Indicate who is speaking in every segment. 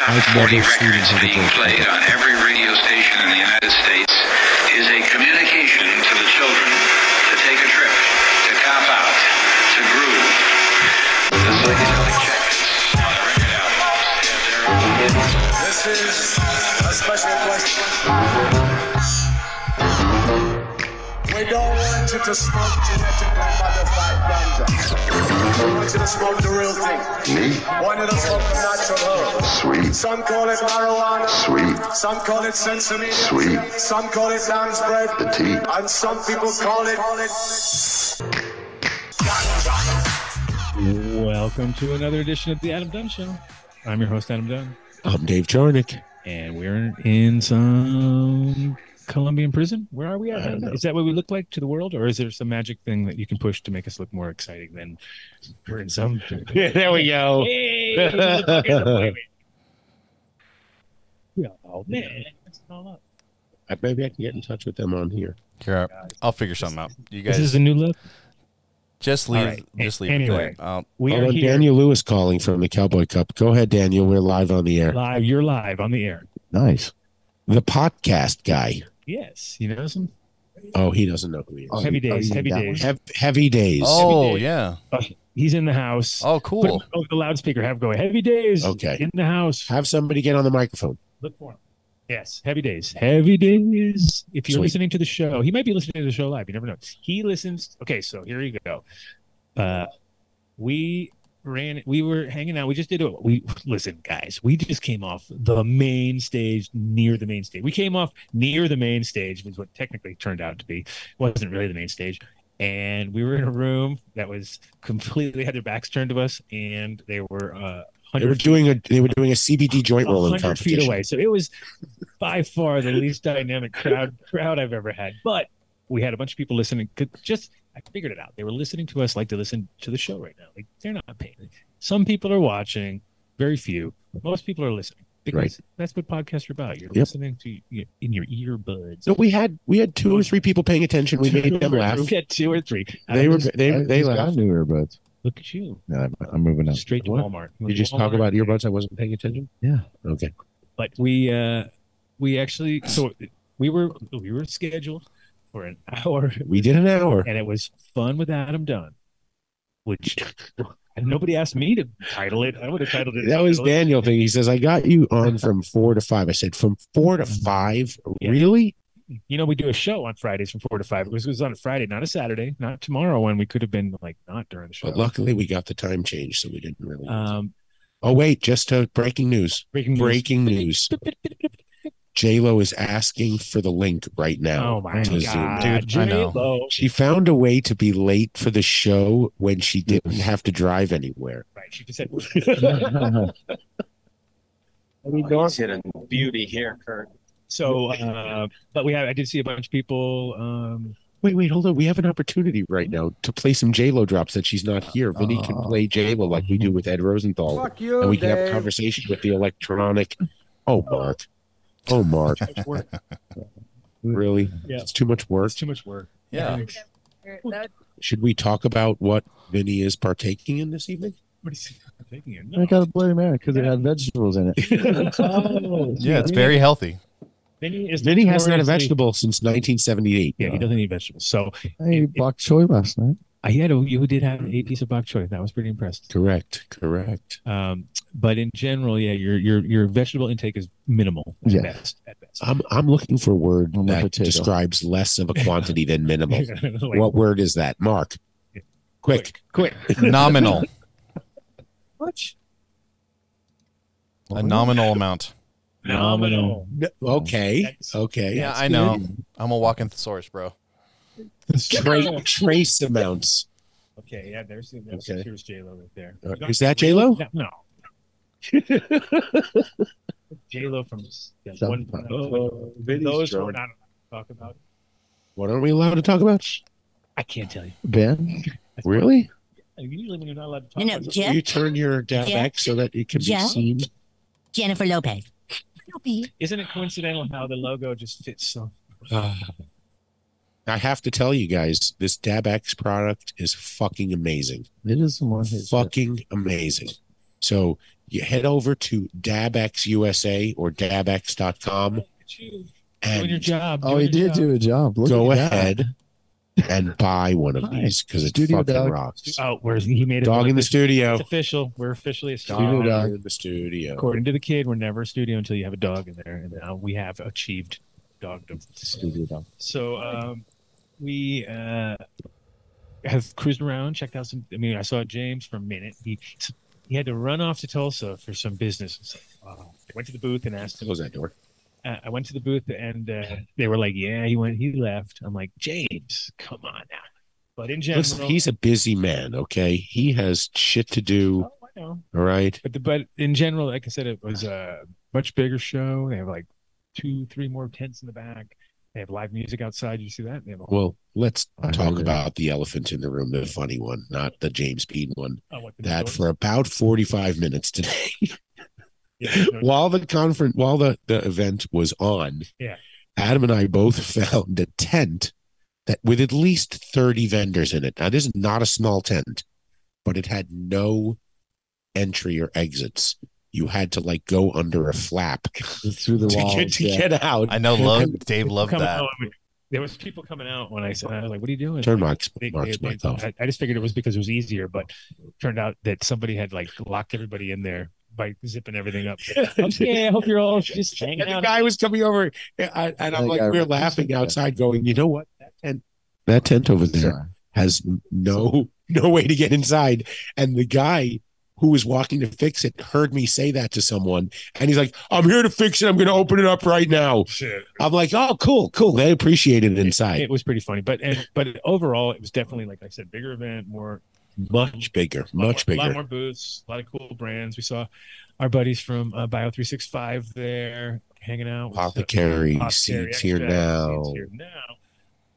Speaker 1: I've
Speaker 2: Forty
Speaker 1: never seen it
Speaker 2: records
Speaker 1: before.
Speaker 2: being played on every radio station in the United States is a communication to the children to take a trip, to cop out, to groove. The psychedelic jackets on the record albums have their own
Speaker 3: This is a special question. We don't want you to smoke genetically modified ganja. We want you to smoke the real thing.
Speaker 4: Me?
Speaker 3: Want you to smoke the natural herb.
Speaker 4: Sweet.
Speaker 3: Some call it marijuana.
Speaker 4: Sweet.
Speaker 3: Some call it sesame.
Speaker 4: Sweet.
Speaker 3: Some call it lamb's bread.
Speaker 4: The tea.
Speaker 3: And some people call it. Call it
Speaker 5: Welcome to another edition of the Adam Dunn Show. I'm your host, Adam Dunn,
Speaker 1: I'm Dave Charnick.
Speaker 5: and we're in some Colombian prison. Where are we
Speaker 1: I
Speaker 5: at?
Speaker 1: don't
Speaker 5: right now?
Speaker 1: know.
Speaker 5: Is that what we look like to the world, or is there some magic thing that you can push to make us look more exciting than we're in some?
Speaker 1: there we go.
Speaker 5: Hey, motherfuckers, wait, wait. Yeah, oh man, that's all up.
Speaker 1: I- Maybe I can get in touch with them on here.
Speaker 6: Here, I- I'll figure something out. You guys
Speaker 5: This is a new look.
Speaker 6: just leave.
Speaker 5: right, a-
Speaker 6: Just leave.
Speaker 5: anyway.
Speaker 6: it there. Um, I'll-
Speaker 5: We
Speaker 1: Hold
Speaker 5: are
Speaker 1: on,
Speaker 5: here
Speaker 1: Oh, Daniel Lewis calling from the Cowboy Cup. Go ahead, Daniel. We're live on the air.
Speaker 5: live. You're live on the air.
Speaker 1: Nice. The podcast guy.
Speaker 5: Yes, you know some
Speaker 1: Oh, he doesn't know who he is.
Speaker 5: heavy days. Heavy days.
Speaker 1: Hev- heavy days.
Speaker 6: oh
Speaker 5: day.
Speaker 6: yeah.
Speaker 5: He's in the house.
Speaker 6: Oh
Speaker 5: Put him
Speaker 6: cool.
Speaker 5: over the loudspeaker. Have him go. Heavy days.
Speaker 1: Okay.
Speaker 5: In the house.
Speaker 1: Have somebody get on the microphone.
Speaker 5: Look for him. Yes, heavy days. Heavy days. If you're
Speaker 1: Sweet.
Speaker 5: listening to the show, he might be listening to the show live. You never know. He listens. Okay, so here you go. Uh, we ran. We were hanging out. We just did a We listen, guys. We just came off the main stage, near the main stage. We came off near the main stage, is what technically turned out to be. It wasn't really the main stage. And we were in a room that was completely had their backs turned to us, and they were uh,
Speaker 1: They were
Speaker 5: 100
Speaker 1: doing a they were doing a CBD joint rolling
Speaker 5: 100 feet
Speaker 1: competition.
Speaker 5: away. So it was by far the least dynamic crowd crowd I've ever had. But we had a bunch of people listening. 'cause Just I figured it out. They were listening to us like they listen to the show right now. Like they're not paying. Some people are watching, very few. Most people are listening because
Speaker 1: Right.
Speaker 5: that's what podcasts are about. You're
Speaker 1: Yep.
Speaker 5: listening to you in your earbuds.
Speaker 1: So we had we had two or three people paying attention. We made them laugh.
Speaker 5: We had two or three.
Speaker 1: They were
Speaker 5: Just-
Speaker 1: they they
Speaker 7: I
Speaker 1: laughed.
Speaker 7: new earbuds.
Speaker 5: look at you
Speaker 7: No, I'm, I'm moving up.
Speaker 5: straight to
Speaker 1: What?
Speaker 5: Walmart.
Speaker 1: You just talk
Speaker 5: Walmart.
Speaker 1: about earbuds. I wasn't paying attention.
Speaker 7: Yeah.
Speaker 1: Okay.
Speaker 5: but we uh we actually so we were we were scheduled for an hour
Speaker 1: We did an hour.
Speaker 5: and it was fun with adam dunn which and nobody asked me to title it i would have titled it
Speaker 1: That was
Speaker 5: title it.
Speaker 1: Daniel thing. He says, I got you on from four to five. I said, from four to five?
Speaker 5: Yeah.
Speaker 1: Really?
Speaker 5: you know we do a show on fridays from four to five it was, it was on a friday not a saturday not tomorrow when we could have been like not during the show
Speaker 1: But luckily, we got the time change, so we didn't really.
Speaker 5: um
Speaker 1: oh, wait, just uh, breaking news.
Speaker 5: breaking news.
Speaker 1: Breaking news. J Lo is asking for the link right now.
Speaker 5: oh my
Speaker 1: to Zoom.
Speaker 5: god
Speaker 6: Dude, I know.
Speaker 5: J-Lo.
Speaker 1: She found a way to be late for the show when she didn't have to drive anywhere.
Speaker 5: right she just said
Speaker 8: He's hitting beauty here, Kurt.
Speaker 5: so uh but we have i did see a bunch of people um
Speaker 1: Wait, wait, hold on. We have an opportunity right now to play some J Lo drops that she's not here. Vinny can play J Lo like we do with Ed Rosenthal.
Speaker 3: Fuck you,
Speaker 1: and we can have a conversation with the electronic. Oh, Mark. Oh, Mark. really?
Speaker 5: Yeah.
Speaker 1: It's too much work.
Speaker 5: it's too much work
Speaker 6: Yeah.
Speaker 1: Should we talk about what Vinny is partaking in this evening?
Speaker 5: What is he taking it?
Speaker 7: I got a Bloody Mary because it had vegetables in it.
Speaker 5: oh,
Speaker 6: Yeah, it's very healthy.
Speaker 5: Vinny is
Speaker 1: Vinny hasn't had a
Speaker 5: notoriously-
Speaker 1: vegetable since 1978.
Speaker 5: Yeah, he doesn't eat vegetables. So
Speaker 7: I ate bok choy last night.
Speaker 5: I had a, you did have a piece of bok choy. That was pretty impressed.
Speaker 1: Correct. Correct.
Speaker 5: Um, but in general, yeah, your your your vegetable intake is minimal at
Speaker 7: Yeah.
Speaker 5: best. At best.
Speaker 1: I'm, I'm looking for a word
Speaker 7: I'm a
Speaker 1: that
Speaker 7: potato.
Speaker 1: describes less of a quantity than minimal.
Speaker 5: Like,
Speaker 1: what word is that? Mark. Quick.
Speaker 5: quick.
Speaker 6: Nominal.
Speaker 5: Much
Speaker 6: A nominal amount.
Speaker 5: nominal.
Speaker 1: Okay.
Speaker 5: That's-
Speaker 1: Okay.
Speaker 6: Yeah, I know. I'm a walking thesaurus, bro.
Speaker 1: Tra- trace amounts.
Speaker 5: Okay, yeah, there's, there's
Speaker 1: Okay.
Speaker 5: here's J Lo right there.
Speaker 1: Uh, is that J-Lo?
Speaker 5: No. no. J Lo from yeah, one.
Speaker 8: Oh, Vinny's
Speaker 5: those we're
Speaker 8: drunk.
Speaker 5: not allowed to talk about.
Speaker 1: What aren't we allowed to talk about?
Speaker 5: I can't tell you.
Speaker 7: Ben,
Speaker 1: Really?
Speaker 5: Usually, when you're not allowed to
Speaker 9: No,
Speaker 5: talk
Speaker 9: no,
Speaker 5: about
Speaker 9: Jeff,
Speaker 1: You turn your down
Speaker 9: Yeah.
Speaker 1: back so that it can
Speaker 9: Yeah.
Speaker 1: be seen.
Speaker 9: Jennifer Lopez. Lopez.
Speaker 5: Isn't it coincidental how the logo just fits so?
Speaker 1: Ah. I have to tell you guys, this DabX product is fucking amazing.
Speaker 7: it is the one. His
Speaker 1: Fucking amazing. So you head over to dabxusa or dabx.com
Speaker 5: Doing your
Speaker 1: Um, and
Speaker 5: job.
Speaker 7: Oh,
Speaker 5: doing
Speaker 7: he
Speaker 5: your
Speaker 7: did
Speaker 5: job.
Speaker 7: do a job. Look
Speaker 1: go
Speaker 7: at that.
Speaker 1: ahead and buy one of
Speaker 7: Nice.
Speaker 1: these because it
Speaker 7: Studio
Speaker 1: fucking
Speaker 7: dog.
Speaker 1: rocks.
Speaker 5: Oh, where's he made it?
Speaker 1: Dog in the studio.
Speaker 5: It's official. We're officially a
Speaker 1: Dog
Speaker 5: studio.
Speaker 1: in the studio.
Speaker 5: According to the kid, we're never a studio until you have a dog in there, and now we have achieved dogdom.
Speaker 1: Studio dog.
Speaker 5: So um, we uh, have cruised around, checked out some. I mean, I saw James for a minute. He he had to run off to Tulsa for some business. So, uh, I went to the booth and asked him.
Speaker 1: Close that door.
Speaker 5: Uh, I went to the booth and uh, they were like, "Yeah, he went. He left." I'm like, "James, come on now." But in general,
Speaker 1: Listen, he's a busy man, okay? He has shit to do,
Speaker 5: Oh, I know.
Speaker 1: all right?
Speaker 5: But the, but in general, like I said, it was a much bigger show. They have like two, three more tents in the back. They have live music outside. You see that? They have a
Speaker 1: Well, let's
Speaker 7: I heard
Speaker 1: talk
Speaker 7: it.
Speaker 1: about the elephant in the room, the funny one, not the James Peen one.
Speaker 5: oh, what, the
Speaker 1: That
Speaker 5: doors?
Speaker 1: for about 45 minutes today.
Speaker 5: Yeah, no-
Speaker 1: while the conference while the, the event was on
Speaker 5: Yeah.
Speaker 1: adam and i both found a tent that with at least 30 vendors in it now this is not a small tent but it had no entry or exits you had to like go under a flap
Speaker 7: It's through the
Speaker 1: to,
Speaker 7: wall.
Speaker 1: get, to get out
Speaker 6: I know. Love Dave
Speaker 5: people
Speaker 6: loved
Speaker 5: coming
Speaker 6: that.
Speaker 5: out. There was people coming out when I said, I was like, what are you doing?
Speaker 1: turn
Speaker 5: Like,
Speaker 1: marks
Speaker 5: they-
Speaker 1: marks
Speaker 5: they-
Speaker 1: myself
Speaker 5: I, I just figured it was because it was easier, but turned out that somebody had like locked everybody in there by zipping everything up. yeah, I hope you're all just hanging
Speaker 1: and the
Speaker 5: out.
Speaker 1: guy was coming over and, and i'm
Speaker 7: That
Speaker 1: like
Speaker 7: guy
Speaker 1: we we're
Speaker 7: really
Speaker 1: laughing
Speaker 7: said that.
Speaker 1: outside going you know what that tent that tent over there has no no way to get inside and the guy who was walking to fix it heard me say that to someone and he's like i'm here to fix it i'm going to open it up right now
Speaker 5: Shit.
Speaker 1: i'm like oh cool cool they appreciate it inside
Speaker 5: It was pretty funny, but and, but overall, it was definitely like I said, bigger event, more
Speaker 1: much bigger
Speaker 5: lot
Speaker 1: much
Speaker 5: more- A lot
Speaker 1: bigger
Speaker 5: more booths, a lot of cool brands. We saw our buddies from uh, Bio Three Six Five there hanging out. with, uh,
Speaker 1: apothecary
Speaker 5: Apothecary
Speaker 1: seats here
Speaker 5: Extract,
Speaker 1: now
Speaker 5: Seeds Here Now.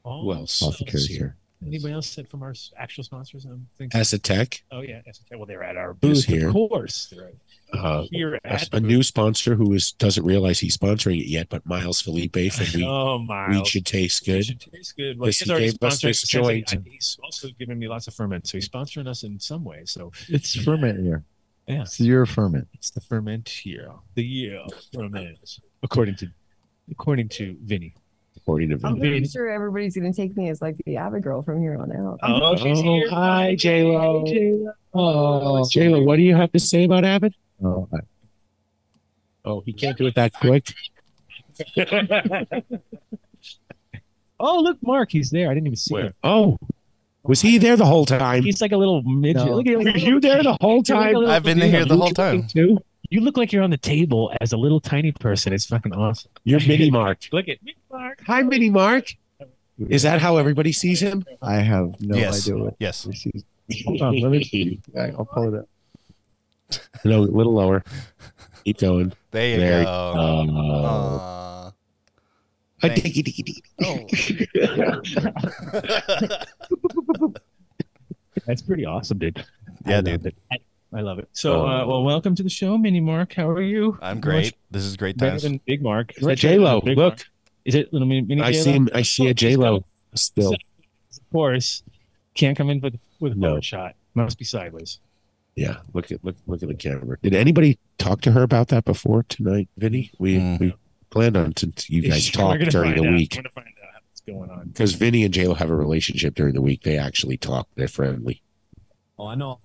Speaker 5: Oh,
Speaker 1: who else
Speaker 7: Apothecary
Speaker 1: is here
Speaker 5: Anybody else said from our s- actual sponsors? I'm thinking.
Speaker 1: Asatec,
Speaker 5: oh yeah, that's okay. well they're at our booth
Speaker 1: Is here.
Speaker 5: of course. They're
Speaker 1: uh,
Speaker 5: here
Speaker 1: a,
Speaker 5: at
Speaker 1: a
Speaker 5: the
Speaker 1: new sponsor who is doesn't realize he's sponsoring it yet but miles felipe
Speaker 5: booth.
Speaker 1: from we,
Speaker 5: oh my.
Speaker 1: we should taste good
Speaker 5: Tastes good. Well,
Speaker 1: Yes,
Speaker 5: he's
Speaker 1: he
Speaker 5: already
Speaker 1: gave us
Speaker 5: sponsoring
Speaker 1: this
Speaker 5: us. He's like-
Speaker 1: joint.
Speaker 5: I- He's also giving me lots of ferment, so he's sponsoring us in some way. So
Speaker 7: It's ferment here.
Speaker 5: Yeah.
Speaker 7: It's your ferment.
Speaker 5: It's the ferment here. The year ferment, according to according to Vinny.
Speaker 1: according to
Speaker 4: I'm
Speaker 1: Vinny.
Speaker 4: pretty sure everybody's gonna take me as like the Abigail from here on out.
Speaker 5: Oh,
Speaker 1: hi j lo
Speaker 7: Oh,
Speaker 1: Jayla, what do you have to say about Abbott?
Speaker 7: oh I-
Speaker 1: Oh, he can't do it that quick.
Speaker 5: Oh, look, Mark, he's there. I didn't even see him.
Speaker 1: Oh, was he there the whole time?
Speaker 5: He's like a little midget.
Speaker 7: No.
Speaker 5: Look at him.
Speaker 1: Were you there the whole
Speaker 5: You're like a
Speaker 1: time?
Speaker 5: little-
Speaker 6: I've been
Speaker 5: you're
Speaker 6: here
Speaker 5: like-
Speaker 6: the whole time.
Speaker 1: Too?
Speaker 5: You look like you're on the table as a little tiny person. It's fucking awesome.
Speaker 1: You're Mini Mark.
Speaker 5: Look at me, Mark.
Speaker 1: Hi, Mini Mark. Is that how everybody sees him?
Speaker 7: I have no
Speaker 6: Yes.
Speaker 7: idea what
Speaker 6: Yes.
Speaker 7: this is. Hold on, let me. I'll pull it up.
Speaker 1: No, a little lower. Keep going.
Speaker 6: There you
Speaker 1: There you
Speaker 6: go.
Speaker 1: Oh.
Speaker 6: Uh,
Speaker 1: A
Speaker 6: thanks.
Speaker 1: diggy diggy diggy.
Speaker 6: oh.
Speaker 5: That's pretty awesome, dude.
Speaker 6: yeah,
Speaker 5: I
Speaker 6: dude.
Speaker 5: love it. I, I love it. So,
Speaker 1: Oh.
Speaker 5: uh, well, welcome to the show, Mini Mark. How are you?
Speaker 6: I'm
Speaker 5: Much
Speaker 6: great. This is great
Speaker 5: Better
Speaker 6: times.
Speaker 5: than Big Mark. Is that
Speaker 1: J Lo,
Speaker 5: Big
Speaker 1: look,
Speaker 5: Mark? Is it little mini? mini
Speaker 1: I
Speaker 5: J-Lo?
Speaker 1: see him. I see a J Lo still.
Speaker 5: Of course, can't come in with with a
Speaker 1: No.
Speaker 5: forward shot. Must be sideways.
Speaker 1: Yeah, look at look look at the camera. Did anybody talk to her about that before tonight, Vinny? We
Speaker 6: Mm.
Speaker 1: we planned on since you guys
Speaker 5: We're
Speaker 1: talk
Speaker 5: gonna
Speaker 1: during
Speaker 5: find
Speaker 1: the
Speaker 5: out.
Speaker 1: week.
Speaker 5: We're gonna find out what's going on.
Speaker 1: because Vinny and Jayla have a relationship during the week. They actually talk. They're friendly.
Speaker 8: Oh, I know.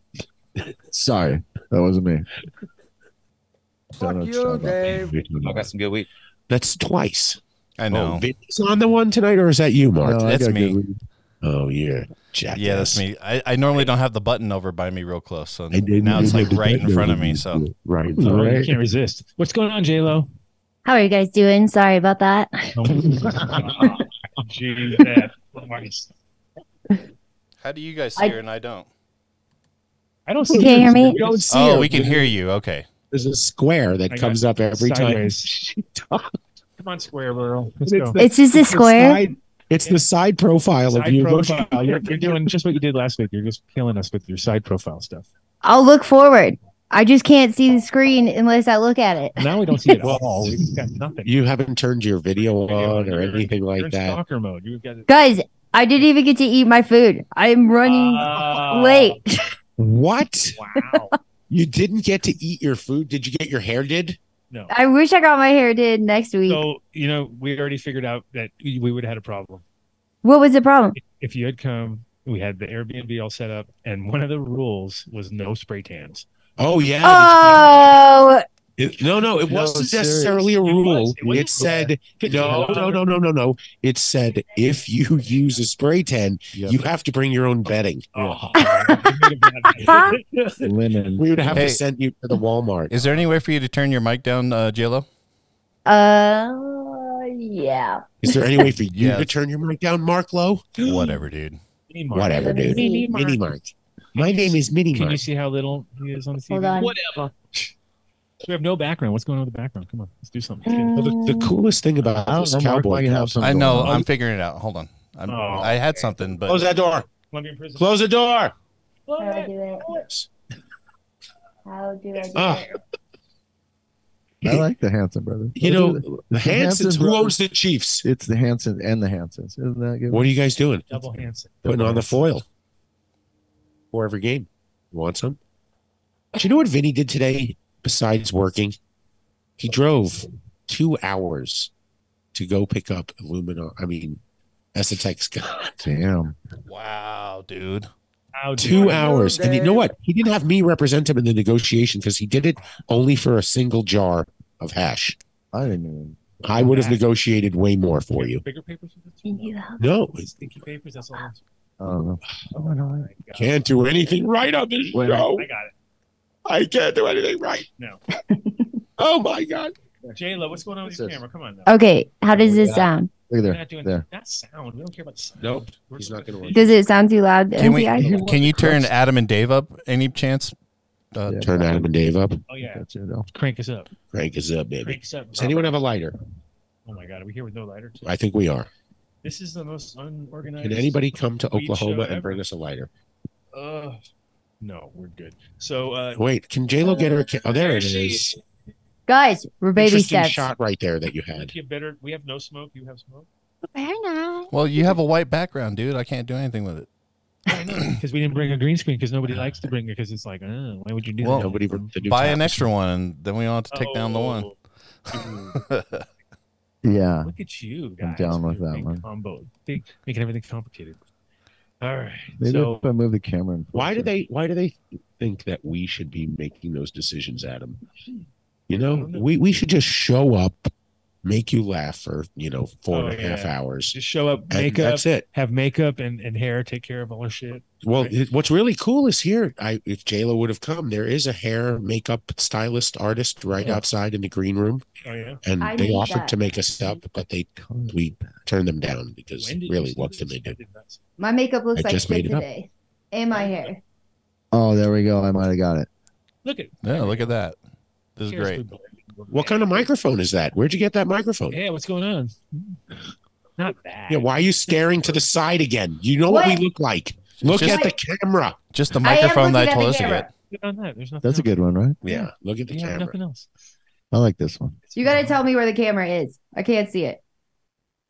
Speaker 7: Sorry, that wasn't me. Don't know
Speaker 4: Fuck
Speaker 7: what you're
Speaker 4: you,
Speaker 7: talking about.
Speaker 4: Dave.
Speaker 8: I got some good weed.
Speaker 1: That's twice.
Speaker 6: I
Speaker 1: Oh,
Speaker 6: know.
Speaker 1: Vinny's on the one tonight, or is that you, Mark?
Speaker 7: No, I
Speaker 6: That's
Speaker 7: got
Speaker 6: me.
Speaker 7: good-
Speaker 1: Oh, yeah, Jack.
Speaker 6: Yeah, that's me. I, I normally don't have the button over by me real close, so
Speaker 1: I didn't
Speaker 6: now it's like
Speaker 1: even
Speaker 6: right in
Speaker 1: know
Speaker 6: front of
Speaker 1: you
Speaker 6: me.
Speaker 1: were
Speaker 6: So
Speaker 1: here. right,
Speaker 5: Ooh, You
Speaker 1: right.
Speaker 5: can't resist. What's going on, J Lo?
Speaker 10: How are you guys doing? Sorry about that.
Speaker 6: how do you guys
Speaker 10: I-
Speaker 6: hear and I don't?
Speaker 5: I don't see.
Speaker 10: You can't hear me?
Speaker 1: You don't see
Speaker 6: Oh,
Speaker 1: her.
Speaker 6: we can hear you. Okay.
Speaker 1: There's a square that
Speaker 5: I got
Speaker 1: comes up every time.
Speaker 5: Sideways. Come on, Square Girl. Let's go.
Speaker 10: It's just a square.
Speaker 1: Side, it's the side profile
Speaker 5: Side
Speaker 1: of you.
Speaker 5: profile. You're, you're doing just what you did last week. You're just killing us with your side profile stuff.
Speaker 10: I'll look forward. I just can't see the screen unless I look at it.
Speaker 5: Now we don't see it at all. We've got nothing.
Speaker 1: You haven't turned your video
Speaker 5: Video.
Speaker 1: on or
Speaker 5: You're-
Speaker 1: anything
Speaker 5: you're in
Speaker 1: like that.
Speaker 5: Stalker mode. You've got.
Speaker 10: Guys, I didn't even get to eat my food. I'm running
Speaker 5: Ah.
Speaker 10: late.
Speaker 1: What?
Speaker 5: Wow.
Speaker 1: You didn't get to eat your food. Did you get your hair did?
Speaker 5: No.
Speaker 10: I wish I got my hair did next week.
Speaker 5: So, you know, we already figured out that we would have had a problem.
Speaker 10: what was the problem?
Speaker 5: If you had come, we had the Airbnb all set up, and one of the rules was no spray tans.
Speaker 1: Oh yeah.
Speaker 10: Oh,
Speaker 1: It- no, no, it
Speaker 5: No,
Speaker 1: wasn't
Speaker 5: it's serious.
Speaker 1: necessarily a
Speaker 5: It
Speaker 1: rule.
Speaker 5: was. It
Speaker 1: It,
Speaker 5: was.
Speaker 1: said no, no, no, no, no, no. It said if you use a spray tan,
Speaker 7: Yep.
Speaker 1: you have to bring your own bedding.
Speaker 5: Oh, I forgot about that.
Speaker 7: linen.
Speaker 1: We would have
Speaker 6: Hey.
Speaker 1: to send you to the Walmart.
Speaker 6: Is there any way for you to turn your mic down, uh, JLo?
Speaker 10: uh, yeah.
Speaker 1: Is there any way for you
Speaker 6: Yeah.
Speaker 1: to turn your mic down, Mark Lowe?
Speaker 6: Whatever, dude.
Speaker 5: Mini Mark.
Speaker 1: Whatever, dude.
Speaker 10: Mini
Speaker 1: Mini Mark. My name is Mini
Speaker 5: Can you
Speaker 1: Mark.
Speaker 5: see how little he is on the
Speaker 10: Hold
Speaker 5: TV?
Speaker 10: on.
Speaker 5: Whatever. We have no background. What's going on with the background? Come on, let's do something.
Speaker 7: Mm.
Speaker 1: Well,
Speaker 10: Um,
Speaker 1: the, the coolest thing about
Speaker 7: I
Speaker 1: this
Speaker 7: don't know. Mark
Speaker 1: cowboy.
Speaker 7: might have something.
Speaker 6: I know.
Speaker 7: going on.
Speaker 6: I'm figuring it out. Hold on. I'm,
Speaker 5: Oh,
Speaker 6: I had something,
Speaker 1: Close
Speaker 6: but
Speaker 1: that door.
Speaker 5: Let me in prison.
Speaker 1: Close the door.
Speaker 10: how do I do it? How do I do
Speaker 1: Ah.
Speaker 10: it?
Speaker 7: I like the Hanson brothers.
Speaker 1: You know, the Hansons.
Speaker 7: Hansons
Speaker 1: Who
Speaker 7: brothers.
Speaker 1: owns the Chiefs?
Speaker 7: it's the Hansons and the Hansons. Isn't that good?
Speaker 1: What are you guys doing?
Speaker 5: Double Hanson.
Speaker 1: putting on the foil for every game. You want some? Do you know what Vinny did today besides working? He drove two hours to go pick up aluminum. I mean, Essetex guy.
Speaker 7: Damn.
Speaker 6: wow, dude.
Speaker 5: How do
Speaker 1: Two
Speaker 5: I-
Speaker 1: hours. And you know what? He didn't have me represent him in the negotiation because he did it only for a single jar of hash.
Speaker 7: I didn't even.
Speaker 1: I would have negotiated way more for you.
Speaker 5: Bigger papers. with this?
Speaker 10: Can you help?
Speaker 1: No,
Speaker 5: Stinky papers. That's all. I'm-
Speaker 7: I don't know. Oh, no, I-
Speaker 5: I got it.
Speaker 1: can't do anything right on this
Speaker 7: Wait.
Speaker 1: show.
Speaker 5: I got it.
Speaker 1: I can't do anything right.
Speaker 5: No.
Speaker 1: oh my god.
Speaker 5: Jayla, what's going on with
Speaker 7: What's
Speaker 5: your
Speaker 7: this?
Speaker 5: camera? Come on. Now.
Speaker 1: Oh,
Speaker 10: Okay, how does
Speaker 7: Yeah.
Speaker 10: this sound?
Speaker 7: Look
Speaker 5: We're
Speaker 7: at
Speaker 5: not doing
Speaker 7: there.
Speaker 5: that sound. We don't care about the sound.
Speaker 1: Nope.
Speaker 5: We're
Speaker 1: He's
Speaker 5: just
Speaker 1: not gonna
Speaker 5: gonna
Speaker 1: work.
Speaker 10: Does it sound too loud?
Speaker 6: Can we?
Speaker 10: NCI?
Speaker 6: Can you turn Adam and Dave up? Any chance? Uh,
Speaker 7: there.
Speaker 1: Turn Adam and Dave up.
Speaker 5: Oh yeah.
Speaker 7: That's it, though.
Speaker 5: Crank us up.
Speaker 1: Crank is up, baby.
Speaker 5: Crank us up.
Speaker 1: Does anyone have a lighter?
Speaker 5: Oh my God. Are we here with no lighter?
Speaker 1: I think we are.
Speaker 5: This is the most unorganized.
Speaker 1: Can anybody come to
Speaker 5: Weed show
Speaker 1: Oklahoma
Speaker 5: ever.
Speaker 1: and bring us a lighter?
Speaker 5: Uh, no, we're good. So uh,
Speaker 1: Wait, can J Lo get her? Ca- oh, there it is.
Speaker 10: Guys, we're baby
Speaker 1: Interesting
Speaker 10: steps.
Speaker 1: shot right there that you
Speaker 5: we
Speaker 1: had.
Speaker 5: get better. We have no smoke. You have smoke.
Speaker 10: Very nice.
Speaker 6: well, you have a white background, dude. I can't do anything with it.
Speaker 5: Because we didn't bring a green screen because nobody likes to bring it because it's like, uh, why would you do
Speaker 6: Well,
Speaker 5: that? Oh.
Speaker 1: Nobody brought the new
Speaker 6: Buy
Speaker 1: tap.
Speaker 6: an extra one, and then we don't have to take down the
Speaker 1: Oh.
Speaker 6: one.
Speaker 5: one.
Speaker 7: Yeah.
Speaker 5: Look at you guys.
Speaker 7: down with
Speaker 5: You're
Speaker 7: that
Speaker 5: big
Speaker 7: one.
Speaker 5: Combo, big, making everything complicated. All right.
Speaker 7: Maybe
Speaker 5: so
Speaker 7: if I move the camera. in
Speaker 1: Why do
Speaker 7: closer.
Speaker 1: they? Why do they think that we should be making those decisions, Adam? You
Speaker 5: I
Speaker 1: know,
Speaker 5: don't know.
Speaker 1: we we should just show up, make you laugh for you know four
Speaker 5: Oh,
Speaker 1: and a half
Speaker 5: yeah.
Speaker 1: hours.
Speaker 5: just show up,
Speaker 1: And
Speaker 5: makeup,
Speaker 1: that's it.
Speaker 5: have makeup and, and hair, take care of all our shit.
Speaker 1: Well,
Speaker 5: Right.
Speaker 1: it- what's really cool is here. I if Jayla would have come, there is a hair makeup stylist artist right
Speaker 5: Yeah.
Speaker 1: outside in the green room,
Speaker 5: Oh yeah.
Speaker 1: and
Speaker 10: I
Speaker 1: they
Speaker 10: need
Speaker 1: offered
Speaker 10: that.
Speaker 1: to make us up, but they we turned them down because
Speaker 5: When did you
Speaker 1: really,
Speaker 5: see
Speaker 1: what
Speaker 5: this?
Speaker 1: can they
Speaker 5: I
Speaker 1: do?
Speaker 5: did not see-
Speaker 10: My makeup looks
Speaker 1: I
Speaker 10: like
Speaker 1: just
Speaker 10: shit
Speaker 1: made it up.
Speaker 10: today. And my hair.
Speaker 7: Oh, there we go. I might have got it.
Speaker 5: Look at
Speaker 6: Yeah, look at that. This is great.
Speaker 1: What kind of microphone is that? Where'd you get that microphone?
Speaker 5: Yeah, what's going on? Not that.
Speaker 1: Yeah, why are you staring to the side again? You know what,
Speaker 10: What?
Speaker 1: we look like. Look
Speaker 6: Just-
Speaker 1: at the camera.
Speaker 6: Just the
Speaker 10: I am
Speaker 6: microphone that I
Speaker 10: looking
Speaker 6: told
Speaker 10: at
Speaker 6: us
Speaker 10: the
Speaker 6: to
Speaker 10: camera.
Speaker 6: get.
Speaker 5: Good on that. There's nothing.
Speaker 7: That's a
Speaker 5: else.
Speaker 7: good one, right?
Speaker 1: Yeah, look at the
Speaker 5: You have
Speaker 1: camera.
Speaker 5: nothing else.
Speaker 7: I like this one.
Speaker 10: You gotta tell me where the camera is. I can't see it.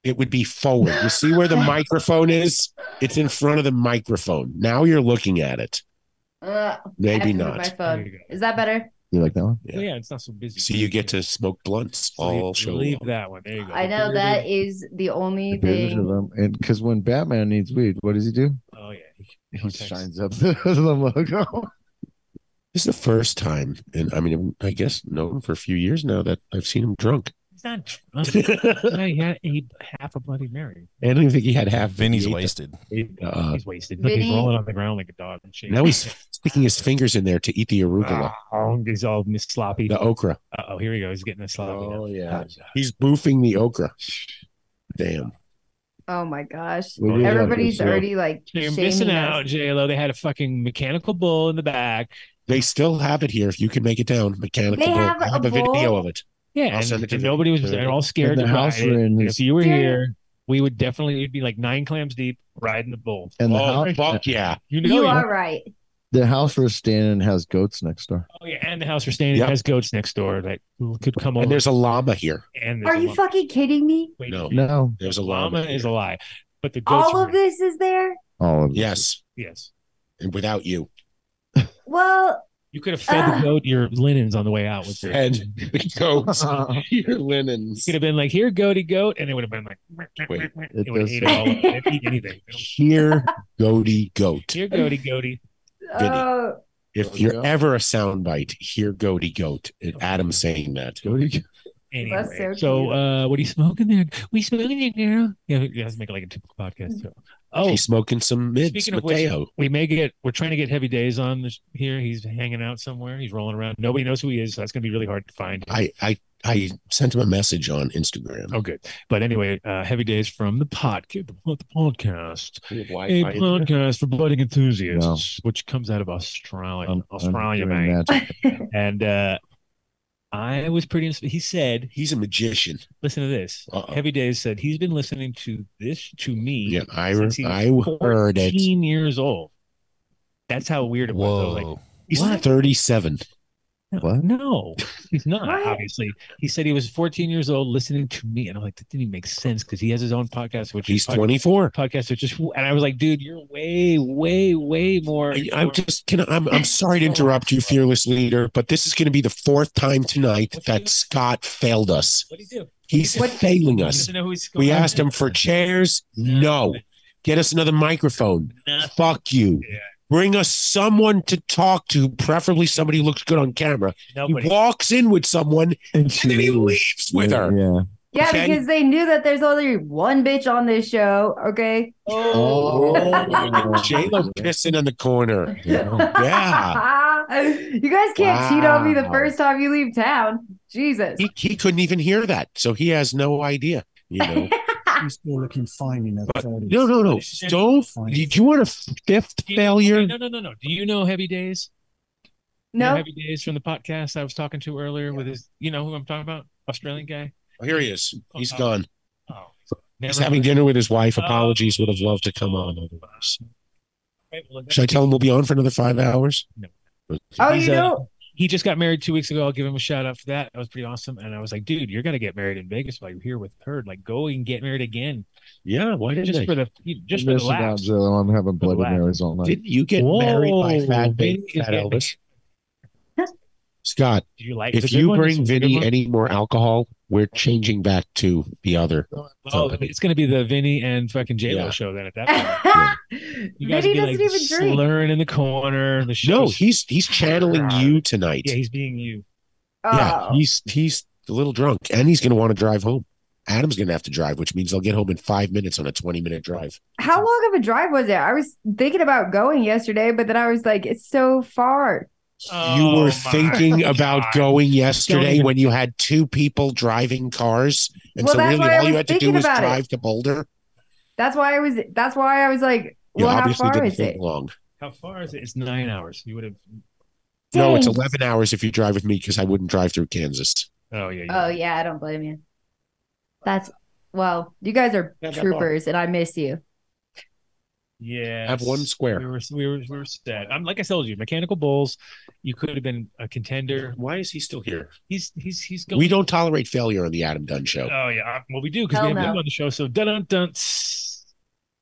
Speaker 1: It would be forward. You see where the microphone is? It's in front of the microphone. Now you're looking at it.
Speaker 10: Uh, I have
Speaker 1: Maybe
Speaker 10: to move
Speaker 1: not.
Speaker 10: My
Speaker 5: There you
Speaker 10: phone.
Speaker 5: go.
Speaker 10: Is that better?
Speaker 7: You like that one?
Speaker 5: Yeah.
Speaker 1: Yeah.
Speaker 5: yeah, it's not so busy.
Speaker 1: So you get to smoke blunts
Speaker 5: leave,
Speaker 1: all show
Speaker 5: leave
Speaker 1: long.
Speaker 5: that one. There you go.
Speaker 10: I know that is the only
Speaker 7: Pictures of
Speaker 10: thing.
Speaker 7: them. And because when Batman needs weed, what does he do?
Speaker 5: Oh yeah.
Speaker 7: He
Speaker 5: Context.
Speaker 7: shines up the, the logo.
Speaker 1: This is the first time, and I mean, I guess known him for a few years now that I've seen him drunk.
Speaker 5: He's not drunk. No, he had a, half a Bloody Mary.
Speaker 1: I don't even think he had half.
Speaker 6: Vinny's
Speaker 1: he ate
Speaker 6: wasted.
Speaker 1: the- uh,
Speaker 5: he's wasted. Look, he's
Speaker 10: Vinny-
Speaker 5: rolling on the ground like a dog and shit.
Speaker 1: now he's sticking his fingers in there to eat the arugula,
Speaker 5: Oh, he's all miss sloppy.
Speaker 1: the okra.
Speaker 5: Uh oh, here we go. He's getting a sloppy. now.
Speaker 1: yeah, he's boofing the okra. Damn.
Speaker 10: Oh my gosh.
Speaker 7: We really love
Speaker 10: Everybody's
Speaker 7: this show.
Speaker 10: already like
Speaker 5: So You're
Speaker 10: shaming
Speaker 5: missing
Speaker 10: us.
Speaker 5: out, J Lo. They had a fucking mechanical bull in the back.
Speaker 1: They still have it here. If you can make it down, mechanical.
Speaker 10: They
Speaker 1: bull.
Speaker 10: have
Speaker 1: I have
Speaker 10: a
Speaker 1: a, video
Speaker 10: bull?
Speaker 1: of it. I'll
Speaker 5: Yeah,
Speaker 1: send it
Speaker 5: and,
Speaker 1: to
Speaker 5: and
Speaker 1: you.
Speaker 5: nobody was. They're all scared.
Speaker 7: the
Speaker 5: to
Speaker 7: house
Speaker 5: ride it.
Speaker 7: we're in
Speaker 5: And
Speaker 7: is-
Speaker 5: If you were
Speaker 10: Yeah.
Speaker 5: here, we would definitely. You'd be like nine clams deep riding the bull.
Speaker 7: And the,
Speaker 1: oh,
Speaker 7: house,
Speaker 1: fuck yeah!
Speaker 5: You know.
Speaker 10: You
Speaker 5: you-
Speaker 10: are right.
Speaker 7: the house we're staying in has goats next door.
Speaker 5: Oh yeah, and the house we're staying in
Speaker 1: Yep.
Speaker 5: has goats next door that could come over.
Speaker 1: And there's a llama here.
Speaker 5: and there's
Speaker 10: Are
Speaker 5: a
Speaker 10: you
Speaker 5: llama.
Speaker 10: fucking kidding me?
Speaker 5: Wait,
Speaker 1: No.
Speaker 7: No,
Speaker 1: There's a llama.
Speaker 5: llama is
Speaker 1: here.
Speaker 5: a lie, but the goats.
Speaker 10: All
Speaker 5: are
Speaker 10: of
Speaker 5: real.
Speaker 10: this is there?
Speaker 7: all of it.
Speaker 1: yes,
Speaker 5: Yes.
Speaker 1: and without you.
Speaker 10: Well,
Speaker 5: You could have fed the goat your linens on the way out with your. You
Speaker 1: Fed the goats your linens.
Speaker 5: could have been like, "Here, goaty goat," and it would have been like,
Speaker 1: Wait,
Speaker 5: it,
Speaker 7: it
Speaker 5: would have
Speaker 7: does-
Speaker 5: ate it all. up. It didn't eat anything.
Speaker 1: Here, goaty goat.
Speaker 5: Here, goaty goaty.
Speaker 10: uh,
Speaker 1: Oh. If
Speaker 7: There we
Speaker 1: you're
Speaker 7: go.
Speaker 1: ever a soundbite, here, goaty goat. Adam saying that.
Speaker 7: Go to-
Speaker 5: Anyway,
Speaker 4: That's so
Speaker 5: so, uh, what are you smoking there? We smoking there, girl. Yeah, you guys make it like a typical
Speaker 4: Mm-hmm.
Speaker 5: podcast. So. Oh,
Speaker 1: He's smoking some mids,
Speaker 5: Speaking of which-
Speaker 1: Mateo.
Speaker 5: we may get. We're trying to get heavy days on this, here. He's hanging out somewhere. He's rolling around. Nobody knows who he is, so that's gonna be really hard to find.
Speaker 1: I, I, I sent him a message on Instagram.
Speaker 5: Oh, good. But anyway, uh, heavy days from the podcast. The, pod- the podcast. A
Speaker 1: Wi-Fi.
Speaker 5: podcast for budding enthusiasts, which comes out of Australia.
Speaker 7: I'm- I'm
Speaker 5: Australia,
Speaker 7: doing
Speaker 5: mate.
Speaker 7: magic.
Speaker 5: And uh, I was pretty. Ins- he said,
Speaker 1: He's a magician.
Speaker 5: "Listen to this."
Speaker 1: Uh-oh.
Speaker 5: Heavy Days said he's been listening to this to me
Speaker 1: Oh. Yeah, I,
Speaker 5: since he was
Speaker 1: I heard it.
Speaker 5: 14 years old. That's how weird it was. I was. Like,
Speaker 6: Whoa.
Speaker 1: He's
Speaker 5: What?
Speaker 1: 37.
Speaker 7: What?
Speaker 5: no, he's not.
Speaker 4: What?
Speaker 5: Obviously, he said he was 14 years old listening to me, and I'm like, that didn't even make sense because he has his own podcast, which
Speaker 1: He's
Speaker 5: is pod-
Speaker 1: 24.
Speaker 5: Podcast, which is, and I was like, dude, you're way, way, way more.
Speaker 1: I, I'm just can I- I'm I'm sorry to interrupt you, fearless leader, but this is going to be the fourth time tonight that Scott failed us.
Speaker 5: what do you do?
Speaker 1: He's
Speaker 5: What-
Speaker 1: failing
Speaker 5: He
Speaker 1: us.
Speaker 5: doesn't know who he's going
Speaker 1: We
Speaker 5: to-
Speaker 1: asked him for chairs. No. Get us another microphone.
Speaker 5: Nothing.
Speaker 1: Fuck you.
Speaker 5: Yeah.
Speaker 1: Bring us someone to talk to, preferably somebody who looks good on camera.
Speaker 5: Nobody.
Speaker 1: He walks in with someone
Speaker 7: And she
Speaker 1: and then he
Speaker 7: leaves.
Speaker 1: leaves with her.
Speaker 7: Yeah.
Speaker 10: Yeah,
Speaker 1: Okay.
Speaker 10: because they knew that there's only one bitch on this show. Okay.
Speaker 7: Oh.
Speaker 1: J Lo pissing in the corner. Yeah.
Speaker 10: you guys can't cheat on me the
Speaker 1: Wow.
Speaker 10: first time you leave town. Jesus.
Speaker 1: He, he couldn't even hear that, so he has no idea. You know.
Speaker 3: He's still looking fine in her 30s.
Speaker 1: No, no, no. Don't. Did you want a fifth
Speaker 5: Do you-
Speaker 1: failure?
Speaker 5: No, no, no, no. Do you know Heavy Days? You know
Speaker 10: no.
Speaker 5: Heavy Days from the podcast I was talking to earlier with his, you know who I'm talking about? Australian guy.
Speaker 1: Oh, here he is. He's
Speaker 5: Oh.
Speaker 1: gone.
Speaker 5: Oh,
Speaker 1: He's
Speaker 5: never-
Speaker 1: having dinner with his wife.
Speaker 5: Oh.
Speaker 1: Apologies. Would have loved to come on otherwise.
Speaker 5: Right, well,
Speaker 1: Should I tell him we'll be on for another five hours?
Speaker 5: No.
Speaker 10: Oh,
Speaker 5: he's,
Speaker 10: you
Speaker 5: uh,
Speaker 10: know.
Speaker 5: He just got married two weeks ago. I'll give him a shout out for that. That was pretty awesome. And I was like, dude, you're gonna get married in Vegas while you're here with her. Like, go and get married again,
Speaker 1: Yeah. Why didn't
Speaker 5: just
Speaker 1: I?
Speaker 5: for the just for the
Speaker 7: Listen out,
Speaker 5: laughs.
Speaker 7: Jill, I'm having
Speaker 5: For the
Speaker 7: Bloody
Speaker 5: laughs.
Speaker 7: Marys all night.
Speaker 1: Didn't you get
Speaker 5: Whoa,
Speaker 1: married by Fat,
Speaker 5: Vinny
Speaker 1: Vinny,
Speaker 5: is
Speaker 1: Fat
Speaker 5: getting-
Speaker 1: Elvis? Scott,
Speaker 5: Do you like?
Speaker 1: if
Speaker 5: the good
Speaker 1: you
Speaker 5: one?
Speaker 1: bring
Speaker 5: Is it a good
Speaker 1: Vinny
Speaker 5: one?
Speaker 1: any more alcohol, we're changing back to the other.
Speaker 5: oh, it's gonna be the Vinny and fucking J Lo
Speaker 1: Yeah.
Speaker 5: show then. At that point,
Speaker 10: Vinny
Speaker 5: you guys would be
Speaker 10: doesn't
Speaker 5: like
Speaker 10: even drink.
Speaker 5: slurring in the corner. The show.
Speaker 1: No, he's he's channeling you tonight.
Speaker 5: yeah, he's being you.
Speaker 1: Yeah,
Speaker 10: Oh.
Speaker 1: he's he's a little drunk, and he's going to want to drive home. Adam's going to have to drive, which means they'll get home in five minutes on a twenty-minute drive.
Speaker 10: How long of a drive was it? I was thinking about going yesterday, but then I was like, it's so far.
Speaker 5: Oh,
Speaker 1: you were
Speaker 5: my
Speaker 1: thinking about
Speaker 5: God.
Speaker 1: going yesterday
Speaker 5: Don't even-
Speaker 1: when you had two people driving cars, and
Speaker 10: Well,
Speaker 1: so
Speaker 10: that's
Speaker 1: really
Speaker 10: why I
Speaker 1: all you
Speaker 10: was
Speaker 1: had to do
Speaker 10: thinking
Speaker 1: was
Speaker 10: about it.
Speaker 1: drive to Boulder.
Speaker 10: That's why I was that's why I was like,
Speaker 1: You
Speaker 10: well, how
Speaker 1: obviously
Speaker 10: far
Speaker 1: didn't
Speaker 10: is
Speaker 1: think
Speaker 10: it?
Speaker 1: long.
Speaker 5: How far is it? It's nine hours. You would have.
Speaker 1: No, it's
Speaker 10: Dang.
Speaker 1: eleven hours if you drive with me because I wouldn't drive through Kansas.
Speaker 5: Oh yeah. you
Speaker 10: Oh
Speaker 5: would.
Speaker 10: yeah, I don't blame you. That's well, you guys are
Speaker 1: Not that
Speaker 10: troopers and I miss you.
Speaker 5: Yeah.
Speaker 1: Have one
Speaker 5: We
Speaker 1: square.
Speaker 5: were we were we were sad. I'm like I told you, mechanical bulls. You could have been a contender.
Speaker 1: Why is he still here?
Speaker 5: He's he's he's going.
Speaker 1: We don't tolerate failure on the Adam Dunn show.
Speaker 5: Oh yeah. uh, Well, we do because
Speaker 10: Hell
Speaker 5: we have
Speaker 10: no.
Speaker 5: them on the show. So dun dun dun.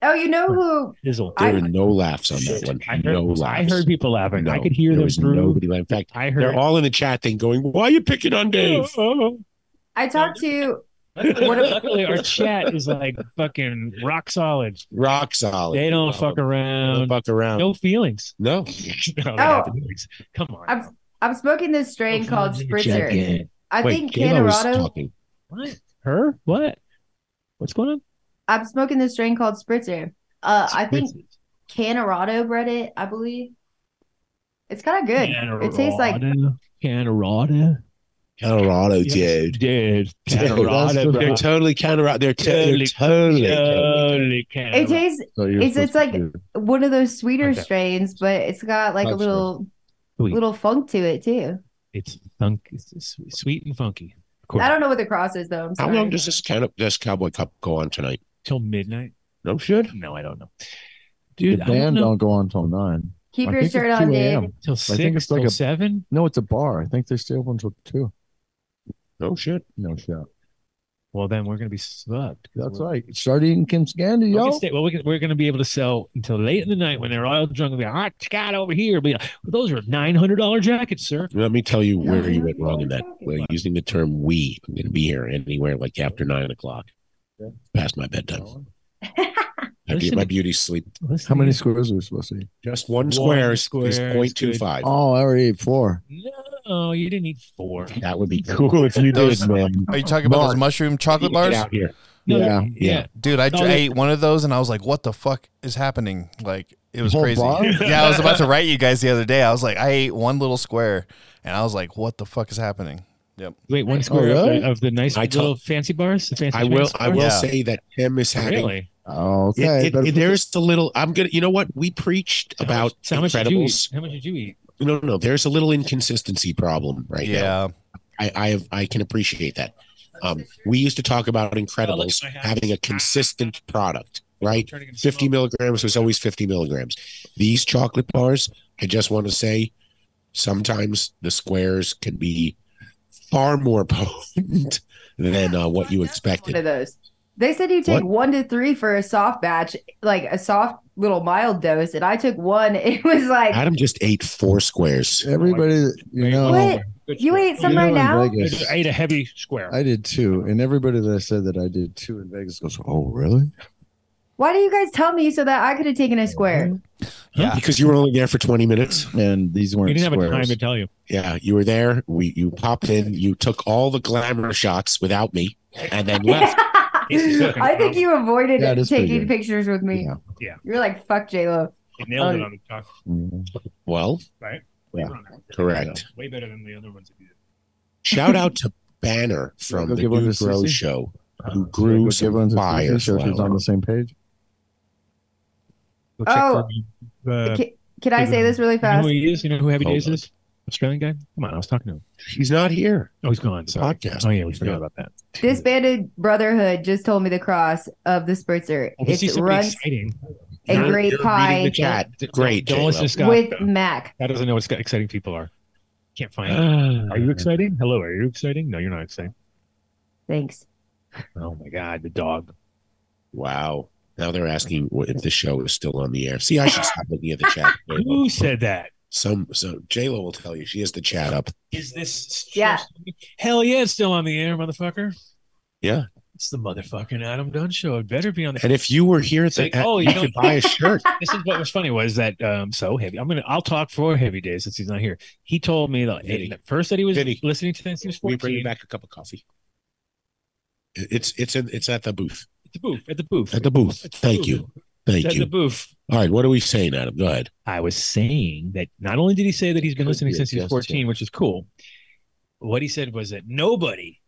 Speaker 10: Oh, you know who
Speaker 5: Sizzle.
Speaker 1: There
Speaker 10: I-
Speaker 1: were no laughs on that one.
Speaker 5: I heard,
Speaker 1: no
Speaker 5: I
Speaker 1: laughs.
Speaker 5: heard people laughing. I
Speaker 1: No,
Speaker 5: could hear
Speaker 1: there
Speaker 5: them
Speaker 1: was
Speaker 5: through.
Speaker 1: nobody. laughing. In fact,
Speaker 5: I
Speaker 1: they're
Speaker 5: heard.
Speaker 1: all in the chat thing going, "Why are you picking on Dave?"
Speaker 10: I talked to
Speaker 5: What if- Luckily, our chat is like fucking rock solid.
Speaker 1: Rock solid.
Speaker 5: They don't
Speaker 1: No,
Speaker 5: fuck
Speaker 1: they don't
Speaker 5: around.
Speaker 1: fuck around.
Speaker 5: No feelings.
Speaker 1: No.
Speaker 5: No, they have feelings. Come on.
Speaker 10: Oh. I'm- I'm smoking this strain called Spritzer. I
Speaker 1: Wait,
Speaker 10: think
Speaker 1: J-Lo is
Speaker 10: Colorado
Speaker 1: talking.
Speaker 5: What? Her? What? What's going on?
Speaker 10: I'm smoking this strain called Spritzer. Uh I think Colorado bred it, I believe. It's kind of good. It tastes like
Speaker 5: Canarada.
Speaker 1: Colorado, dude.
Speaker 5: Dude,
Speaker 7: Colorado,
Speaker 1: They're
Speaker 7: bro.
Speaker 1: totally counter. They're, to- they're totally.
Speaker 5: Holy
Speaker 10: it tastes
Speaker 7: So you're
Speaker 10: It's- it's
Speaker 7: supposed to
Speaker 10: like-
Speaker 7: do-
Speaker 10: one of those sweeter
Speaker 5: Okay.
Speaker 10: strains, but it's got like a
Speaker 1: Love
Speaker 10: little
Speaker 5: Sweet.
Speaker 10: little funk to it too.
Speaker 5: It's funk, it's s- sweet and funky. Of course,
Speaker 10: I don't know what the cross is though. I'm
Speaker 1: How
Speaker 10: sorry.
Speaker 1: long does this kind of this Cowboy Cup go on tonight?
Speaker 5: till midnight.
Speaker 1: No shit.
Speaker 5: No, I don't know,
Speaker 7: The
Speaker 5: dude. I don't
Speaker 7: band
Speaker 5: know
Speaker 7: don't go on till nine.
Speaker 10: Keep
Speaker 7: I
Speaker 10: your
Speaker 7: think
Speaker 10: shirt
Speaker 7: it's
Speaker 10: on,
Speaker 7: 2
Speaker 10: Dave.
Speaker 7: a.m.
Speaker 5: till
Speaker 7: think
Speaker 5: six,
Speaker 7: it's like
Speaker 5: till
Speaker 7: a-
Speaker 5: seven.
Speaker 7: No, it's a bar. I think they stay open till two.
Speaker 1: No shit.
Speaker 7: No shit.
Speaker 5: Well, then we're going to be sucked.
Speaker 7: That's
Speaker 5: We're-
Speaker 7: right. Start eating Kim Scandi,
Speaker 5: we can
Speaker 7: yo.
Speaker 5: stay- well, we can, we're going to be able to sell until late in the night when they're all drunk and be like, "Hot Scott over here." Be like, "Those are nine hundred dollar jackets, sir."
Speaker 1: Let me tell you where
Speaker 10: Yeah.
Speaker 1: you went wrong in that. We're using the term "we." I'm going to be here anywhere like after nine o'clock,
Speaker 8: Yeah.
Speaker 1: past my bedtime. I get
Speaker 5: Listen-
Speaker 1: my beauty sleep.
Speaker 5: Listen
Speaker 7: How
Speaker 5: to
Speaker 7: many
Speaker 5: this.
Speaker 7: squares are we supposed to eat?
Speaker 1: Just one square is
Speaker 5: square is good.
Speaker 1: 0.25.
Speaker 7: Oh, I already ate four.
Speaker 5: No, you didn't eat four.
Speaker 1: That would be cool if you
Speaker 6: Those-
Speaker 1: did, man.
Speaker 6: Are you talking about those
Speaker 1: Mark.
Speaker 6: mushroom chocolate
Speaker 1: Get
Speaker 6: bars?
Speaker 1: out here.
Speaker 5: No,
Speaker 7: Yeah,
Speaker 1: yeah.
Speaker 6: Dude, I,
Speaker 5: No,
Speaker 6: j- I
Speaker 5: they-
Speaker 6: ate one of those and I was like, what the fuck is happening? Like, it was
Speaker 7: Whole
Speaker 6: crazy.
Speaker 7: bar?
Speaker 6: yeah, I was about to write you guys the other day. I was like, I ate one little square and I was like, what the fuck is happening?
Speaker 5: Wait, one square of,
Speaker 7: Oh, really?
Speaker 5: the, of the nice
Speaker 1: I
Speaker 5: little fancy bars. The fancy
Speaker 1: I will.
Speaker 5: fancy
Speaker 1: I will
Speaker 5: bars?
Speaker 6: Yeah.
Speaker 1: say that Tim is having.
Speaker 5: Really?
Speaker 7: Oh,
Speaker 1: It-
Speaker 7: okay.
Speaker 1: it-
Speaker 7: better
Speaker 1: it- there's the little. I'm gonna. You know what? We preached
Speaker 5: So how
Speaker 1: about
Speaker 5: much- so how much did you eat?
Speaker 1: Incredibles.
Speaker 5: How much did you eat?
Speaker 1: No, no, no. There's a little inconsistency problem right now.
Speaker 6: yeah.
Speaker 1: I, I have. I can appreciate that. Um, we used to talk about Incredibles
Speaker 5: my house.
Speaker 1: having a consistent product, right?
Speaker 5: Turning into
Speaker 1: 50
Speaker 5: smoke.
Speaker 1: milligrams was always 50 milligrams. These chocolate bars, I just want to say, sometimes the squares can be far more potent than uh, what you
Speaker 10: one of
Speaker 1: expected.
Speaker 10: those. They said you take
Speaker 1: What?
Speaker 10: one to three for a soft batch, like a soft little mild dose, and I took one. It was like
Speaker 1: Adam just ate four squares.
Speaker 7: Everybody, that- you know,
Speaker 10: What?
Speaker 5: Good
Speaker 10: you
Speaker 5: square.
Speaker 10: ate some
Speaker 7: you know
Speaker 10: right
Speaker 7: in
Speaker 10: now.
Speaker 7: Vegas,
Speaker 5: I ate a heavy square.
Speaker 7: I did two, and everybody that I said that I did two in Vegas goes, "Oh, really?"
Speaker 10: Why do you guys tell me so that I could have taken a square?
Speaker 6: Yeah.
Speaker 1: Because you were only there for 20 minutes.
Speaker 7: And these
Speaker 5: We
Speaker 7: weren't
Speaker 5: didn't have a
Speaker 7: squares.
Speaker 5: time to tell you.
Speaker 1: Yeah, you were there. We you popped in. You took all the glamour shots without me, and then left.
Speaker 5: This is fucking
Speaker 10: I think you avoided
Speaker 7: Yeah, it is pretty
Speaker 10: taking
Speaker 7: good.
Speaker 10: pictures with me.
Speaker 7: Yeah.
Speaker 5: Yeah.
Speaker 10: You're like fuck J Lo.
Speaker 5: You nailed it
Speaker 10: Oh.
Speaker 5: on the talk.
Speaker 7: Mhm.
Speaker 1: Well,
Speaker 7: Yeah.
Speaker 1: Oh, Correct.
Speaker 5: Way better than the other ones. that you did.
Speaker 1: shout out to Banner from
Speaker 7: Go
Speaker 1: the
Speaker 7: give one
Speaker 1: New
Speaker 7: to
Speaker 1: Bro
Speaker 7: Sissy.
Speaker 1: Show,
Speaker 7: Go
Speaker 1: who grew
Speaker 7: give one
Speaker 1: some
Speaker 7: to
Speaker 1: fire.
Speaker 7: Susie, so she's on the same page.
Speaker 5: Go check
Speaker 10: Oh.
Speaker 5: for, uh,
Speaker 10: Can, can I say this really
Speaker 5: you know
Speaker 10: fast?
Speaker 5: who he is? You know who Happy
Speaker 1: Hold
Speaker 5: Days
Speaker 1: on.
Speaker 5: is? Australian guy? Come on, I was talking to him.
Speaker 1: He's not here.
Speaker 5: Oh, he's gone. Sorry.
Speaker 1: podcast.
Speaker 5: Oh, yeah, we forgot
Speaker 1: Yeah.
Speaker 5: about that.
Speaker 10: Disbanded Brotherhood just told me the cross of the spritzer.
Speaker 5: Oh, this
Speaker 10: it
Speaker 5: is something
Speaker 10: runs
Speaker 5: exciting.
Speaker 10: a
Speaker 1: You're-
Speaker 10: great
Speaker 1: you're
Speaker 10: pie
Speaker 1: reading The chat. Great.
Speaker 5: Don't
Speaker 1: J-Lo.
Speaker 5: listen to Scott.
Speaker 10: with Mac.
Speaker 5: That doesn't know what sc- exciting people are. Can't find it.
Speaker 1: Ah.
Speaker 5: Are you exciting? Hello, are you exciting? No, you're not exciting.
Speaker 10: Thanks.
Speaker 5: Oh my God, the dog.
Speaker 1: Wow. Now they're asking what- if the show is still on the air. See, I should stop looking at the chat. J-Lo.
Speaker 5: Who said that?
Speaker 1: Some so J Lo will tell you she has the chat up.
Speaker 5: Is this?
Speaker 10: Yeah.
Speaker 5: Hell yeah, it's still on the air, motherfucker.
Speaker 1: Yeah.
Speaker 5: It's the motherfucking Adam Dunn show. It better be on the.
Speaker 1: And if you were here, at the,
Speaker 5: Say, oh, you
Speaker 1: you
Speaker 5: know-
Speaker 1: could buy a shirt.
Speaker 5: this is what was funny was that um so heavy. I'm gonna I'll talk for heavy days since he's not here. He told me that
Speaker 1: Did he?
Speaker 5: at first that he was
Speaker 1: Did he?
Speaker 5: listening to this. He was
Speaker 1: we bring you
Speaker 5: 14
Speaker 1: back a cup of coffee. It's it's in, it's at the booth.
Speaker 5: at the booth. At the booth.
Speaker 1: At the booth.
Speaker 5: At the
Speaker 1: Thank
Speaker 5: booth.
Speaker 1: you. Thank
Speaker 5: At the
Speaker 1: you.
Speaker 5: booth.
Speaker 1: All right. What are we saying, Adam? Go ahead.
Speaker 5: I was saying that not only did he say that he's been
Speaker 7: Could
Speaker 5: listening
Speaker 7: be
Speaker 5: since he was
Speaker 7: adjusted.
Speaker 5: 14, which is cool, what he said was that nobody,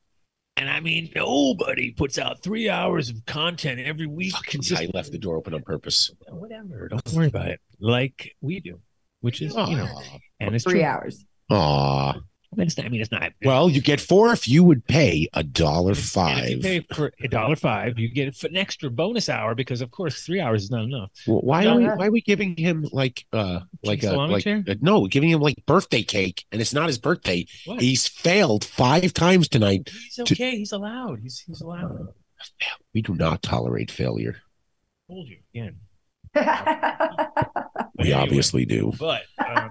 Speaker 5: and I mean nobody, puts out three hours of content every week.
Speaker 1: I
Speaker 5: consistently.
Speaker 1: left the door open on purpose.
Speaker 5: Whatever. Don't worry about it. Like we do, which is, you know, and it's
Speaker 10: Three
Speaker 5: true.
Speaker 10: hours.
Speaker 1: Aw.
Speaker 5: But it's not- I mean, it's not.
Speaker 1: Well, you get four if you would pay a dollar
Speaker 5: And if you
Speaker 1: five.
Speaker 5: pay for a dollar five, you get an extra bonus hour because, of course, three hours is not enough.
Speaker 1: Well, why
Speaker 5: No,
Speaker 1: are we
Speaker 5: yeah.
Speaker 1: why are we giving him like uh like a
Speaker 5: Salami
Speaker 1: like
Speaker 5: chair?
Speaker 1: uh, no giving him like birthday cake and it's not his birthday.
Speaker 5: What?
Speaker 1: He's failed five times tonight.
Speaker 5: He's okay. He's allowed. He's he's allowed.
Speaker 1: We do not tolerate failure.
Speaker 5: told you again. But
Speaker 1: We
Speaker 5: anyway,
Speaker 1: obviously do.
Speaker 5: But um,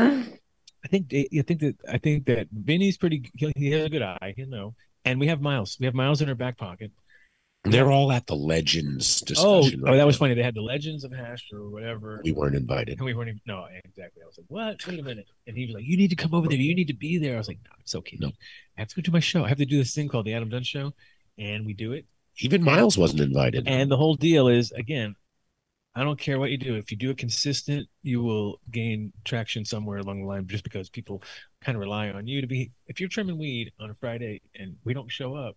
Speaker 5: I think I think that I think that Vinny's pretty. he- He has a good eye, you know. And we have Miles. We have Miles in our back pocket.
Speaker 1: They're all at the legends
Speaker 5: Oh,
Speaker 1: discussion.
Speaker 5: oh,
Speaker 1: right
Speaker 5: that was
Speaker 1: now.
Speaker 5: funny. They had the Legends of Hash or whatever.
Speaker 1: We weren't invited.
Speaker 5: And we weren't even, no, exactly. I was like, what? Wait a minute. And he was like, you need to come over there. You need to be there. I was like, no, it's okay.
Speaker 1: No.
Speaker 5: I have to go do my show. I have to do this thing called the Adam Dunn Show. And we do it.
Speaker 1: Even Miles wasn't invited.
Speaker 5: And the whole deal is, again, I don't care what you do. If you do it consistent, you will gain traction somewhere along the line just because people kind of rely on you to be. If you're trimming weed on a Friday and we don't show up,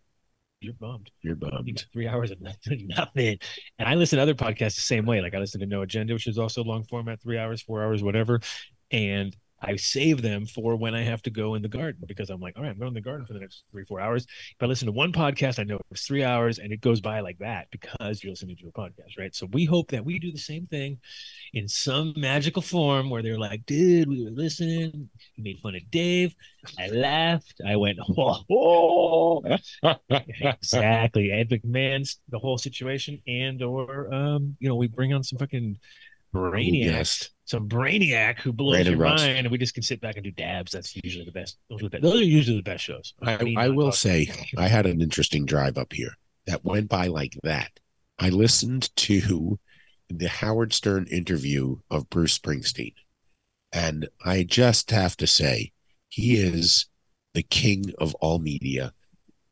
Speaker 5: you're bummed.
Speaker 1: You're
Speaker 8: Um,
Speaker 5: You
Speaker 1: bummed.
Speaker 5: got three hours of nothing, nothing. And I listen to other podcasts the same way. Like I listen to No Agenda, which is also long format, three hours, four hours, whatever. And I save them for when I have to go in the garden because I'm like, all right, I'm going in the garden for the next three, four hours. If I listen to one podcast, I know it's three hours and it goes by like that because you're listening to a podcast, right? So we hope that we do the same thing in some magical form where they're like, dude, we were listening. You made fun of Dave. I laughed. I went, oh, oh. exactly. Ed McMahon's the whole situation, and or um, you know, we bring on some fucking brainiac,
Speaker 1: Yes.
Speaker 5: some brainiac who blows
Speaker 1: Brandon
Speaker 5: your
Speaker 1: Ross.
Speaker 5: mind, and we just can sit back and do dabs. That's usually the best. Those are, the best. Those are usually the best shows.
Speaker 1: I,
Speaker 5: mean,
Speaker 1: I
Speaker 5: I'm
Speaker 1: will
Speaker 5: talking-
Speaker 1: say I had an interesting drive up here that went by like that. I listened to the Howard Stern interview of Bruce Springsteen, and I just have to say he is the king of all media,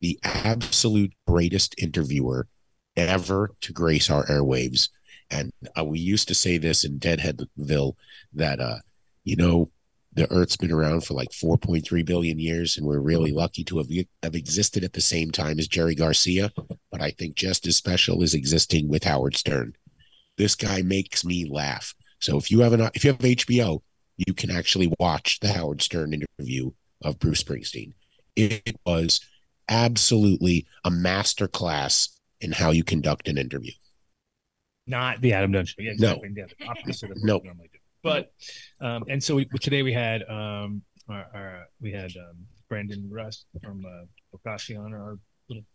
Speaker 1: the absolute greatest interviewer ever to grace our airwaves. And uh, we used to say this in Deadheadville that uh, you know the Earth's been around for like 4.3 billion years, and we're really lucky to have, e, have existed at the same time as Jerry Garcia. But I think just as special is existing with Howard Stern. This guy makes me laugh. So if you have an if you have HBO, you can actually watch the Howard Stern interview of Bruce Springsteen. It was absolutely a master class in how you conduct an interview.
Speaker 5: not the Adam Dunn show. Yeah,
Speaker 1: No.
Speaker 5: exactly. Yeah, the opposite of what
Speaker 1: No.
Speaker 5: we normally do. But um, and so we, today we had um, our, our we had um, Brandon Rust from uh, Ocassion, our little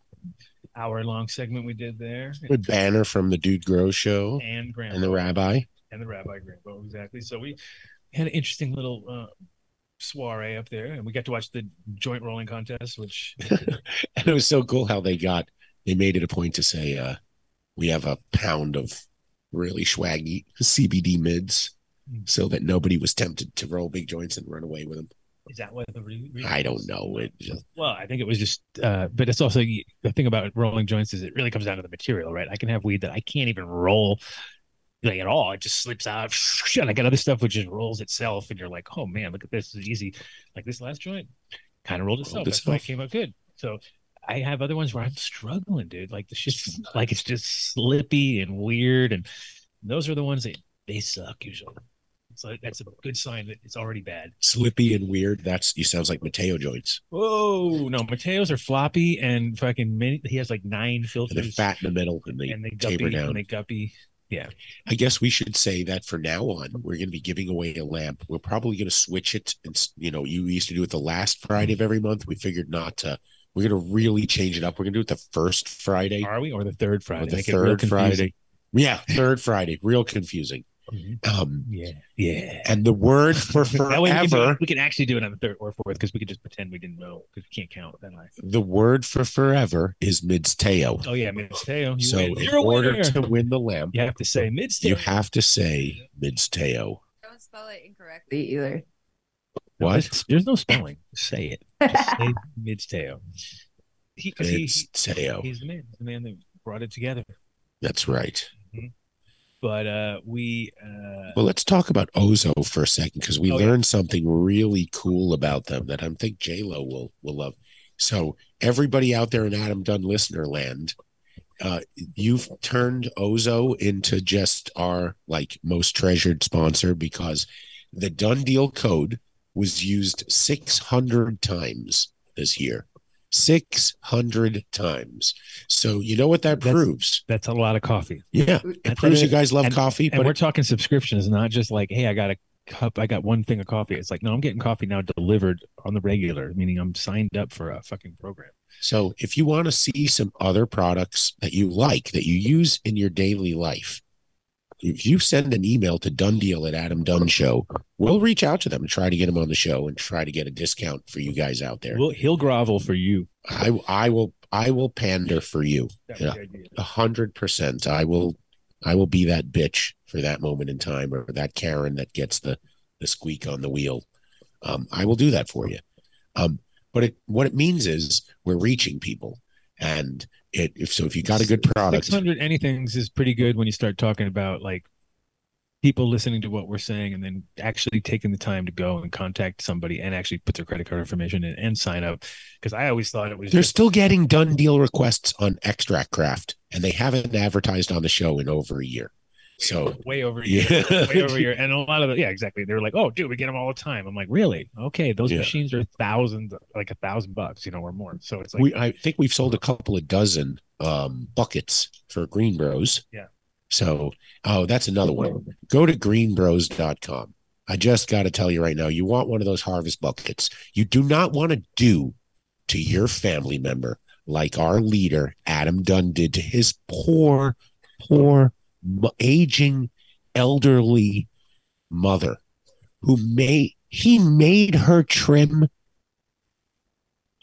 Speaker 5: hour long segment we did there,
Speaker 1: Good banner from the Dude Grow show
Speaker 5: and Graham
Speaker 1: and the Rabbi.
Speaker 5: and the Rabbi Grambo, exactly. So we had an interesting little uh, soiree up there, and we got to watch the joint rolling contest, which
Speaker 1: and it was so cool how they got they made it a point to say uh we have a pound of really swaggy cbd mids so that nobody was tempted to roll big joints and run away with them
Speaker 5: is that what the re- re-
Speaker 1: i don't know it just
Speaker 5: Well, I think it was just, uh, but it's also the thing about rolling joints is it really comes down to the material, right? I can have weed that I can't even roll like at all; it just slips out. And I got other stuff which just rolls itself, and you're like, oh man, look at this, this is easy. Like this last joint, kind of rolled itself.
Speaker 1: Rolled
Speaker 5: That's why it
Speaker 1: itself.
Speaker 5: came out good. So I have other ones where I'm struggling, dude. Like the shit's like it's just slippy and weird, and those are the ones that they suck usually. So that's a good sign that it's already bad.
Speaker 1: slippy and weird that's you sounds like mateo joints
Speaker 5: Whoa, no, Mateo's are floppy and fucking mini. He has like nine
Speaker 1: and they're
Speaker 5: filters
Speaker 1: fat in the middle and they,
Speaker 5: and they
Speaker 1: taper
Speaker 5: guppy
Speaker 1: down
Speaker 5: and they guppy.
Speaker 1: i guess we should say that for now on we're going to be giving away a lamp we're probably going to switch it and s- you know you used to do it the last friday of every month we figured not to we're going to really change it up we're going to do it the first friday
Speaker 5: Are we or the third Friday?
Speaker 1: Or the
Speaker 5: Make it real
Speaker 1: third
Speaker 5: confusing.
Speaker 1: Friday. Yeah, third Friday. Real confusing.
Speaker 5: Mhm.
Speaker 1: Um,
Speaker 5: Yeah, yeah.
Speaker 1: and the word for
Speaker 5: That way we can, do
Speaker 1: forever,
Speaker 5: it- we can actually do it on the third or fourth because we could just pretend we didn't know because we can't count that high.
Speaker 1: the word for forever is midsteo.
Speaker 5: Oh yeah, Mateo. You
Speaker 1: So
Speaker 5: win.
Speaker 1: in
Speaker 5: You're a
Speaker 1: order
Speaker 5: winner.
Speaker 1: to win the lamp,
Speaker 5: you have to say Midsteo.
Speaker 1: you have to say midsteo.
Speaker 10: Don't spell it incorrectly either.
Speaker 1: What?
Speaker 5: There's, there's no spelling. Just say it. Just say Midsteo. He, 'cause he, he-
Speaker 1: Midsteo.
Speaker 5: he's the man. He's the man that brought it together.
Speaker 1: That's right.
Speaker 5: But uh, we uh,
Speaker 1: Well, let's talk about Ozo for a second because we
Speaker 5: Oh, yeah.
Speaker 1: learned something really cool about them that I think J Lo will will love. So everybody out there in Adam Dunn listener land, uh, you've turned Ozo into just our like most treasured sponsor because the Dunn Deal Code was used six hundred times this year. 600 times. So, you know what that
Speaker 5: That's-
Speaker 1: proves?
Speaker 5: that's a lot of coffee.
Speaker 1: Yeah. It
Speaker 5: That's
Speaker 1: proves you
Speaker 5: it.
Speaker 1: guys love coffee,
Speaker 5: and
Speaker 1: but
Speaker 5: we're talking subscriptions, not just like, hey, I got a cup, I got one thing of coffee. It's like, no, I'm getting coffee now delivered on the regular, meaning I'm signed up for a fucking program.
Speaker 1: So if you want to see some other products that you like that you use in your daily life, if you send an email to Dundeal at Adam Dunn Show, we'll reach out to them and try to get them on the show and try to get a discount for you guys out there.
Speaker 5: Well, he'll grovel for you.
Speaker 1: I I will I will pander for you
Speaker 5: That
Speaker 1: Yeah.
Speaker 5: the idea.
Speaker 1: a hundred percent. I will I will be that bitch for that moment in time or that Karen that gets the the squeak on the wheel. Um, I will do that for you. Um, but it, what it means is we're reaching people, and it if so if you got a good product,
Speaker 5: 600 anythings is pretty good when you start talking about like people listening to what we're saying and then actually taking the time to go and contact somebody and actually put their credit card information in and sign up. Because I always thought it was
Speaker 1: they're
Speaker 5: just-
Speaker 1: still getting done deal requests on Extract Craft, and they haven't advertised on the show in over a year. So
Speaker 5: way over your
Speaker 1: yeah,
Speaker 5: way over your and a lot of the, yeah exactly they were like oh dude we get them all the time i'm like really okay those
Speaker 1: Yeah.
Speaker 5: machines are thousands like a thousand bucks you know or more so it's like
Speaker 1: we uh, I think we've sold a couple of dozen um, buckets for Green Bros.
Speaker 5: Yeah.
Speaker 1: So oh, that's another one. Go to greenbros.com. I just got to tell you right now, you want one of those harvest buckets. You do not want to do to your family member like our leader Adam Dunn did to his poor, poor, m- aging, elderly mother, who made he made her trim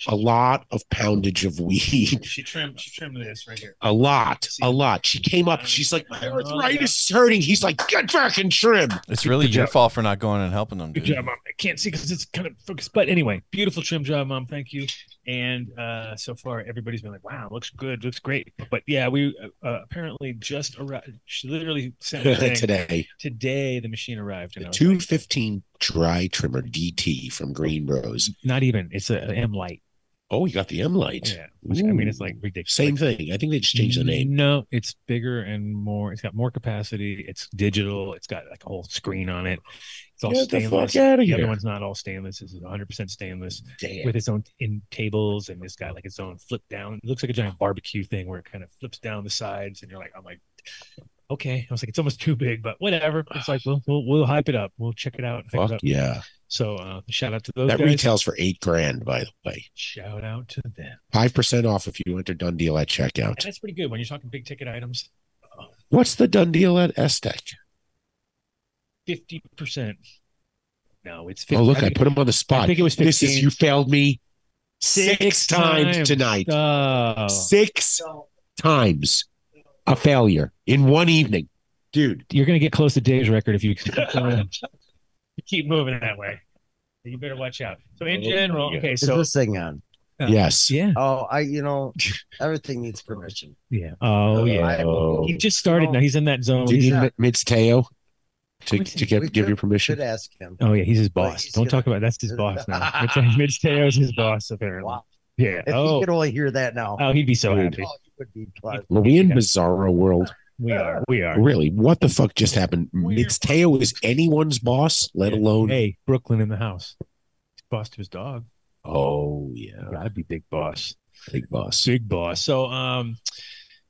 Speaker 1: a lot of poundage of weed.
Speaker 5: she trimmed she trimmed this right here
Speaker 1: A lot, a lot. She came up. She's like, my arthritis is hurting. He's like, get back and trim.
Speaker 6: It's really
Speaker 5: Good
Speaker 6: your
Speaker 5: job.
Speaker 6: fault for not going and helping them,
Speaker 5: Good
Speaker 6: dude.
Speaker 5: job, mom. I can't see because it's kind of focused. But anyway, beautiful trim job, mom. Thank you. And uh, so far, everybody's been like, "Wow, looks good, looks great." But yeah, we uh, apparently just arrived. She literally sent me today. today.
Speaker 1: Today,
Speaker 5: the machine arrived.
Speaker 1: the
Speaker 5: And I was
Speaker 1: two fifteen dry trimmer DT from Green Bros.
Speaker 5: like, not even. It's a a M light.
Speaker 1: Oh, you got the M light.
Speaker 5: Yeah, Mm-hmm. which, I mean, it's like ridiculous.
Speaker 1: Same
Speaker 5: Like,
Speaker 1: thing. I think they just changed the name.
Speaker 5: No, it's bigger and more. It's got more capacity. It's digital. It's got like a whole screen on it. It's all
Speaker 1: Get the
Speaker 5: stainless.
Speaker 1: fuck out of
Speaker 5: The other
Speaker 1: here!
Speaker 5: one's not all stainless. This is 100% stainless.
Speaker 1: Damn.
Speaker 5: with its own in tables and it's got like its own flip down. It looks like a giant barbecue thing where it kind of flips down the sides and you're like, I'm like, okay. I was like, it's almost too big, but whatever. It's like we'll we'll, we'll hype it up. We'll check it out. hype it
Speaker 1: Fuck
Speaker 5: up.
Speaker 1: yeah!
Speaker 5: So uh, shout out to those
Speaker 1: That
Speaker 5: guys.
Speaker 1: retails for eight grand, by the way.
Speaker 5: shout out to them.
Speaker 1: Five percent off if you enter Done Deal at
Speaker 5: And
Speaker 1: checkout.
Speaker 5: that's pretty good when you're talking big ticket items.
Speaker 1: What's the Done Deal at Estec?
Speaker 5: Fifty percent. No, it's 50.
Speaker 1: Oh, look, I,
Speaker 5: think-
Speaker 1: put him on the spot.
Speaker 5: I think it was 15.
Speaker 1: This is you failed me six,
Speaker 5: Six
Speaker 1: times,
Speaker 5: times.
Speaker 1: tonight.
Speaker 5: Oh.
Speaker 1: Six times a failure in one evening, dude.
Speaker 5: You're gonna get close to Dave's record if you keep going. You keep moving that way. You better watch out. So in
Speaker 1: Oh,
Speaker 5: general,
Speaker 1: yeah.
Speaker 5: okay,
Speaker 7: Is
Speaker 5: so
Speaker 7: this thing on?
Speaker 5: Yeah.
Speaker 1: Yes.
Speaker 5: yeah,
Speaker 7: Oh, I. You know, everything needs permission.
Speaker 5: yeah. Oh yeah.
Speaker 1: Oh.
Speaker 5: He just started now. He's in that zone.
Speaker 1: Do you need
Speaker 7: Yeah.
Speaker 1: Mi- Mitz Teo to,
Speaker 5: course
Speaker 1: to get,
Speaker 7: we
Speaker 1: give
Speaker 7: could-
Speaker 1: you
Speaker 7: Should
Speaker 1: permission?
Speaker 7: ask him.
Speaker 5: Oh yeah, he's his
Speaker 7: Well,
Speaker 5: boss.
Speaker 7: he's
Speaker 5: Don't
Speaker 7: gonna-
Speaker 5: talk about that's his boss now. Mitch, Mitch Teo's his boss apparently.
Speaker 7: Wow.
Speaker 5: Yeah.
Speaker 7: If he
Speaker 5: oh,
Speaker 7: could only hear that now,
Speaker 5: oh, he'd be so
Speaker 1: Dude.
Speaker 5: happy.
Speaker 7: oh, he would be pleasant.
Speaker 1: Were we in Bizarro World?
Speaker 5: We are. We are.
Speaker 1: Really? What the fuck just happened? Mitz Teo is anyone's boss, let alone.
Speaker 5: Hey, Brooklyn in the house. He's boss to his dog.
Speaker 1: Oh, yeah.
Speaker 5: Gotta Uh, be big boss.
Speaker 1: Big boss.
Speaker 5: Big boss. So um.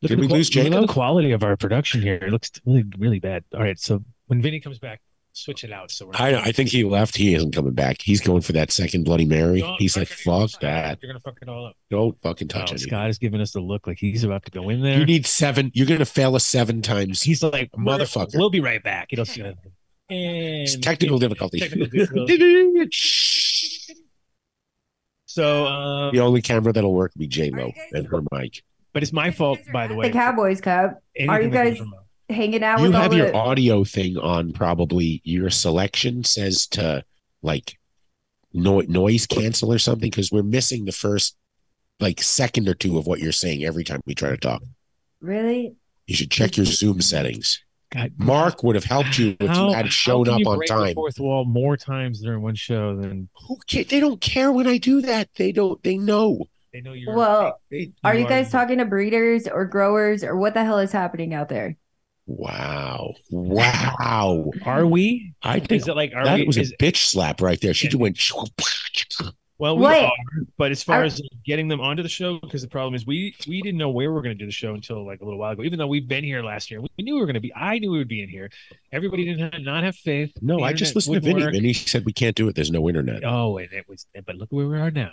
Speaker 5: Look
Speaker 1: Did
Speaker 5: at
Speaker 1: we
Speaker 5: the qua-
Speaker 1: lose
Speaker 5: look at
Speaker 1: J-Lo?
Speaker 5: The quality of our production here it looks really, really bad. All right, so when Vinny comes back, switch it out. So we're
Speaker 1: I, I think he left. He isn't coming back. He's going for that second Bloody Mary.
Speaker 5: Don't
Speaker 1: He's
Speaker 5: touch
Speaker 1: like,
Speaker 5: it. You're
Speaker 1: fuck
Speaker 5: gonna-
Speaker 1: that.
Speaker 5: You're gonna fuck it all up.
Speaker 1: Don't fucking touch
Speaker 5: Oh,
Speaker 1: it.
Speaker 5: Scott is giving us the look like he's about to go in there.
Speaker 1: You need seven. You're going to fail us seven times.
Speaker 5: he's like, "We're-
Speaker 1: Motherfucker.
Speaker 5: We'll be right back. It'll see what happens.
Speaker 1: It's
Speaker 5: And
Speaker 1: technical difficulty.
Speaker 5: Technical difficulty. so, um,
Speaker 1: the only camera that'll work will be J Lo and her mic.
Speaker 5: but it's my fault, by the way.
Speaker 10: The Cowboys Cup
Speaker 5: Anything
Speaker 10: Are you
Speaker 5: that comes
Speaker 10: guys-
Speaker 5: from-
Speaker 10: hanging out
Speaker 1: You
Speaker 10: with all
Speaker 1: have
Speaker 10: the.
Speaker 1: your audio thing on. Probably your selection says to like no, noise cancel or something because we're missing the first like second or two of what you're saying every time we try to talk.
Speaker 10: really?
Speaker 1: You should check your Zoom settings.
Speaker 5: God,
Speaker 1: Mark would have helped you if
Speaker 5: how-
Speaker 1: you had
Speaker 5: how
Speaker 1: shown
Speaker 5: can
Speaker 1: up
Speaker 5: you
Speaker 1: on
Speaker 5: break the
Speaker 1: time.
Speaker 5: fourth wall more times during one show than
Speaker 1: Who ca- They don't care when I do that. They don't. They know.
Speaker 5: they know you're.
Speaker 10: Well,
Speaker 1: They,
Speaker 10: are
Speaker 5: You
Speaker 10: you
Speaker 5: are-
Speaker 10: guys talking to breeders or growers or what the hell is happening out there?
Speaker 1: wow, wow.
Speaker 5: are we?
Speaker 1: I think
Speaker 5: Is it like are
Speaker 1: that
Speaker 5: we?
Speaker 1: was a
Speaker 5: is-
Speaker 1: bitch slap right there. She
Speaker 5: Yeah.
Speaker 1: just went.
Speaker 5: Well, Oh, we
Speaker 10: Wait.
Speaker 5: are, but as far
Speaker 10: Are-
Speaker 5: as getting them onto the show, because the problem is we we didn't know where we were going to do the show until like a little while ago. Even though we've been here last year, we knew we were going to be. I knew we would be in here. Everybody didn't have, not have faith.
Speaker 1: No,
Speaker 5: The
Speaker 1: I just
Speaker 5: internet
Speaker 1: listened to
Speaker 5: wouldn't
Speaker 1: Vinny.
Speaker 5: work.
Speaker 1: Vinny said we can't do it. There's no internet.
Speaker 5: Oh, and it was. But look where we are now.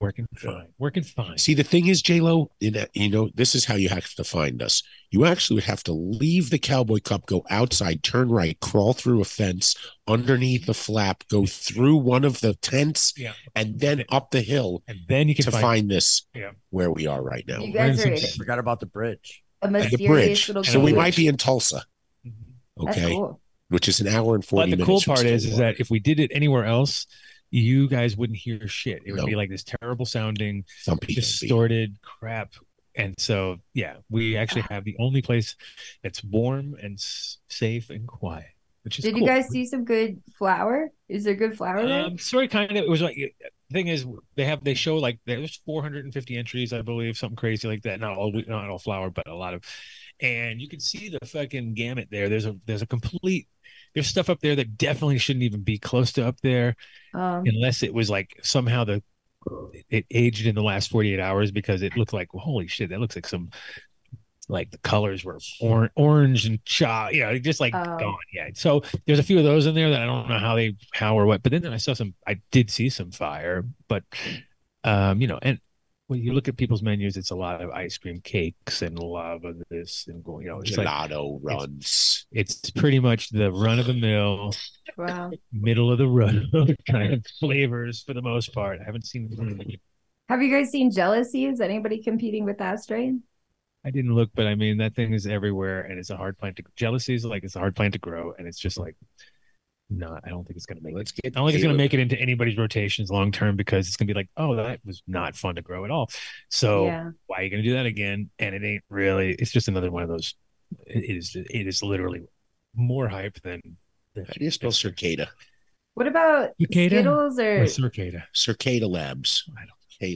Speaker 5: Working fine. Working fine.
Speaker 1: See, the thing is, J Lo, you know, this is how you have to find us. You actually would have to leave the Cowboy Cup, go outside, turn right, crawl through a fence, underneath the flap, go through one of the tents,
Speaker 5: Yeah.
Speaker 1: and then up the hill
Speaker 5: And then you can
Speaker 1: to
Speaker 5: find.
Speaker 1: find, this
Speaker 5: Yeah.
Speaker 1: where we are right now.
Speaker 10: You guys
Speaker 5: Where's
Speaker 10: are in
Speaker 5: it?
Speaker 7: Forgot about the bridge.
Speaker 10: a
Speaker 1: At the
Speaker 10: mysterious
Speaker 1: bridge.
Speaker 10: little.
Speaker 1: So we
Speaker 10: village.
Speaker 1: might be in Tulsa,
Speaker 10: That's
Speaker 1: okay,
Speaker 10: cool.
Speaker 1: which is an hour and
Speaker 5: but the
Speaker 1: 40 minutes.
Speaker 5: cool
Speaker 1: from
Speaker 5: part is, is
Speaker 1: Stillwater.
Speaker 5: that if we did it anywhere else, you guys wouldn't hear shit. It would
Speaker 1: No.
Speaker 5: be like this terrible sounding
Speaker 1: Thumpy, thumpy.
Speaker 5: distorted crap. And so, yeah, we actually have the only place that's warm and s- safe and quiet. which is
Speaker 10: Did
Speaker 5: cool.
Speaker 10: you guys see some good flour? Is there good flour there?
Speaker 5: Um, sort of, kind of. It was like the thing is they have they show like there's 450 entries, I believe, something crazy like that. Not all wheat, not all flour, but a lot of, and you can see the fucking gamut there. There's a there's a complete there's stuff up there that definitely shouldn't even be close to up there
Speaker 10: Um,
Speaker 5: unless it was like somehow the it aged in the last 48 hours because it looked like holy shit that looks like some like the colors were or- orange and cha you know just like
Speaker 10: Oh.
Speaker 5: gone yeah so there's a few of those in there that i don't know how they how or what but then i saw some i did see some fire but um you know and when you look at people's menus it's a lot of ice cream cakes and lava this and going you know it's like
Speaker 1: Gelato runs.
Speaker 5: it's pretty much the run of the mill
Speaker 10: wow.
Speaker 5: middle of the road kind of flavors for the most part. I haven't seen.
Speaker 10: Have you guys seen Jealousy? Is anybody competing with that strain?
Speaker 5: I didn't look, but I mean that thing is everywhere, and it's a hard plant to. Jealousy is like it's a hard plant to grow, and it's just like, not. I don't think it's gonna make.
Speaker 1: Let's
Speaker 5: I
Speaker 1: get.
Speaker 5: don't think it's gonna
Speaker 1: Caleb.
Speaker 5: make it into anybody's rotations long term because it's gonna be like, oh, that was not fun to grow at all. So
Speaker 10: Yeah.
Speaker 5: why are you gonna do that again? And it ain't really. It's just another one of those. It is. It is literally more hype than. than
Speaker 1: How do you spell circada?
Speaker 10: What about
Speaker 5: Cicada?
Speaker 10: Skittles
Speaker 5: or
Speaker 10: or
Speaker 5: circada.
Speaker 1: Circada Labs. I don't.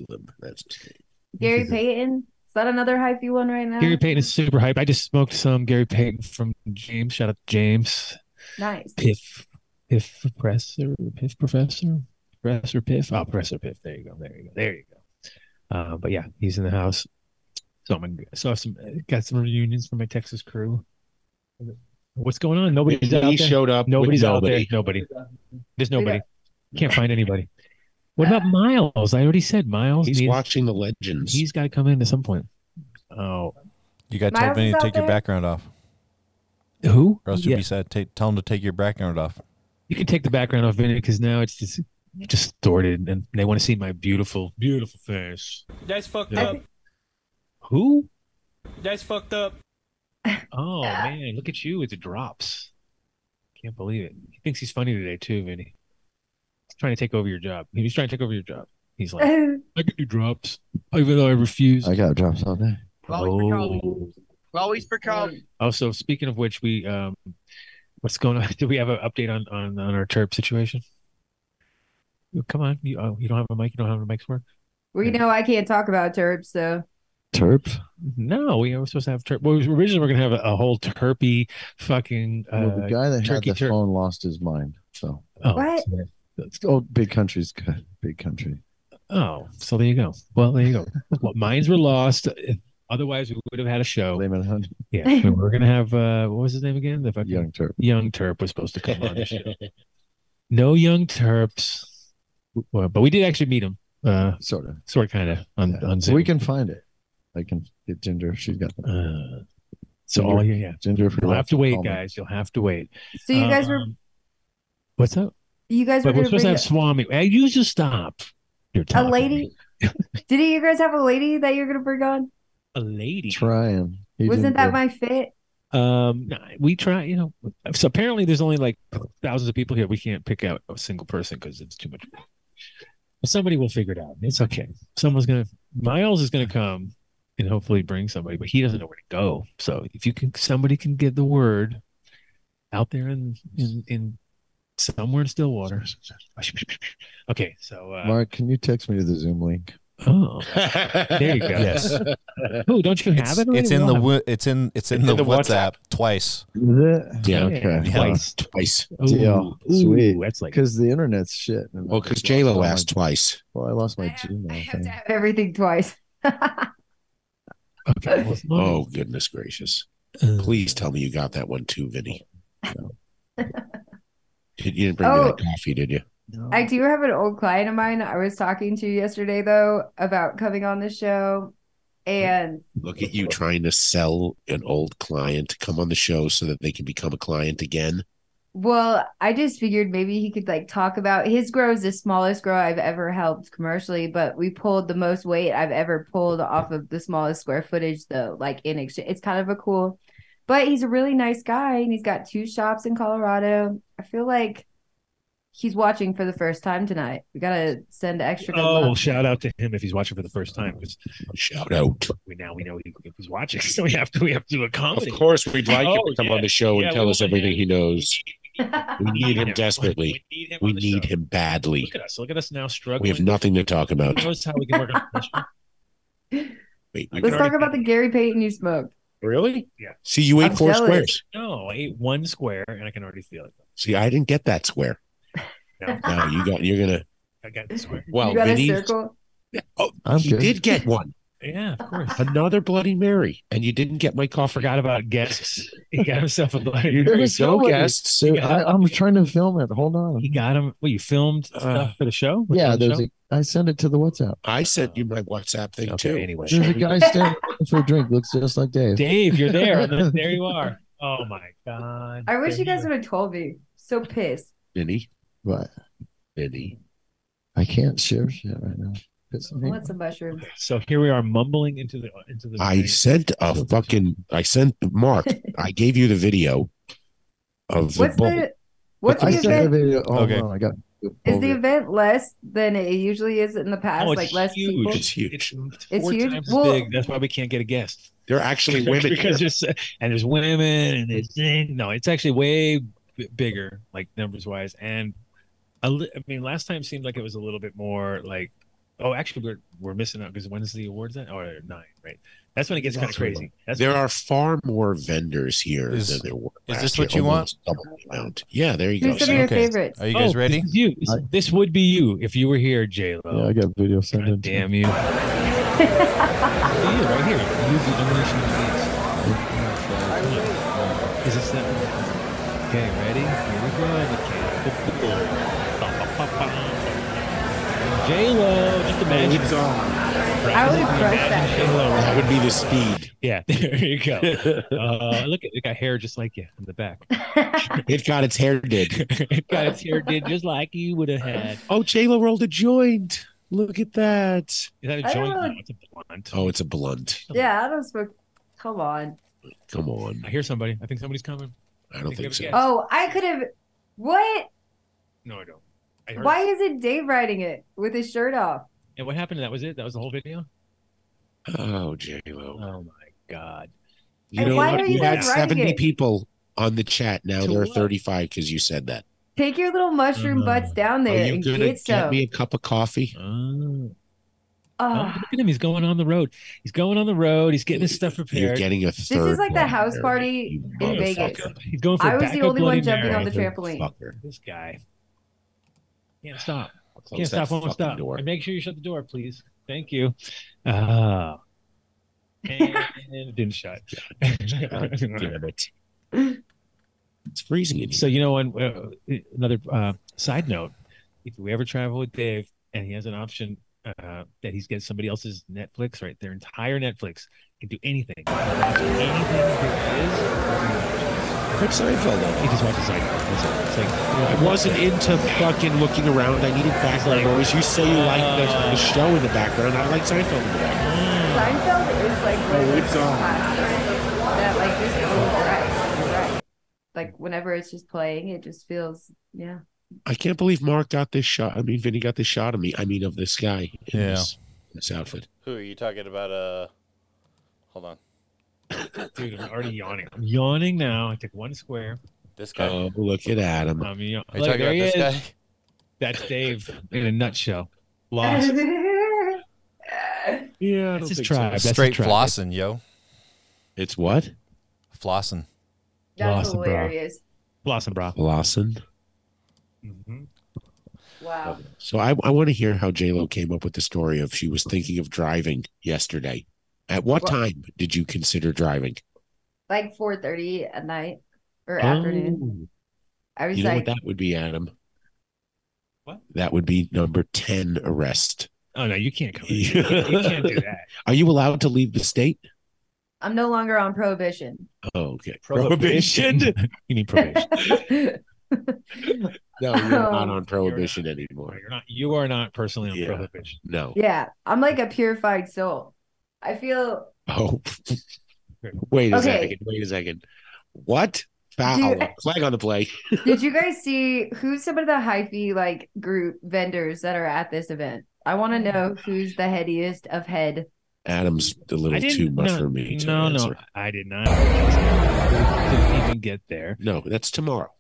Speaker 1: Caleb. That's his name.
Speaker 10: Gary Payton? Is that another hypey one right now?
Speaker 5: Gary Payton is super hype. I just smoked some Gary Payton from James. Shout out to James
Speaker 10: Nice.
Speaker 5: Piff, Piff Professor, Piff Professor, Professor Piff. Oh, Professor Piff. There you go. There you go. There you go. Uh, but yeah, he's in the house. So I'm gonna- saw some got some reunions for my Texas crew. What's going on? Nobody's out
Speaker 1: He
Speaker 5: there.
Speaker 1: showed up. with
Speaker 5: Nobody's out there.
Speaker 1: nobody.
Speaker 5: Nobody. There's nobody. Can't find anybody. What about Miles? I already said Miles.
Speaker 1: He's
Speaker 5: needs-
Speaker 1: watching the legends.
Speaker 5: he's got to come in at some point. Oh,
Speaker 6: You got to
Speaker 10: Miles
Speaker 6: tell Vinny
Speaker 10: is
Speaker 6: to
Speaker 10: out
Speaker 6: take your
Speaker 10: there.
Speaker 6: background off,
Speaker 5: who?
Speaker 6: or else you'll
Speaker 5: Yeah.
Speaker 6: be sad. Take, tell him to take your background off.
Speaker 5: you can take the background off Vinny because now it's just distorted and they want to see my beautiful, beautiful face.
Speaker 8: That's fucked
Speaker 5: Yeah.
Speaker 8: up.
Speaker 5: Who?
Speaker 8: That's fucked up.
Speaker 5: Oh man, look at you with the drops. Can't believe it. He thinks he's funny today too, Vinny. He's trying to take over your job. He's trying to take over your job. He's like, I can do drops, even though I refuse.
Speaker 7: I got drops all day.
Speaker 5: oh.
Speaker 3: Always become.
Speaker 5: Also, speaking of which, we um, what's going on? Do we have an update on on, on our Terp situation? Oh, Come on, you oh, you don't have a mic. You don't have a mic's work.
Speaker 10: Well, you know I can't talk about Terps, so
Speaker 7: Terps.
Speaker 5: Uh, No, we were supposed to have terp. Well, originally we are gonna have a, a whole terpy fucking. Uh,
Speaker 7: Well, the guy that had
Speaker 5: turkey
Speaker 7: the
Speaker 5: tur-
Speaker 7: phone lost his mind. So
Speaker 5: oh,
Speaker 10: What?
Speaker 5: so-
Speaker 7: that's oh, big country's good. Big country.
Speaker 5: oh, so there you go. Well, there you go. well, mines were lost. Otherwise, we would have had a show.
Speaker 7: Layman Hunt,
Speaker 5: Yeah, we were gonna have. Uh, what was his name again? The fucking
Speaker 7: young Terp.
Speaker 5: young terp was supposed to come on. the show. No young terps. Well, but we did actually meet him. Uh,
Speaker 7: Sort of.
Speaker 5: sort of, kind of on
Speaker 7: Yeah.
Speaker 5: on
Speaker 7: So
Speaker 5: Zoom.
Speaker 7: we can find it. I can get Ginger. She's got the
Speaker 5: Uh, so all you, yeah.
Speaker 7: Ginger. If
Speaker 5: You'll have to wait,
Speaker 7: call me.
Speaker 5: guys. You'll have to wait.
Speaker 10: so you guys were
Speaker 5: Um, What's up?
Speaker 10: you guys were
Speaker 5: But we're
Speaker 10: gonna
Speaker 5: supposed to
Speaker 10: bring
Speaker 5: have Swami. Hey, you just stop. You're
Speaker 10: a
Speaker 5: talking.
Speaker 10: lady. Didn't you guys have a lady that you're gonna bring on?
Speaker 5: A lady.
Speaker 7: Trying. He
Speaker 10: Wasn't
Speaker 7: didn't
Speaker 10: that
Speaker 7: do-
Speaker 10: my fit?
Speaker 5: Um, nah, we try. You know, so apparently there's only like thousands of people here. We can't pick out a single person because it's too much. But somebody will figure it out. It's okay. Someone's gonna. Miles is gonna come and hopefully bring somebody, but he doesn't know where to go. So if you can, somebody can get the word out there in in, in somewhere in Stillwater. Okay, so uh,
Speaker 7: Mark, can you text me to the Zoom link?
Speaker 5: oh, there you go.
Speaker 6: Yes.
Speaker 5: Oh, don't you have it?
Speaker 6: It's,
Speaker 5: already?
Speaker 6: it's
Speaker 5: We
Speaker 6: in
Speaker 5: all
Speaker 6: the
Speaker 5: have
Speaker 6: wo- it's in it's in, the, WhatsApp, twice.
Speaker 1: Yeah.
Speaker 5: it.
Speaker 7: Okay.
Speaker 5: Twice.
Speaker 1: twice.
Speaker 7: Deal.
Speaker 5: Ooh, ooh,
Speaker 7: Sweet.
Speaker 5: That's like
Speaker 7: Because the internet's shit. And
Speaker 1: Well, because J Lo asked twice.
Speaker 7: oh Well, I lost my
Speaker 10: I have, I
Speaker 7: Gmail.
Speaker 10: have
Speaker 7: thing.
Speaker 10: to have everything twice.
Speaker 5: okay. well,
Speaker 1: Oh goodness gracious!
Speaker 5: uh,
Speaker 1: Please tell me you got that one too, Vinny. Did, you didn't bring me
Speaker 10: Oh.
Speaker 1: that coffee, did you?
Speaker 10: I do have an old client of mine I was talking to yesterday though about coming on the show. And
Speaker 1: Look at you trying to sell an old client to come on the show so that they can become a client again.
Speaker 10: well, I just figured maybe he could like talk about his grow is the smallest grow I've ever helped commercially, but we pulled the most weight I've ever pulled off of the smallest square footage though, like in exchange. It's kind of a cool, but he's a really nice guy and he's got two shops in Colorado. I feel like he's watching for the first time tonight. We gotta send extra. good
Speaker 5: oh,
Speaker 10: love.
Speaker 5: shout out to him if he's watching for the first time because
Speaker 1: Shout out.
Speaker 5: we now we know he, if he's watching, so we have to we have to
Speaker 1: Of
Speaker 5: accommodate.
Speaker 1: course, we'd like him
Speaker 5: Oh,
Speaker 1: to come
Speaker 5: yeah.
Speaker 1: on the show
Speaker 5: Yeah,
Speaker 1: and tell
Speaker 5: we
Speaker 1: us
Speaker 5: want
Speaker 1: everything
Speaker 5: him.
Speaker 1: he knows.
Speaker 5: We
Speaker 1: We need him desperately.
Speaker 5: We need him.
Speaker 1: We
Speaker 5: on the
Speaker 1: need
Speaker 5: show.
Speaker 1: him badly.
Speaker 5: Look at us. Look at us now struggling.
Speaker 1: We have nothing to talk about.
Speaker 5: Who knows how we can work on this show?
Speaker 1: Wait,
Speaker 5: I
Speaker 1: we-
Speaker 10: Let's
Speaker 5: already-
Speaker 10: talk about the Gary Payton you smoked.
Speaker 1: really?
Speaker 5: Yeah.
Speaker 1: See, you ate
Speaker 10: I'm
Speaker 1: four
Speaker 10: jealous.
Speaker 1: squares.
Speaker 5: No, I ate one square and I can already feel it.
Speaker 1: See, I didn't get that square.
Speaker 5: No,
Speaker 1: No, you got. You're gonna.
Speaker 5: I got the square.
Speaker 1: Well,
Speaker 10: you got
Speaker 1: Vinny-
Speaker 10: a circle.
Speaker 1: Oh,
Speaker 7: I'm
Speaker 1: you
Speaker 7: good.
Speaker 1: did get one.
Speaker 5: Yeah, of course.
Speaker 1: Another Bloody Mary, and you didn't get my coffee.
Speaker 5: Forgot about guests. He got himself a bloody.
Speaker 7: There
Speaker 1: There's
Speaker 7: is
Speaker 1: no
Speaker 7: nobody.
Speaker 1: guests.
Speaker 7: Dude, I, I'm trying to film it. Hold
Speaker 5: He
Speaker 7: on.
Speaker 5: got him. Well, you filmed
Speaker 1: Uh,
Speaker 5: stuff for the show. Was it
Speaker 7: Yeah,
Speaker 5: on the
Speaker 7: there's
Speaker 5: show?
Speaker 7: a. I sent it to the WhatsApp.
Speaker 1: I sent you my WhatsApp thing
Speaker 5: Okay,
Speaker 1: too.
Speaker 5: anyway.
Speaker 7: There's a guy standing for a drink. Looks just like Dave.
Speaker 5: Dave, you're there. there you are. Oh my god.
Speaker 10: I wish you guys
Speaker 5: There
Speaker 10: would have told me. So pissed.
Speaker 1: Vinny,
Speaker 7: But
Speaker 1: Vinny,
Speaker 7: I can't share shit right now. Pissing me
Speaker 10: I want some mushrooms.
Speaker 5: you are. So here we are mumbling into the into the.
Speaker 1: I sent a fucking. I sent Mark. I gave you the video of the
Speaker 10: What's
Speaker 1: bull.
Speaker 10: the what's
Speaker 7: I
Speaker 10: the
Speaker 7: sent the
Speaker 10: event?
Speaker 7: video. Oh,
Speaker 6: Okay.
Speaker 7: no, I got.
Speaker 10: Is the event less than it usually is in the past?
Speaker 5: Oh, it's
Speaker 10: like less
Speaker 5: huge.
Speaker 10: people?
Speaker 1: It's huge.
Speaker 5: It's four
Speaker 10: It's huge?
Speaker 5: times
Speaker 10: Well-
Speaker 5: as big. That's why we can't get a guest.
Speaker 1: They're actually women.
Speaker 5: because
Speaker 1: here.
Speaker 5: there's and there's women and there's thing. No, it's actually way b- bigger, like numbers wise, and a li- I mean, last time seemed like it was a little bit more like. Oh, actually, we're we're missing out because when's the awards at? Or nine, right? That's when it gets kind of
Speaker 1: That's when-
Speaker 5: crazy. That's
Speaker 1: there are far more vendors here
Speaker 6: Is-
Speaker 1: than there were.
Speaker 6: is
Speaker 1: last
Speaker 6: this what
Speaker 1: year,
Speaker 6: you want?
Speaker 1: almost double the amount. Yeah, there you
Speaker 10: Here's
Speaker 1: go.
Speaker 10: some
Speaker 1: So-
Speaker 10: of your
Speaker 6: Okay.
Speaker 10: favorites.
Speaker 6: Are you guys
Speaker 5: Oh,
Speaker 6: ready?
Speaker 5: This, is you.
Speaker 7: I-
Speaker 5: this would be you if you were here, J Lo.
Speaker 7: Yeah, I got video sent in. to me.
Speaker 5: damn you. See you right here. Use the unleashing of these. Oh, Is this that one? Okay, ready? Here we go. The cat of the bull. J Lo, just imagine.
Speaker 10: I would have crushed that.
Speaker 5: J Lo.
Speaker 1: That would be the speed.
Speaker 5: Yeah, there you go. Uh, look, it got hair just like you in the back.
Speaker 1: It got its hair did.
Speaker 5: It got its hair did just like you would have had.
Speaker 1: Oh, Jayla rolled a joint. Look at that.
Speaker 5: Is that a
Speaker 10: I
Speaker 5: joint?
Speaker 10: don't-
Speaker 5: No, it's a blunt.
Speaker 1: Oh, it's a blunt.
Speaker 10: yeah, I don't smoke. Come on.
Speaker 1: Come on.
Speaker 5: I hear somebody. I think somebody's coming.
Speaker 1: I don't think so.
Speaker 5: Yeah.
Speaker 10: Oh, I could have. What?
Speaker 5: No, I don't. I heard
Speaker 10: Why isn't Dave riding it with his shirt off?
Speaker 5: And what happened to that? Was it? That was the whole video?
Speaker 1: Oh, J-Lo.
Speaker 5: Oh my god.
Speaker 1: You
Speaker 10: And
Speaker 1: know
Speaker 10: why
Speaker 1: what?
Speaker 10: are
Speaker 1: We
Speaker 10: you
Speaker 1: had
Speaker 10: guys writing
Speaker 1: 70
Speaker 10: it?
Speaker 1: people on the chat. Now
Speaker 5: To
Speaker 1: there are
Speaker 5: what?
Speaker 1: 35 because you said that.
Speaker 10: Take your little mushroom
Speaker 5: Uh,
Speaker 10: butts down
Speaker 1: Mm-hmm. Are
Speaker 10: there
Speaker 1: you
Speaker 10: and
Speaker 1: going to
Speaker 10: get
Speaker 1: get
Speaker 10: some.
Speaker 1: me a cup of coffee?
Speaker 5: Oh.
Speaker 10: Ugh.
Speaker 5: look at him. He's going on the road. He's going on the road. He's getting his stuff
Speaker 1: You're
Speaker 5: prepared.
Speaker 1: getting a third.
Speaker 10: is like the
Speaker 1: Bloody
Speaker 10: house
Speaker 1: Mary,
Speaker 10: party
Speaker 1: you
Speaker 10: in Vegas.
Speaker 1: motherfucker.
Speaker 5: He's going for
Speaker 10: I
Speaker 5: a
Speaker 10: was
Speaker 5: back
Speaker 10: the
Speaker 5: of
Speaker 10: only
Speaker 5: Bloody
Speaker 10: one jumping on
Speaker 5: Mary.
Speaker 10: the trampoline.
Speaker 1: Fucker.
Speaker 5: This guy. Can't stop.
Speaker 1: I'll close
Speaker 5: Can't
Speaker 1: that
Speaker 5: stop. Won't
Speaker 1: fucking
Speaker 5: stop.
Speaker 1: door.
Speaker 5: And make sure you shut the door, please. Thank you. Ah. and, it didn't shut.
Speaker 1: God damn it. It's freezing in here.
Speaker 5: So you know, and uh, another uh, side note: if we ever travel with Dave and he has an option uh, that he's getting somebody else's Netflix, right? Their entire Netflix can do anything. Anything there
Speaker 1: Put Seinfeld on.
Speaker 5: is, he just watches side note. That's it. It's like
Speaker 1: I wasn't into fucking looking around. I needed background noise. You say you like the, the show in the background. I like Seinfeld in the background.
Speaker 10: Seinfeld is like one of those classics that like just goes right, right. Like whenever it's just playing, it just feels yeah.
Speaker 1: I can't believe Mark got this shot. I mean, Vinny got this shot of me. I mean, of this guy in
Speaker 6: Yeah.
Speaker 1: this, this outfit.
Speaker 6: Who are you talking about? Uh, hold on.
Speaker 5: dude, I'm already yawning. I'm yawning now. I took one square.
Speaker 6: This guy.
Speaker 1: Oh, look at Adam.
Speaker 5: I'm yawning.
Speaker 6: are you talking
Speaker 5: there
Speaker 6: about
Speaker 5: he
Speaker 6: this
Speaker 5: is.
Speaker 6: guy?
Speaker 5: That's Dave in a nutshell. Lost.
Speaker 1: Yeah,
Speaker 5: That's his tribe. That's
Speaker 6: Straight
Speaker 5: his tribe.
Speaker 6: flossing, yo.
Speaker 1: It's what?
Speaker 6: Flossing.
Speaker 10: That's
Speaker 5: Lawson Brown.
Speaker 10: hilarious.
Speaker 5: Blossom, bro.
Speaker 1: Lawson.
Speaker 5: Mhm.
Speaker 10: Wow.
Speaker 1: So I, I want to hear how J Lo came up with the story of she was thinking of driving yesterday. At what
Speaker 10: Well-
Speaker 1: time did you consider driving?
Speaker 10: Like four thirty at night or afternoon. I
Speaker 1: Oh,
Speaker 10: was
Speaker 1: you know
Speaker 10: like,
Speaker 1: what that would be, Adam?
Speaker 5: What?
Speaker 1: That would be number 10 arrest.
Speaker 5: Oh no, you can't come. in. You can't do that.
Speaker 1: Are you allowed to leave the state?
Speaker 10: I'm no longer on prohibition.
Speaker 1: Oh, okay.
Speaker 5: you need probation.
Speaker 1: no, you're not
Speaker 10: Um,
Speaker 1: on prohibition anymore.
Speaker 5: You're not. You are not personally on
Speaker 1: Yeah.
Speaker 5: prohibition.
Speaker 1: No.
Speaker 10: yeah, I'm like a purified soul. I feel
Speaker 1: Oh. Wait a
Speaker 10: Okay.
Speaker 1: second. Wait a second. What? Foul.
Speaker 10: Dude.
Speaker 1: Flag on the play.
Speaker 10: Did you guys see who's some of the hyphy like group vendors that are at this event? I want to know who's the headiest of head.
Speaker 1: Adam's a little too much
Speaker 5: no,
Speaker 1: for me to
Speaker 5: no, no,
Speaker 1: answer.
Speaker 5: I did not. Didn't even get there.
Speaker 1: No, that's tomorrow.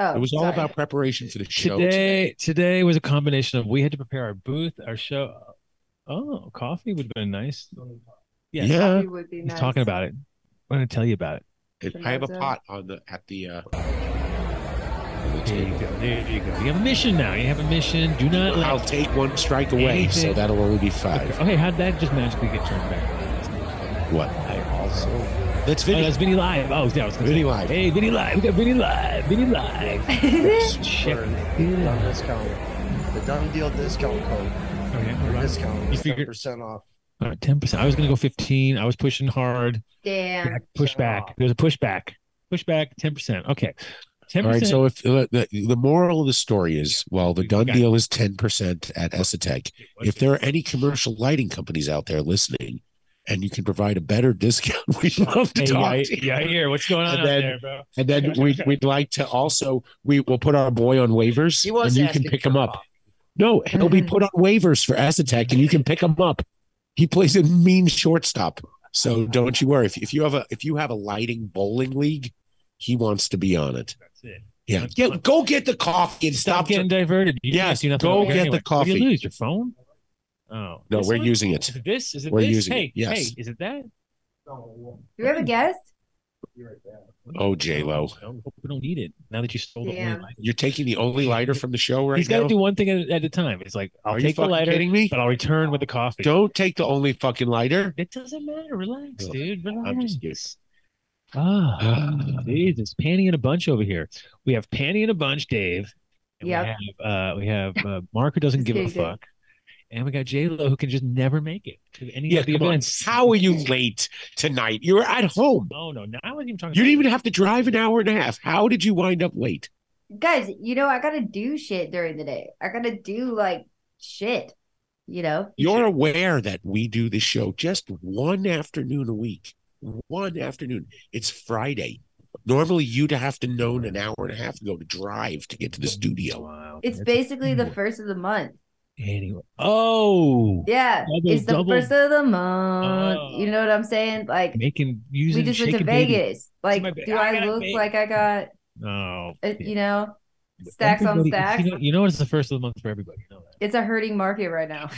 Speaker 10: Oh,
Speaker 1: It was all
Speaker 10: sorry.
Speaker 1: about preparation for the show.
Speaker 5: Today, today was a combination of we had to prepare our booth, our show. Oh, coffee would have been nice. Yeah,
Speaker 1: Yeah.
Speaker 10: Coffee would be
Speaker 5: he's
Speaker 10: nice.
Speaker 5: talking about it. I'm gonna tell you about it.
Speaker 1: It- I have a
Speaker 10: Spinoza.
Speaker 1: pot on the at the. Uh,
Speaker 5: There you go. There you go. You have a mission now. You have a mission. Do not let
Speaker 1: I'll take one strike away, so
Speaker 5: Anything-
Speaker 1: that'll only be five.
Speaker 5: Okay, how'd that just magically get turned back?
Speaker 1: What?
Speaker 5: I also.
Speaker 1: That's
Speaker 5: Oh,
Speaker 1: video.
Speaker 5: that's Vinny Live. Oh, yeah, I was gonna
Speaker 1: Vinny
Speaker 5: say-
Speaker 1: Live.
Speaker 5: Hey, Vinny Live. We got Vinny Live. Vinny Live. Shit.
Speaker 3: Dumb discount. The done deal discount code.
Speaker 5: Okay,
Speaker 3: Your
Speaker 5: hold on.
Speaker 3: discount.
Speaker 5: You
Speaker 3: is
Speaker 5: figured-
Speaker 3: 10% off.
Speaker 5: All right, 10%. I was going to go 15. I was pushing hard.
Speaker 10: Damn.
Speaker 5: Pushback. There's a pushback. Pushback 10%. Okay. 10%.
Speaker 1: All right. So if uh, the, the, the moral of the story is, well, the
Speaker 5: We
Speaker 1: done
Speaker 5: got-
Speaker 1: deal is ten percent at Esatech. If there are any commercial lighting companies out there listening, and you can provide a better discount, we'd love to
Speaker 5: Hey,
Speaker 1: talk
Speaker 5: yeah,
Speaker 1: to you.
Speaker 5: yeah, here. What's going on
Speaker 1: And
Speaker 5: out
Speaker 1: then-
Speaker 5: there, bro?
Speaker 1: And then we, we'd like to also we will put our boy on waivers,
Speaker 8: He was
Speaker 1: and you can
Speaker 8: asking
Speaker 1: pick
Speaker 8: for
Speaker 1: him up. No, he'll be put on waivers for Azatec, and you can pick him up. He plays a mean shortstop, so don't you worry. If, if you have a if you have a lighting bowling league, he wants to be on it.
Speaker 5: That's it.
Speaker 1: Yeah, yeah. Go get the coffee and
Speaker 5: Stop
Speaker 1: stop.
Speaker 5: getting
Speaker 1: drinking.
Speaker 5: diverted. You can't
Speaker 1: Yes,
Speaker 5: do nothing
Speaker 1: go
Speaker 5: over here
Speaker 1: get the
Speaker 5: anyway. What do
Speaker 1: coffee.
Speaker 5: you lose? Your phone? Oh.
Speaker 1: No,
Speaker 5: this
Speaker 1: we're
Speaker 5: one?
Speaker 1: using it.
Speaker 5: Is it this? Is it
Speaker 1: We're
Speaker 5: this?
Speaker 1: using it.
Speaker 5: hey,
Speaker 1: Yes.
Speaker 5: Hey, is it that?
Speaker 10: Do we have a guest?
Speaker 1: Oh, J Lo,
Speaker 5: No, hope we don't need it now that you stole the
Speaker 10: Damn.
Speaker 5: only lighter.
Speaker 1: you're taking the only lighter from the show right
Speaker 5: He's got
Speaker 1: now.
Speaker 5: to do one thing at, at a time. It's like, I'll
Speaker 1: Are you
Speaker 5: take the
Speaker 1: fucking
Speaker 5: lighter,
Speaker 1: kidding me?
Speaker 5: but I'll return with the coffee.
Speaker 1: Don't take the only fucking lighter.
Speaker 5: It doesn't matter. Relax,
Speaker 1: Relax.
Speaker 5: dude. Relax.
Speaker 1: I'm just kidding.
Speaker 5: Ah, Jesus, panty in a bunch over here. We have panty in a bunch, Dave. And
Speaker 10: Yep.
Speaker 5: We have, uh, we have uh, Mark who doesn't
Speaker 10: Just
Speaker 5: give a
Speaker 10: kidding, dude.
Speaker 5: fuck, and we got J Lo who can just never make it to any
Speaker 1: Yeah,
Speaker 5: of the
Speaker 1: come on.
Speaker 5: events.
Speaker 1: How are you late tonight? You were at home.
Speaker 5: Oh no, now I wasn't even talking.
Speaker 1: You
Speaker 5: about-
Speaker 1: didn't even have to drive an hour and a half. How did you wind up late?
Speaker 10: Guys, you know, I gotta do shit during the day. I gotta do like shit. You know?
Speaker 1: You're aware that we do this show just one afternoon a week. One afternoon. It's Friday. Normally, you'd have to known an hour and a half ago to drive to get to the studio.
Speaker 5: Wow,
Speaker 10: It's
Speaker 5: that's-
Speaker 10: basically the first of the month.
Speaker 5: anyway. Oh,
Speaker 10: Yeah.
Speaker 5: Double-
Speaker 10: It's the
Speaker 5: double-
Speaker 10: first of the month.
Speaker 5: Oh.
Speaker 10: You know what I'm saying? Like
Speaker 5: making using
Speaker 10: we just went
Speaker 5: shaking
Speaker 10: to
Speaker 5: baby.
Speaker 10: Vegas.
Speaker 5: my
Speaker 10: Like,
Speaker 5: ba-
Speaker 10: do
Speaker 5: I
Speaker 10: I
Speaker 5: got
Speaker 10: look
Speaker 5: Vegas.
Speaker 10: like I got
Speaker 5: Oh,
Speaker 10: uh,
Speaker 5: yeah.
Speaker 10: you know stacks on
Speaker 5: Everybody- e
Speaker 10: stacks?
Speaker 5: You know, you know it's the first of the month for everybody. You know that.
Speaker 10: It's a hurting market right now.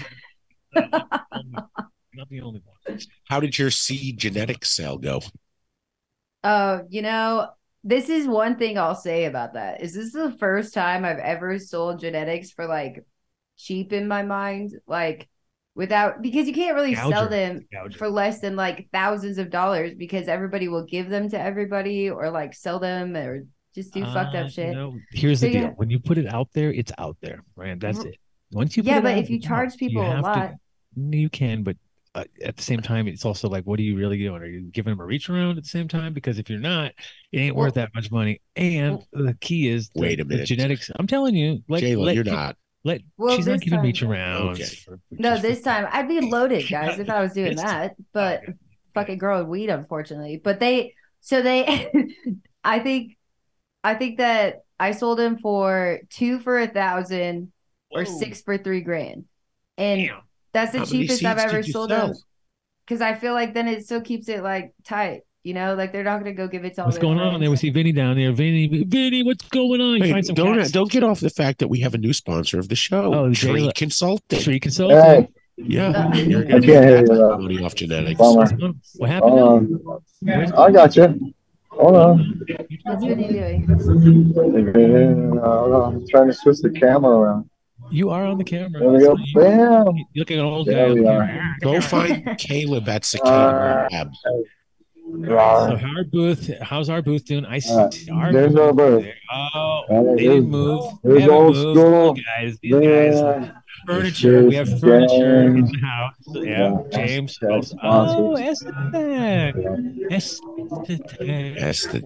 Speaker 5: I'm not the only- I'm not the only one.
Speaker 1: How did your C genetic cell go?
Speaker 10: Uh, you know, this is one thing I'll say about that. Is this is the first time I've ever sold genetics for like cheap in my mind, like without because you can't really sell
Speaker 5: Gouger.
Speaker 10: them
Speaker 5: Gouger.
Speaker 10: for less than like thousands of dollars because everybody will give them to everybody or like sell them or just do fucked
Speaker 5: Uh,
Speaker 10: up
Speaker 5: you
Speaker 10: shit.
Speaker 5: know, here's
Speaker 10: So
Speaker 5: the deal:
Speaker 10: yeah.
Speaker 5: when you put it out there, it's out there, right? That's it. Once you put
Speaker 10: Yeah,
Speaker 5: it
Speaker 10: but
Speaker 5: out,
Speaker 10: if you
Speaker 5: it's out.
Speaker 10: charge people a
Speaker 5: have to-
Speaker 10: lot-
Speaker 5: you can. But uh, at the same time, it's also like, what are you really doing? Are you giving them a reach around at the same time? Because if you're not, it ain't worth
Speaker 10: Well-
Speaker 5: that much money. And the key is the,
Speaker 1: Wait a
Speaker 5: the
Speaker 1: minute.
Speaker 5: genetics. I'm telling you, like,
Speaker 1: J-Lo,
Speaker 5: let,
Speaker 1: you're
Speaker 5: pe-
Speaker 1: not.
Speaker 5: Let
Speaker 10: Well,
Speaker 5: she's not
Speaker 10: this
Speaker 5: giving
Speaker 10: time-
Speaker 5: reach around.
Speaker 1: Okay.
Speaker 10: No, this time I'd be loaded, guys, if I was doing
Speaker 5: This
Speaker 10: that. But fucking growing weed, unfortunately. But they, so they, I think, I think that I sold them for two for a thousand or six for three grand, and
Speaker 5: Damn.
Speaker 10: that's the
Speaker 1: How many
Speaker 10: cheapest I've
Speaker 1: seeds did
Speaker 10: ever
Speaker 1: you
Speaker 10: sold
Speaker 1: sell?
Speaker 10: them. Because I feel like then it still keeps it like tight, you know, like they're not gonna go give it to all.
Speaker 5: What's
Speaker 10: their
Speaker 5: going on
Speaker 10: friends.
Speaker 5: there? We see Vinny down there. Vinny, Vinny, what's going on? You
Speaker 1: Hey,
Speaker 5: find some
Speaker 1: don't,
Speaker 5: cats.
Speaker 1: don't get off the fact that we have a new sponsor of the show,
Speaker 5: Oh,
Speaker 1: Tree
Speaker 5: J-Lo.
Speaker 1: Consulting.
Speaker 5: Tree consulting.
Speaker 3: Hey,
Speaker 1: Yeah,
Speaker 10: Uh,
Speaker 1: you're gonna
Speaker 3: I can't
Speaker 1: get
Speaker 3: hear
Speaker 1: that
Speaker 3: you,
Speaker 1: much
Speaker 3: uh,
Speaker 1: money off genetics.
Speaker 3: bummer.
Speaker 5: What happened? now?
Speaker 3: Um,
Speaker 1: Oh,
Speaker 3: I got you. Hold on.
Speaker 10: What's Vinny doing?
Speaker 3: I'm trying to switch the camera around.
Speaker 5: You are on the camera.
Speaker 3: There we go.
Speaker 5: You-
Speaker 3: Bam.
Speaker 5: you look like an old guy.
Speaker 3: There
Speaker 5: on
Speaker 3: we
Speaker 5: the
Speaker 3: are.
Speaker 5: camera.
Speaker 1: Go find Caleb at
Speaker 3: Uh,
Speaker 1: Cicada Lab.
Speaker 5: So
Speaker 3: Rawr.
Speaker 5: our booth, how's our booth doing? I see.
Speaker 3: Uh,
Speaker 5: our
Speaker 3: there's our booth.
Speaker 5: there. Oh,
Speaker 3: Uh,
Speaker 5: they
Speaker 3: there's-
Speaker 5: didn't move.
Speaker 3: there's
Speaker 5: They haven't
Speaker 3: old
Speaker 5: moved.
Speaker 3: school.
Speaker 5: These guys, these guys.
Speaker 3: Yeah.
Speaker 5: Furniture. We have
Speaker 3: James.
Speaker 5: furniture in the house. Yeah,
Speaker 3: Yeah.
Speaker 5: James.
Speaker 3: That's
Speaker 5: Oh,
Speaker 3: awesome.
Speaker 5: Estetec. Estetec.
Speaker 1: That's the-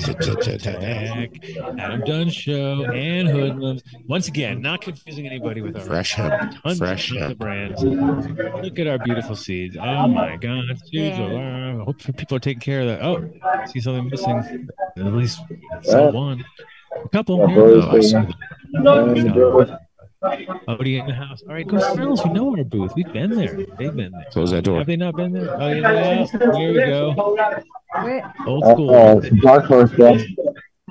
Speaker 1: the- the-
Speaker 5: Adam Dunn Show and Hoodlums. Once again, not confusing anybody with our
Speaker 1: Fresh hemp.
Speaker 5: tons
Speaker 1: Fresh
Speaker 5: of
Speaker 1: hemp.
Speaker 5: brands. Look at our beautiful seeds. Oh
Speaker 3: Um,
Speaker 5: my God, seeds are wow. I hope people are taking care of that. Oh, I see something missing. At least sell one, a couple. Here.
Speaker 1: Oh, I see.
Speaker 5: Already in the house. All right, go smells. We know our booth. We've been there. They've been there.
Speaker 1: Close that door.
Speaker 5: Have they not been there? Oh yeah, there we go.
Speaker 10: Where-
Speaker 5: Old
Speaker 3: Uh,
Speaker 5: school.
Speaker 3: uh, dark horse, guys.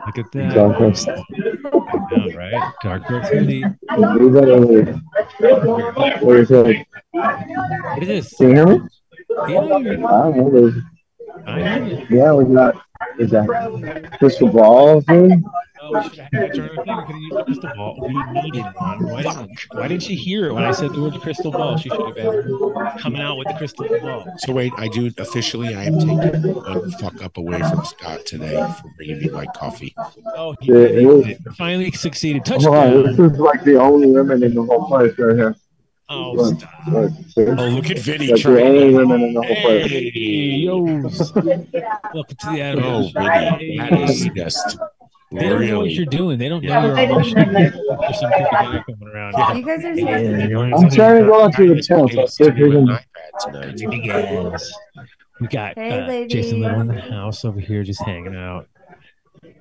Speaker 5: Look at that.
Speaker 3: Dark web stuff.
Speaker 5: Yeah, right? Dark web hoodie.
Speaker 3: Do that over. What is it?
Speaker 5: It is.
Speaker 3: Can you hear me?
Speaker 5: Yeah,
Speaker 3: I don't know. There's-
Speaker 5: I have it.
Speaker 3: Yeah, we got. Is that crystal ball thing?
Speaker 5: Oh, we should have had you turn the thing. We could have used crystal ball. We needed one. Why didn't, why didn't she hear it when I said the word crystal ball? She should have been coming out with the crystal ball.
Speaker 1: So wait, I do officially. I am taking one fuck up away from Scott today for bringing me my coffee.
Speaker 5: Oh, he
Speaker 3: Yeah,
Speaker 5: did
Speaker 3: it was- Oh,
Speaker 5: it. finally succeeded.
Speaker 3: Come on, this
Speaker 5: Touchdown.
Speaker 3: is like the only women in the whole place right here.
Speaker 5: Oh, stop.
Speaker 3: Look, see?
Speaker 1: Oh, look at Vinny
Speaker 3: That's the only
Speaker 1: trying.
Speaker 3: women in the whole place.
Speaker 5: Hey, yo. Welcome to the
Speaker 1: Oh,
Speaker 5: Adam.
Speaker 1: Vinny, that is just
Speaker 5: They don't know what you're
Speaker 1: really.
Speaker 5: doing. They don't
Speaker 1: Yeah.
Speaker 5: know you're on There's some people that are coming around. Yeah.
Speaker 10: You guys are so
Speaker 3: I'm
Speaker 5: I'm
Speaker 3: trying to go out to the tent. so I see if we can-
Speaker 5: We got
Speaker 10: Hey,
Speaker 5: uh, Jason
Speaker 10: ladies.
Speaker 5: Little in the house over here, just hanging out.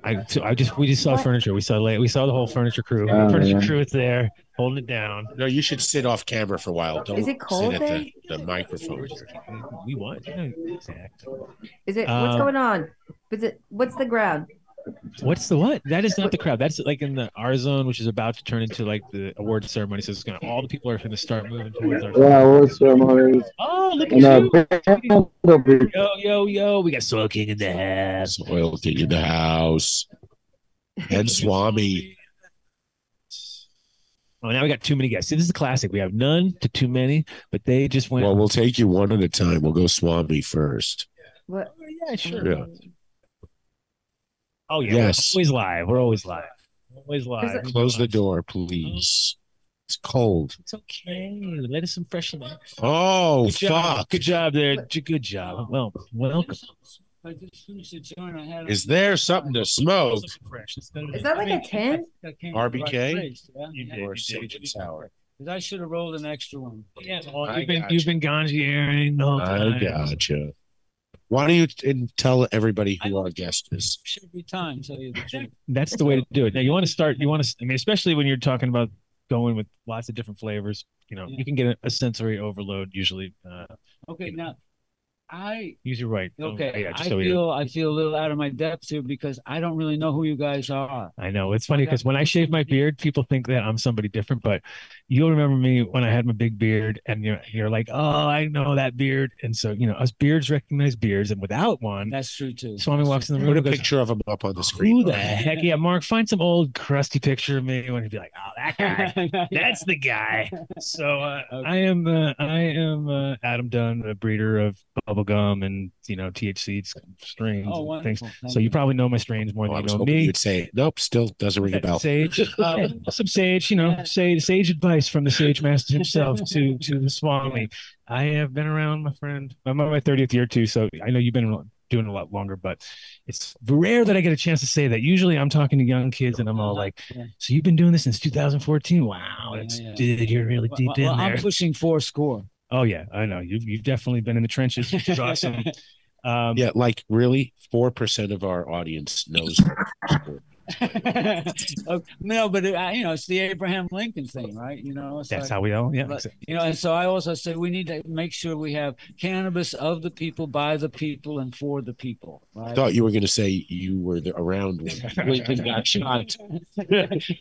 Speaker 5: I, so I just we just saw furniture. We saw late. We saw the whole furniture crew. The
Speaker 3: Oh,
Speaker 5: furniture
Speaker 3: yeah.
Speaker 5: crew is there, holding it down.
Speaker 1: No, you should sit off camera for a while. Don't
Speaker 10: Is it cold
Speaker 1: sit at the, the
Speaker 5: We're
Speaker 1: microphone.
Speaker 5: just keeping- We want you know, exactly.
Speaker 10: Is it what's
Speaker 5: Um,
Speaker 10: going on? Is it what's the ground?
Speaker 5: What's the what? That is not the crowd. That's like in the R zone, which is about to turn into like the award ceremony. So it's gonna all the people are gonna start moving towards our.
Speaker 3: Yeah, what's ceremonies?
Speaker 5: Oh, look at
Speaker 3: And uh,
Speaker 5: you!
Speaker 3: band will be
Speaker 5: Yo, yo, yo! We got Soil King in the house.
Speaker 1: That's oil king in the house. And Swami.
Speaker 5: Oh, now we got too many guests. See, this is a classic. We have none to too many, but they just went.
Speaker 1: Well, we'll take you one at a time. We'll go Swami first.
Speaker 10: What?
Speaker 5: yeah, sure.
Speaker 1: Yeah.
Speaker 5: Oh, yeah.
Speaker 1: Yes.
Speaker 5: We're always live. We're always live. Always live.
Speaker 1: Close the door, please. It's cold.
Speaker 5: It's okay. Let us some fresh air.
Speaker 1: Oh,
Speaker 5: Good job.
Speaker 1: fuck.
Speaker 5: Good job there. J- Good job. Well, welcome.
Speaker 1: Is there something to smoke?
Speaker 10: Is that like a tent?
Speaker 1: RBK?
Speaker 5: You did,
Speaker 1: Or
Speaker 5: you did,
Speaker 1: Sage
Speaker 5: you
Speaker 1: and
Speaker 5: did.
Speaker 1: Sour?
Speaker 8: I should have rolled an extra one.
Speaker 5: Yeah, well,
Speaker 1: I
Speaker 5: you've been
Speaker 1: gotcha.
Speaker 5: you've been ganjiering the whole time.
Speaker 1: I gotcha. Why don't you t- and tell everybody who our guest is?
Speaker 8: Should be time, tell you the truth.
Speaker 5: That's the way to do it. Now you want to start. You want to. I mean, especially when you're talking about going with lots of different flavors. You know, you can get a, a sensory overload usually. Uh,
Speaker 8: Okay, now I
Speaker 5: use your right. Oh,
Speaker 8: okay.
Speaker 5: yeah,
Speaker 8: I
Speaker 5: just so you-
Speaker 8: feel I feel a little out of my depth here because I don't really know who you guys are.
Speaker 5: I know it's funny because when I shave my beard, people think that I'm somebody different. But you'll remember me when I had my big beard, and you're you're like, oh, I know that beard. And so you know, us beards recognize beards, and without one,
Speaker 8: That's true too.
Speaker 5: Swami walks in the room
Speaker 1: Put a
Speaker 5: and goes,
Speaker 1: picture of him up on the
Speaker 5: Who
Speaker 1: screen.
Speaker 5: the heck? Yeah, Mark, find some old crusty picture of me and he'd be like, oh, that guy. That's
Speaker 8: That's
Speaker 5: the guy. So uh,
Speaker 8: Okay.
Speaker 5: I am uh, I am uh, Adam Dunn, a breeder of bubblegum and you know THC strains
Speaker 8: oh,
Speaker 5: and things.
Speaker 8: wonderful. Thank
Speaker 5: So you probably know my strains more
Speaker 1: Oh, I
Speaker 5: than
Speaker 1: was
Speaker 5: you know
Speaker 1: hoping
Speaker 5: me.
Speaker 1: you'd say, nope, still doesn't ring a bell.
Speaker 5: Sage,
Speaker 8: Uh,
Speaker 5: Yeah, some sage, you know, sage, sage advice from the sage master himself to to the Swami. I have been around, my friend. I'm on my thirtieth year too, so I know you've been doing a lot longer, but it's rare that I get a chance to say that. Usually, I'm talking to young kids, and I'm all like,
Speaker 8: Yeah.
Speaker 5: "So you've been doing this since 2014? Wow, that's,
Speaker 8: Yeah, yeah.
Speaker 5: dude, you're really
Speaker 8: Well,
Speaker 5: deep
Speaker 8: well,
Speaker 5: in there."
Speaker 8: I'm pushing four score.
Speaker 5: oh yeah, I know you've you've definitely been in the trenches, which is awesome. Um,
Speaker 1: Yeah, like really, four percent of our audience knows.
Speaker 8: Oh, no, but it, I- you know, it's the Abraham Lincoln thing, right? You know, it's
Speaker 5: that's
Speaker 8: like,
Speaker 5: how we all. Yeah,
Speaker 8: But-
Speaker 5: exactly.
Speaker 8: you know, and so I also say we need to make sure we have cannabis of the people, by the people, and for the people.
Speaker 1: I
Speaker 8: Right?
Speaker 1: thought you were going to say you were the, around when Lincoln got shot.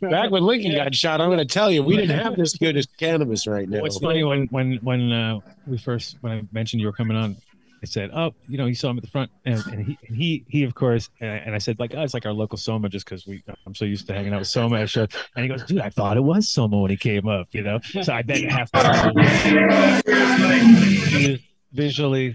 Speaker 1: Back when Lincoln got shot, I'm going to tell you, we didn't have this good as cannabis right now.
Speaker 5: What's funny when when when uh, we first when I mentioned you were coming on, I said, "Oh, you know, you saw him at the front," and, and he and he he of course, and I, and I said like, "Oh, it's like our local Soma," just because we I'm so used to hanging out with Soma at shows. And he goes, "Dude, I thought it was Soma when he came up," you know. So I bet half visually,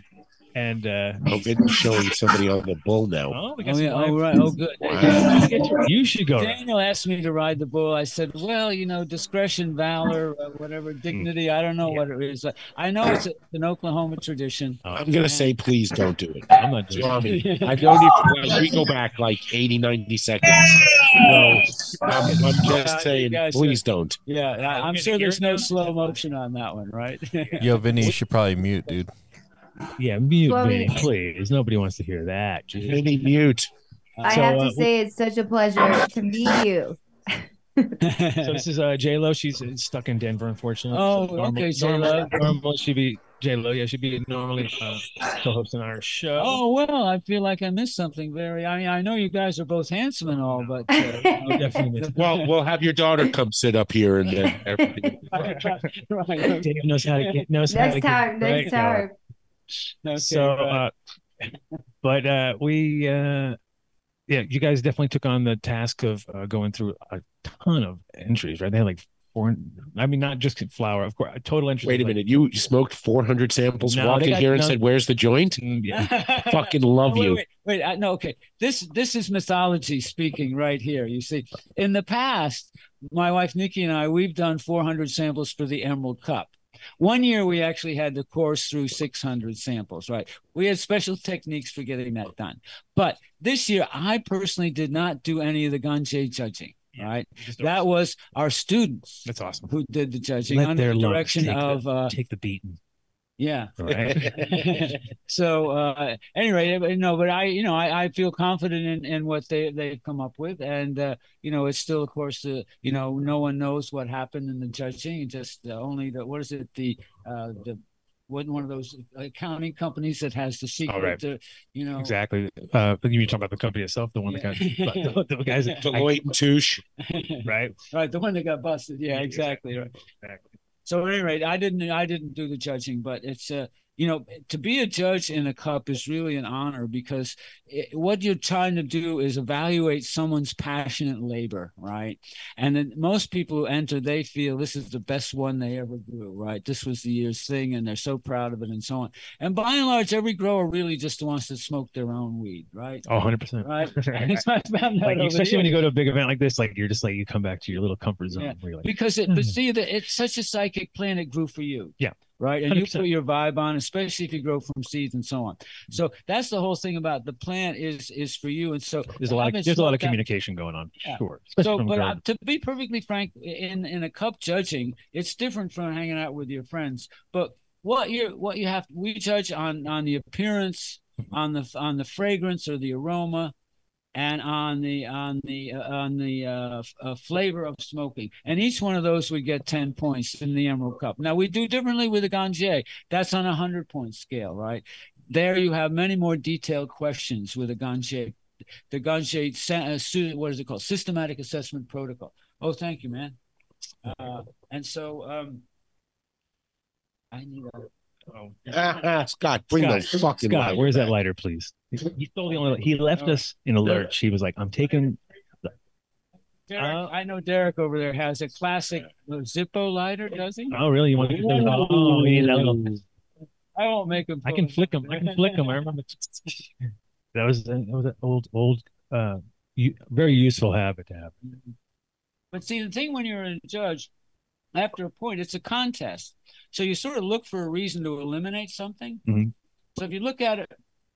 Speaker 5: and uh,
Speaker 1: Oh, Vin's showing somebody on the bull now.
Speaker 5: oh, we got
Speaker 8: Oh,
Speaker 5: some
Speaker 8: yeah. oh,
Speaker 5: live-
Speaker 8: right. Oh, good.
Speaker 1: Wow.
Speaker 5: You should go. Ryan.
Speaker 8: Daniel asked me to ride the bull. I said, "Well, you know, discretion, valor, uh, whatever
Speaker 1: Hmm.
Speaker 8: dignity. I don't know what it is. Uh, I know it's an Oklahoma tradition.
Speaker 1: I'm going to say, please don't do it.
Speaker 5: Oh, I'm not doing. it.
Speaker 1: Swami, I don't even, well, we go back like 80, 90 seconds. No, I'm, I'm just saying, please don't.
Speaker 8: Yeah, I, I'm sure there's no slow motion on that one, right?
Speaker 6: Yo, Vinny, you should probably mute, dude.
Speaker 5: Yeah, mute
Speaker 10: Swami.
Speaker 5: me, please. Nobody wants to hear that.
Speaker 1: Vinny, mute.
Speaker 10: I
Speaker 5: So,
Speaker 10: have
Speaker 5: uh,
Speaker 10: to say it's such a pleasure to meet you.
Speaker 5: So this is uh, J Lo. She's stuck in Denver, unfortunately.
Speaker 8: Oh,
Speaker 5: So normal-
Speaker 8: okay, uh,
Speaker 5: normal-
Speaker 8: J-Lo.
Speaker 5: normal, she'd be J Lo. Yeah, she'd be normally uh, co-hosting our show.
Speaker 8: Oh well, I feel like I missed something very. I mean, I know you guys are both handsome and all, but uh,
Speaker 5: Oh, definitely. miss-
Speaker 1: Well, we'll have your daughter come sit up here and then everything.
Speaker 8: right.
Speaker 5: Dave knows how to get knows how to
Speaker 10: Next
Speaker 5: get
Speaker 10: time, next
Speaker 5: right.
Speaker 10: time.
Speaker 8: Okay,
Speaker 5: so
Speaker 8: right.
Speaker 5: uh, but uh we uh yeah you guys definitely took on the task of uh, going through a ton of entries right they had like four i mean not just flour of course total entries
Speaker 1: Wait a
Speaker 5: was like-
Speaker 1: minute, you smoked 400 samples,
Speaker 5: No,
Speaker 1: walked
Speaker 5: they
Speaker 1: in
Speaker 5: got-
Speaker 1: here and
Speaker 5: no.
Speaker 1: said, "Where's the joint?"
Speaker 5: Mm, yeah.
Speaker 1: Fucking love
Speaker 8: Oh, wait,
Speaker 1: you.
Speaker 8: Wait, wait, I, no, okay. This this is mythology speaking right here. You see, in the past, my wife Nikki and I we've done 400 samples for the Emerald Cup. One year we actually had to course through 600 samples. Right, we had special techniques for getting that done. But this year, I personally did not do any of the Ganjay judging.
Speaker 5: Yeah.
Speaker 8: Right,
Speaker 5: Just-
Speaker 8: that was our students
Speaker 5: that's awesome
Speaker 8: who did the judging
Speaker 5: Let
Speaker 8: under
Speaker 5: their
Speaker 8: the
Speaker 5: lungs
Speaker 8: direction
Speaker 5: take the-
Speaker 8: of uh,
Speaker 5: take the beating
Speaker 8: yeah.
Speaker 5: all right
Speaker 8: so uh anyway you know but i you know i, I feel confident in, in what they they've come up with and uh you know it's still of course the you know no one knows what happened in the judging just the only the what is it the uh the wasn't one of those accounting companies that has the secret
Speaker 5: right.
Speaker 8: to, you know
Speaker 5: exactly uh you mean talking about the company itself the one that got
Speaker 8: Yeah.
Speaker 5: the, the guys that-
Speaker 1: Deloitte and Touche.
Speaker 5: right
Speaker 8: right the one that got busted yeah exactly right
Speaker 5: exactly
Speaker 8: So at any rate, I didn't I didn't do the judging, but it's uh, you know to be a judge in a cup is really an honor because it, what you're trying to do is evaluate someone's passionate labor, right? And then most people who enter, they feel this is the best one they ever grew, right? This was the year's thing, and they're so proud of it, and so on. And by and large, every grower really just wants to smoke their own weed, right?
Speaker 5: oh 100 percent
Speaker 8: Right. That's what I found out
Speaker 5: like
Speaker 8: over
Speaker 5: especially
Speaker 8: the
Speaker 5: when you go to a big event like this like you're just like you come back to your little comfort zone
Speaker 8: Yeah.
Speaker 5: where you're like,
Speaker 8: because it but
Speaker 5: Hmm.
Speaker 8: see that it's such a psychic plan it grew for you
Speaker 5: Yeah.
Speaker 8: right and you
Speaker 5: 100%.
Speaker 8: put your vibe on especially if you grow from seeds and so on
Speaker 5: Mm-hmm.
Speaker 8: so that's the whole thing about the plant is is for you and so
Speaker 5: there's a lot
Speaker 8: I've been
Speaker 5: of there's a lot of
Speaker 8: smoked out-
Speaker 5: communication going on
Speaker 8: Yeah.
Speaker 5: sure
Speaker 8: so
Speaker 5: Especially from
Speaker 8: but
Speaker 5: Garden.
Speaker 8: uh, to be perfectly frank in in a cup judging it's different from hanging out with your friends but what you what you have we judge on on the appearance
Speaker 5: Mm-hmm.
Speaker 8: on the on the fragrance or the aroma and on the on the uh, on the uh, f- uh, flavor of smoking and each one of those would get 10 points in the emerald cup now we do differently with the ganjay that's on a 100 point scale right there you have many more detailed questions with a ganjay the ganjay sa- uh, su- what is it called systematic assessment protocol oh thank you man uh, and so um i need a
Speaker 5: Oh,
Speaker 1: Scott, bring the
Speaker 5: Scott,
Speaker 1: fucking
Speaker 5: Scott,
Speaker 1: light.
Speaker 5: where's that lighter, please? He he stole the only.
Speaker 8: Oh.
Speaker 5: He left us in a lurch. He was like, "I'm taking."
Speaker 8: Derek,
Speaker 5: Uh,
Speaker 8: I know Derek over there has a classic uh, Zippo lighter, does he?
Speaker 5: Oh, really? You want? To- oh, we need that little-
Speaker 8: I won't make him.
Speaker 5: I
Speaker 8: pull
Speaker 5: can
Speaker 8: it.
Speaker 5: flick him. I can flick him. I remember. That was that was an old old uh u- very useful habit to have.
Speaker 8: But see, the thing when you're a judge, after a point, it's a contest. So you sort of look for a reason to eliminate something.
Speaker 5: Mhm.
Speaker 8: So if you look at it,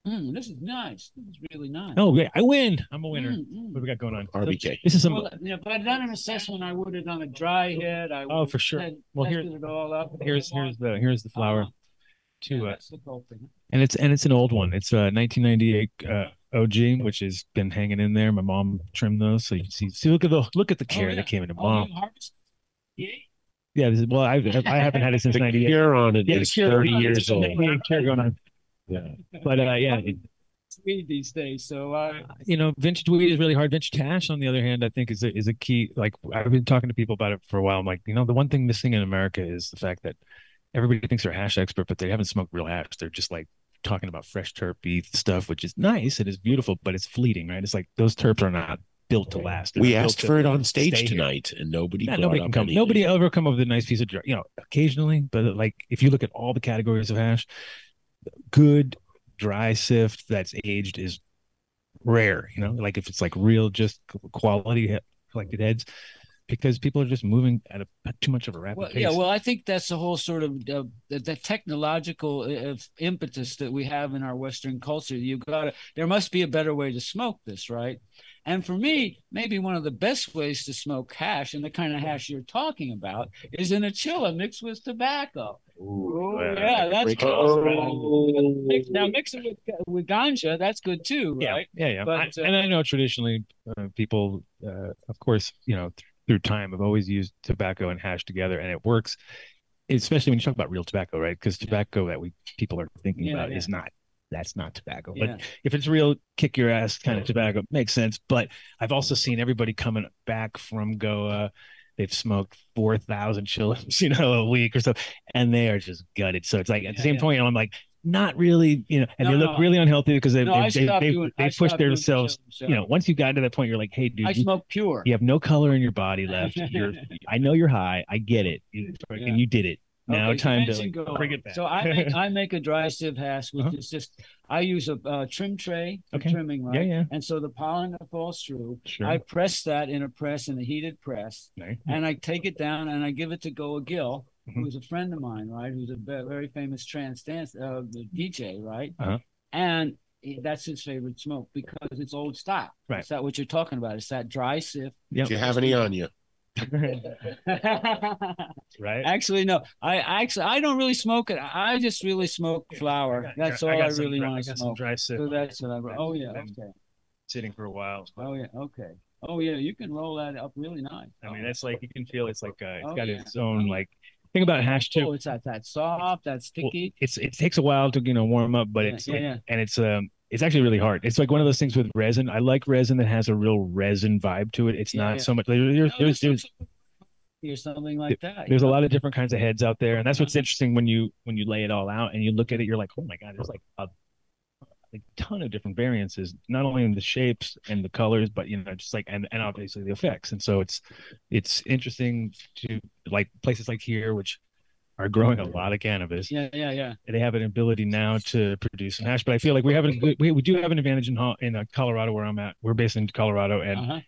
Speaker 8: "Hmm, this is nice. This is really nice.
Speaker 5: Oh, yeah, I win! I'm a winner.
Speaker 8: Hmm, hmm."
Speaker 5: What do we got going on?
Speaker 1: RBK.
Speaker 5: This is some.
Speaker 8: Well, you know, if I'd done an assessment, I would have done a dry head. I
Speaker 5: Oh,
Speaker 8: would
Speaker 5: for sure.
Speaker 8: have
Speaker 5: Well, here-
Speaker 8: tested it all up.
Speaker 5: Here's here's the here's the flower.
Speaker 8: Uh-huh. Yeah,
Speaker 5: To uh,
Speaker 8: that's the goal thing.
Speaker 5: and it's and it's an old one. It's a 1998 uh, OG, which has been hanging in there. My mom trimmed those, so you can see. See, look at the look at the care
Speaker 8: yeah.
Speaker 5: that came into
Speaker 8: Oh,
Speaker 5: mom.
Speaker 8: you harvest? Yeah.
Speaker 5: Yeah, this is, well, I I haven't had it since
Speaker 1: The
Speaker 5: 98.
Speaker 1: cure on it
Speaker 5: Yeah, the
Speaker 1: is
Speaker 5: cure.
Speaker 1: 30 years old.
Speaker 5: Yeah, care going on.
Speaker 1: Yeah.
Speaker 5: But uh, yeah, it-
Speaker 8: weed these days. So uh,
Speaker 5: you know, vintage weed is really hard. Vintage hash, on the other hand, I think is a, is a key. Like I've been talking to people about it for a while. I'm like, you know, the one thing missing in America is the fact that everybody thinks they're a hash expert, but they haven't smoked real hash. They're just like talking about fresh terp beef stuff, which is nice. It is beautiful, but it's fleeting, right? It's like those terps are not built to last. They're
Speaker 1: We
Speaker 5: not built
Speaker 1: asked
Speaker 5: to-
Speaker 1: for it on stage
Speaker 5: stay here.
Speaker 1: tonight, and nobody.
Speaker 5: yeah,
Speaker 1: brought
Speaker 5: nobody
Speaker 1: up
Speaker 5: can come.
Speaker 1: anything.
Speaker 5: Nobody ever come up with a nice piece of dry. You know, occasionally, but like if you look at all the categories of hash, good dry sift that's aged is rare. You know, like if it's like real, just quality he- collected heads, because people are just moving at a too much of a rapid
Speaker 8: well,
Speaker 5: pace.
Speaker 8: yeah, well, I think that's the whole sort of uh, the, the technological uh, uh, impetus that we have in our Western culture. You got to there must be a better way to smoke this, right? And for me, maybe one of the best ways to smoke hash and the kind of hash you're talking about is in a chilla mixed with tobacco. Oh, yeah, that's Mix- now mix it with with ganja. That's good too,
Speaker 5: yeah,
Speaker 8: right?
Speaker 5: yeah, yeah.
Speaker 8: But,
Speaker 5: I-
Speaker 8: uh,
Speaker 5: and I know traditionally uh, people, uh, of course, you know, th- through time, have always used tobacco and hash together, and it works. especially when you talk about real tobacco, right? Because tobacco that we people are thinking
Speaker 8: Yeah,
Speaker 5: about
Speaker 8: yeah.
Speaker 5: is not that's not tobacco.
Speaker 8: Yeah.
Speaker 5: But if it's real kick your ass kind of tobacco, makes sense. But I've also seen everybody coming back from Goa. They've smoked four thousand chillums, you know, a week or so, and they are just gutted. So it's like at the
Speaker 8: Yeah,
Speaker 5: same
Speaker 8: yeah.
Speaker 5: point, I'm like, not really, you know, and
Speaker 8: No,
Speaker 5: they look
Speaker 8: no.
Speaker 5: really unhealthy because they
Speaker 8: No, I
Speaker 5: they, they,
Speaker 8: stopped
Speaker 5: they,
Speaker 8: doing- I
Speaker 5: they push
Speaker 8: stopped doing
Speaker 5: themselves.
Speaker 8: chillums,
Speaker 5: You
Speaker 8: yeah.
Speaker 5: know, once you got to that point, you're like, hey, dude,
Speaker 8: I
Speaker 5: you,
Speaker 8: smoke pure.
Speaker 5: you have no color in your body left. You're, I know you're high. I get it. You,
Speaker 8: Yeah.
Speaker 5: And you did it. Now
Speaker 8: Okay, you
Speaker 5: time to
Speaker 8: mentioned
Speaker 5: like,
Speaker 8: Goa.
Speaker 5: bring it back.
Speaker 8: So I uh, make, I make a dry sieve hash, which
Speaker 5: Uh-huh.
Speaker 8: is just I use a uh, trim tray for
Speaker 5: Okay.
Speaker 8: trimming, right?
Speaker 5: yeah, yeah,
Speaker 8: And so the pollen that falls through,
Speaker 5: sure.
Speaker 8: I press that in a press in a heated press,
Speaker 5: Okay.
Speaker 8: and I take it down and I give it to Goa Gill,
Speaker 5: Mhm.
Speaker 8: who's a friend of mine, right? Who's a ve- very famous trance dance uh, the DJ, right?
Speaker 5: Uh-huh.
Speaker 8: And he- that's his favorite smoke because it's old stock.
Speaker 5: Right.
Speaker 8: Is that what you're talking about? It's that dry sieve.
Speaker 5: Yep.
Speaker 1: Do you have any on you?
Speaker 5: right.
Speaker 8: Actually, no. I actually I don't really smoke it. I I just really smoke flour. That's all I, really want to smoke.
Speaker 5: dry sip
Speaker 8: So that's what I brought. Oh yeah.
Speaker 5: I'm
Speaker 8: Okay.
Speaker 5: sitting for a while.
Speaker 8: Oh yeah. Okay. Oh yeah. You can roll that up really nice.
Speaker 5: I mean, that's like you can feel it's like uh, it's
Speaker 8: Oh,
Speaker 5: got
Speaker 8: yeah.
Speaker 5: its own like. Think about hash too.
Speaker 8: Oh, it's that that soft, that
Speaker 5: Well,
Speaker 8: sticky.
Speaker 5: it's it takes a while to you know warm up, but
Speaker 8: Yeah,
Speaker 5: it's
Speaker 8: yeah,
Speaker 5: it-
Speaker 8: yeah.
Speaker 5: and it's um it's actually really hard. It's like one of those things with resin. I like resin that has a real resin vibe to it. It's
Speaker 8: Yeah,
Speaker 5: not
Speaker 8: yeah.
Speaker 5: so much. there- There's
Speaker 8: Oh,
Speaker 5: there's
Speaker 8: this
Speaker 5: there's,
Speaker 8: looks like- or something like that.
Speaker 5: there's a lot of different kinds of heads out there, and that's what's interesting when you when you lay it all out and you look at it. You're like, oh my god, there's like a, a ton of different variances, not only in the shapes and the colors, but you know just like and and obviously the effects. And so it's it's interesting to like places like here, which are growing a lot of cannabis
Speaker 8: Yeah, yeah, yeah.
Speaker 5: they have an ability now to produce some hash. But I feel like we haven't we, we do have an advantage in Ho- in uh, Colorado where I'm at. We're based in Colorado, and
Speaker 8: Uh-huh.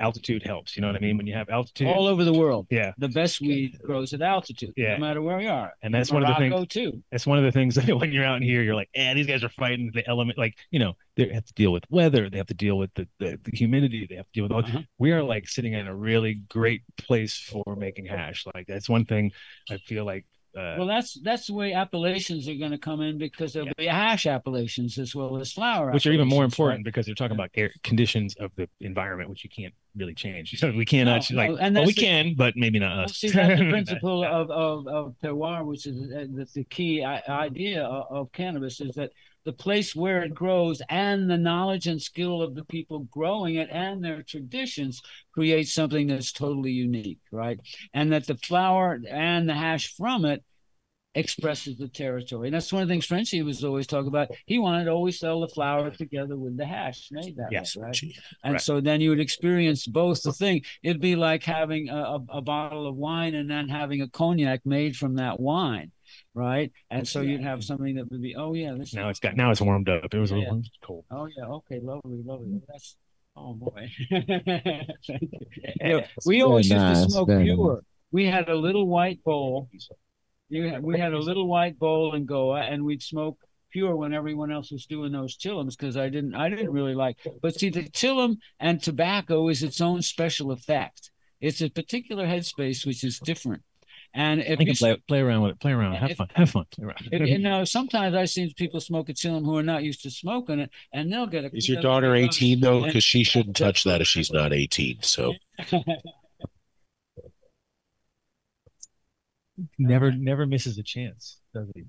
Speaker 5: altitude helps. You know what I mean? When you have altitude,
Speaker 8: All over the world,
Speaker 5: yeah,
Speaker 8: the best weed grows at altitude,
Speaker 5: Yeah.
Speaker 8: no matter where we are.
Speaker 5: and that's one of the
Speaker 8: Morocco
Speaker 5: things.
Speaker 8: too.
Speaker 5: That's one of the things that when you're out in here, you're like, eh, these guys are fighting the element. Like, you know, they have to deal with weather, they have to deal with the the, the humidity, they have to deal with all.
Speaker 8: Uh-huh.
Speaker 5: We are like sitting in a really great place for making hash. Like that's one thing I feel like. Uh,
Speaker 8: Well, that's that's the way appellations are going to come in because there'll be hash appellations as well as flower,
Speaker 5: which are even more
Speaker 8: appellations, right?
Speaker 5: important because they're talking about air conditions of the environment, which you can't really change. So we cannot
Speaker 8: No,
Speaker 5: like,
Speaker 8: no, and
Speaker 5: well, we
Speaker 8: that's the-
Speaker 5: can, but maybe not
Speaker 8: Well,
Speaker 5: us.
Speaker 8: see, that's the principle of, of, of terroir, which is uh, that's the key i- idea of, of cannabis is that the place where it grows and the knowledge and skill of the people growing it and their traditions create something that's totally unique, right? And that the flower and the hash from it expresses the territory. And that's one of the things Frenchie was always talking about. He wanted to always sell the flower together with the hash made that
Speaker 5: Yes,
Speaker 8: way, right?
Speaker 1: Gee.
Speaker 8: And
Speaker 5: Right.
Speaker 8: so then you would experience both the thing. It'd be like having a, a, a bottle of wine and then having a cognac made from that wine, right? And so you'd have something that would be, oh yeah, this
Speaker 5: now it's got now it's warmed up. It was
Speaker 8: Yeah.
Speaker 5: a little cold.
Speaker 8: oh yeah, okay, lovely, lovely. That's oh boy. Thank you. Yeah, Eh, we
Speaker 7: Very
Speaker 8: always used to
Speaker 7: nice,
Speaker 8: smoke
Speaker 7: very
Speaker 8: pure. We had a little white bowl. You had, we had a little white bowl in Goa, and we'd smoke pure when everyone else was doing those chillums because I didn't I didn't really like. But see, the chillum and tobacco is its own special effect. It's a particular headspace which is different. And
Speaker 5: I
Speaker 8: if
Speaker 5: think
Speaker 8: you
Speaker 5: you play, play around with it. Play around. Have
Speaker 8: If-
Speaker 5: fun. Have fun. Play around.
Speaker 8: and, and now sometimes I see people smoke a chillum who are not used to smoking it, and they'll get a.
Speaker 1: Is your daughter 18 though? Because she shouldn't
Speaker 8: Yeah.
Speaker 1: touch that if she's not 18. So
Speaker 5: never never misses a chance, does he?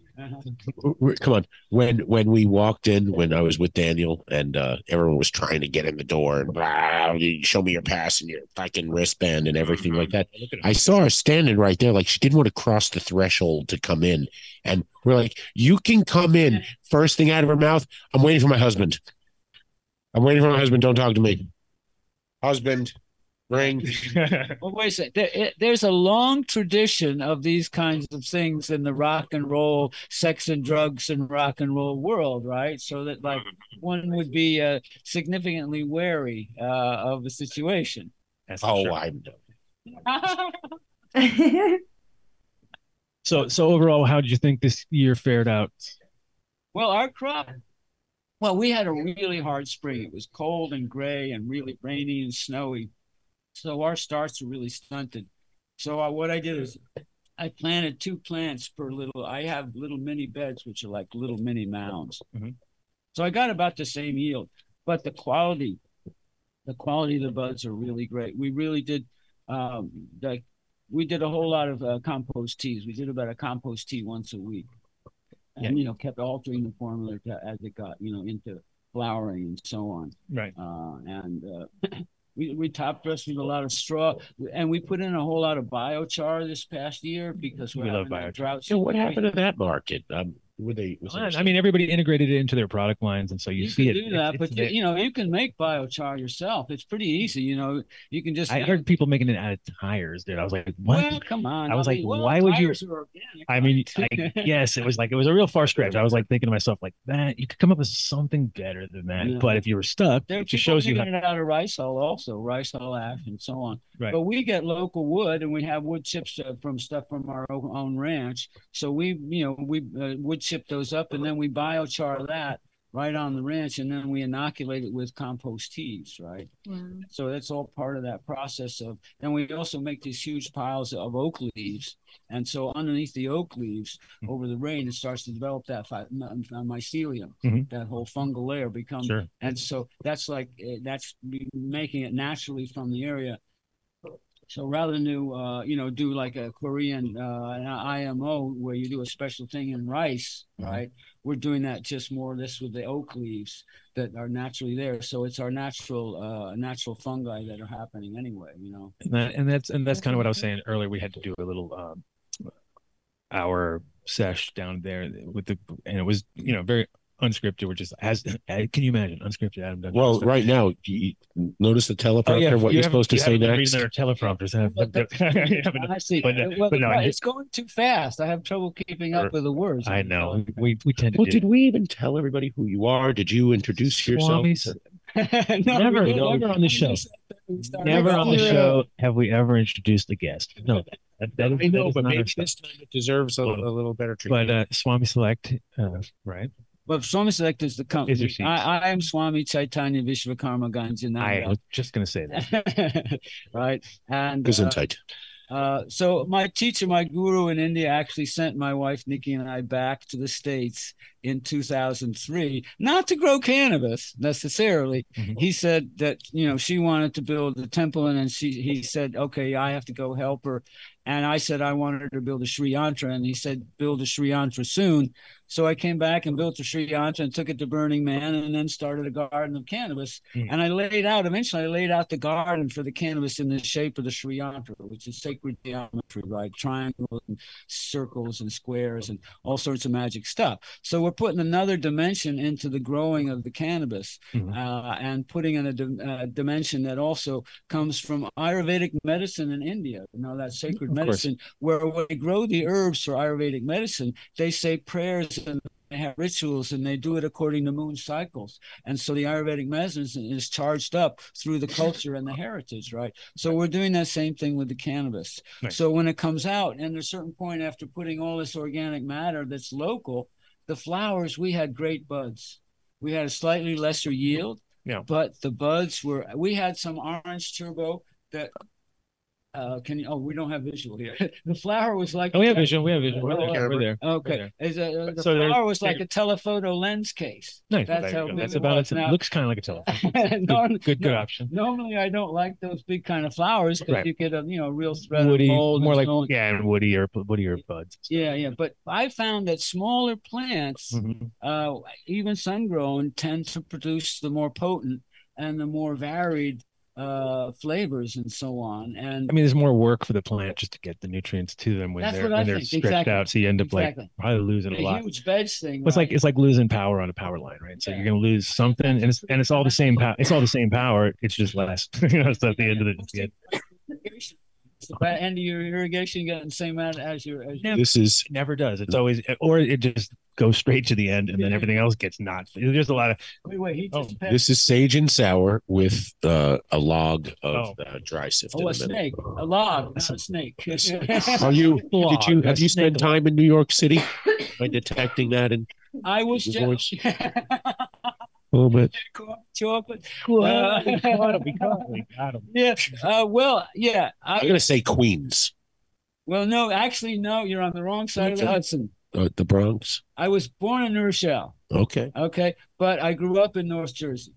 Speaker 1: We're- come on. When when we walked in, when I was with Daniel and uh, everyone was trying to get in the door and blah, you show me your pass and your fucking wristband and everything like that.
Speaker 5: Look at him.
Speaker 1: I saw her standing right there, like she didn't want to cross the threshold to come in. And we're like, you can come in. First thing out of her mouth, I'm waiting for my husband. I'm waiting for my husband. Don't talk to me. Husband, ring.
Speaker 8: Well, wait a second. There, it- there's a long tradition of these kinds of things in the rock and roll, sex and drugs and rock and roll world, right? So that like one would be uh, significantly wary uh, of a situation.
Speaker 5: That's for
Speaker 1: Oh,
Speaker 5: sure.
Speaker 1: I'm done.
Speaker 5: So so overall, how did you think this year fared out?
Speaker 8: Well, our crop. Well, we had a really hard spring. It was cold and gray and really rainy and snowy. So our starts were really stunted. So I, what I did is I planted two plants per little. I have little mini beds, which are like little mini mounds.
Speaker 5: Mhm.
Speaker 8: So I got about the same yield, but the quality, the quality of the buds are really great. We really did um, like we did a whole lot of uh, compost teas. We did about a compost tea once a week, and you know kept altering the formula to, as it got you know into flowering and so on.
Speaker 5: Right.
Speaker 8: Uh, and uh, we we top dressed with a lot of straw, and we put in a whole lot of biochar this past year because we're
Speaker 5: We love
Speaker 8: having
Speaker 5: biochar.
Speaker 8: that drought.
Speaker 1: So what happened to that market? Um, were they? Was
Speaker 5: Well, I mean, everybody integrated it into their product lines, and so you,
Speaker 8: You
Speaker 5: see
Speaker 8: can
Speaker 5: it.
Speaker 8: do that,
Speaker 5: It's
Speaker 8: but you,
Speaker 5: there.
Speaker 8: you know you can make biochar yourself. It's pretty easy. You know you can just.
Speaker 5: I heard people making it out of tires, dude. I was like, what?
Speaker 8: Well, come on.
Speaker 5: I was like,
Speaker 8: mean, well,
Speaker 5: why would you?
Speaker 8: tires are organic,
Speaker 5: I mean,
Speaker 8: right?
Speaker 5: I, yes, it was like it was a real far stretch. I was like thinking to myself, like that you could come up with something better than that.
Speaker 8: Yeah.
Speaker 5: But if you were stuck,
Speaker 8: There are
Speaker 5: it just
Speaker 8: people
Speaker 5: shows you. How,
Speaker 8: digging it out of rice hull also, rice hull ash and so on.
Speaker 5: Right.
Speaker 8: But we get local wood and we have wood chips uh, from stuff from our own, own ranch. So we, you know, we uh, wood chip those up and then we biochar that right on the ranch and then we inoculate it with compost teas, right? So that's all part of that process of, and we also make these huge piles of oak leaves. And so underneath the oak leaves,
Speaker 5: Mm-hmm.
Speaker 8: over the rain, it starts to develop that phy- my- mycelium,
Speaker 5: Mhm.
Speaker 8: that whole fungal layer becomes
Speaker 5: sure.
Speaker 8: and so that's like eh, that's be- making it naturally from the area. So rather than do uh, you know do like a Korean uh, an IMO where you do a special thing in rice,
Speaker 5: Mm-hmm.
Speaker 8: right? We're doing that just more this with the oak leaves that are naturally there. So it's our natural uh, natural fungi that are happening anyway. You know.
Speaker 5: And, that, and that's and that's kind of what I was saying earlier. We had to do a little um, hour sesh down there with the, and it was you know very unscripted. We're just as can you imagine unscripted Adam Dunn.
Speaker 1: Well,
Speaker 5: stuff.
Speaker 1: right now, you, you notice the teleprompter
Speaker 5: Oh, yeah,
Speaker 1: of what
Speaker 5: you
Speaker 1: you're
Speaker 5: haven't-
Speaker 1: supposed to
Speaker 5: you
Speaker 1: say
Speaker 5: haven't been
Speaker 1: next.
Speaker 5: Reading our teleprompters. I haven't- I haven't-
Speaker 8: I see. eh,
Speaker 5: but, uh,
Speaker 8: well,
Speaker 5: but no, I-
Speaker 8: it's going too fast. I have trouble keeping up with the words.
Speaker 5: I know we we tend to
Speaker 1: Well,
Speaker 5: do
Speaker 1: did we even tell everybody who you are? Did you introduce yourself?
Speaker 5: Swamis.
Speaker 8: no,
Speaker 5: Never,
Speaker 8: we don't.
Speaker 5: never on the show.
Speaker 8: We start-
Speaker 5: Never on the
Speaker 10: do it.
Speaker 5: show have we ever introduced a guest. No, that, that, that
Speaker 1: I
Speaker 5: is-
Speaker 1: know,
Speaker 5: that is
Speaker 1: but
Speaker 5: not our
Speaker 1: maybe
Speaker 5: show.
Speaker 1: this time it deserves a, a little better treatment.
Speaker 5: But uh, Swami Select, uh, right?
Speaker 8: Well, Swami Select is the
Speaker 5: Is your
Speaker 8: company.
Speaker 5: seats.
Speaker 8: I, I am Swami Chaitanya Vishwakarma
Speaker 5: I
Speaker 8: Ganjananda.
Speaker 5: was just gonna say that.
Speaker 8: right. And uh,
Speaker 1: Gesundheit.
Speaker 8: uh, so my teacher, my guru in India, actually sent my wife Nikki and I back to the states in 2003, not to grow cannabis necessarily.
Speaker 5: Mhm.
Speaker 8: He said that you know she wanted to build the temple, and then she he said, okay, I have to go help her, and I said I wanted her to build a Sri Yantra, and he said build a Sri Yantra soon. So I came back and built the Sri Yantra and took it to Burning Man, and then started a garden of cannabis.
Speaker 5: Mhm.
Speaker 8: And I laid out eventually I laid out the garden for the cannabis in the shape of the Sri Yantra, which is sacred geometry, right? Triangles and circles and squares and all sorts of magic stuff. So we're putting another dimension into the growing of the cannabis
Speaker 5: Mhm.
Speaker 8: uh, and putting in a dim- uh, dimension that also comes from Ayurvedic medicine in India. You know, that sacred
Speaker 5: Of course.
Speaker 8: medicine where when they grow the herbs for Ayurvedic medicine, they say prayers and they have rituals and they do it according to moon cycles. And so the Ayurvedic medicine is charged up through the culture and the heritage, right? So we're doing that same thing with the cannabis.
Speaker 5: Right.
Speaker 8: So when it comes out, and at a certain point after putting all this organic matter that's local, the flowers we had great buds. We had a slightly lesser yield,
Speaker 5: Yeah.
Speaker 8: but the buds were. We had some orange turbo that. Uh, can you? Oh, we don't have visual here. the flower was like.
Speaker 5: Oh, we have vision. We have vision. We're there. We're there.
Speaker 8: Okay, Is a- the
Speaker 5: So there's-
Speaker 8: flower was like
Speaker 5: there-
Speaker 8: a telephoto lens case.
Speaker 5: Nice.
Speaker 8: That's
Speaker 5: That's,
Speaker 8: how big
Speaker 5: That's
Speaker 8: it
Speaker 5: about
Speaker 8: was.
Speaker 5: it.
Speaker 8: Now-
Speaker 5: It looks kind of like a telephone.
Speaker 8: No,
Speaker 5: Good, good, good
Speaker 8: no,
Speaker 5: option.
Speaker 8: Normally, I don't like those big kind of flowers because
Speaker 5: Right.
Speaker 8: you get a you know real thread
Speaker 5: Woody,
Speaker 8: of mold.
Speaker 5: more
Speaker 8: and
Speaker 5: like
Speaker 8: so on.
Speaker 5: yeah, and Woody or Woody or buds.
Speaker 8: Yeah, yeah, but I found that smaller plants,
Speaker 5: Mhm.
Speaker 8: uh, even sun grown, tend to produce the more potent and the more varied uh, flavors and so on. And
Speaker 5: I mean, there's more work for the plant just to get the nutrients to them when
Speaker 8: That's
Speaker 5: they're
Speaker 8: what I
Speaker 5: when they're
Speaker 8: think.
Speaker 5: stretched
Speaker 8: Exactly.
Speaker 5: out. So you end up like
Speaker 8: exactly,
Speaker 5: probably losing a
Speaker 8: the
Speaker 5: lot.
Speaker 8: huge veg thing.
Speaker 5: It's like
Speaker 8: right?
Speaker 5: it's like losing power on a power line, right? So
Speaker 8: Yeah.
Speaker 5: you're gonna lose something, and it's and it's all the same power. It's all the same power. It's just less. you know, it's at the end of the, the end.
Speaker 8: Irrigation. It's the bad end of your irrigation getting the same amount as your. As your
Speaker 1: This is
Speaker 5: It never does. It's always eh, or it just goes straight to the end, and then everything else gets not. There's a lot of
Speaker 8: wait, wait, he
Speaker 5: Oh,
Speaker 8: just passed.
Speaker 1: this is sage and sour with uh, a log of
Speaker 5: Oh.
Speaker 1: uh, dry sift. in
Speaker 8: Oh, a
Speaker 1: the middle.
Speaker 8: snake, a log, not a snake.
Speaker 1: Are you?
Speaker 5: Log,
Speaker 1: Did you
Speaker 5: a
Speaker 1: have you
Speaker 5: snake
Speaker 1: spent time in New York City by detecting that in
Speaker 8: I was
Speaker 1: Your
Speaker 8: just.
Speaker 1: a little bit?
Speaker 8: Chocolate.
Speaker 5: Well,
Speaker 8: we caught him, we Yeah. Uh, well, yeah.
Speaker 1: I'm
Speaker 8: I,
Speaker 1: gonna say Queens,
Speaker 8: well, no, actually, no. You're on the wrong side of the
Speaker 1: Okay.
Speaker 8: Hudson.
Speaker 1: uh, the Bronx.
Speaker 8: I was born in New Rochelle,
Speaker 1: Okay,
Speaker 8: okay, but I grew up in North Jersey.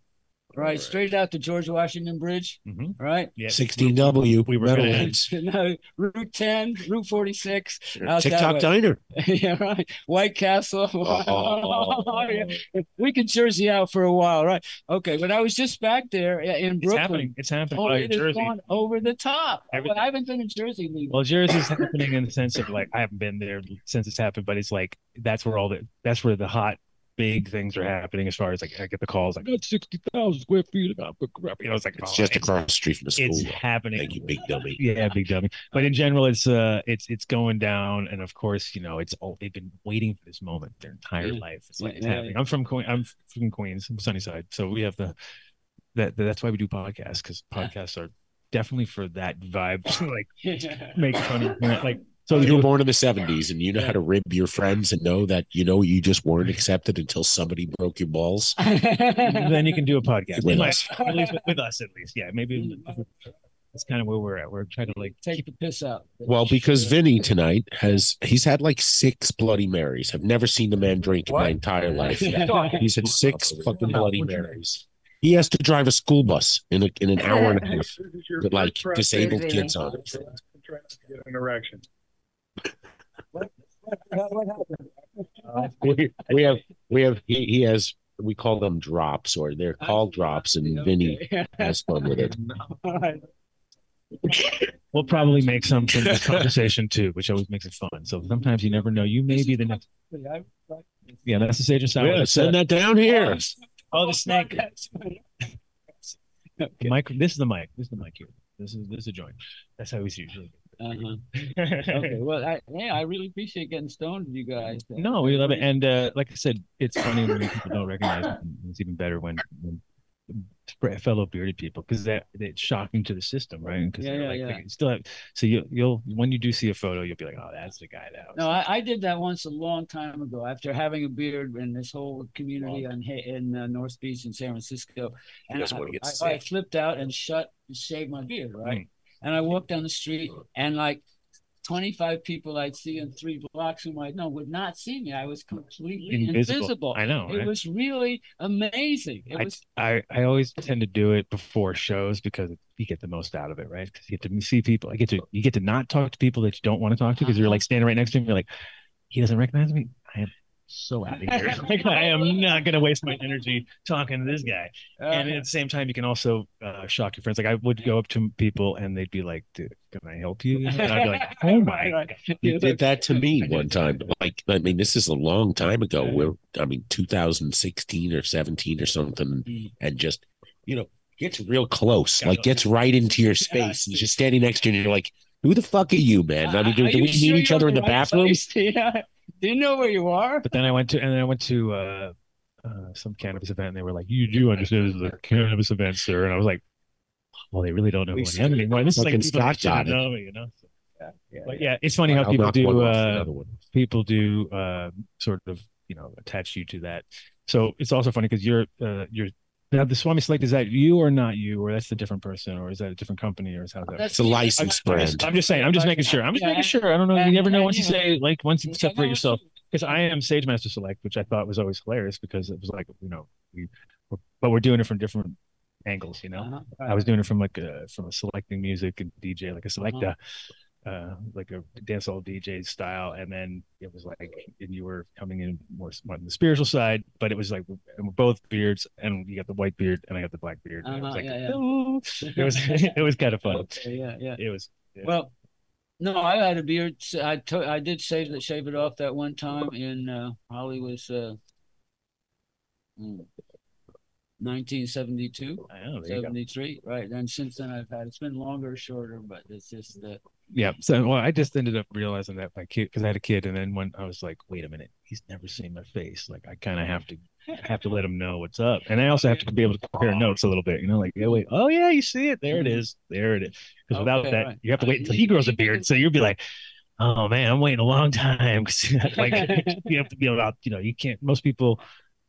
Speaker 8: All right, straight out to George Washington Bridge.
Speaker 5: Mhm.
Speaker 8: All right.
Speaker 5: Yeah.
Speaker 1: 16W.
Speaker 5: We were gonna
Speaker 1: Meadowlands.
Speaker 8: No, Route 10, Route 46. out that
Speaker 1: TikTok
Speaker 8: way.
Speaker 1: Diner.
Speaker 8: yeah, right. White Castle. Yeah. We could Jersey out for a while, right? Okay. When I was just back there i- in
Speaker 5: It's
Speaker 8: Brooklyn,
Speaker 5: happening. It's happening.
Speaker 8: oh,
Speaker 5: Oh,
Speaker 8: it has
Speaker 5: Jersey.
Speaker 8: gone over the top.
Speaker 5: Everything.
Speaker 8: Well, I haven't been in Jersey League.
Speaker 5: Well, Jersey's happening in the sense of like I haven't been there since it's happened, but it's like that's where all the that's where the hot big things are happening. As far as like I get the calls like it's sixty thousand square feet of upper crap. You know, it's like
Speaker 1: It's
Speaker 5: oh,
Speaker 1: just
Speaker 5: it's,
Speaker 1: across the street from the school.
Speaker 5: it's happening.
Speaker 1: Thank you, big dummy.
Speaker 5: Yeah, big dummy. But in general, it's uh, it's it's going down, and of course, you know, it's all they've been waiting for this moment their entire
Speaker 8: Mm. Yeah.
Speaker 5: life. It's like it's
Speaker 8: Yeah.
Speaker 5: happening. I'm from Queen, I'm from Queens, I'm Sunnyside, so we have the that that's why we do podcasts because podcasts are definitely for that vibe, like make fun of like. So
Speaker 1: If
Speaker 5: the
Speaker 1: you were born in the 70s and you know how to rib your friends and know that you know you just weren't accepted until somebody broke your balls.
Speaker 5: then you can do a podcast
Speaker 1: With
Speaker 5: In my-
Speaker 1: us.
Speaker 5: at least with, with us at least yeah maybe
Speaker 8: Mm.
Speaker 5: that's kind of where we're at we're trying to like
Speaker 8: Take the piss out.
Speaker 1: Well, because Vinny tonight has he's had like six Bloody Marys. I've never seen the man drink in my entire life. He's had six fucking Bloody Marys. He has to drive a school bus in a, in an hour and a half with like disabled kids on it.
Speaker 8: what happened?
Speaker 1: We, we have we have he, he has we call them drops or they're called Uh, drops and Vinny
Speaker 8: Okay.
Speaker 1: has fun with it.
Speaker 8: All right.
Speaker 5: we'll probably make some from this conversation too which always makes it fun so sometimes you never know you may be the next
Speaker 8: I-
Speaker 5: yeah that's the sage and sour
Speaker 1: Yeah,
Speaker 5: That's,
Speaker 1: send
Speaker 5: uh,
Speaker 1: that down here.
Speaker 5: oh the snake the mic this is the mic this is the mic here this is this is a joint that's how we usually
Speaker 8: Uh-huh. Okay. Well, I, yeah, I really appreciate getting stoned with you guys.
Speaker 5: No, we love it, and uh, like I said, it's funny when people don't recognize. It. It's even better when, when sp- fellow bearded people, because that it's shocking to the system, right? Because
Speaker 8: Yeah,
Speaker 5: they're
Speaker 8: yeah,
Speaker 5: like,
Speaker 8: yeah.
Speaker 5: they still have. So you, you'll when you do see a photo, you'll be like, oh, that's the guy that. Was.
Speaker 8: No, I, I did that once a long time ago after having a beard in this whole community on Ha- in uh, North Beach in San Francisco. And
Speaker 1: doesn't
Speaker 8: I,
Speaker 1: wanna get
Speaker 8: I-
Speaker 1: sick.
Speaker 8: I flipped out and shut and shaved my beard, right? And I walked down the street and like 25 people I'd see in three blocks who might know would not see me. I was completely
Speaker 5: Invisible.
Speaker 8: invisible.
Speaker 5: I know,
Speaker 8: It
Speaker 5: right?
Speaker 8: was really amazing. It was
Speaker 5: I, I always tend to do it before shows because you get the most out of it, right? Because you get to see people. I get to you get to not talk to people that you don't want to talk to because you're like standing right next to him. You're like, he doesn't recognize me. I am so out of here. like I am not gonna waste my energy talking to this guy.
Speaker 8: uh,
Speaker 5: And
Speaker 8: Uh-huh.
Speaker 5: at the same time, you can also uh, shock your friends. Like I would go up to people and they'd be like, "Dude, can I help you?" And I'd be like, "Oh my
Speaker 8: Right,
Speaker 5: god!"
Speaker 8: right.
Speaker 1: You did that to me one time. Like, I mean, this is a long time ago. We're, I mean, 2016 or 17 or something, and just, you know, gets Mm. real close, like gets right into your space. And just standing next to you, and you're like, who the fuck are you, man? I mean, do,
Speaker 8: Are
Speaker 1: do
Speaker 8: you
Speaker 1: we
Speaker 8: sure
Speaker 1: meet each
Speaker 8: you're
Speaker 1: other in the
Speaker 8: right
Speaker 1: bathroom?
Speaker 8: place? Yeah. Do you know where you are?
Speaker 5: But then I went to and then I went to uh, uh, some cannabis event and they were like, "You do understand this is a cannabis event, sir?" And I was like, "Well, they really don't know
Speaker 1: We
Speaker 5: who I am anymore. This is like
Speaker 1: fucking
Speaker 5: people that
Speaker 1: Scott got
Speaker 5: shouldn't
Speaker 1: it.
Speaker 5: know me, you know." So, but yeah, it's funny how
Speaker 1: I'll
Speaker 5: people
Speaker 1: knock one
Speaker 5: do
Speaker 1: off
Speaker 5: uh,
Speaker 1: another one.
Speaker 5: people do uh, sort of you know attach you to that. So it's also funny because you're uh, you're now the Swami Select is that you or not you or that's a different person or is that a different company or is how that.
Speaker 8: That's
Speaker 1: It's a license
Speaker 5: I'm
Speaker 1: brand.
Speaker 5: just, I'm just saying. I'm just making sure. I'm just
Speaker 8: Yeah,
Speaker 5: making sure. I don't know. You never know
Speaker 8: and-
Speaker 5: once you
Speaker 8: and, you
Speaker 5: say like once you
Speaker 8: Yeah,
Speaker 5: separate
Speaker 8: no,
Speaker 5: yourself because I am Sage Master Select, which I thought was always hilarious because it was like you know we, we're, but we're doing it from different angles. You know,
Speaker 8: Uh-huh.
Speaker 5: I was doing it from like a, from a selecting music and DJ, like a selecta,
Speaker 8: Uh-huh.
Speaker 5: uh, like a dancehall DJ style, and then it was like and you were coming in more s- on the spiritual side, but it was like and we're both beards, and you got the white beard and I got the black beard. and it was
Speaker 8: Uh-huh,
Speaker 5: like,
Speaker 8: yeah, yeah.
Speaker 5: "Ooh." it was it was kind of fun.
Speaker 8: Okay, yeah, yeah.
Speaker 5: It was Yeah.
Speaker 8: Well, no, I had a beard. s- I took, I did shave it, shave it off that one time in uh, Holly was uh, mm, 1972,
Speaker 5: I don't know, Oh, there you go.
Speaker 8: 73, right? And since then, I've had it's been longer, or shorter, but it's just that.
Speaker 5: Yeah. So, well, I just ended up realizing that my kid, because I had a kid, and then when I was like, wait a minute, he's never seen my face. Like, I kind of have to have to let him know what's up, and I also have to be able to compare notes a little bit. You know, like, yeah, wait, oh yeah, you see it? There it is. There it is. Because without
Speaker 8: Mm-hmm. Okay,
Speaker 5: that,
Speaker 8: right.
Speaker 5: you have to wait until he grows a beard. So you'll be like, oh man, I'm waiting a long time. 'Cause, like, you have to be about, you know, you can't. Most people,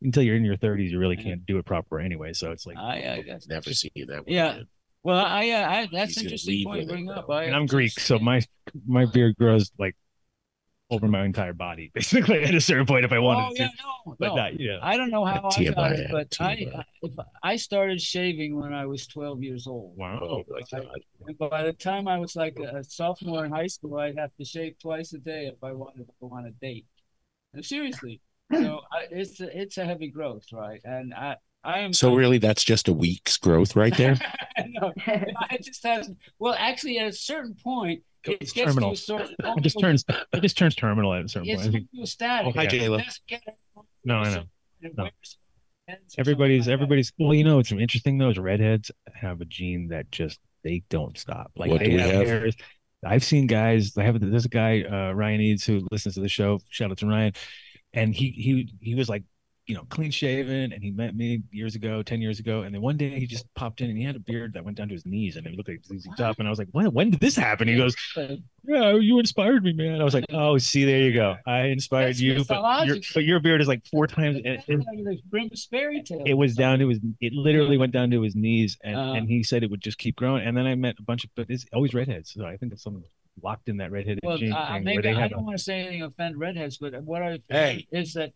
Speaker 5: until you're in your 30s, you
Speaker 8: Mm-hmm.
Speaker 5: really can't do it proper anyway. So it's like.
Speaker 8: I, I guess.
Speaker 1: Never seen you that way.
Speaker 8: Yeah.
Speaker 1: man.
Speaker 8: Well, I, uh, I that's
Speaker 1: He's gonna
Speaker 8: interesting
Speaker 1: leave
Speaker 8: point you
Speaker 1: with it,
Speaker 8: bring up.
Speaker 1: though.
Speaker 8: I,
Speaker 5: and I'm Greek, so my my beard grows like over my entire body, basically, at a certain point if I wanted
Speaker 8: Oh, yeah,
Speaker 5: to.
Speaker 8: no,
Speaker 5: But
Speaker 8: no.
Speaker 5: not, you know.
Speaker 8: I don't know how I
Speaker 5: TMI,
Speaker 8: got it,
Speaker 5: yeah,
Speaker 8: but I,
Speaker 5: TMI.
Speaker 8: I- if I started shaving when I was 12 years old.
Speaker 5: Wow. oh.
Speaker 8: And by the time I was like a sophomore in high school, I'd have to shave twice a day if I wanted to go on a date. No, seriously. So I, it's a, it's a heavy growth, right? And I I am
Speaker 1: So really, that's just a week's growth right there.
Speaker 8: no, I just hasn't. Well, actually, at a certain point, it gets to
Speaker 5: terminal.
Speaker 8: a sort.
Speaker 5: It just turns it just turns terminal at a certain
Speaker 8: It's
Speaker 5: point. I think-
Speaker 8: homeostatic. static.
Speaker 5: Oh, hi, Jayla. No, I know. No. Everybody's everybody's well, you know, it's interesting though, is redheads have a gene that just they don't stop. Like
Speaker 1: What
Speaker 5: they
Speaker 1: do we
Speaker 5: have,
Speaker 1: have?
Speaker 5: hairs. I've seen guys, I have this guy, uh, Ryan Eads, who listens to the show. Shout out to Ryan. And he he he was like, you know, clean shaven and he met me years ago, 10 years ago. And then one day he just popped in and he had a beard that went down to his knees and it looked like ZZ Top. And I was like, when, when did this happen? He goes, Yeah, you inspired me, man. I was like, Oh, see, there you go. I inspired
Speaker 8: That's
Speaker 5: you, but your,
Speaker 8: mythological.
Speaker 5: but your beard is like four times. and- and-
Speaker 8: Grimm's fairy tale.
Speaker 5: it was down to his it literally went down to his knees and,
Speaker 8: Uh-huh.
Speaker 5: and he said it would just keep growing and then i met a bunch of but it's always redheads so i think it's something locked in that redheaded
Speaker 8: Well,
Speaker 5: gene
Speaker 8: I, I-
Speaker 5: thing where
Speaker 8: maybe
Speaker 5: they
Speaker 8: I
Speaker 5: have a-
Speaker 8: don't want to say anything to offend redheads, but what I
Speaker 5: Hey.
Speaker 8: is that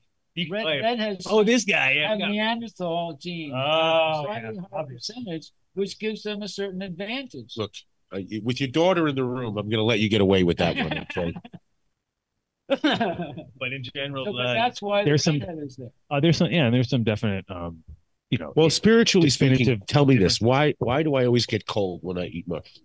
Speaker 8: red,
Speaker 5: claim.
Speaker 8: redheads
Speaker 5: oh this guy yeah,
Speaker 8: have
Speaker 5: yeah.
Speaker 8: Neanderthal gene,
Speaker 5: Oh,
Speaker 8: slightly
Speaker 5: yeah,
Speaker 8: higher percentage, which gives them a certain advantage.
Speaker 1: Look, Uh, with your daughter in the room, I'm going to let you get away with that one. Okay.
Speaker 8: So,
Speaker 5: but in general
Speaker 8: but
Speaker 5: uh,
Speaker 8: that's why
Speaker 5: there's
Speaker 8: the
Speaker 5: some-
Speaker 8: redhead is there.
Speaker 5: uh, there's some yeah and there's some definite um you know
Speaker 1: Well, spiritually speaking,
Speaker 5: Definitive
Speaker 1: tell me this: why why do I always get cold when I eat mushrooms?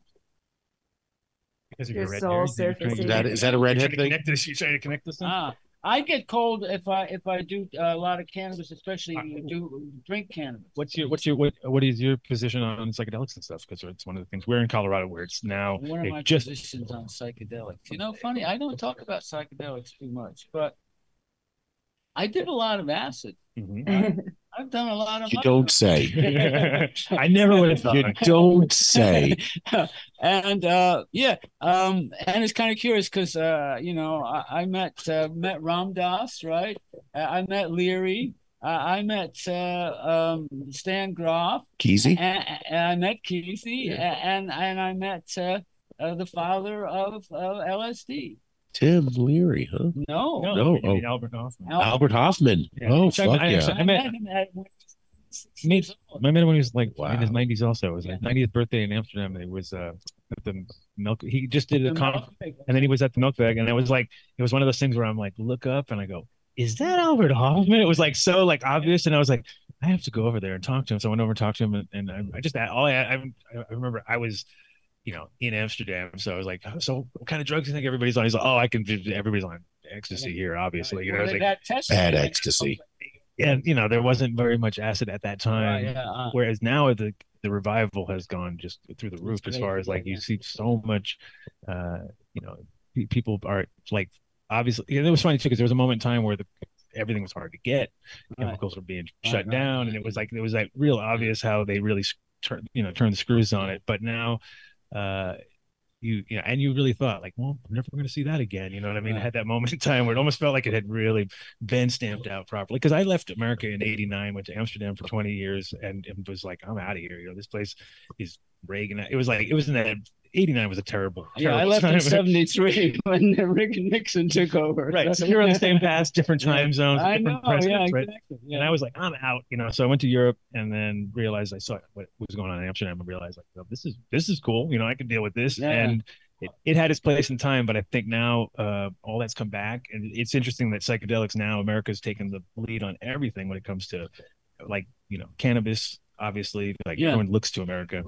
Speaker 5: because of
Speaker 10: Your
Speaker 5: your red
Speaker 10: soul
Speaker 5: hair, you're trying to-
Speaker 1: Is that is that a
Speaker 5: you're trying
Speaker 1: redhead
Speaker 5: to
Speaker 1: thing?
Speaker 5: connect this you trying to connect this thing?
Speaker 8: Ah, I get cold if I if I do uh, a lot of cannabis, especially when you
Speaker 5: Uh,
Speaker 8: do drink cannabis.
Speaker 5: What's your what's your what what is your position on psychedelics and stuff? Because it's one of the things we're in Colorado where it's now
Speaker 8: One of
Speaker 5: it
Speaker 8: my
Speaker 5: just
Speaker 8: positions on psychedelics. You know, funny, I don't talk about psychedelics too much, but I did a lot of acid.
Speaker 5: Mhm.
Speaker 8: I've done a lot of.
Speaker 1: You don't say.
Speaker 5: I never would have thought
Speaker 1: You don't say.
Speaker 8: and uh, yeah, um, and it's kind of curious because uh, you know I, I met uh, met Ram Dass, right? Uh, I met Leary. Uh, I met uh, um, Stan Groff,
Speaker 1: Keezy?
Speaker 8: and, and I met Kesey, a- and and I met uh, uh, the father of uh, LSD.
Speaker 1: Tim Leary, huh?
Speaker 8: No,
Speaker 1: No,
Speaker 5: you
Speaker 1: oh.
Speaker 5: mean Albert Hoffman.
Speaker 8: Al-
Speaker 1: Albert Hoffman.
Speaker 5: Yeah.
Speaker 1: Oh,
Speaker 5: Which I-
Speaker 1: fuck
Speaker 5: I
Speaker 1: yeah.
Speaker 5: actually-
Speaker 8: I met him at when he was six
Speaker 5: Me-
Speaker 8: years old.
Speaker 5: My man when he was like
Speaker 1: Wow.
Speaker 5: in his nineties also. It was his
Speaker 8: Yeah.
Speaker 5: ninetieth birthday in Amsterdam. It was uh at the milk he just did a
Speaker 8: The
Speaker 5: con
Speaker 8: milk bag.
Speaker 5: and then he was at the milk bag and I was like it was one of those things where I'm like, look up and I go, Is that Albert Hoffman? It was like so like obvious and I was like, I have to go over there and talk to him. So I went over and talked to him and, and I, I just all I, I I remember I was you know, in Amsterdam. So I was like, "Oh, so what kind of drugs do you think everybody's on? He's like, oh, I can, everybody's on ecstasy here, obviously. You know, I
Speaker 8: Well,
Speaker 5: was
Speaker 8: they
Speaker 5: like,
Speaker 8: got tested.
Speaker 1: Bad ecstasy.
Speaker 5: and you know, there wasn't very much acid at that
Speaker 8: Yeah,
Speaker 5: time.
Speaker 8: yeah, uh,
Speaker 5: Whereas now the the revival has gone just through the roof as
Speaker 8: crazy,
Speaker 5: far as like
Speaker 8: yeah.
Speaker 5: you see so much, uh, you know, pe- people are like obviously. And it was funny too because there was a moment in time where the everything was hard to get,
Speaker 8: Right.
Speaker 5: chemicals were being
Speaker 8: Right,
Speaker 5: shut
Speaker 8: right,
Speaker 5: down, and it was like it was like real obvious how they really s- turn you know turn the screws on it. But now, uh, you you know, and you really thought like, well, I'm never going to see that again. You know what I mean? I
Speaker 8: Right.
Speaker 5: had that moment in time where it almost felt like it had really been stamped out properly because I left America in '89, went to Amsterdam for 20 years, and, and was like, I'm out of here. You know, this place is Reagan. It was like it was in that '89 was a terrible.
Speaker 8: yeah, I
Speaker 5: terrible
Speaker 8: left in
Speaker 5: time.
Speaker 8: '73 when Reagan Nixon took over.
Speaker 5: Right, so we were on the same path, different time zones,
Speaker 8: I
Speaker 5: different
Speaker 8: know. Yeah,
Speaker 5: presidents, right?
Speaker 8: exactly. Yeah.
Speaker 5: And I was like, I'm out, you know. So I went to Europe and then realized I saw what was going on in Amsterdam and realized like, well, this is this is cool, you know, I can deal with this.
Speaker 8: Yeah.
Speaker 5: And it, it had its place in time, but I think now uh, all that's come back, and it's interesting that psychedelics now America's taken the lead on everything when it comes to like you know cannabis. Obviously, like
Speaker 8: Yeah.
Speaker 5: everyone looks to America.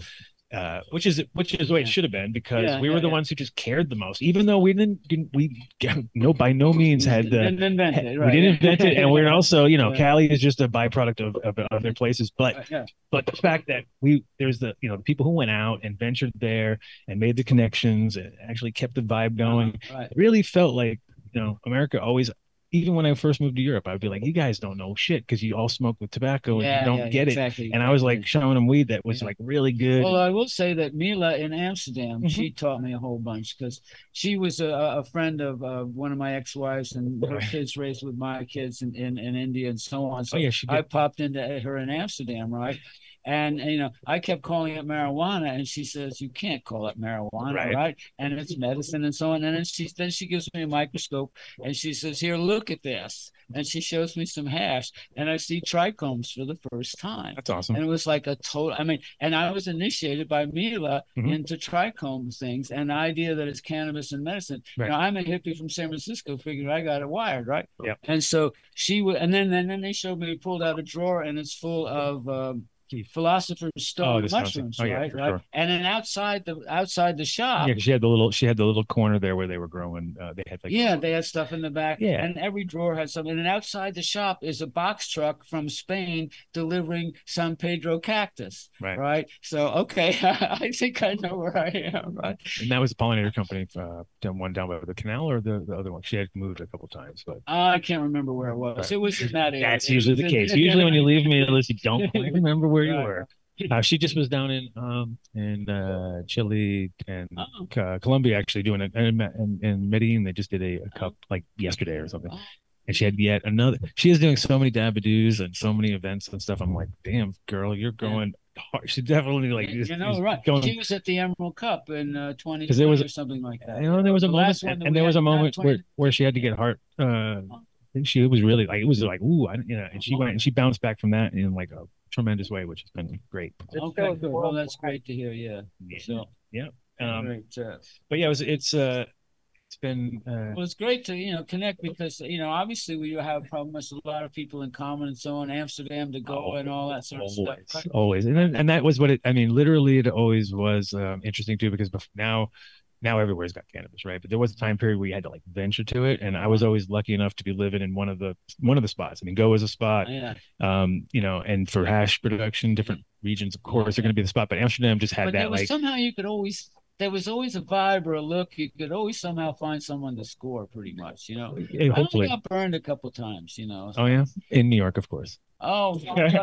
Speaker 5: Uh, which is which is the way it
Speaker 8: Yeah.
Speaker 5: should have been because
Speaker 8: Yeah,
Speaker 5: we
Speaker 8: yeah,
Speaker 5: were the
Speaker 8: yeah.
Speaker 5: ones who just cared the most, even though we didn't, didn't we no by no means had the
Speaker 8: Didn't invent it,
Speaker 5: we
Speaker 8: right.
Speaker 5: didn't invent it, and we're also, you know,
Speaker 8: Yeah.
Speaker 5: Cali is just a byproduct of, of other places. But
Speaker 8: Yeah.
Speaker 5: but the fact that we there's the you know the people who went out and ventured there and made the connections and actually kept the vibe going.
Speaker 8: Right.
Speaker 5: It really felt like you know America always. Even when I first moved to Europe, I'd be like, "You guys don't know shit because you all smoke with tobacco and
Speaker 8: Yeah,
Speaker 5: you don't
Speaker 8: yeah,
Speaker 5: get it."
Speaker 8: exactly.
Speaker 5: And I was like showing them weed that was
Speaker 8: Yeah.
Speaker 5: like really good.
Speaker 8: Well, I will say that Mila in Amsterdam, she
Speaker 5: Mm-hmm.
Speaker 8: taught me a whole bunch because she was a, a friend of uh, one of my ex-wives, and her
Speaker 5: Right.
Speaker 8: kids raised with my kids in, in, in India and so on. So
Speaker 5: oh yeah, she
Speaker 8: I
Speaker 5: did.
Speaker 8: popped into her in Amsterdam, right? And, and, you know, I kept calling it marijuana, and she says you can't call it marijuana,
Speaker 5: Right.
Speaker 8: right? And it's medicine and so on. And then she then she gives me a microscope, and she says, "Here, look at this." And she shows me some hash, and I see trichomes for the first time.
Speaker 5: That's awesome.
Speaker 8: And it was like a total. I mean, and I was initiated by Mila
Speaker 5: Mhm.
Speaker 8: into trichome things and the idea that it's cannabis and medicine.
Speaker 5: Right.
Speaker 8: Now I'm a hippie from San Francisco. Figured I got it wired, right?
Speaker 5: Yep.
Speaker 8: And so she would, and then and then they showed me pulled out a drawer and it's full of. Um, Philosopher's
Speaker 5: Oh,
Speaker 8: Stone
Speaker 5: this kind of thing.
Speaker 8: mushrooms,
Speaker 5: Oh, yeah,
Speaker 8: right?
Speaker 5: for
Speaker 8: right?
Speaker 5: sure.
Speaker 8: And then outside the outside the shop,
Speaker 5: Yeah, 'cause she had the little she had the little corner there where they were growing. Uh, they had like
Speaker 8: yeah, they had stuff in the back.
Speaker 5: Yeah.
Speaker 8: And every drawer had something. And outside the shop is a box truck from Spain delivering San Pedro cactus.
Speaker 5: Right.
Speaker 8: So, okay, I think I know where I am. Right.
Speaker 5: and that was a pollinator company. Uh, done one down by the canal or the, the other one. She had moved a couple times, but
Speaker 8: I can't remember where it was.
Speaker 5: Right.
Speaker 8: It was in that area.
Speaker 5: that's usually the case. Usually when you leave me, unless you don't quite remember where you
Speaker 8: Right.
Speaker 5: were. Uh, she just was down in um in uh, Chile and
Speaker 8: Oh.
Speaker 5: uh, Colombia actually doing it and and, and Medellin they just did a, a cup like yesterday or something.
Speaker 8: Oh.
Speaker 5: And she had yet another. She is doing so many dabadoos and so many events and stuff. I'm like, damn girl, you're going hard. She definitely like
Speaker 8: you
Speaker 5: is- is
Speaker 8: know, right?
Speaker 5: going-
Speaker 8: She was at the Emerald Cup in uh, 20
Speaker 5: there was
Speaker 8: or something like that.
Speaker 5: I know there was a
Speaker 8: The
Speaker 5: moment,
Speaker 8: last one
Speaker 5: and,
Speaker 8: that
Speaker 5: and
Speaker 8: we
Speaker 5: there was
Speaker 8: had
Speaker 5: a moment
Speaker 8: back
Speaker 5: where,
Speaker 8: when-
Speaker 5: where she had to get heart. Uh, and she was really like it was like ooh, I, you know, and she went and she bounced back from that in like a tremendous way, which has been great.
Speaker 8: Okay, good. Well, that's great to hear. Yeah. So,
Speaker 5: Um,
Speaker 8: great, uh,
Speaker 5: but yeah, it was, it's uh, it's been uh,
Speaker 8: Well, it's great to you know connect because you know obviously we have problems with a lot of people in common and so on Amsterdam to go
Speaker 5: Oh,
Speaker 8: and all that sort of stuff.
Speaker 5: always,
Speaker 8: right?
Speaker 5: always, and then, and that was what it. I mean, literally, it always was um, interesting too because bef- now. Now everywhere's got cannabis, right? But there was a time period where you had to like venture to it, and I was always lucky enough to be living in one of the one of the spots. I mean, Go was a spot.
Speaker 8: Yeah,
Speaker 5: um, you know, and for hash production, different regions, of course, are going to be the spot. But Amsterdam just had
Speaker 8: but there
Speaker 5: that
Speaker 8: was
Speaker 5: like
Speaker 8: somehow you could always there was always a vibe or a look you could always somehow find someone to score pretty much. You know,
Speaker 5: eh, hopefully.
Speaker 8: I only got burned a couple times. You know,
Speaker 5: Oh yeah, in New York, of course.
Speaker 8: oh,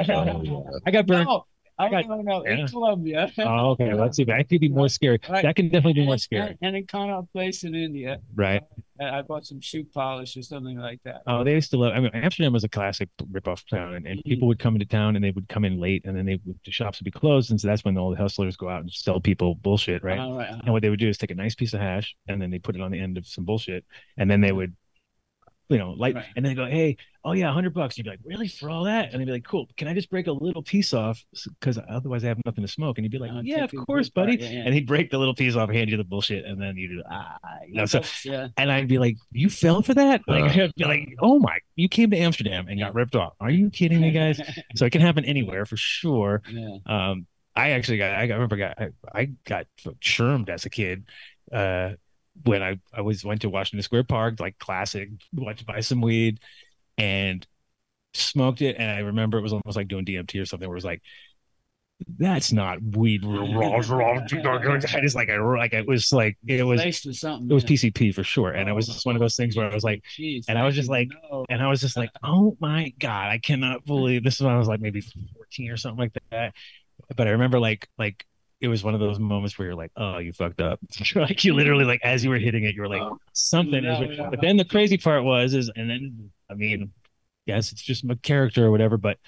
Speaker 5: I got burned.
Speaker 8: no, I
Speaker 5: got-
Speaker 8: don't know
Speaker 5: yeah.
Speaker 8: in Colombia.
Speaker 5: Oh, okay, let's see. That could be more scary.
Speaker 8: Right.
Speaker 5: That can definitely be more
Speaker 8: and-
Speaker 5: scary,
Speaker 8: And, and in Connaught Place in India,
Speaker 5: right?
Speaker 8: and I bought some shoe polish or something like that.
Speaker 5: Oh, they used to love. I mean, Amsterdam was a classic rip-off town, and, and people would come into town, and they would come in late, and then they would, the shops would be closed, and so that's when all the hustlers go out and sell people bullshit, right?
Speaker 8: All right. uh-huh.
Speaker 5: And what they would do is take a nice piece of hash and then they put it on the end of some bullshit. And then they would, you know, light
Speaker 8: Right.
Speaker 5: and then go, hey, oh yeah, 100 bucks. You'd be like, really? For all that? And they'd be like, cool. Can I just break a little piece off? Because otherwise I have nothing to smoke. And you'd be like,
Speaker 8: Uh,
Speaker 5: yeah, of
Speaker 8: take your
Speaker 5: course,
Speaker 8: break,
Speaker 5: buddy.
Speaker 8: right, yeah, yeah.
Speaker 5: And he'd break the little piece off, hand you the bullshit. And then you'd, ah, you know, so,
Speaker 8: yeah.
Speaker 5: and I'd be like, you fell for that? Like, I'd be like, oh my, you came to Amsterdam and got ripped off. Are you kidding me, guys? so it can happen anywhere for sure.
Speaker 8: yeah.
Speaker 5: Um, I actually got, I got- I remember got, I, I got shermed as a kid. Uh, when I, I was went to Washington Square Park, like classic, went to buy some weed and smoked it. And I remember it was almost like doing DMT or something where it was like, that's not weed. raw, raw." I just like, I, like, it was like, it was, it
Speaker 8: Laced with something.
Speaker 5: was
Speaker 8: yeah.
Speaker 5: PCP for sure. And it was just one of those things where I was like,
Speaker 8: Jeez,
Speaker 5: and I was just like,
Speaker 8: no.
Speaker 5: and I was just like, oh my God, I cannot believe this is when I was like maybe 14 or something like that. But I remember like like it was one of those moments where you're like, oh, you fucked up. like you literally like as you were hitting it, you were like something is
Speaker 8: Oh, No, no,
Speaker 5: but
Speaker 8: no.
Speaker 5: then the crazy part was is and then I mean, yes, it's just my character or whatever, but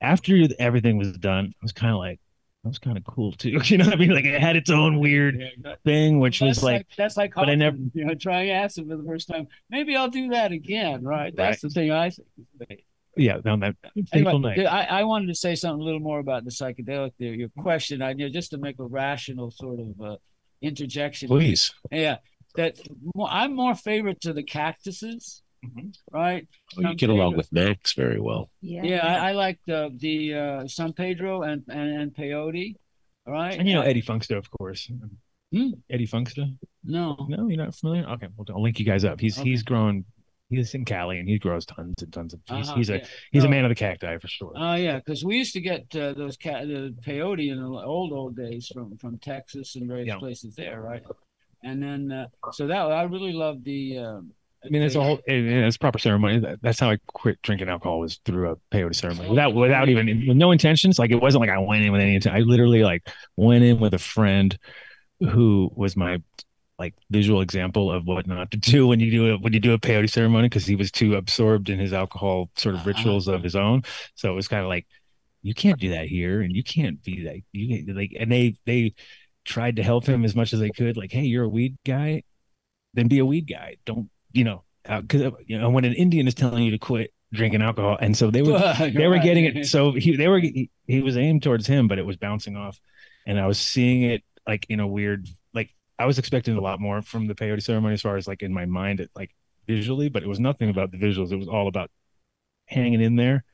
Speaker 5: after everything was done, I was kind of like that was kind of cool too. You know what I mean? Like it had its own weird thing, which
Speaker 8: Well,
Speaker 5: was
Speaker 8: that's
Speaker 5: like
Speaker 8: that's like
Speaker 5: but I never-
Speaker 8: Hoffman, you know trying acid for the first time. Maybe I'll do that again, right? That's the thing I think.
Speaker 5: yeah, on that
Speaker 8: Anyway,
Speaker 5: fateful night.
Speaker 8: I, I wanted to say something a little more about the psychedelic theory. Your question, I knew just to make a rational sort of uh, interjection.
Speaker 5: Please.
Speaker 8: Yeah, that well, I'm more favor to the cactuses,
Speaker 5: Mhm.
Speaker 8: right?
Speaker 1: Oh, you get along with Max very well.
Speaker 10: Yeah.
Speaker 8: Yeah, I, I like the the uh, San Pedro and and, and peyote, all right?
Speaker 5: And you know Eddie Funkster, of course.
Speaker 8: Hmm.
Speaker 5: Eddie Funkster.
Speaker 8: no,
Speaker 5: No, you're not familiar. Okay, well, I'll link you guys up. He's
Speaker 8: Okay.
Speaker 5: he's grown. He's in Cali and he grows tons and tons of. He's,
Speaker 8: Uh-huh,
Speaker 5: he's a
Speaker 8: yeah.
Speaker 5: he's a
Speaker 8: No.
Speaker 5: man of the cacti for sure.
Speaker 8: Oh yeah, because we used to get uh, those ca- the peyote in the old old days from from Texas and various
Speaker 5: Yeah.
Speaker 8: places there, right? And then uh, so that I really loved the. Um,
Speaker 5: I mean, it's a whole and- and it's proper ceremony. That- That's how I quit drinking alcohol was through a peyote ceremony without without even with no intentions. Like it wasn't like I went in with any intent. I literally like went in with a friend who was my like visual example of what not to do when you do a when you do a peyote ceremony because he was too absorbed in his alcohol sort of
Speaker 8: Uh-huh.
Speaker 5: rituals of his own. So it was kind of like. you can't do that here, and you can't be like you can't, like. And they they tried to help him as much as they could. Like, hey, you're a weed guy, then be a weed guy. Don't you know? Because you know when an Indian is telling you to quit drinking alcohol, and so they were they were getting it. So he they were he, he was aimed towards him, but it was bouncing off, and I was seeing it like in a weird like I was expecting a lot more from the peyote ceremony as far as like in my mind it like visually, but it was nothing about the visuals. It was all about hanging in there.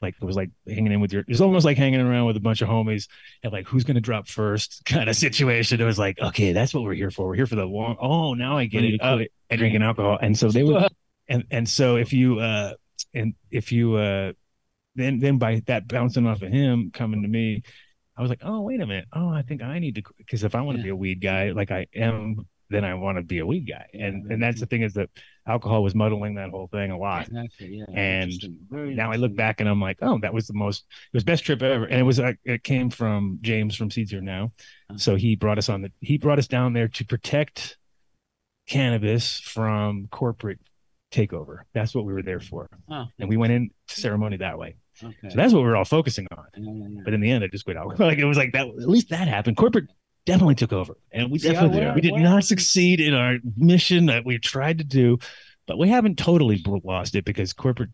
Speaker 5: Like it was like hanging in with your. It was almost like hanging around with a bunch of homies and like who's gonna drop first kind of situation. It was like okay, that's what we're here for. We're here for the long. Oh, now I get it. Oh, I drinking alcohol, and so they would. And and so if you uh and if you uh then then by that bouncing off of him coming to me, I was like, oh wait a minute, oh I think I need to because if I want to be a weed guy like I am, then I want to be a weed guy, and and that's the thing is that alcohol was muddling that whole thing a lot.
Speaker 8: Exactly. Yeah.
Speaker 5: And
Speaker 8: Interesting. Very
Speaker 5: now I look back and I'm like, oh, that was the most, it was best trip ever, and it was like it came from James from Seeds Here Now, so he brought us on the he brought us down there to protect cannabis from corporate takeover. That's what we were there for,
Speaker 8: Oh,
Speaker 5: and we went in to ceremony that way.
Speaker 8: okay.
Speaker 5: So that's what we were all focusing on.
Speaker 8: Yeah, yeah, yeah.
Speaker 5: But in the end, I just quit out. Like it was like that. At least that happened. Corporate definitely took over, and we
Speaker 8: Yeah,
Speaker 5: definitely
Speaker 8: where-
Speaker 5: we did
Speaker 8: where-
Speaker 5: not succeed in our mission that we tried to do, but we haven't totally bl- lost it because corporate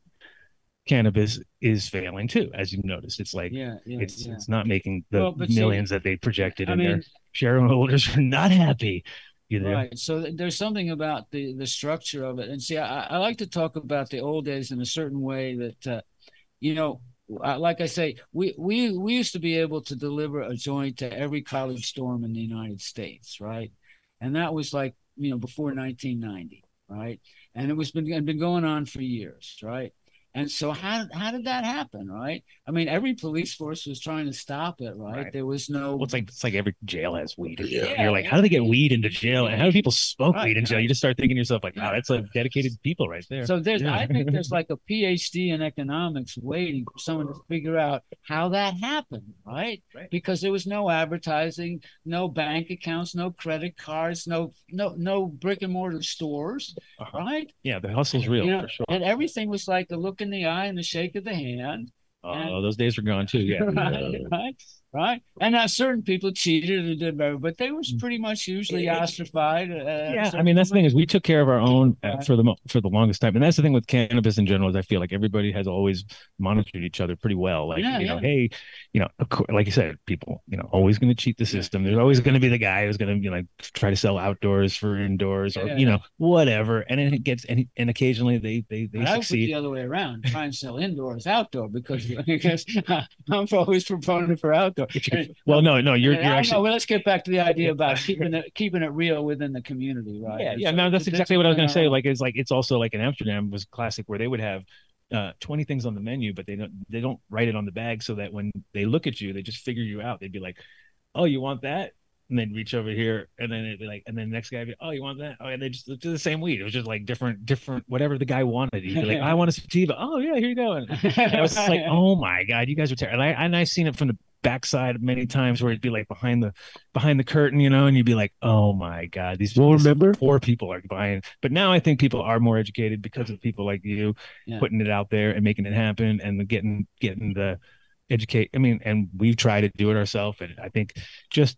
Speaker 5: cannabis is failing too, as you've noticed. It's like
Speaker 8: yeah, yeah,
Speaker 5: it's
Speaker 8: yeah.
Speaker 5: it's not making the
Speaker 8: Well, but see,
Speaker 5: millions that they projected,
Speaker 8: I
Speaker 5: and their
Speaker 8: mean-
Speaker 5: shareholders are not happy. You know,
Speaker 8: Right. So th- there's something about the the structure of it, and see, I, I like to talk about the old days in a certain way that, uh, you know, I, like I say, we we we used to be able to deliver a joint to every college dorm in the United States, right? And that was like you know before 1990, right? And it was been it been going on for years, right? And so how how did that happen, right? I mean, every police force was trying to stop it, right?
Speaker 5: Right.
Speaker 8: There was no
Speaker 5: Well, it's like it's like every jail has weed. And
Speaker 8: Yeah.
Speaker 5: You're like, how do they get weed into jail? And how do people smoke
Speaker 8: Right.
Speaker 5: weed in jail? You just start thinking to yourself, like, wow, that's like dedicated people right there.
Speaker 8: So there's,
Speaker 5: Yeah.
Speaker 8: I think there's like a PhD in economics waiting for someone to figure out how that happened, right?
Speaker 5: Right.
Speaker 8: Because there was no advertising, no bank accounts, no credit cards, no no no brick and mortar stores,
Speaker 5: Uh-huh.
Speaker 8: right?
Speaker 5: Yeah, the hustle's real
Speaker 8: You know,
Speaker 5: for sure.
Speaker 8: And everything was like the look in the eye and the shake of the hand,
Speaker 5: Oh, those days are gone too. Yeah.
Speaker 8: right? Right? Right? And now certain people cheated and did better, but they was pretty much usually ostrified. Uh,
Speaker 5: Mm. Yeah,
Speaker 8: so-
Speaker 5: I mean that's the thing is we took care of our own uh, for the mo- for the longest time, and that's the thing with cannabis in general is I feel like everybody has always monitored each other pretty well. Like
Speaker 8: Yeah,
Speaker 5: you know,
Speaker 8: yeah.
Speaker 5: hey, you know, of cour- like you said, people, you know, always going to cheat the system. There's always going to be the guy who's going to you know, like try to sell outdoors for indoors or
Speaker 8: Yeah.
Speaker 5: you know whatever, and then it gets and and occasionally they they they
Speaker 8: But I would put
Speaker 5: succeed.
Speaker 8: the other way around, try and sell indoors, outdoor, because because I'm always proponent for outdoor.
Speaker 5: Well, no, no, you're
Speaker 8: And
Speaker 5: you're
Speaker 8: I know,
Speaker 5: actually.
Speaker 8: well, let's get back to the idea about keeping it keeping it real within the community, right?
Speaker 5: Yeah, yeah,
Speaker 8: So
Speaker 5: no, that's
Speaker 8: it's-
Speaker 5: exactly what I was gonna
Speaker 8: it's
Speaker 5: say. Like, it's like it's also like in Amsterdam was classic where they would have uh, twenty things on the menu, but they don't they don't write it on the bag so that when they look at you, they just figure you out. They'd be like, "Oh, you want that?" And then reach over here, and then it'd be like, and then the next guy, would be, "Oh, you want that?" Oh, and they just do the same weed. It was just like different, different, whatever the guy wanted. He'd be like, "I want a sativa." Oh yeah, here you go. And and I was just like,
Speaker 8: Uh-huh.
Speaker 5: oh my god, you guys are terrible. And I and I've seen it from the backside many times where it'd be like behind the behind the curtain, you know, and you'd be like, oh my god, these
Speaker 1: Well,
Speaker 5: these
Speaker 1: remember-
Speaker 5: poor people are buying. But now I think people are more educated because of people like you
Speaker 8: Yeah.
Speaker 5: putting it out there and making it happen and getting getting the educate. I mean, and we've tried to do it ourselves, and I think just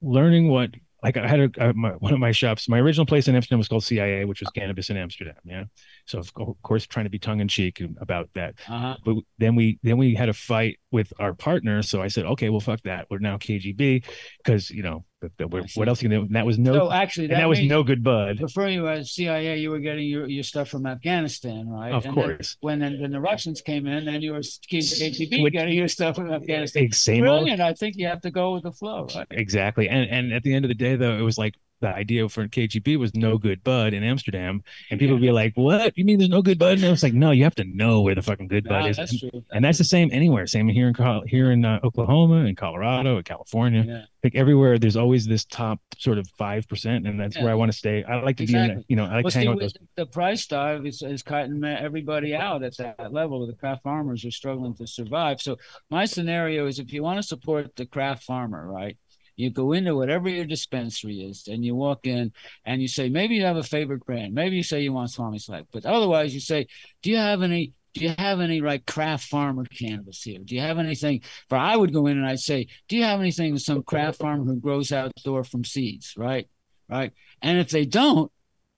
Speaker 5: learning what. Like I had a, uh, my, one of my shops. My original place in Amsterdam was called CIA, which was cannabis in Amsterdam. Yeah, so of co- of course trying to be tongue in cheek about that
Speaker 8: uh-huh.
Speaker 5: but then we then we had a fight with our partner so i said okay well fuck that we're now kgb because you know but- but we're-
Speaker 8: I see.
Speaker 5: what else can they and that was no
Speaker 8: so actually,
Speaker 5: and that was
Speaker 8: means
Speaker 5: no good bud
Speaker 8: Referring you as CIA, you were getting your, your stuff from Afghanistan, right?
Speaker 5: of
Speaker 8: And then
Speaker 5: course
Speaker 8: when then when the Russians came in, then you were KGB
Speaker 5: Which-
Speaker 8: getting your stuff from Afghanistan.
Speaker 5: Ex- same old-
Speaker 8: Brilliant. I think you have to go with the flow, right?
Speaker 5: exactly and and at the end of the day though it was like the idea for kgb was no good bud in amsterdam and people would be like what you mean there's no good bud and i was like no you have to know where the fucking good bud
Speaker 8: Ah,
Speaker 5: is
Speaker 8: that's true.
Speaker 5: and that's the same anywhere same here in Col- here in uh, oklahoma and colorado and california
Speaker 8: Yeah.
Speaker 5: like everywhere there's always this top sort of five percent and that's
Speaker 8: Yeah.
Speaker 5: where i want to stay i like to be in
Speaker 8: Exactly.
Speaker 5: that, you know i like
Speaker 8: Well,
Speaker 5: to hang
Speaker 8: see,
Speaker 5: out with
Speaker 8: with
Speaker 5: those
Speaker 8: the price dive is, is cutting everybody out at that level. The craft farmers are struggling to survive. So my scenario is if you want to support the craft farmer, right? You go into whatever your dispensary is and you walk in and you say, maybe you have a favorite brand. Maybe you say you want Swami Slack, but otherwise you say, do you have any do you have any like craft farmer cannabis here? Do you have anything? For I would go in and I'd say, do you have anything with some craft farmer who grows outdoor from seeds, right? Right. And if they don't,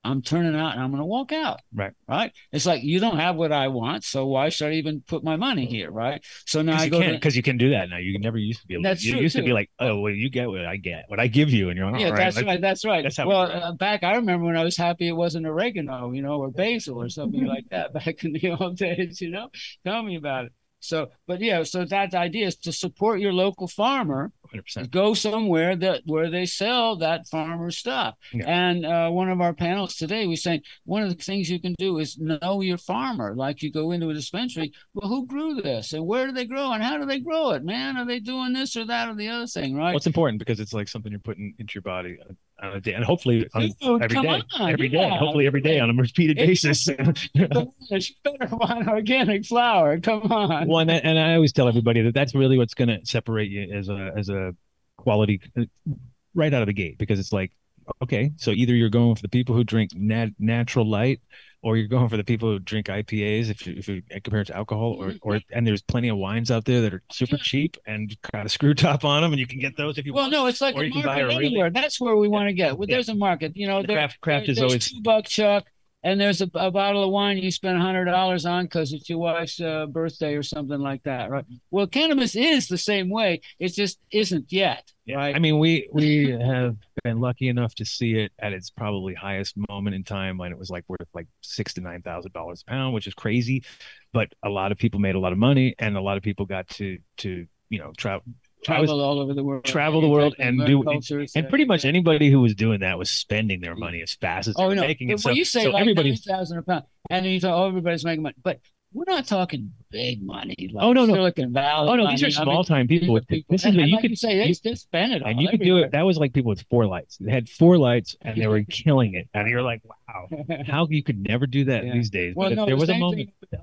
Speaker 8: I'm turning out and I'm going to walk out.
Speaker 5: Right.
Speaker 8: Right. It's like you don't have what I want, so why should I even put my money here? Right. So now
Speaker 5: Because
Speaker 8: I
Speaker 5: you
Speaker 8: go.
Speaker 5: can,
Speaker 8: To,
Speaker 5: because you can do that now. You never used to be. Able,
Speaker 8: That's
Speaker 5: you
Speaker 8: true,
Speaker 5: used to
Speaker 8: too.
Speaker 5: be like, oh, well, you get what I get, what I give you, and you're like,
Speaker 8: yeah,
Speaker 5: all right,
Speaker 8: that's
Speaker 5: let's-
Speaker 8: right. That's right.
Speaker 5: that's how it
Speaker 8: well,
Speaker 5: works.
Speaker 8: uh, back I remember when I was happy it wasn't oregano, you know, or basil or something like that back in the old days. You know, tell me about it. So, but yeah, so that idea is to support your local farmer.
Speaker 5: 100%.
Speaker 8: Go somewhere that where they sell that farmer stuff.
Speaker 5: Yeah.
Speaker 8: And uh, one of our panels today was saying one of the things you can do is know your farmer. Like you go into a dispensary, well, who grew this and where do they grow and how do they grow it, man? Are they doing this or that or the other thing, right?
Speaker 5: What's important because it's like something you're putting into your body on a day, and hopefully on
Speaker 8: Dude,
Speaker 5: every
Speaker 8: come
Speaker 5: day,
Speaker 8: on,
Speaker 5: every day,
Speaker 8: yeah.
Speaker 5: hopefully every day on a repeated
Speaker 8: It's-
Speaker 5: basis.
Speaker 8: Gosh, you better want organic flour. Come on.
Speaker 5: One and, and I always tell everybody that that's really what's going to separate you as a as a quality uh, right out of the gate because it's like okay, so either you're going for the people who drink nat- natural light, or you're going for the people who drink IPAs if you if you compare it to alcohol, or or
Speaker 8: Mm-hmm.
Speaker 5: and there's plenty of wines out there that are super cheap and got a screw top on them, and you can get those if you
Speaker 8: Well,
Speaker 5: want.
Speaker 8: no, it's like
Speaker 5: Or
Speaker 8: a
Speaker 5: you can
Speaker 8: market
Speaker 5: buy a really-
Speaker 8: anywhere. That's where we want to get. Well, there's a market. You know,
Speaker 5: The
Speaker 8: there-
Speaker 5: craft craft
Speaker 8: there-
Speaker 5: is
Speaker 8: there's
Speaker 5: always
Speaker 8: two buck chuck, and there's a, a bottle of wine you spend hundred dollars on because it's your wife's uh, birthday or something like that, right? Well, cannabis is the same way. It just isn't yet,
Speaker 5: Yeah.
Speaker 8: right?
Speaker 5: I mean, we we have been lucky enough to see it at its probably highest moment in time when it was like worth like six to nine thousand dollars a pound, which is crazy. But a lot of people made a lot of money, and a lot of people got to to you know travel. I was-
Speaker 8: travel all over the world.
Speaker 5: travel the world and
Speaker 8: learn
Speaker 5: do-
Speaker 8: cultures
Speaker 5: and pretty much anybody who was doing that was spending their money as fast as they
Speaker 8: Oh
Speaker 5: were
Speaker 8: no!
Speaker 5: making it.
Speaker 8: Well,
Speaker 5: So,
Speaker 8: you say
Speaker 5: so
Speaker 8: like nine
Speaker 5: everybody's
Speaker 8: thousand a pound, and then you thought, oh, everybody's making money, but we're not talking big money. Like
Speaker 5: Oh, no, no.
Speaker 8: Silicon Valley.
Speaker 5: oh no, these are
Speaker 8: money. I mean,
Speaker 5: small time people.
Speaker 8: these are people-
Speaker 5: This is
Speaker 8: and-
Speaker 5: what
Speaker 8: and
Speaker 5: you
Speaker 8: like
Speaker 5: could
Speaker 8: say. They
Speaker 5: you-
Speaker 8: still spend it,
Speaker 5: and
Speaker 8: all
Speaker 5: you could do
Speaker 8: everywhere.
Speaker 5: it. That was like people with four lights. They had four lights and they were killing it, and you're like, wow, how you could never do that
Speaker 8: Yeah.
Speaker 5: these days.
Speaker 8: well,
Speaker 5: but
Speaker 8: no,
Speaker 5: if there
Speaker 8: the
Speaker 5: was a
Speaker 8: same
Speaker 5: moment.
Speaker 8: thing with the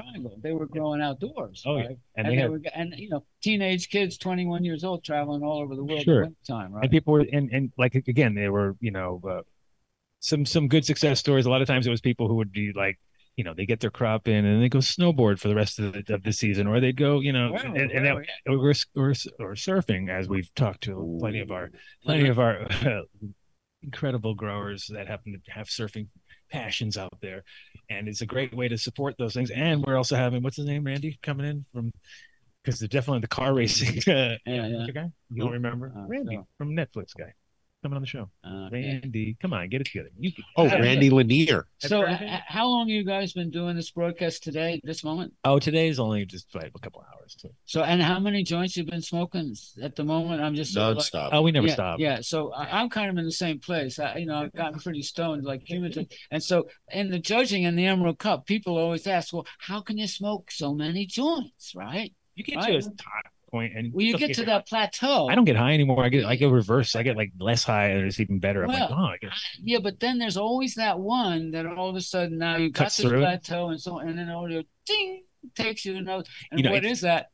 Speaker 8: Triangle. They were growing outdoors.
Speaker 5: Oh, yeah.
Speaker 8: right?
Speaker 5: and,
Speaker 8: and
Speaker 5: they
Speaker 8: they
Speaker 5: had,
Speaker 8: were, and you know, teenage kids, twenty-one years old, traveling all over the world.
Speaker 5: Sure.
Speaker 8: Time, right?
Speaker 5: and people were and and like again they were you know uh, some some good success stories a lot of times it was people who would be like you know they get their crop in and they go snowboard for the rest of the, of the season or they'd go you know
Speaker 8: Wow,
Speaker 5: and, and
Speaker 8: wow,
Speaker 5: that, or, or or surfing as we've talked to plenty of our plenty of our uh, incredible growers that happen to have surfing passions out there and it's a great way to support those things and we're also having what's his name randy coming in from because they're definitely the car racing uh,
Speaker 8: yeah, yeah.
Speaker 5: What's your guy? You don't remember?
Speaker 8: Uh,
Speaker 5: Randy
Speaker 8: no.
Speaker 5: from Netflix guy. Coming on the show.
Speaker 8: Uh, yeah.
Speaker 5: Randy, come on, get it together. You can-
Speaker 1: Oh,
Speaker 5: Yeah.
Speaker 1: Randy Lanier.
Speaker 5: Have
Speaker 8: So,
Speaker 5: you heard of
Speaker 8: h- h- how long you guys been doing this broadcast today? This moment?
Speaker 5: Oh, today is only just like a couple hours. So.
Speaker 8: So, and how many joints you've been smoking at the moment? I'm just sort of like-
Speaker 1: Nonstop.
Speaker 5: Oh, we never
Speaker 8: yeah,
Speaker 5: stop.
Speaker 8: Yeah, so I, I'm kind of in the same place. I, you know, I've gotten pretty stoned, like you. did. And so, in the judging in the Emerald Cup, people always ask, "Well, how can you smoke so many joints?" Right?
Speaker 5: You get
Speaker 8: Right.
Speaker 5: to a top point and
Speaker 8: Well, you
Speaker 5: still
Speaker 8: get to that plateau.
Speaker 5: I don't get high anymore. I get I get reverse. I get like less high and it's even better. I'm like,
Speaker 8: Well,
Speaker 5: oh, I get,
Speaker 8: Yeah, but then there's always that one that all of a sudden now you got
Speaker 5: Cuts
Speaker 8: this
Speaker 5: through it.
Speaker 8: plateau and so, and then audio ding takes you to another. And
Speaker 5: You know,
Speaker 8: what
Speaker 5: it's-
Speaker 8: is that?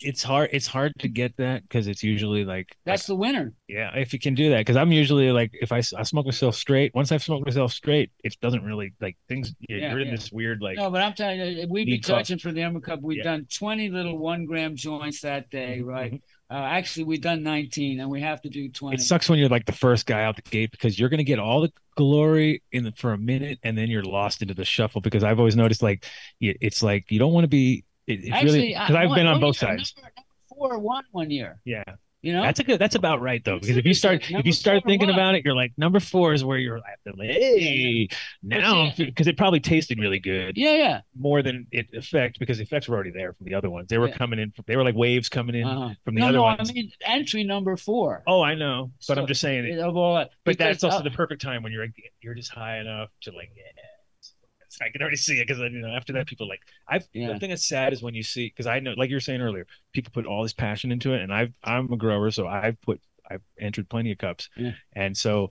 Speaker 5: it's hard it's hard to get that because it's usually like
Speaker 8: That's the winner.
Speaker 5: Yeah, if you can do that, because I'm usually like, if I, s- I smoke myself straight, once I've smoked myself straight, it doesn't really like things. You're,
Speaker 8: Yeah,
Speaker 5: you're in
Speaker 8: yeah.
Speaker 5: this weird like.
Speaker 8: No, but I'm telling you, we've
Speaker 5: The
Speaker 8: been
Speaker 5: cup.
Speaker 8: touching for the Ember Cup. We've
Speaker 5: Yeah. Mm-hmm,
Speaker 8: done 20 little one gram joints that day, right? Uh, actually, we've done 19, and we have to do 20.
Speaker 5: It sucks when you're like the first guy out the gate because you're gonna get all the glory in the, for a minute and then you're lost into the shuffle. Because I've always noticed like it, it's like you don't want to be. It, it's really
Speaker 8: I-
Speaker 5: because I've
Speaker 8: one-
Speaker 5: been on
Speaker 8: one
Speaker 5: both
Speaker 8: year,
Speaker 5: sides.
Speaker 8: Number, number four won one year.
Speaker 5: Yeah,
Speaker 8: You know,
Speaker 5: that's a good. That's about right though. Because if you
Speaker 8: Seriously,
Speaker 5: start if
Speaker 8: number
Speaker 5: you start
Speaker 8: four
Speaker 5: thinking
Speaker 8: won.
Speaker 5: about it, you're like number four is where you're at. Like, hey, now because it probably tasted really good.
Speaker 8: yeah, yeah.
Speaker 5: more than it effect because the effects were already there from the other ones. They were
Speaker 8: Yeah.
Speaker 5: coming in. From, they were like waves coming in
Speaker 8: Uh-huh.
Speaker 5: from the
Speaker 8: No,
Speaker 5: other
Speaker 8: no,
Speaker 5: ones.
Speaker 8: I mean entry number four.
Speaker 5: oh, I know, but
Speaker 8: So-
Speaker 5: I'm just saying. It,
Speaker 8: Of all that.
Speaker 5: but that's
Speaker 8: Because,
Speaker 5: also
Speaker 8: uh,
Speaker 5: the perfect time when you're you're just high enough to like. Yeah. I can already see it because you know after that people like I've
Speaker 8: Mm-hmm. Yeah.
Speaker 5: the thing that's sad is when you see because I know like you were saying earlier people put all this passion into it and I've I'm a grower so I've put I've entered plenty of cups
Speaker 8: Yeah.
Speaker 5: and so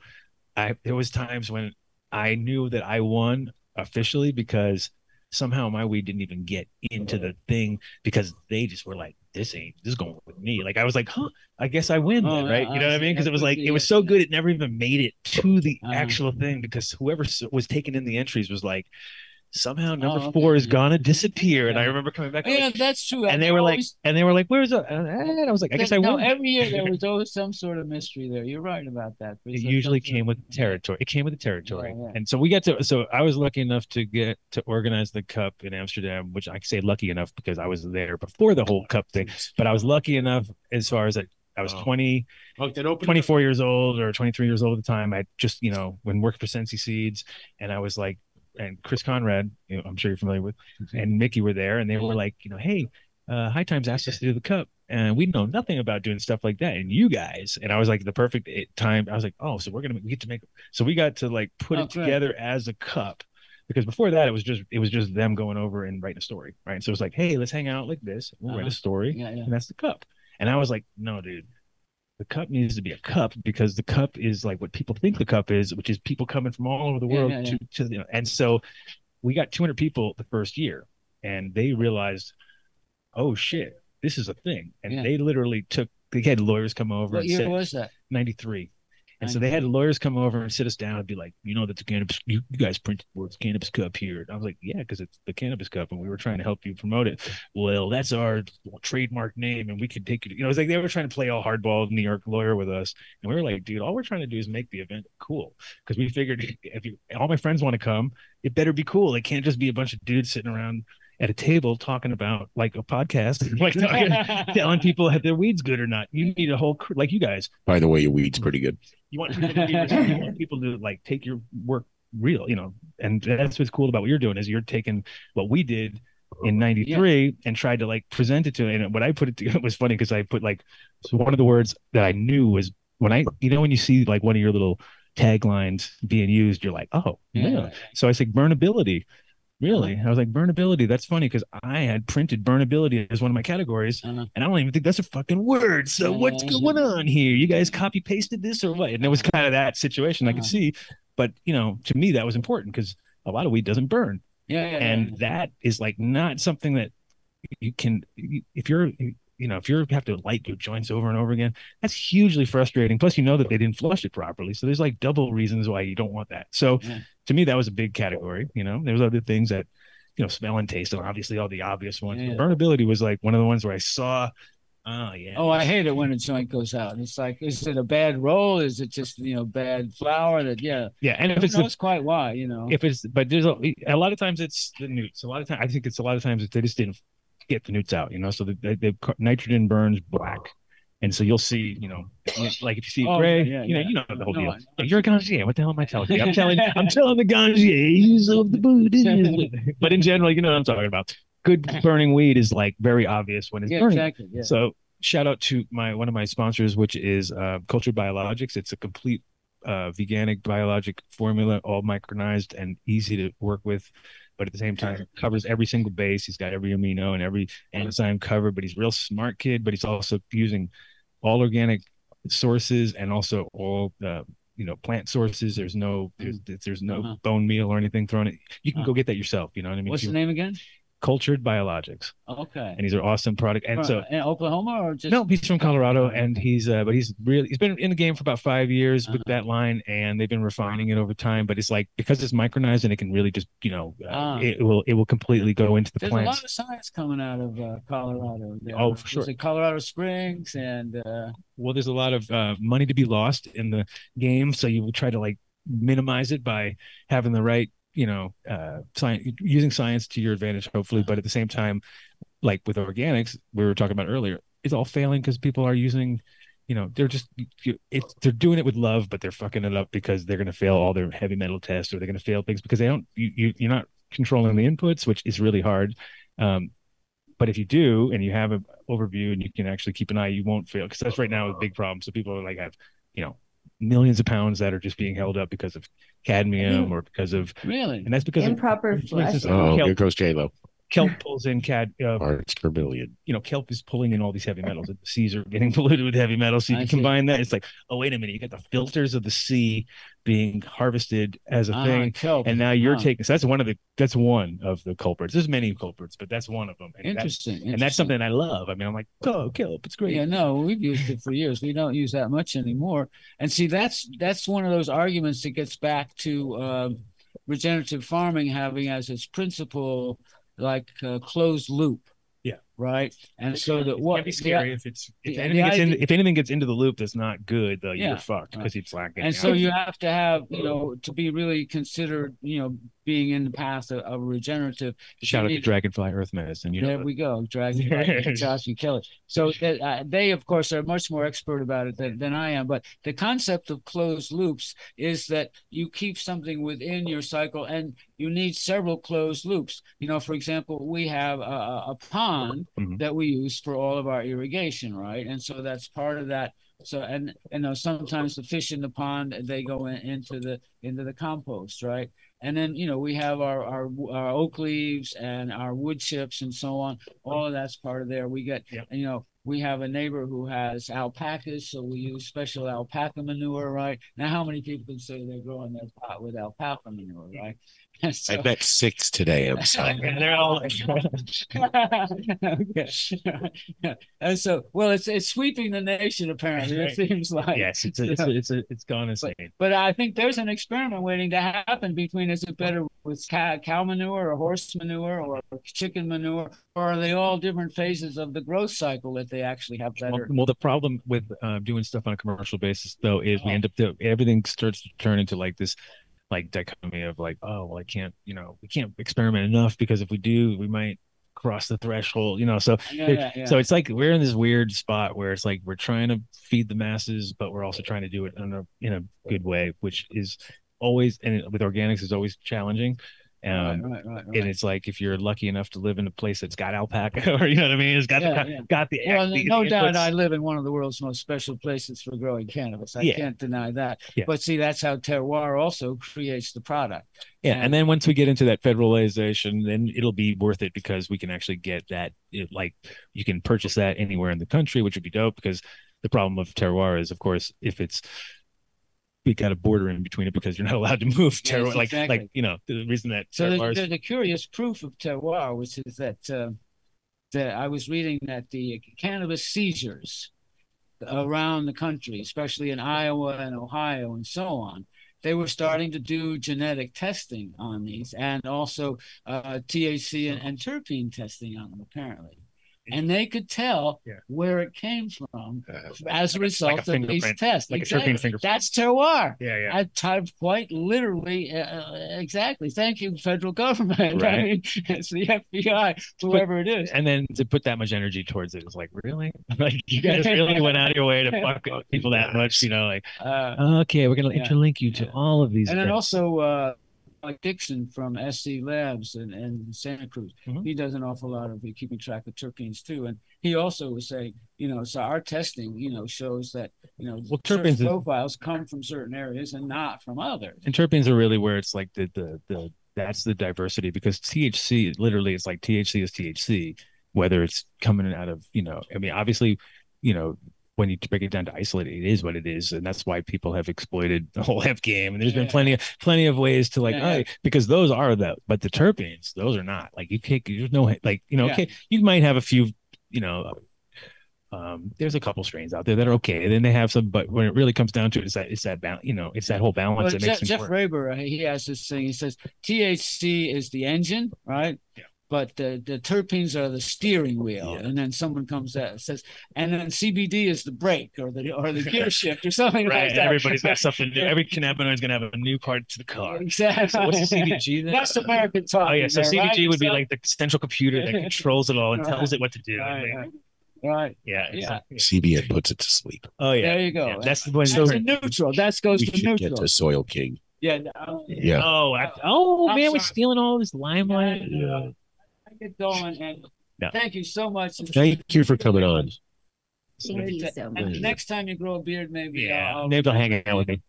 Speaker 5: I there was times when I knew that I won officially because somehow my weed didn't even get into the thing because they just were like, this ain't this is going with me. Like I was like, huh, I guess I win
Speaker 8: Oh,
Speaker 5: then,
Speaker 8: yeah,
Speaker 5: right? You know what I
Speaker 8: honestly,
Speaker 5: mean? Because
Speaker 8: that
Speaker 5: it was
Speaker 8: could
Speaker 5: like
Speaker 8: be
Speaker 5: it was
Speaker 8: it,
Speaker 5: so
Speaker 8: yeah.
Speaker 5: good it never even made it to the
Speaker 8: Uh-huh.
Speaker 5: actual thing because whoever s- was taking in the entries was like Somehow number
Speaker 8: Oh, okay,
Speaker 5: four is
Speaker 8: yeah.
Speaker 5: gonna disappear, and I
Speaker 8: Yeah.
Speaker 5: remember coming back.
Speaker 8: Yeah,
Speaker 5: like-
Speaker 8: that's true.
Speaker 5: and they were like, and they were like, "Where's?" A, and I was like, "I guess I
Speaker 8: no,
Speaker 5: won."
Speaker 8: every year there was always some sort of mystery there. You're right about that.
Speaker 5: it usually came with territory. It came with the territory,
Speaker 8: Yeah, yeah.
Speaker 5: and so we got to. So I was lucky enough to get to organize the cup in Amsterdam, which I say lucky enough because I was there before the whole cup thing. But I was lucky enough as far as that I was
Speaker 1: Oh.
Speaker 5: 20,
Speaker 1: Look, that open
Speaker 5: 24 years old or 23 years old at the time. I just, you know, when worked for Sensi Seeds and I was like, and Chris Conrad, you know, I'm sure you're familiar with,
Speaker 8: Mm-hmm.
Speaker 5: and Mickey were there and they were like, you know, hey, uh, High Times asked us to do the cup and we know nothing about doing stuff like that. And you guys, and I was like the perfect i- time. I was like, oh, so we're going to, we get to make, so we got to like put
Speaker 8: Oh,
Speaker 5: it
Speaker 8: great.
Speaker 5: together as a cup because before that it was just, it was just them going over and writing a story. Right. So it was like, hey, let's hang out like this. We'll write
Speaker 8: Uh-huh.
Speaker 5: a story
Speaker 8: Yeah, yeah.
Speaker 5: and that's the cup. And I was like, no, dude, the cup needs to be a cup because the cup is like what people think the cup is, which is people coming from all over the
Speaker 8: Yeah,
Speaker 5: world
Speaker 8: yeah,
Speaker 5: to, to you know, and so we got 200 people the first year and they realized, oh shit, this is a thing. And
Speaker 8: Yeah.
Speaker 5: they literally took, they had lawyers come over
Speaker 8: What
Speaker 5: and
Speaker 8: year
Speaker 5: sit,
Speaker 8: was that?
Speaker 5: 93. And so they had lawyers come over and sit us down and be like, you know, that the cannabis, you, you guys printed the words cannabis cup here. And I was like, yeah, because it's the cannabis cup and we were trying to help you promote it. Well, that's our trademark name and we could take you, to-" you know, it's like they were trying to play all hardball New York lawyer with us. And we were like, dude, all we're trying to do is make the event cool. Cause we figured if you, all my friends want to come, it better be cool. It can't just be a bunch of dudes sitting around at a table talking about like a podcast, like talking, telling people if their weed's good or not. You need a whole, cr- like you guys,
Speaker 1: By the way, your weed's pretty good.
Speaker 5: you want people to be respectful. you want people to like take your work real, you know. And that's what's cool about what you're doing is you're taking what we did in 93 and tried to like present it to and what I put it to it was funny because I put like so one of the words that I knew was when I you know when you see like one of your little taglines being used, you're like, oh yeah. So I said burnability. Really? I was like, burnability. That's funny because I had printed burnability as one of my categories,
Speaker 8: Uh-huh.
Speaker 5: and I don't even think that's a fucking word. So what's
Speaker 8: Yeah.
Speaker 5: going on here? You guys copy pasted this or what? And it was kind of that situation I could
Speaker 8: Uh-huh.
Speaker 5: see. But you know, to me that was important because a lot of weed doesn't burn,
Speaker 8: Yeah, yeah, yeah.
Speaker 5: and that is like not something that you can. If you're, you know, if you have to light your joints over and over again, that's hugely frustrating. Plus, you know that they didn't flush it properly, so there's like double reasons why you don't want that. So
Speaker 8: Yeah.
Speaker 5: to me, that was a big category. You know, there was other things that, you know, smell and taste, and obviously all the obvious ones.
Speaker 8: Yeah.
Speaker 5: But Burnability was like one of the ones where I saw, oh yeah,
Speaker 8: Oh, I hate it when a joint goes out. It's like, is it a bad roll? Is it just you know bad flour? That yeah.
Speaker 5: yeah, and if
Speaker 8: Who
Speaker 5: it's the
Speaker 8: knows quite why you know.
Speaker 5: if it's but there's a, a lot of times it's the newts. A lot of times I think it's a lot of times it's, they just didn't get the newts out, you know. So the, the, the car- nitrogen burns black, and so you'll see, you know, like if you see
Speaker 8: Oh,
Speaker 5: gray,
Speaker 8: yeah,
Speaker 5: you know,
Speaker 8: yeah.
Speaker 5: you know the whole
Speaker 8: No,
Speaker 5: deal.
Speaker 8: I-
Speaker 5: Yeah, You're a gangier. What the hell am I telling you? I'm telling I'm telling the gangier use of the boot. but in general, you know what I'm talking about. Good burning weed is like very obvious when it's
Speaker 8: yeah,
Speaker 5: burning.
Speaker 8: exactly. Yeah.
Speaker 5: So shout out to my one of my sponsors, which is uh, Culture Biologics. It's a complete uh, veganic biologic formula, all micronized and easy to work with, but at the same time covers every single base. He's got every amino and every enzyme covered. But he's a real smart kid. But he's also using all organic sources and also all uh, you know plant sources. There's no there's, there's no
Speaker 8: Uh-huh.
Speaker 5: bone meal or anything thrown. In. You can
Speaker 8: Uh-huh.
Speaker 5: go get that yourself. You know what I mean?
Speaker 8: What's
Speaker 5: If
Speaker 8: the
Speaker 5: you-
Speaker 8: name again?
Speaker 5: Cultured Biologics,
Speaker 8: Okay.
Speaker 5: and these are awesome product. And so
Speaker 8: From- in Oklahoma or just
Speaker 5: no, he's from Colorado, and he's uh, but he's really he's been in the game for about five years with
Speaker 8: Uh-huh.
Speaker 5: that line, and they've been refining it over time. But it's like because it's micronized and it can really just you know uh,
Speaker 8: Ah.
Speaker 5: it will it will completely go into the
Speaker 8: There's a
Speaker 5: plants.
Speaker 8: lot of science coming out of uh, Colorado. There.
Speaker 5: Oh, for sure.
Speaker 8: Was it Colorado Springs and uh,
Speaker 5: well, there's a lot of uh, money to be lost in the game, so you would try to like minimize it by having the right you know uh, science using science to your advantage, hopefully. But at the same time, like with organics, we were talking about earlier, it's all failing because people are using you know they're just you- it's they're doing it with love but they're fucking it up because they're going to fail all their heavy metal tests or they're going to fail things because they don't you, you you're not controlling the inputs which is really hard um but if you do and you have an overview and you can actually keep an eye you won't fail because that's right now a big problem so people are like have you know millions of pounds that are just being held up because of cadmium or because of
Speaker 8: really?
Speaker 5: and that's because of,
Speaker 10: Improper
Speaker 5: for instance,
Speaker 10: flushing.
Speaker 1: Oh,
Speaker 5: Kelp.
Speaker 1: here goes J Lo.
Speaker 5: kelp pulls in cad uh,
Speaker 1: Parts per million.
Speaker 5: you know, kelp is pulling in all these heavy metals. The seas are getting polluted with heavy metals. So you
Speaker 8: I
Speaker 5: can
Speaker 8: see.
Speaker 5: combine that. It's like, oh, wait a minute. You got the filters of the sea being harvested as a
Speaker 8: Uh-huh,
Speaker 5: thing.
Speaker 8: kelp.
Speaker 5: And now you're
Speaker 8: Huh.
Speaker 5: taking so that's one of the that's one of the culprits. There's many culprits, but that's one of them. And, that's
Speaker 8: interesting,
Speaker 5: and that's
Speaker 8: interesting.
Speaker 5: something I love. I mean, I'm like, oh, kelp, it's great.
Speaker 8: Yeah, no, we've used it for years. We don't use that much anymore. And see, that's that's one of those arguments that gets back to um regenerative farming having as its principle like uh, closed loop.
Speaker 5: Yeah.
Speaker 8: Right. And so that
Speaker 5: It
Speaker 8: what
Speaker 5: can be scary if it's if
Speaker 8: the-
Speaker 5: anything
Speaker 8: the
Speaker 5: gets in,
Speaker 8: idea-
Speaker 5: if anything gets into the loop that's not good, though,
Speaker 8: Yeah.
Speaker 5: you're fucked because it's like
Speaker 8: and so you have to have you know to be really considered you know being in the path of, of regenerative you
Speaker 5: shout out to
Speaker 8: need-
Speaker 5: Dragonfly Earth Medicine. You know,
Speaker 8: there
Speaker 5: the-
Speaker 8: we go, Dragon, Josh, and Kelly. So that, uh, they, of course, are much more expert about it than, than I am. But the concept of closed loops is that you keep something within your cycle, and you need several closed loops. You know, for example, we have a, a a pond
Speaker 5: Mhm.
Speaker 8: that we use for all of our irrigation, right? And so that's part of that. So and you know sometimes the fish in the pond they go in, into the into the compost, right? and then you know we have our, our our oak leaves and our wood chips and so on all of that's part of there we get
Speaker 5: Yep.
Speaker 8: you know we have a neighbor who has alpacas so we use special alpaca manure right now how many people can say they're growing their pot with alpaca manure right And so-
Speaker 1: I met six today. I'm sorry.
Speaker 8: and they're all like, okay. and so, well, it's it's sweeping the nation apparently. It
Speaker 5: Right.
Speaker 8: seems like
Speaker 5: yes, it's a, it's a, it's, a, it's gone insane.
Speaker 8: but I think there's an experiment waiting to happen between is it better with cow, cow manure or horse manure or chicken manure, or are they all different phases of the growth cycle that they actually have
Speaker 5: Well,
Speaker 8: better?
Speaker 5: well, the problem with uh, doing stuff on a commercial basis though is
Speaker 8: Oh.
Speaker 5: we end up to, everything starts to turn into like this like dichotomy of like oh well I can't you know we can't experiment enough because if we do we might cross the threshold you know so
Speaker 8: Yeah, yeah, yeah.
Speaker 5: so it's like we're in this weird spot where it's like we're trying to feed the masses but we're also trying to do it in a in a good way which is always and it- with organics is always challenging um
Speaker 8: right, right, right, right.
Speaker 5: And it's like if you're lucky enough to live in a place that's got alpaca, or you know what I mean, it's got
Speaker 8: Yeah,
Speaker 5: the,
Speaker 8: yeah.
Speaker 5: got the
Speaker 8: well,
Speaker 5: the-
Speaker 8: no
Speaker 5: the
Speaker 8: doubt
Speaker 5: inputs.
Speaker 8: I live in one of the world's most special places for growing cannabis. I
Speaker 5: Yeah.
Speaker 8: can't deny that.
Speaker 5: Yeah.
Speaker 8: But see, that's how terroir also creates the product.
Speaker 5: Yeah,
Speaker 8: And-
Speaker 5: and then once we get into that federalization, then it'll be worth it because we can actually get that. It, like you can purchase that anywhere in the country, which would be dope. Because the problem of terroir is, of course, if it's we got a border in between it because you're not allowed to move
Speaker 8: Yes,
Speaker 5: terroir. like,
Speaker 8: exactly.
Speaker 5: like you know, the reason that
Speaker 8: So
Speaker 5: terroir
Speaker 8: there's,
Speaker 5: is
Speaker 8: there's a curious proof of terroir, which is that uh, that I was reading that the cannabis seizures around the country, especially in Iowa and Ohio and so on, they were starting to do genetic testing on these and also uh, THC and, and terpene testing on them apparently. And they could tell
Speaker 5: Yeah.
Speaker 8: where it came from
Speaker 5: uh,
Speaker 8: as a result of these
Speaker 5: fingerprint,
Speaker 8: tests.
Speaker 5: like a
Speaker 8: Exactly.
Speaker 5: terpene fingerprint.
Speaker 8: That's terroir.
Speaker 5: yeah, yeah.
Speaker 8: I typed quite literally, uh, uh, exactly. Thank you, federal government. I
Speaker 5: Right.
Speaker 8: mean, it's the FBI, whoever it is.
Speaker 5: and then to put that much energy towards it is like really like you guys really went out of your way to fuck up people that much you know like
Speaker 8: Uh,
Speaker 5: okay we're gonna
Speaker 8: Yeah.
Speaker 5: interlink you to all of these
Speaker 8: and then
Speaker 5: things.
Speaker 8: also, uh, like Dixon from SC Labs in, in Santa Cruz,
Speaker 5: Mhm.
Speaker 8: he does an awful lot of keeping track of terpenes too. And he also was saying, you know, so our testing, you know, shows that, you know,
Speaker 5: Well,
Speaker 8: certain
Speaker 5: terpenes is-
Speaker 8: profiles come from certain areas and not from others.
Speaker 5: and terpenes are really where it's like the the the that's the diversity because THC is literally it's like THC is THC whether it's coming out of you know I mean obviously you know when you break it down to isolate it is what it is and that's why people have exploited the whole F game and there's been
Speaker 8: Yeah.
Speaker 5: plenty of plenty of ways to like
Speaker 8: Yeah, yeah.
Speaker 5: oh, because those are the but the terpenes those are not like you can't there's no like you know
Speaker 8: Yeah.
Speaker 5: okay you might have a few you know um, there's a couple strains out there that are okay and then they have some but when it really comes down to it is that it's that balance you know it's that whole balance
Speaker 8: Well,
Speaker 5: that
Speaker 8: Jeff,
Speaker 5: makes it
Speaker 8: Jeff
Speaker 5: work.
Speaker 8: Raber, uh, he has this thing. He says THC is the engine, right? But the, the terpenes are the steering wheel,
Speaker 5: Yeah.
Speaker 8: and then someone comes out and says, and then CBD is the brake or the or the gear shift or something
Speaker 5: Right,
Speaker 8: like
Speaker 5: and
Speaker 8: that.
Speaker 5: everybody's got something new. Every cannabinoid's gonna have a new part to the car. So
Speaker 8: exactly.
Speaker 5: what's the CBG then?
Speaker 8: That's American talk.
Speaker 5: Oh yeah, so
Speaker 8: there,
Speaker 5: CBG
Speaker 8: right?
Speaker 5: would be
Speaker 8: So-
Speaker 5: like the central computer that controls it all and tells it what to do.
Speaker 8: right,
Speaker 5: Like,
Speaker 8: right, right.
Speaker 5: Yeah,
Speaker 8: Yeah.
Speaker 5: exactly.
Speaker 1: CBN puts it to sleep.
Speaker 5: Oh yeah,
Speaker 8: There you go.
Speaker 5: yeah, that's the
Speaker 8: that's a
Speaker 5: one.
Speaker 8: neutral. That goes
Speaker 1: We
Speaker 8: to
Speaker 1: should get
Speaker 8: neutral.
Speaker 1: to Soil King.
Speaker 8: Yeah. no,
Speaker 1: Yeah.
Speaker 5: Oh, I, oh
Speaker 8: I'm
Speaker 5: man, we're
Speaker 8: sorry.
Speaker 5: stealing all this limelight.
Speaker 8: Yeah. uh, I get going, and
Speaker 5: No.
Speaker 8: thank you so much.
Speaker 1: Thank you for coming on.
Speaker 10: Thank you so much.
Speaker 8: And the next time you grow a beard, maybe.
Speaker 5: Yeah,
Speaker 8: I'll-
Speaker 5: maybe they'll hang out with me.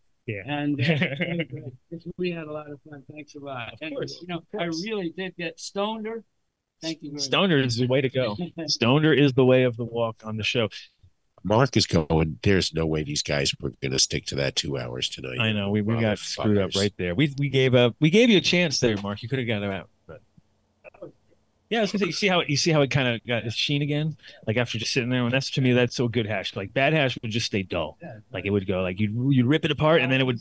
Speaker 8: And uh, we had a lot of fun. Thanks a lot.
Speaker 5: Of
Speaker 8: And,
Speaker 5: course,
Speaker 8: you know,
Speaker 5: of
Speaker 8: I
Speaker 5: course.
Speaker 8: really did get stoneder. Thank you. Very
Speaker 5: Stoner is the way to go.
Speaker 8: much.
Speaker 5: Stoner is the way of the walk on the show.
Speaker 1: Mark is going. There's no way these guys were going to stick to that two hours tonight.
Speaker 5: I know we, we got screwed up
Speaker 1: Motherfuckers.
Speaker 5: right there. We we gave up. We gave you a chance there, Mark. You could have got it out. But yeah, I was gonna say, you see how it, you see how it kind of got sheen again. Like after just sitting there, and that's to me that's so good hash. Like bad hash would just stay dull. Like it would go like you you rip it apart and then it would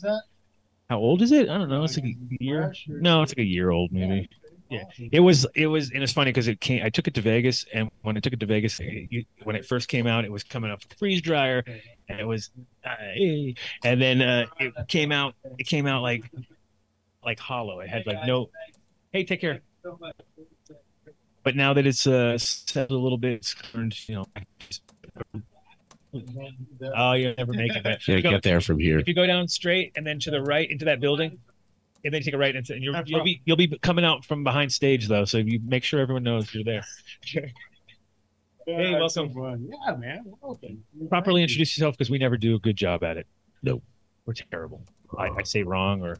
Speaker 5: How old is it? I don't know. It's like a year. No, it's like a year old maybe. Yeah, it was. It was, and it's funny because it came. I took it to Vegas, and when I took it to Vegas, it- you- when it first came out, it was coming up freeze dryer, and it was, uh, eh. and then uh, it came out. It came out like, like hollow. It had like no. Hey, take care. But now that it's uh settled a little bit, it's turned. You know. Oh, you're never making that.
Speaker 1: Can't get there from here.
Speaker 5: If you go down straight and then to the right into that building, and then you take a right into, and you're, you'll be you'll be coming out from behind stage though, so you make sure everyone knows you're there. hey, welcome.
Speaker 11: Yeah, man. Welcome.
Speaker 5: Properly introduce yourself because we never do a good job at it. No, we're terrible. I, I say wrong or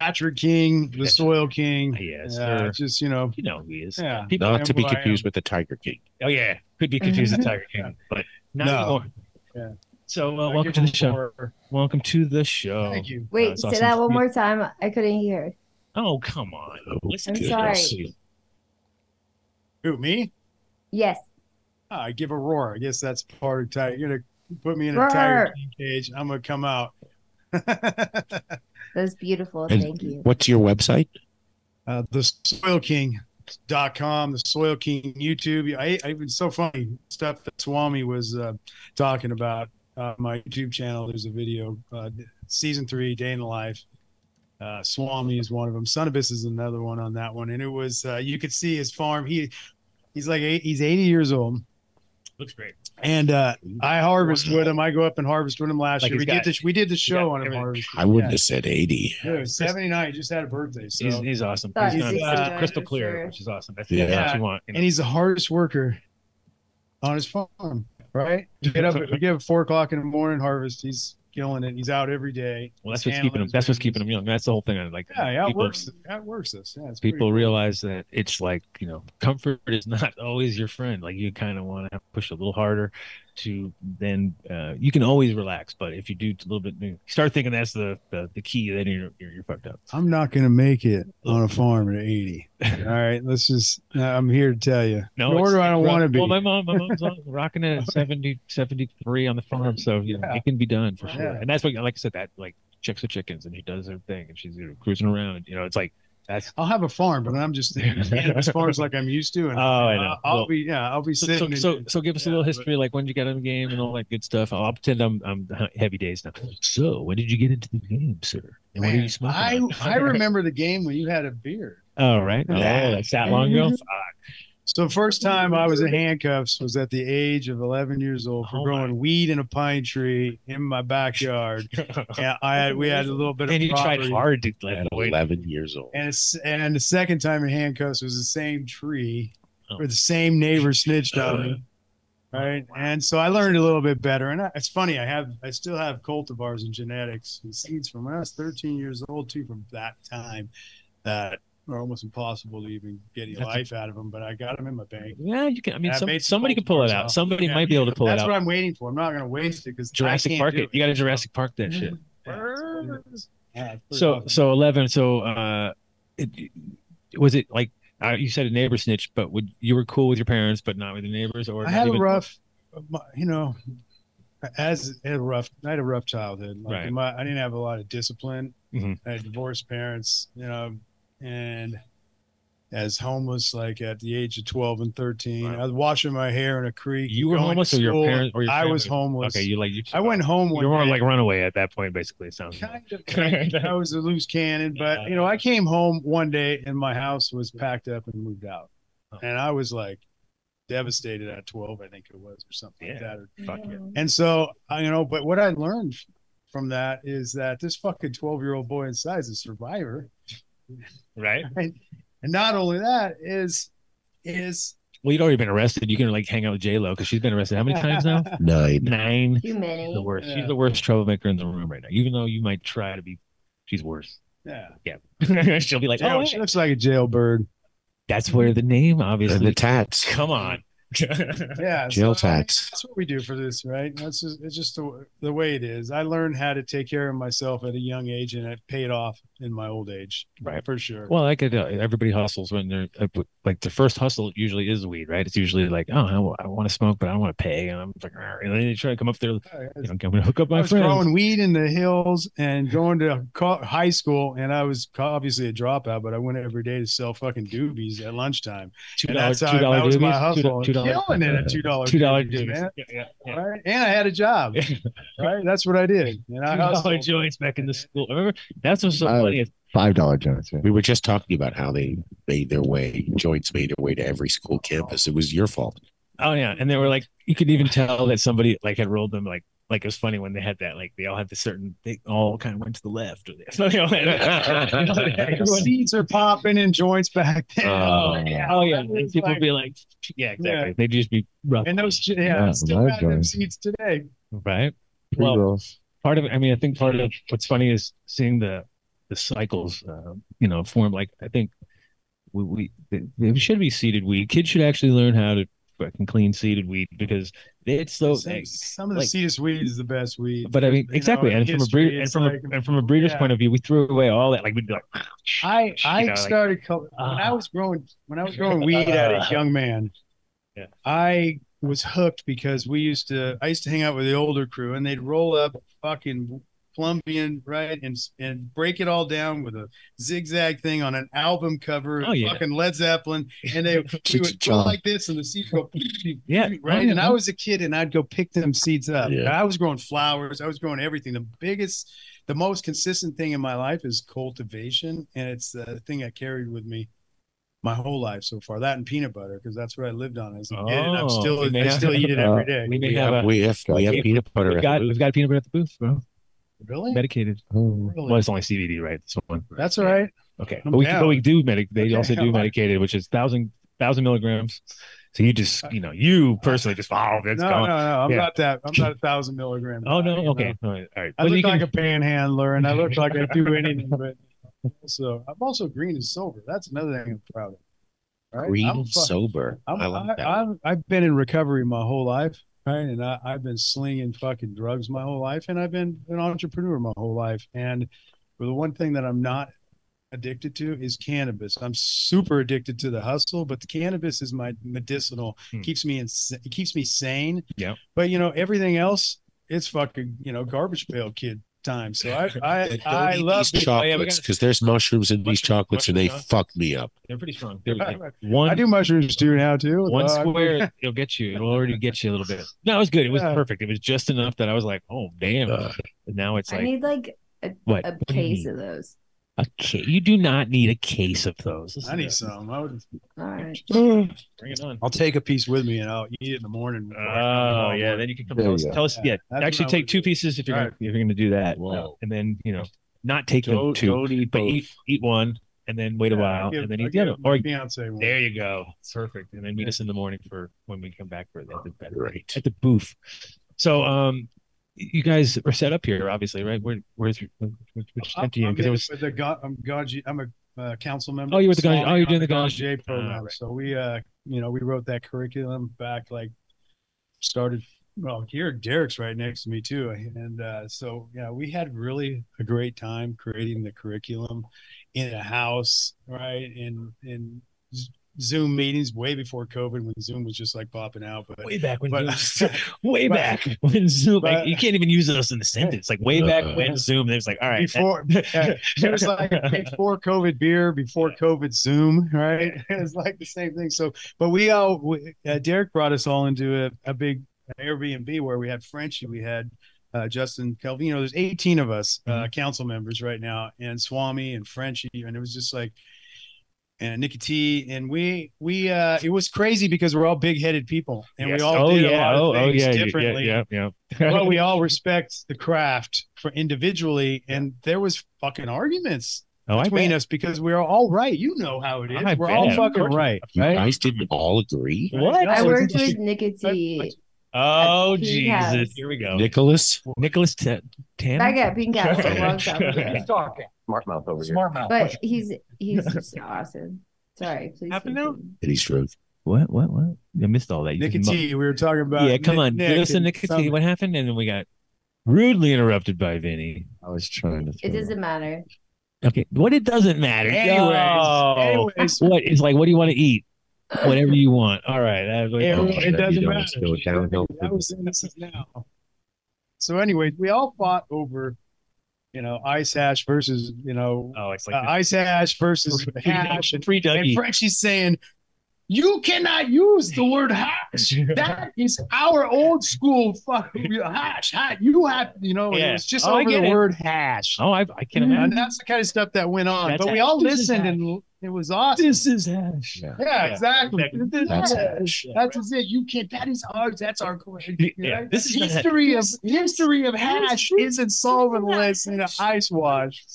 Speaker 11: Patrick King, the Soil King.
Speaker 5: Yes,
Speaker 11: Yeah,
Speaker 5: sir.
Speaker 11: just you know,
Speaker 5: you know who he is.
Speaker 11: Yeah,
Speaker 5: People-
Speaker 11: I
Speaker 1: Not to
Speaker 11: am
Speaker 1: be
Speaker 11: who I am.
Speaker 1: confused with the Tiger King.
Speaker 5: oh yeah, could be confused with Tiger King, but not
Speaker 1: No.
Speaker 5: anymore.
Speaker 11: Yeah.
Speaker 5: So
Speaker 11: I
Speaker 5: uh, welcome
Speaker 11: give
Speaker 5: to the
Speaker 11: him
Speaker 5: show.
Speaker 11: more.
Speaker 5: Welcome to the show.
Speaker 11: Thank you.
Speaker 10: Wait,
Speaker 5: Oh, it's
Speaker 10: say
Speaker 5: awesome
Speaker 10: that
Speaker 5: to
Speaker 10: one
Speaker 5: be-
Speaker 10: more time. I couldn't hear.
Speaker 5: Oh come on! Listen
Speaker 10: I'm
Speaker 5: to
Speaker 10: sorry.
Speaker 5: this.
Speaker 11: Who me?
Speaker 10: Yes.
Speaker 11: Ah, I give a roar. I guess that's part of tiger. You're gonna put me in a
Speaker 10: Roar.
Speaker 11: tiger king cage. I'm gonna come out.
Speaker 10: That was beautiful.
Speaker 1: And
Speaker 10: Thank you.
Speaker 1: What's your website?
Speaker 11: uh, the soil king.com the soil king youtube i, I it's so funny stuff that swami was uh, talking about uh, my youtube channel there's a video uh, season three day in the life uh, swami is one of them Sunibus is another one on that one and it was uh, you could see his farm he he's like eight, he's 80 years old
Speaker 5: Looks great.
Speaker 11: and uh, i harvest with him i go up and harvest with him last
Speaker 5: Like
Speaker 11: year we
Speaker 5: he's
Speaker 11: did
Speaker 5: got-
Speaker 11: this we did the show on him
Speaker 5: everything.
Speaker 11: harvest
Speaker 1: I wouldn't have said 80.
Speaker 11: yeah, 79 he just had a birthday so
Speaker 5: He's, he's awesome.
Speaker 10: Sorry,
Speaker 5: He's, not-
Speaker 11: he's uh,
Speaker 5: he's
Speaker 10: good,
Speaker 5: crystal
Speaker 10: for
Speaker 5: clear,
Speaker 10: sure.
Speaker 5: which is awesome. That's
Speaker 1: Yeah.
Speaker 5: what you want. you know.
Speaker 11: and he's the hardest worker on his farm. Right? Get up, we get up at four o'clock in the morning, harvest. He's killing it. He's out every day.
Speaker 5: well, that's
Speaker 11: He's
Speaker 5: what's keeping him.
Speaker 11: handling
Speaker 5: That's what's
Speaker 11: his
Speaker 5: keeping him young. That's the whole thing. I like.
Speaker 11: business. Yeah, yeah, it
Speaker 5: people,
Speaker 11: works. That works us. Yeah, it's pretty
Speaker 5: people realize that it's like you know, comfort is not always your friend. Like you kind of want to push a little harder to then. Uh, you can always relax, but if you do a little bit, you start thinking that's the the, the key. Then you're, you're you're fucked up.
Speaker 11: cool. I'm not going to make it on a farm at 80. All right, let's just, uh, I'm here to tell you.
Speaker 5: No,
Speaker 11: Nor
Speaker 5: it's-
Speaker 11: do I don't
Speaker 5: well,
Speaker 11: want to be.
Speaker 5: Well, my mom, my mom's on- rocking at 70, 73 on the farm, so you know,
Speaker 11: Yeah.
Speaker 5: it can be done for sure.
Speaker 11: Yeah.
Speaker 5: And that's what, like I said, that like checks the chickens and she does her thing and she's you know, cruising around. You know, it's like that's
Speaker 11: I'll have a farm, but I'm just thinking as far as like I'm used to. And
Speaker 5: Oh, I know.
Speaker 11: I'll, I'll
Speaker 5: Well,
Speaker 11: be, yeah, I'll be
Speaker 5: so.
Speaker 11: sitting.
Speaker 5: So,
Speaker 11: and-
Speaker 5: so, so give us a little
Speaker 11: Yeah,
Speaker 5: history, like when did you get in the game and all that good stuff. I'll, I'll pretend I'm I'm heavy days now. So when did you get into the game, sir? And what are you
Speaker 11: Man,
Speaker 5: smoking?
Speaker 11: I,
Speaker 5: on?
Speaker 11: I remember the game when you had a beard.
Speaker 5: All right. Oh,
Speaker 11: Yeah.
Speaker 5: that's that long ago. Fuck.
Speaker 11: So the first time I was in handcuffs was at the age of 11 years old for
Speaker 5: Oh my.
Speaker 11: growing weed in a pine tree in my backyard. yeah, I had, we had a little bit of
Speaker 5: and you tried
Speaker 11: property.
Speaker 5: hard to let
Speaker 1: At
Speaker 5: wait.
Speaker 1: 11 years old.
Speaker 11: And it's, and the second time in handcuffs was the same tree,
Speaker 5: Oh.
Speaker 11: or the same neighbor snitched on me. Right, and so I learned a little bit better. And I, it's funny, I have I still have cultivars and genetics and seeds from when I was 13 years old too, from that time, that are almost impossible to even get any
Speaker 5: That's a-
Speaker 11: life out of them. But I got them in my bank.
Speaker 5: Yeah, you can. I mean,
Speaker 11: Yeah,
Speaker 5: some,
Speaker 11: Bates
Speaker 5: somebody can
Speaker 11: Colts
Speaker 5: pull it
Speaker 11: works
Speaker 5: out.
Speaker 11: out.
Speaker 5: Somebody
Speaker 11: Yeah.
Speaker 5: might be able to pull
Speaker 11: That's
Speaker 5: it out.
Speaker 11: what I'm waiting for. I'm not going to waste it because
Speaker 5: Jurassic Park it. You got to Jurassic Park that shit. So so eleven. So uh, it, was it like uh, you said a neighbor snitch, but would you were cool with your parents, but not with the neighbors, or
Speaker 11: I
Speaker 5: not
Speaker 11: had
Speaker 5: even-
Speaker 11: a rough, you know, as I had a rough, I had a rough childhood. Like
Speaker 5: Right.
Speaker 11: my, I didn't have a lot of discipline.
Speaker 5: Mhm.
Speaker 11: I had divorced parents, you know, and as homeless, like at the age of twelve and thirteen,
Speaker 5: Wow.
Speaker 11: I was washing my hair in a creek.
Speaker 5: You were
Speaker 11: going to
Speaker 5: homeless, or your
Speaker 11: school.
Speaker 5: parents, or your
Speaker 11: I was
Speaker 5: family?
Speaker 11: homeless.
Speaker 5: Okay, you like you.
Speaker 11: I went home
Speaker 5: You
Speaker 11: one
Speaker 5: were more
Speaker 11: day.
Speaker 5: like runaway at that point, basically. It sounds.
Speaker 11: kind of I
Speaker 5: like.
Speaker 11: was a loose cannon, but you know, I came home one day and my house was packed up and moved out. And I was like devastated at 12, I think it was, or something like
Speaker 5: Yeah.
Speaker 11: that.
Speaker 5: Fuck yeah.
Speaker 11: And so, I, you know, but what I learned from that is that this fucking 12 year old boy inside is a survivor.
Speaker 5: right.
Speaker 11: And, and not only that is, is
Speaker 5: Well, you'd already been arrested. You can like hang out with J Lo because she's been arrested how many times now?
Speaker 1: Nine.
Speaker 5: Nine.
Speaker 10: Too many.
Speaker 5: The worst.
Speaker 11: Yeah.
Speaker 5: She's the worst troublemaker in the room right now. Even though you might try to be, she's worse.
Speaker 11: yeah,
Speaker 5: She'll be like,
Speaker 11: Jail-
Speaker 5: oh,
Speaker 11: she looks like a jailbird.
Speaker 5: that's where the name obviously
Speaker 1: And the tats.
Speaker 5: Come on.
Speaker 11: yeah,
Speaker 1: Jail
Speaker 11: I mean,
Speaker 1: tax.
Speaker 11: That's what we do for this, right? That's just it's just the, the way it is. I learned how to take care of myself at a young age, and it paid off in my old age,
Speaker 5: Right.
Speaker 11: for sure.
Speaker 5: Well, I could. Uh, everybody hustles when they're uh, but, like the first hustle usually is weed, right? It's usually like, oh, I, want to smoke, but I don't want to pay, and I'm like, "Arr," and then they try to come up there, you know, I'm gonna hook up
Speaker 11: Oh, I
Speaker 5: my
Speaker 11: was
Speaker 5: friends.
Speaker 11: growing weed in the hills and going to co- high school, and I was co- obviously a dropout, but I went every day to sell fucking doobies at lunchtime.
Speaker 5: Two
Speaker 11: And
Speaker 5: dollar-
Speaker 11: that's how
Speaker 5: two
Speaker 11: I-
Speaker 5: dollar
Speaker 11: That was my
Speaker 5: doobies? Two do-
Speaker 11: hustle.
Speaker 5: two dollar-
Speaker 11: Killing it at two dollar.
Speaker 5: two dollar doobies.
Speaker 11: man.
Speaker 5: Yeah, yeah,
Speaker 11: Right? And I had a job. right, that's what I did. And I
Speaker 5: Two dollar
Speaker 11: hustled.
Speaker 5: joints back in the school. Remember, that's what's so
Speaker 1: Uh,
Speaker 5: funny. It's
Speaker 1: Five dollar joints. We were just talking about how they made their way. Joints made their way to every school campus. It was your fault.
Speaker 5: Oh yeah, and they were like, you could even tell that somebody like had rolled them like like it was funny when they had that like they all had the certain they all kind of went to the left or this. You know, Oh, everyone-
Speaker 11: Seeds are popping and joints back then.
Speaker 5: Oh, yeah. Oh, yeah. And
Speaker 11: It's
Speaker 5: people would be like, yeah, exactly. They'd just be rough,
Speaker 11: And those, yeah,
Speaker 5: Yeah,
Speaker 11: still
Speaker 5: live
Speaker 11: have them
Speaker 5: joints.
Speaker 11: seeds today.
Speaker 5: right? Well, part of it, I mean, I think part of what's funny is seeing the the cycles, uh, you know, form. Like I think we we they- they should be seeded weed. Kids should actually learn how to fucking clean seeded weed because it's so
Speaker 11: some, some of the
Speaker 5: like-
Speaker 11: seediest weed is the best weed.
Speaker 5: But I mean,
Speaker 11: You know,
Speaker 5: exactly,
Speaker 11: in
Speaker 5: and from a
Speaker 11: history,
Speaker 5: breed, and
Speaker 11: it's
Speaker 5: from
Speaker 11: like-
Speaker 5: a and from a breeder's
Speaker 11: yeah.
Speaker 5: point of view, we threw away all that. Like we'd be like,
Speaker 11: I I
Speaker 5: know, like- "Ah."
Speaker 11: started co- when I was growing when I was growing weed at a young man.
Speaker 5: Yeah.
Speaker 11: I was hooked because we used to I used to hang out with the older crew and they'd roll up fucking Colombian right and and break it all down with a zigzag thing on an album cover of
Speaker 5: Oh, yeah.
Speaker 11: fucking Led Zeppelin and they we would go
Speaker 5: John.
Speaker 11: like this and the seeds go
Speaker 5: yeah,
Speaker 11: right and I was a kid and I'd go pick them seeds up
Speaker 5: Yeah.
Speaker 11: I was growing flowers I was growing everything the biggest the most consistent thing in my life is cultivation and it's the thing i carried with me my whole life so far that and peanut butter because that's what i lived on as a kid and i'm
Speaker 5: Oh,
Speaker 11: still
Speaker 5: we may
Speaker 11: i
Speaker 5: have-
Speaker 11: still eat it every day
Speaker 5: Uh, we may
Speaker 1: We
Speaker 5: have,
Speaker 1: have-
Speaker 5: a,
Speaker 1: we have- we have peanut butter at
Speaker 5: We've
Speaker 1: the
Speaker 5: got,
Speaker 1: booth.
Speaker 5: we've got peanut butter at the booth, bro.
Speaker 11: really
Speaker 5: Medicated. Well, it's only CBD, right? This one.
Speaker 11: that's all right
Speaker 5: Okay,
Speaker 11: I'm
Speaker 5: but we,
Speaker 11: down.
Speaker 5: but we do medic. They
Speaker 11: Okay,
Speaker 5: also
Speaker 11: all
Speaker 5: do
Speaker 11: right.
Speaker 5: medicated, which is thousand thousand milligrams. So you just, you know, you personally just, oh, that's
Speaker 11: no no
Speaker 5: gone.
Speaker 11: no i'm
Speaker 5: Yeah.
Speaker 11: not that i'm not a thousand milligram
Speaker 5: Oh
Speaker 11: guy,
Speaker 5: no,
Speaker 11: you
Speaker 5: okay,
Speaker 11: know.
Speaker 5: all right. All right.
Speaker 11: i
Speaker 5: Well,
Speaker 11: look
Speaker 5: you can-
Speaker 11: like a panhandler and i look like i do anything but so i'm also green and sober that's another thing i'm proud of All right?
Speaker 1: Green
Speaker 11: I'm
Speaker 1: and
Speaker 11: fu-
Speaker 1: sober. i
Speaker 11: I'm, I
Speaker 1: like that.
Speaker 11: I, am I've been in recovery my whole life, right? And I, I've been slinging fucking drugs my whole life, and I've been an entrepreneur my whole life. And the one thing that I'm not addicted to is cannabis. I'm super addicted to the hustle, but the cannabis is my medicinal.
Speaker 5: Hmm.
Speaker 11: keeps me in, it keeps me sane.
Speaker 5: Yeah.
Speaker 11: But you know everything else, it's fucking you know garbage pail kid time. So I I,
Speaker 1: Don't
Speaker 11: I
Speaker 1: eat
Speaker 11: love
Speaker 1: these
Speaker 5: Oh, yeah, we
Speaker 1: chocolates
Speaker 5: got-
Speaker 1: because there's mushrooms in these chocolates and they
Speaker 5: mushrooms,
Speaker 1: fuck me up.
Speaker 5: They're pretty strong. They're like
Speaker 11: I
Speaker 5: one
Speaker 11: do mushrooms too now too.
Speaker 5: one
Speaker 11: Uh,
Speaker 5: square, it'll get you. It'll already get you a little bit. No, it was good. It was
Speaker 11: Yeah.
Speaker 5: perfect. It was just enough that I was like, oh damn.
Speaker 1: Ugh.
Speaker 5: And now it's
Speaker 10: I
Speaker 5: like
Speaker 10: need like a,
Speaker 5: what?
Speaker 10: a
Speaker 5: What do you
Speaker 10: case
Speaker 5: need?
Speaker 10: of those.
Speaker 5: A case. You do not need a case of those. This
Speaker 11: I
Speaker 5: is
Speaker 11: need
Speaker 5: a-
Speaker 11: some. I would
Speaker 10: All right.
Speaker 5: Bring it on.
Speaker 11: I'll take a piece with me and I'll eat it in the morning. before I come
Speaker 5: Oh
Speaker 11: home.
Speaker 5: yeah, then you can come
Speaker 7: There
Speaker 5: tell
Speaker 7: you
Speaker 5: us.
Speaker 7: go.
Speaker 5: Tell us.
Speaker 11: Yeah,
Speaker 5: Yeah,
Speaker 11: that's what
Speaker 5: actually
Speaker 11: I
Speaker 5: take
Speaker 11: would
Speaker 5: two
Speaker 11: do.
Speaker 5: pieces if you're
Speaker 11: All
Speaker 5: gonna, if you're gonna do that,
Speaker 1: Whoa.
Speaker 5: and then you know not take the
Speaker 11: Don't-
Speaker 5: two,
Speaker 11: don't eat
Speaker 5: but
Speaker 11: both.
Speaker 5: eat eat one and then wait a
Speaker 11: Yeah,
Speaker 5: while
Speaker 11: I'll give-
Speaker 5: and then
Speaker 11: I'll
Speaker 5: eat the other.
Speaker 11: give
Speaker 5: Or
Speaker 11: my fiance one.
Speaker 5: there you go, it's perfect. And then meet
Speaker 11: Yeah.
Speaker 5: us in the morning for when we come back for the, at the,
Speaker 1: Right.
Speaker 5: at the booth. So um, you guys are set up here, obviously, right? Where where's your- which, which, which
Speaker 11: I'm,
Speaker 5: tent do you
Speaker 11: I'm
Speaker 5: Because
Speaker 11: in
Speaker 5: there was
Speaker 11: with the Ga- I'm Ganji. I'm a uh, council member.
Speaker 5: Oh, you're with the Ganji-
Speaker 11: Small
Speaker 5: oh, you're
Speaker 11: town
Speaker 5: doing the Ganji.
Speaker 11: Ganji program.
Speaker 5: Ah, right.
Speaker 11: So we, uh, you know, we wrote that curriculum back like started. Well, here Derek's right next to me too, and uh, so yeah, we had really a great time creating the curriculum in a house, right? In in Z- Zoom meetings way before COVID, when Zoom was just like popping out. But
Speaker 5: way back when.
Speaker 11: but-
Speaker 5: Zoom- way
Speaker 11: but-
Speaker 5: back when Zoom.
Speaker 11: but-
Speaker 5: like, you can't even use us in the sentence. Like way back
Speaker 1: Uh,
Speaker 5: when Zoom. There's like all right.
Speaker 11: before yeah, it was like before COVID beer, before COVID Zoom, right? It was like the same thing. So, but we all we, uh, Derek brought us all into a, a big Airbnb where we had Frenchie, we had uh, Justin Kelvin. You know, there's 18 of us
Speaker 6: Mm-hmm.
Speaker 11: uh, council members right now, and Swami and Frenchie, and it was just like and Nikki T. And we we uh, it was crazy because we're all big headed people, and
Speaker 5: Yes.
Speaker 11: we all did a lot of
Speaker 5: oh
Speaker 11: things
Speaker 5: yeah, you-
Speaker 11: differently
Speaker 5: yeah, yeah, yeah.
Speaker 11: but we all respect the craft for individually. And there was fucking arguments
Speaker 5: oh, I
Speaker 11: between
Speaker 5: bet.
Speaker 11: us because we are all right. You know how it is.
Speaker 5: I
Speaker 11: We're all
Speaker 5: bet.
Speaker 11: fucking right.
Speaker 1: You guys didn't all agree?
Speaker 5: What?
Speaker 11: Yeah,
Speaker 10: I
Speaker 11: so
Speaker 10: worked
Speaker 11: it's-
Speaker 10: with Nikiti.
Speaker 5: Oh
Speaker 10: At Pink House.
Speaker 5: Jesus! Here we go.
Speaker 1: Nicholas?
Speaker 5: Nicholas T- Tanner.
Speaker 10: I got pink house a long time ago.
Speaker 5: What
Speaker 7: Smart mouth over
Speaker 10: But he's he's just awesome. Sorry, please.
Speaker 5: Happened now?
Speaker 10: continue.
Speaker 1: Eddie Struth.
Speaker 5: What? What? What? I missed all that. You
Speaker 8: Nikki
Speaker 5: just mu-
Speaker 8: T, we were talking about.
Speaker 5: yeah, come
Speaker 8: Nick-
Speaker 5: on.
Speaker 8: Nick
Speaker 5: Give us a
Speaker 8: and
Speaker 5: Nikki T.
Speaker 8: something.
Speaker 5: What happened? And then we got rudely interrupted by Vinny.
Speaker 1: I was trying to.
Speaker 10: It doesn't matter.
Speaker 5: Okay. What? It doesn't matter.
Speaker 10: Anyways,
Speaker 5: No.
Speaker 10: anyways.
Speaker 5: What? It's like, what do you want to eat? Whatever you want. All right. that- oh,
Speaker 1: Oh,
Speaker 8: It doesn't
Speaker 5: You don't
Speaker 8: matter.
Speaker 5: go downhill from
Speaker 8: That was in this is now. So, anyways, we all fought over, you know, ice hash versus, you know,
Speaker 5: oh, it's
Speaker 8: uh, ice hash versus
Speaker 5: Free
Speaker 8: hash.
Speaker 5: Dougie.
Speaker 8: And,
Speaker 5: Free Dougie.
Speaker 8: and Frenchie's saying, you cannot use the word hash. That is our old school fuck hash. hash. You have, you know,
Speaker 5: Yeah.
Speaker 8: it was just
Speaker 5: Oh, I
Speaker 8: over
Speaker 5: get
Speaker 8: the
Speaker 5: it.
Speaker 8: word hash.
Speaker 5: Oh, I, I can
Speaker 8: And
Speaker 10: Mm-hmm.
Speaker 5: imagine.
Speaker 8: that's the kind of stuff that went on.
Speaker 5: That's
Speaker 8: but we
Speaker 5: hash.
Speaker 8: all
Speaker 5: This is
Speaker 8: listened and l- it was awesome.
Speaker 5: This is hash.
Speaker 1: Yeah,
Speaker 8: Yeah, exactly.
Speaker 1: That's
Speaker 8: That's,
Speaker 1: hash.
Speaker 8: that's just it. You can't. That is ours. That's our.
Speaker 5: Yeah, this is not-
Speaker 8: history of history of hash isn't solventless in an ice wash.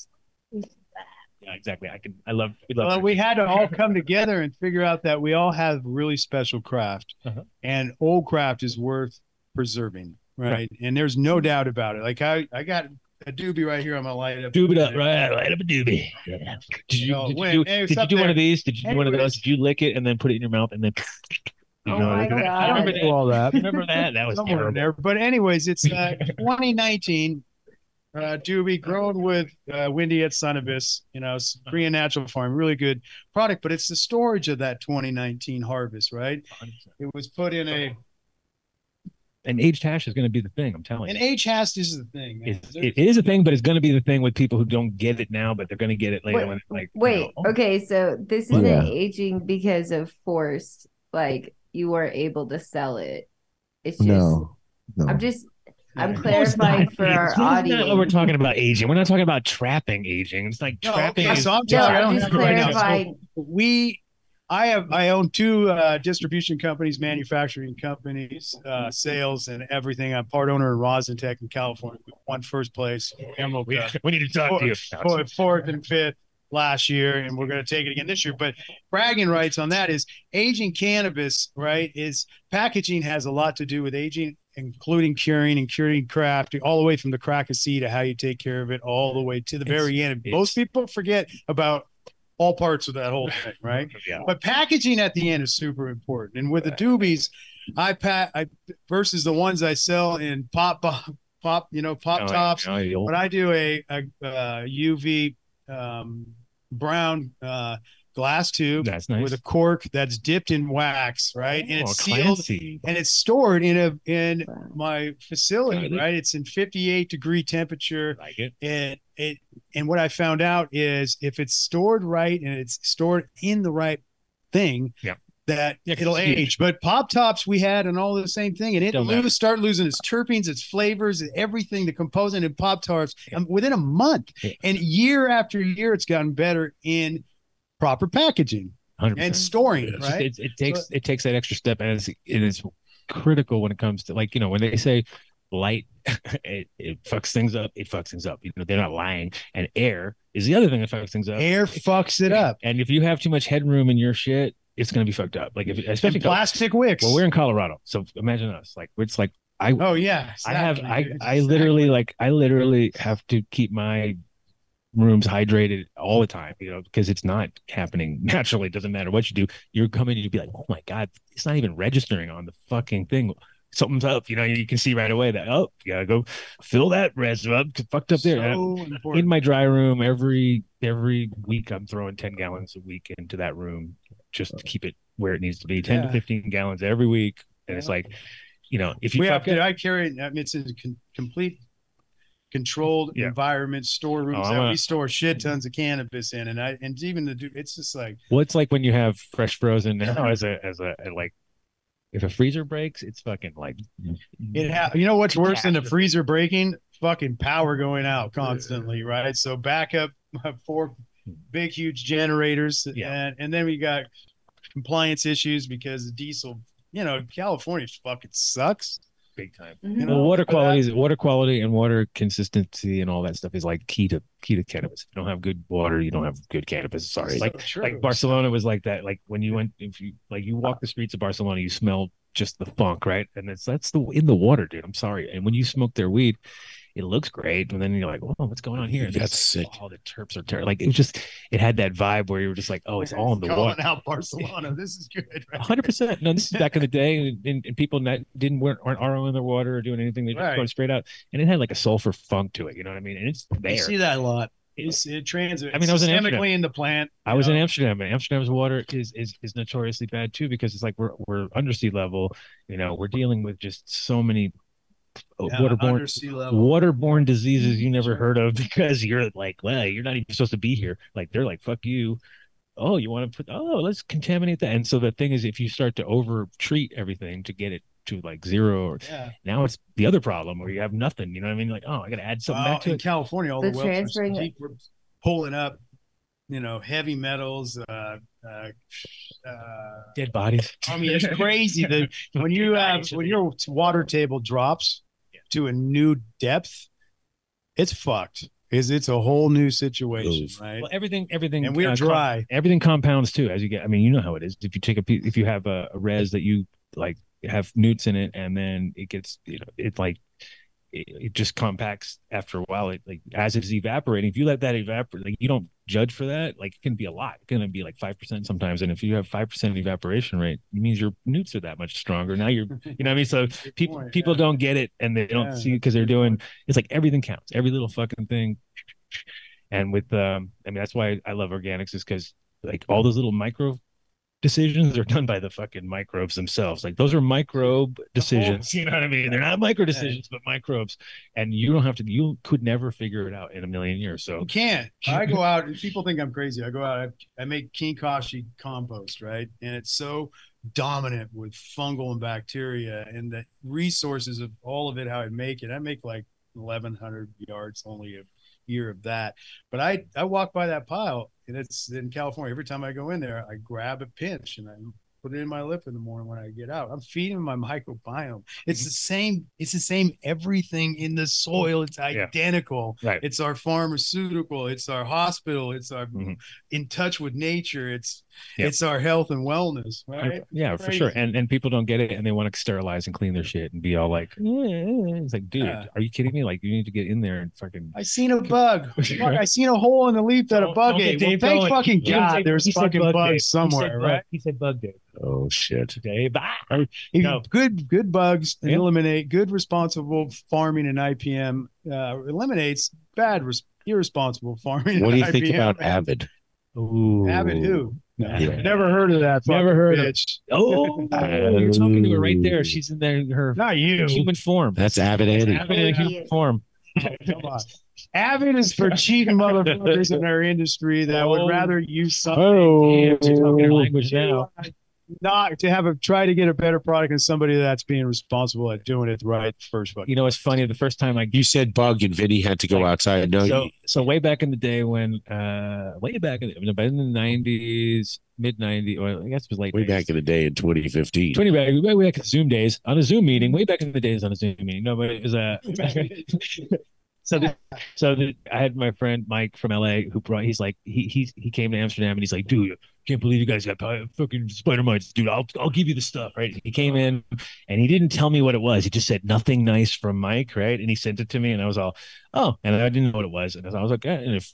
Speaker 5: Yeah, exactly. I can. I love. We love.
Speaker 8: Well, we had to all come together and figure out that we all have really special craft,
Speaker 5: Uh-huh.
Speaker 8: and old craft is worth preserving, right? And there's no doubt about it. Like I, I got a doobie right here. I'm gonna light it up.
Speaker 5: Doob it up, right? Light up a doobie. Yeah. Did you,
Speaker 8: Oh,
Speaker 5: did you
Speaker 8: wait,
Speaker 5: do,
Speaker 8: hey,
Speaker 5: did you
Speaker 8: stop
Speaker 5: do one
Speaker 8: there.
Speaker 5: of these? Did you do one of those?
Speaker 8: Anyways.
Speaker 5: Did you lick it and then put it in your mouth and then?
Speaker 8: Oh
Speaker 5: You know,
Speaker 10: my
Speaker 5: like that.
Speaker 10: God.
Speaker 5: I remember
Speaker 8: do all that.
Speaker 5: Remember that? That was
Speaker 8: somewhere in
Speaker 5: terrible.
Speaker 8: there. But anyways, it's uh, 2019. Uh, Doobie grown with uh, Windy at Sunibus, you know, it's free and natural farm, really good product. But it's the storage of that 2019 harvest, right? It was put in a
Speaker 5: And aged hash is going to be the thing. I'm telling
Speaker 8: an
Speaker 5: you.
Speaker 8: H has is the thing. Man.
Speaker 5: It's, it is a thing, but it's going to be the thing with people who don't get it now, but they're going to get it later.
Speaker 10: Wait,
Speaker 5: when it's like, oh, you
Speaker 10: Wait,
Speaker 5: know,
Speaker 10: okay, so this
Speaker 5: Yeah.
Speaker 10: isn't aging because of forced, like you weren't able to sell it. It's just
Speaker 1: No, no.
Speaker 10: I'm just I'm
Speaker 5: Of course
Speaker 10: clarifying
Speaker 5: not.
Speaker 10: for our
Speaker 5: It's not
Speaker 10: audience.
Speaker 5: what we're talking about aging. We're not talking about trapping aging. It's like
Speaker 8: No,
Speaker 5: trapping.
Speaker 8: okay,
Speaker 5: is-
Speaker 8: so I'm
Speaker 10: No,
Speaker 8: sorry, I don't
Speaker 10: I'm just
Speaker 8: have it right now. So
Speaker 10: clarifying.
Speaker 8: we i have i own two uh, distribution companies manufacturing companies uh, sales and everything i'm part owner in rosentech in california we won first place Emerald
Speaker 5: we,
Speaker 8: Cup
Speaker 5: we need to talk to you.
Speaker 8: for- fourth and fifth last year and we're going to take it again this year but bragging rights on that is aging cannabis right is packaging has a lot to do with aging including curing and curing craft all the way from the crack of seed to how you take care of it all the way to the
Speaker 5: It's-
Speaker 8: very end
Speaker 5: it's-
Speaker 8: most people forget about all parts of that whole thing right
Speaker 5: Yeah.
Speaker 8: but packaging at the end is super important. And with the doobies, I pat I versus the ones I sell in pop pop, you know, pop tops.
Speaker 5: No, you'll-
Speaker 8: When I do a, a, uh UV um, brown uh, glass tube
Speaker 5: that's nice.
Speaker 8: with a cork that's dipped in wax, right, and
Speaker 5: Oh,
Speaker 8: it's sealed
Speaker 5: Clancy.
Speaker 8: and it's stored in a in
Speaker 10: Wow.
Speaker 8: my facility,
Speaker 5: Got it.
Speaker 8: right? It's in 58 degree temperature
Speaker 5: like it.
Speaker 8: and it and what I found out is if it's stored right and it's stored in the right thing,
Speaker 5: Yeah.
Speaker 8: that
Speaker 5: Yeah, 'cause
Speaker 8: it'll
Speaker 5: it's huge.
Speaker 8: age. But pop tops we had and all the same thing, and it
Speaker 5: Don't matter.
Speaker 8: lose, start losing its terpenes, its flavors, and everything, the composant in pop tarts um, within a month,
Speaker 5: Yeah.
Speaker 8: and year after year, it's gotten better in proper packaging
Speaker 5: 100%.
Speaker 8: and storing,
Speaker 5: It's just-
Speaker 8: right?
Speaker 5: It, it takes it takes that extra step, and it's it is critical when it comes to like you know when they say light, it, it fucks things up. It fucks things up. You know they're not lying. And air is the other thing that fucks things up.
Speaker 8: Air fucks it up,
Speaker 5: And if you have too much headroom in your shit, it's gonna be fucked up. Like if
Speaker 8: and
Speaker 5: especially
Speaker 8: plastic wicks.
Speaker 5: well, we're in Colorado, so imagine us. Like it's like I
Speaker 8: oh yeah,
Speaker 5: I have I
Speaker 8: exactly, dude.
Speaker 5: I literally like I literally have to keep my rooms hydrated all the time, you know, because it's not happening naturally. It doesn't matter what you do. You're coming and you'd be like, oh my God, it's not even registering on the fucking thing. Something's up, you know, you can see right away that oh, you gotta go fill that res up 'cause fucked up there. And
Speaker 8: So
Speaker 5: I-
Speaker 8: important.
Speaker 5: in my dry room every every week I'm throwing 10 gallons a week into that room just to keep it where it needs to be. 10 to
Speaker 8: Oh. Yeah.
Speaker 5: 15 gallons every week. And it's like, you know, if you
Speaker 8: we have,
Speaker 5: fuck up-
Speaker 8: I carry. I mean, it's in a con- complete controlled
Speaker 5: Yeah.
Speaker 8: environment, storerooms
Speaker 5: Oh, I'm
Speaker 8: that
Speaker 5: a-
Speaker 8: we store shit tons of cannabis in, and I and even the do it's just like
Speaker 5: Well, it's like when you have fresh frozen now as a as a like if a freezer breaks, it's fucking like
Speaker 8: it. Ha- you know what's worse than the freezer breaking? Fucking power going out constantly, right? So backup uh, four big huge generators,
Speaker 5: Yeah.
Speaker 8: and and then we got compliance issues because the diesel. You know, California fucking sucks.
Speaker 5: big time.
Speaker 10: Mm-hmm.
Speaker 8: You know,
Speaker 5: Well, water
Speaker 8: for that.
Speaker 5: quality is water quality and water consistency and all that stuff is like key to key to cannabis. If you don't have good water, you don't have good cannabis. Sorry,
Speaker 8: So
Speaker 5: like
Speaker 8: true.
Speaker 5: like Barcelona was like that. Like when you went, if you like you walk the streets of Barcelona, you smell just the funk, right? And it's that's the in the water, dude. I'm sorry. And when you smoke their weed, it looks great, and then you're like, "Whoa, what's going on here?" And
Speaker 1: That's
Speaker 5: sick. All the terps are ter- like it was just it had that vibe where you were just like, "Oh, it's all in the
Speaker 8: Calling
Speaker 5: water."
Speaker 8: out Barcelona. This is good. right?
Speaker 5: hundred percent. No, this is back in the day, and, and, and people that didn't weren't, weren't ROing their water or doing anything. They just
Speaker 8: Right.
Speaker 5: going straight out, and it had like a sulfur funk to it. You know what I mean? And it's there.
Speaker 8: You see that a lot. It's it transit.
Speaker 5: I mean, I was in Amsterdam.
Speaker 8: systemically in the plant.
Speaker 5: I was in Amsterdam, and Amsterdam's water is is is notoriously bad too because it's like we're we're under sea level. You know, we're dealing with just so many uh,
Speaker 8: Yeah,
Speaker 5: waterborne
Speaker 8: under sea level.
Speaker 5: waterborne diseases you never heard of because you're like, well, you're not even supposed to be here. Like they're like, fuck you. Oh, you want to put? Oh, let's contaminate that. And so the thing is, if you start to over treat everything to get it to like zero, or
Speaker 8: Yeah.
Speaker 5: now it's the other problem where you have nothing. You know what I mean? Like, oh, I got to add something
Speaker 8: Well,
Speaker 5: back to
Speaker 8: in
Speaker 5: it.
Speaker 8: California, all the,
Speaker 5: The
Speaker 8: wells are
Speaker 5: transferring-
Speaker 8: steep. We're pulling up, you know, heavy metals. Uh, uh, uh,
Speaker 5: Dead bodies.
Speaker 8: I mean, it's crazy that when you have when your water table drops to a new depth, it's fucked. Is it's a whole new situation,
Speaker 1: Oh,
Speaker 8: right?
Speaker 5: Well, everything, everything,
Speaker 8: and we're
Speaker 5: uh, com-
Speaker 8: dry.
Speaker 5: everything compounds too. As you get, I mean, you know how it is. If you take a, pe- if you have a, a res that you like have newts in it, and then it gets, you know, it like it, it just compacts after a while. It like as it's evaporating. If you let that evaporate, like you don't judge for that. Like it can be a lot. It can be like five percent sometimes. And if you have five percent evaporation rate, it means your newts are that much stronger. Now you're, you know, what I mean. So people
Speaker 8: point,
Speaker 5: people don't get it, and they don't
Speaker 8: Yeah,
Speaker 5: see because they're doing. It's like everything counts. Every little fucking thing and with um i mean that's why i love organics is because like all those little micro decisions are done by the fucking microbes themselves like those are microbe decisions you know what i mean they're not micro decisions but microbes and you don't have to you could never figure it out in a million years so
Speaker 8: You can't. I go out and people think I'm crazy. I go out, I, I make kinkashi compost, right? And it's so dominant with fungal and bacteria and the resources of all of it, how I make it. I make like 1,100 yards only a year of that. But I, I walk by that pile and it's in California. Every time I go in there, I grab a pinch and I put it in my lip in the morning when I get out. I'm feeding my microbiome. It's the same, it's the same everything in the soil. It's identical.
Speaker 5: Right.
Speaker 8: It's our pharmaceutical, it's our hospital, it's our
Speaker 5: Mm-hmm.
Speaker 8: in touch with nature, it's
Speaker 5: Yep.
Speaker 8: it's our health and wellness, right?
Speaker 5: yeah for sure and and people don't get it and they want to sterilize and clean their shit and be all like "Eh, eh, eh." it's like dude
Speaker 8: Yeah.
Speaker 5: are you kidding me like you need to get in there and fucking
Speaker 8: I seen a bug. Fuck, I seen a hole in the leaf that a bug
Speaker 5: Don't get
Speaker 8: ate. Well,
Speaker 5: Dave
Speaker 8: thank
Speaker 5: going.
Speaker 8: fucking
Speaker 5: He said-
Speaker 8: God, there's
Speaker 5: he said
Speaker 8: fucking
Speaker 5: bug
Speaker 8: bugs
Speaker 5: Dave. He said
Speaker 8: somewhere,
Speaker 5: bug.
Speaker 8: right?
Speaker 5: he said bug day
Speaker 1: Oh shit.
Speaker 5: Dave. ah!
Speaker 8: If
Speaker 5: No.
Speaker 8: Good, good bugs
Speaker 5: Yeah.
Speaker 8: eliminate good responsible farming and IPM uh, eliminates bad res- irresponsible farming.
Speaker 1: What do
Speaker 8: and
Speaker 1: you think
Speaker 8: IPM.
Speaker 1: about Avid?
Speaker 8: Abbott? Who?
Speaker 1: Yeah.
Speaker 8: Never heard of that.
Speaker 5: Never
Speaker 8: fucking
Speaker 5: heard of-
Speaker 8: bitch.
Speaker 5: oh you're talking to her right there she's in there in her
Speaker 8: Not you.
Speaker 5: human form
Speaker 1: That's Avid Annie.
Speaker 5: Avid in human form
Speaker 8: Come on. Avid is for cheating motherfuckers in our industry that
Speaker 5: Oh.
Speaker 8: would rather use something
Speaker 5: Damn, she's talking her language now.
Speaker 8: not to have a try to get a better product than somebody that's being responsible at doing it right the first fucking.
Speaker 5: You know, it's funny. The first time I
Speaker 1: You said bug and Vinny had to go outside. No,
Speaker 5: so so way back in the day when uh way back in the, but in the nineties, mid nineties, or I guess it was late.
Speaker 1: way back in the day in 2015.
Speaker 5: Twenty back, way back in Zoom days on a Zoom meeting. Way back in the days on a Zoom meeting. No, but it was a. so the, so the, I had my friend Mike from LA who brought. He's like he he he came to Amsterdam and he's like, dude, can't believe you guys got pi- fucking spider mites, dude. I'll I'll give you the stuff, right? He came in and he didn't tell me what it was. He just said nothing nice from Mike, right? And he sent it to me, and I was all, oh, and I didn't know what it was, and I was like, eh, and if.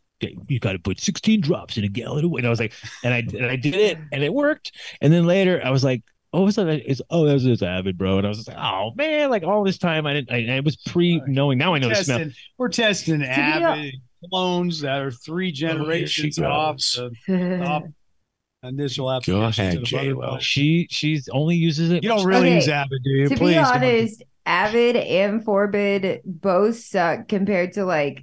Speaker 5: You got to put 16 drops in a gallon of wa-" And I was like, and I and I did it, and it worked. And then later, I was like, oh, what's that? It's oh, that was this avid, bro. And I was just like, oh man, like all this time I didn't. I, I was pre knowing. Now I know the smell.
Speaker 8: Testing, we're testing Avid clones that are
Speaker 5: Oh,
Speaker 8: three generations off the top initial application. of other
Speaker 5: Well,
Speaker 8: bugs.
Speaker 5: she she's only uses it.
Speaker 8: You don't really
Speaker 10: Okay.
Speaker 8: use Avid, do you?
Speaker 10: to
Speaker 8: Please.
Speaker 10: be
Speaker 8: don't.
Speaker 10: honest, Avid and Forbid both suck compared to like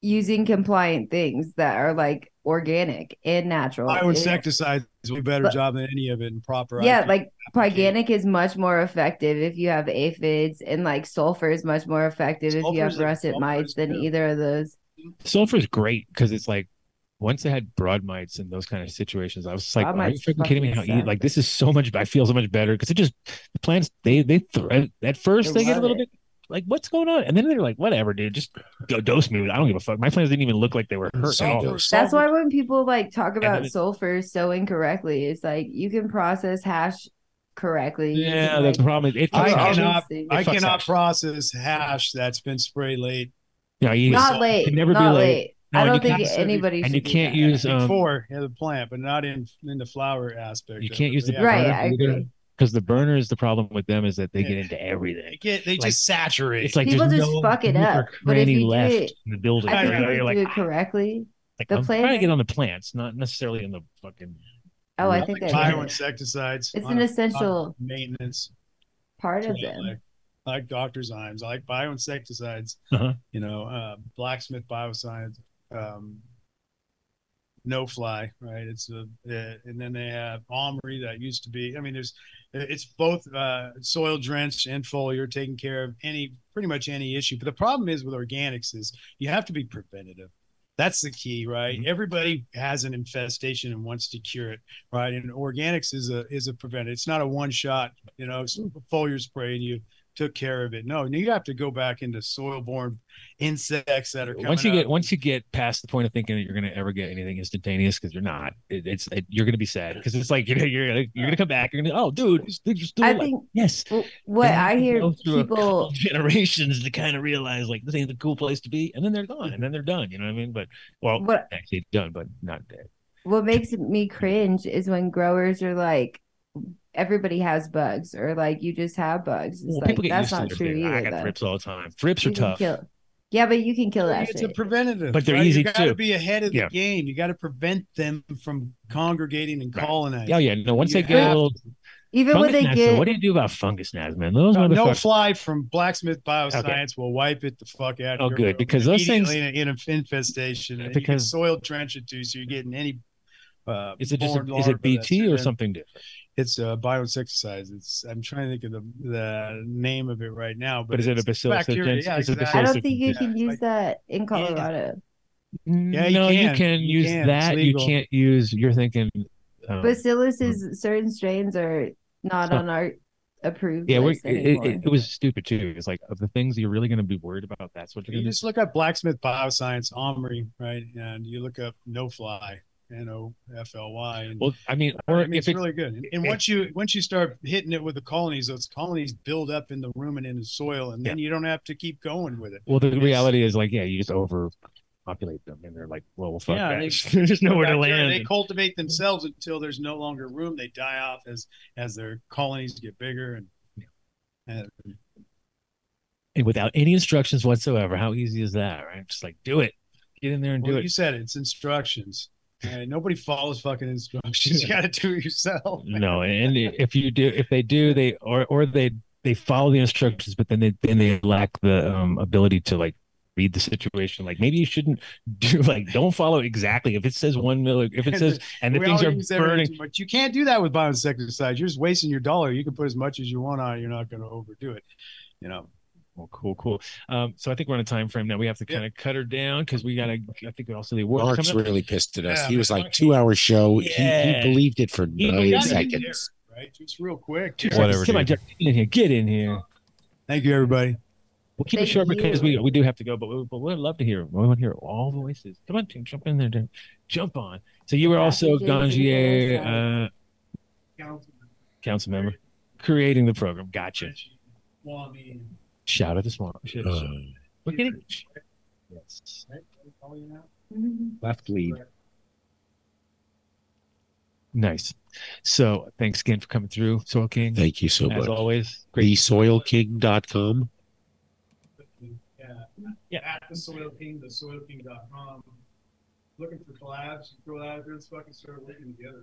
Speaker 10: using compliant things that are like organic and natural. It's-
Speaker 8: Bioinsecticides do a better
Speaker 10: But-
Speaker 8: job than any of it in proper.
Speaker 10: Yeah,
Speaker 8: IP.
Speaker 10: like Pyganic is much more effective if you have aphids, and like sulfur is much more effective if you
Speaker 8: Sulfur's
Speaker 10: have
Speaker 8: a-
Speaker 10: russet
Speaker 8: sulfur's
Speaker 10: mites than
Speaker 8: good.
Speaker 10: either of those.
Speaker 5: Sulfur's great because it's like once they had broad mites and those kind of situations, I was just like,
Speaker 10: Broad
Speaker 5: are you
Speaker 10: mites
Speaker 5: freaking kidding me? How
Speaker 10: fucking
Speaker 5: eat
Speaker 10: suck.
Speaker 5: like this is so much. I feel so much better because it just the plants they they thread at first
Speaker 10: They
Speaker 5: they get a
Speaker 10: love
Speaker 5: little bit.
Speaker 10: it.
Speaker 5: Like what's going on? And then they're like, whatever, dude. Just go dose me. I don't give a fuck. My plants didn't even look like they were hurt at all.
Speaker 8: Sulfur-
Speaker 10: That's
Speaker 8: sulfur-
Speaker 10: why when people like talk
Speaker 5: then
Speaker 10: about
Speaker 5: it-
Speaker 10: sulfur so incorrectly, it's like you can process hash correctly.
Speaker 5: Yeah, that's the problem. It, it
Speaker 8: I
Speaker 5: fucks hash.
Speaker 8: cannot,
Speaker 5: It
Speaker 8: I
Speaker 5: fucks
Speaker 8: cannot
Speaker 5: hash.
Speaker 8: process hash that's been sprayed late.
Speaker 5: No, you
Speaker 10: Not late,
Speaker 5: it can never
Speaker 10: not
Speaker 5: be late.
Speaker 10: late. I
Speaker 5: and
Speaker 10: don't
Speaker 5: you
Speaker 10: think
Speaker 5: can't-
Speaker 10: anybody
Speaker 5: And
Speaker 10: should
Speaker 5: you
Speaker 10: do
Speaker 5: can't
Speaker 10: that.
Speaker 5: use um,
Speaker 8: before yeah, the plant, but not in in the flower aspect.
Speaker 5: you
Speaker 8: of
Speaker 5: can't
Speaker 8: it,
Speaker 5: use the
Speaker 8: yeah.
Speaker 10: Right,
Speaker 5: burner
Speaker 10: I agree.
Speaker 5: because um, the burner is the problem with them is that they get
Speaker 8: Yeah.
Speaker 5: into everything.
Speaker 8: They get they
Speaker 5: Like,
Speaker 8: just saturate.
Speaker 5: It's like
Speaker 10: People
Speaker 5: there's
Speaker 10: just
Speaker 5: no
Speaker 10: fuck it
Speaker 5: nook or
Speaker 10: up, but if
Speaker 5: cranny
Speaker 10: you do
Speaker 5: left
Speaker 10: it-
Speaker 5: in the building.
Speaker 10: I
Speaker 5: You're
Speaker 10: think if
Speaker 5: you're
Speaker 10: you
Speaker 5: like,
Speaker 10: do it correctly.
Speaker 5: like,
Speaker 10: the
Speaker 5: I'm
Speaker 10: plant-
Speaker 5: trying to get on the plants, not necessarily on the fucking.
Speaker 10: Oh, I
Speaker 5: Yeah.
Speaker 10: think I get it.
Speaker 8: bioinsecticides.
Speaker 10: It's
Speaker 8: on
Speaker 10: an
Speaker 8: a- on
Speaker 10: essential
Speaker 8: maintenance.
Speaker 10: part of
Speaker 8: Yeah,
Speaker 10: them.
Speaker 8: Like, like doctor's enzymes, I like bioinsecticides,
Speaker 5: Uh-huh.
Speaker 8: you know, uh, blacksmith bioscience, um, no fly, right? It's a, uh, and then they have Omri that used to be, I mean, there's, eh, it's both uh, soil drench and foliar taking care of any, pretty much any issue. But the problem is with organics is you have to be preventative. That's the key, right? Everybody has an infestation and wants to cure it, right? And organics is a is a prevent. It's not a one shot, you know, s- foliar spray and you took care of it. No, you have to go back into soil borne insects that are coming
Speaker 5: Once you
Speaker 8: up.
Speaker 5: get once you get past the point of thinking that you're going to ever get anything instantaneous because you're not, it, it's it, you're going to be sad because it's like you know you're gonna, you're going to come back. You're going to oh dude, just, just do it.
Speaker 10: I
Speaker 5: like,
Speaker 10: think
Speaker 5: yes.
Speaker 10: w- what
Speaker 5: They
Speaker 10: I
Speaker 5: have to
Speaker 10: hear
Speaker 5: go through a couple
Speaker 10: people
Speaker 5: generations to kind of realize like this ain't the cool place to be, and then they're gone, and then they're done. You know what I mean? But well,
Speaker 10: What-
Speaker 5: actually done, but not dead.
Speaker 10: what makes me cringe is when growers are like everybody has bugs or like you just have bugs. It's
Speaker 5: Well,
Speaker 10: like
Speaker 5: people get
Speaker 10: that's
Speaker 5: used
Speaker 10: not
Speaker 5: to
Speaker 10: true
Speaker 5: their thing. I
Speaker 10: either.
Speaker 5: got
Speaker 10: though.
Speaker 5: thrips all the time. Thrips
Speaker 10: You
Speaker 5: are
Speaker 10: can
Speaker 5: tough.
Speaker 10: kill- Yeah, but you can kill that
Speaker 8: it's a
Speaker 10: shit.
Speaker 8: preventative,
Speaker 5: But they're
Speaker 8: right?
Speaker 5: easy
Speaker 8: you gotta
Speaker 5: too.
Speaker 8: be ahead of
Speaker 5: Yeah.
Speaker 8: the game. You got to prevent them from congregating and
Speaker 5: Right.
Speaker 8: colonizing.
Speaker 5: Oh, Yeah, yeah. No, once
Speaker 8: You
Speaker 5: they get a
Speaker 8: have
Speaker 5: little
Speaker 10: Even
Speaker 5: fungus
Speaker 10: when they
Speaker 5: gnats, though,
Speaker 10: get
Speaker 5: what do you do about fungus gnats, man? Those
Speaker 8: Uh, No, no
Speaker 5: motherfuckers.
Speaker 8: fly from blacksmith bioscience will wipe it the fuck out. of
Speaker 5: Oh,
Speaker 8: your
Speaker 5: good,
Speaker 8: room
Speaker 5: because those things-
Speaker 8: immediately in, a, in an infestation and you can
Speaker 5: Because-
Speaker 8: soil trench it too, so you're getting any. Uh,
Speaker 5: Is it just
Speaker 8: born
Speaker 5: a, is
Speaker 8: larva
Speaker 5: it BT
Speaker 8: that's
Speaker 5: or
Speaker 8: in-
Speaker 5: something different?
Speaker 8: It's uh, bioinsecticides. It's I'm trying to think of the the name of it right now, but,
Speaker 5: But is it a
Speaker 8: it's
Speaker 5: bacillus
Speaker 8: Bacteria.
Speaker 5: circumstance?
Speaker 8: Yeah,
Speaker 5: Is it
Speaker 8: exactly.
Speaker 10: I
Speaker 5: bacillus
Speaker 10: don't think you
Speaker 8: Yeah,
Speaker 10: can
Speaker 8: it's
Speaker 10: use
Speaker 8: like-
Speaker 10: that in Colorado.
Speaker 8: Yeah, you
Speaker 5: no, you
Speaker 8: can.
Speaker 5: can,
Speaker 8: You
Speaker 5: use
Speaker 8: can. It's
Speaker 5: that. You
Speaker 8: legal.
Speaker 5: can't use. You're thinking. Um,
Speaker 10: Bacillus is certain strains are not
Speaker 5: Huh.
Speaker 10: on our approved
Speaker 5: yeah, we're, it,
Speaker 10: list anymore.
Speaker 5: it, it was stupid too. It's like of the things you're really going to be worried about. That's what you're
Speaker 8: You
Speaker 5: going to.
Speaker 8: just look up blacksmith bioscience Omri, right? And you look up no fly, N O F L Y. and-
Speaker 5: Well, I mean,
Speaker 8: I
Speaker 5: or
Speaker 8: mean,
Speaker 5: if
Speaker 8: it's
Speaker 5: it,
Speaker 8: really good. And, and
Speaker 5: if-
Speaker 8: once you once you start hitting it with the colonies, those colonies build up in the rumen in the soil, and then you don't have to keep going with it.
Speaker 5: well, the
Speaker 8: It's-
Speaker 5: reality is like, yeah, you just overpopulate them, and they're like, well, well, fuck
Speaker 8: Yeah,
Speaker 5: that.
Speaker 8: they-
Speaker 5: There's nowhere to
Speaker 8: bacteria,
Speaker 5: land.
Speaker 8: They cultivate themselves until there's no longer room. They die off as as their colonies get bigger and. and-
Speaker 5: and without any instructions whatsoever. How easy is that, right? Just like do it, get in there and
Speaker 8: well,
Speaker 5: do
Speaker 8: you
Speaker 5: it.
Speaker 8: said it, it's instructions. Right? Nobody follows fucking instructions. You got to do it yourself.
Speaker 5: No, and if you do, if they do, they or or they they follow the instructions, but then they then they lack the um, ability to like read the situation. Like maybe you shouldn't do like don't follow exactly if it says one milli if it says and the
Speaker 8: We
Speaker 5: things
Speaker 8: all
Speaker 5: are
Speaker 8: use everything
Speaker 5: burning.
Speaker 8: too much. You can't do that with bioinsecticides. You're just wasting your dollar. You can put as much as you want on. it. You're not going to overdo it. You know.
Speaker 5: Well, Oh, cool, cool. Um, so I think we're on a time frame now. We have to
Speaker 8: Yeah.
Speaker 5: kind of cut her down because we gotta. I think we also the awards
Speaker 1: Mark's
Speaker 5: coming up.
Speaker 1: really pissed at us.
Speaker 8: Yeah,
Speaker 1: he was
Speaker 8: man,
Speaker 1: like two hour show. He,
Speaker 5: Yeah.
Speaker 1: he believed it for
Speaker 5: He
Speaker 1: nine
Speaker 5: believed it.
Speaker 1: seconds.
Speaker 8: Right. Just real quick.
Speaker 11: Whatever,
Speaker 5: Come on, Jeff, get in here. Get in here.
Speaker 8: Thank you, everybody.
Speaker 5: We'll keep
Speaker 10: Thank
Speaker 5: it short because we,
Speaker 10: you.
Speaker 5: we do have to go, but we, but we'd love to hear. We want to hear all voices. Come on, Tim, jump in there, Tim. jump on. So you were
Speaker 10: Yeah,
Speaker 5: also
Speaker 10: Jason, get us
Speaker 5: Gangier, uh, council member, creating the program. Gotcha. Shout out to Swamp. Shit,
Speaker 1: Uh,
Speaker 5: shit. We're getting yes.
Speaker 10: Mm-hmm.
Speaker 1: left lead.
Speaker 5: nice. So thanks again for coming through, Soil King.
Speaker 1: Thank you so
Speaker 5: As
Speaker 1: much.
Speaker 5: always, great.
Speaker 1: TheSoilKing.com.
Speaker 8: Yeah. At the Soil King, the soilking.com. Looking for collabs, collabs, let's fucking start working together.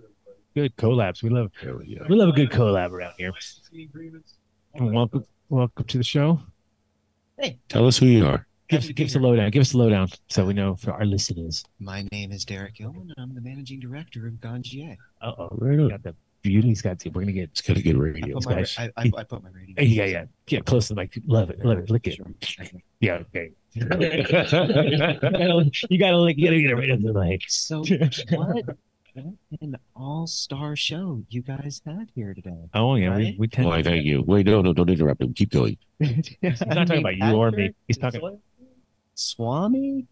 Speaker 8: everybody.
Speaker 5: good collabs. We love
Speaker 1: There we go.
Speaker 5: we love a good collab around here.
Speaker 8: Licensing agreements.
Speaker 5: And welcome welcome to the show.
Speaker 1: Tell us who you are.
Speaker 5: Give us,
Speaker 2: Happy to
Speaker 5: give
Speaker 2: be
Speaker 5: us a
Speaker 2: here.
Speaker 5: lowdown. Give us a lowdown so we know for our listeners.
Speaker 2: My name is Derek Gilman, and I'm the managing director of Gangier.
Speaker 5: Uh oh,
Speaker 1: Right on.
Speaker 5: got the beauty's got to. We're gonna get
Speaker 1: It's got a good
Speaker 2: I
Speaker 1: radio.
Speaker 2: put, my,
Speaker 5: guys.
Speaker 2: I, I, I put my rating.
Speaker 5: Hey, Yeah, yeah, yeah. Close to the mic. Love it, love it. Lick it. Yeah, okay. you gotta, you gotta lick. You gotta get it right into the mic.
Speaker 2: So what what an all-star show you guys had here today.
Speaker 5: Oh yeah, we,
Speaker 2: Right?
Speaker 5: we tend.
Speaker 1: Why, thank you. Wait, no, no, don't interrupt him. Keep going.
Speaker 2: He's
Speaker 5: He's not talking about you or me. He's talking.
Speaker 2: Swami?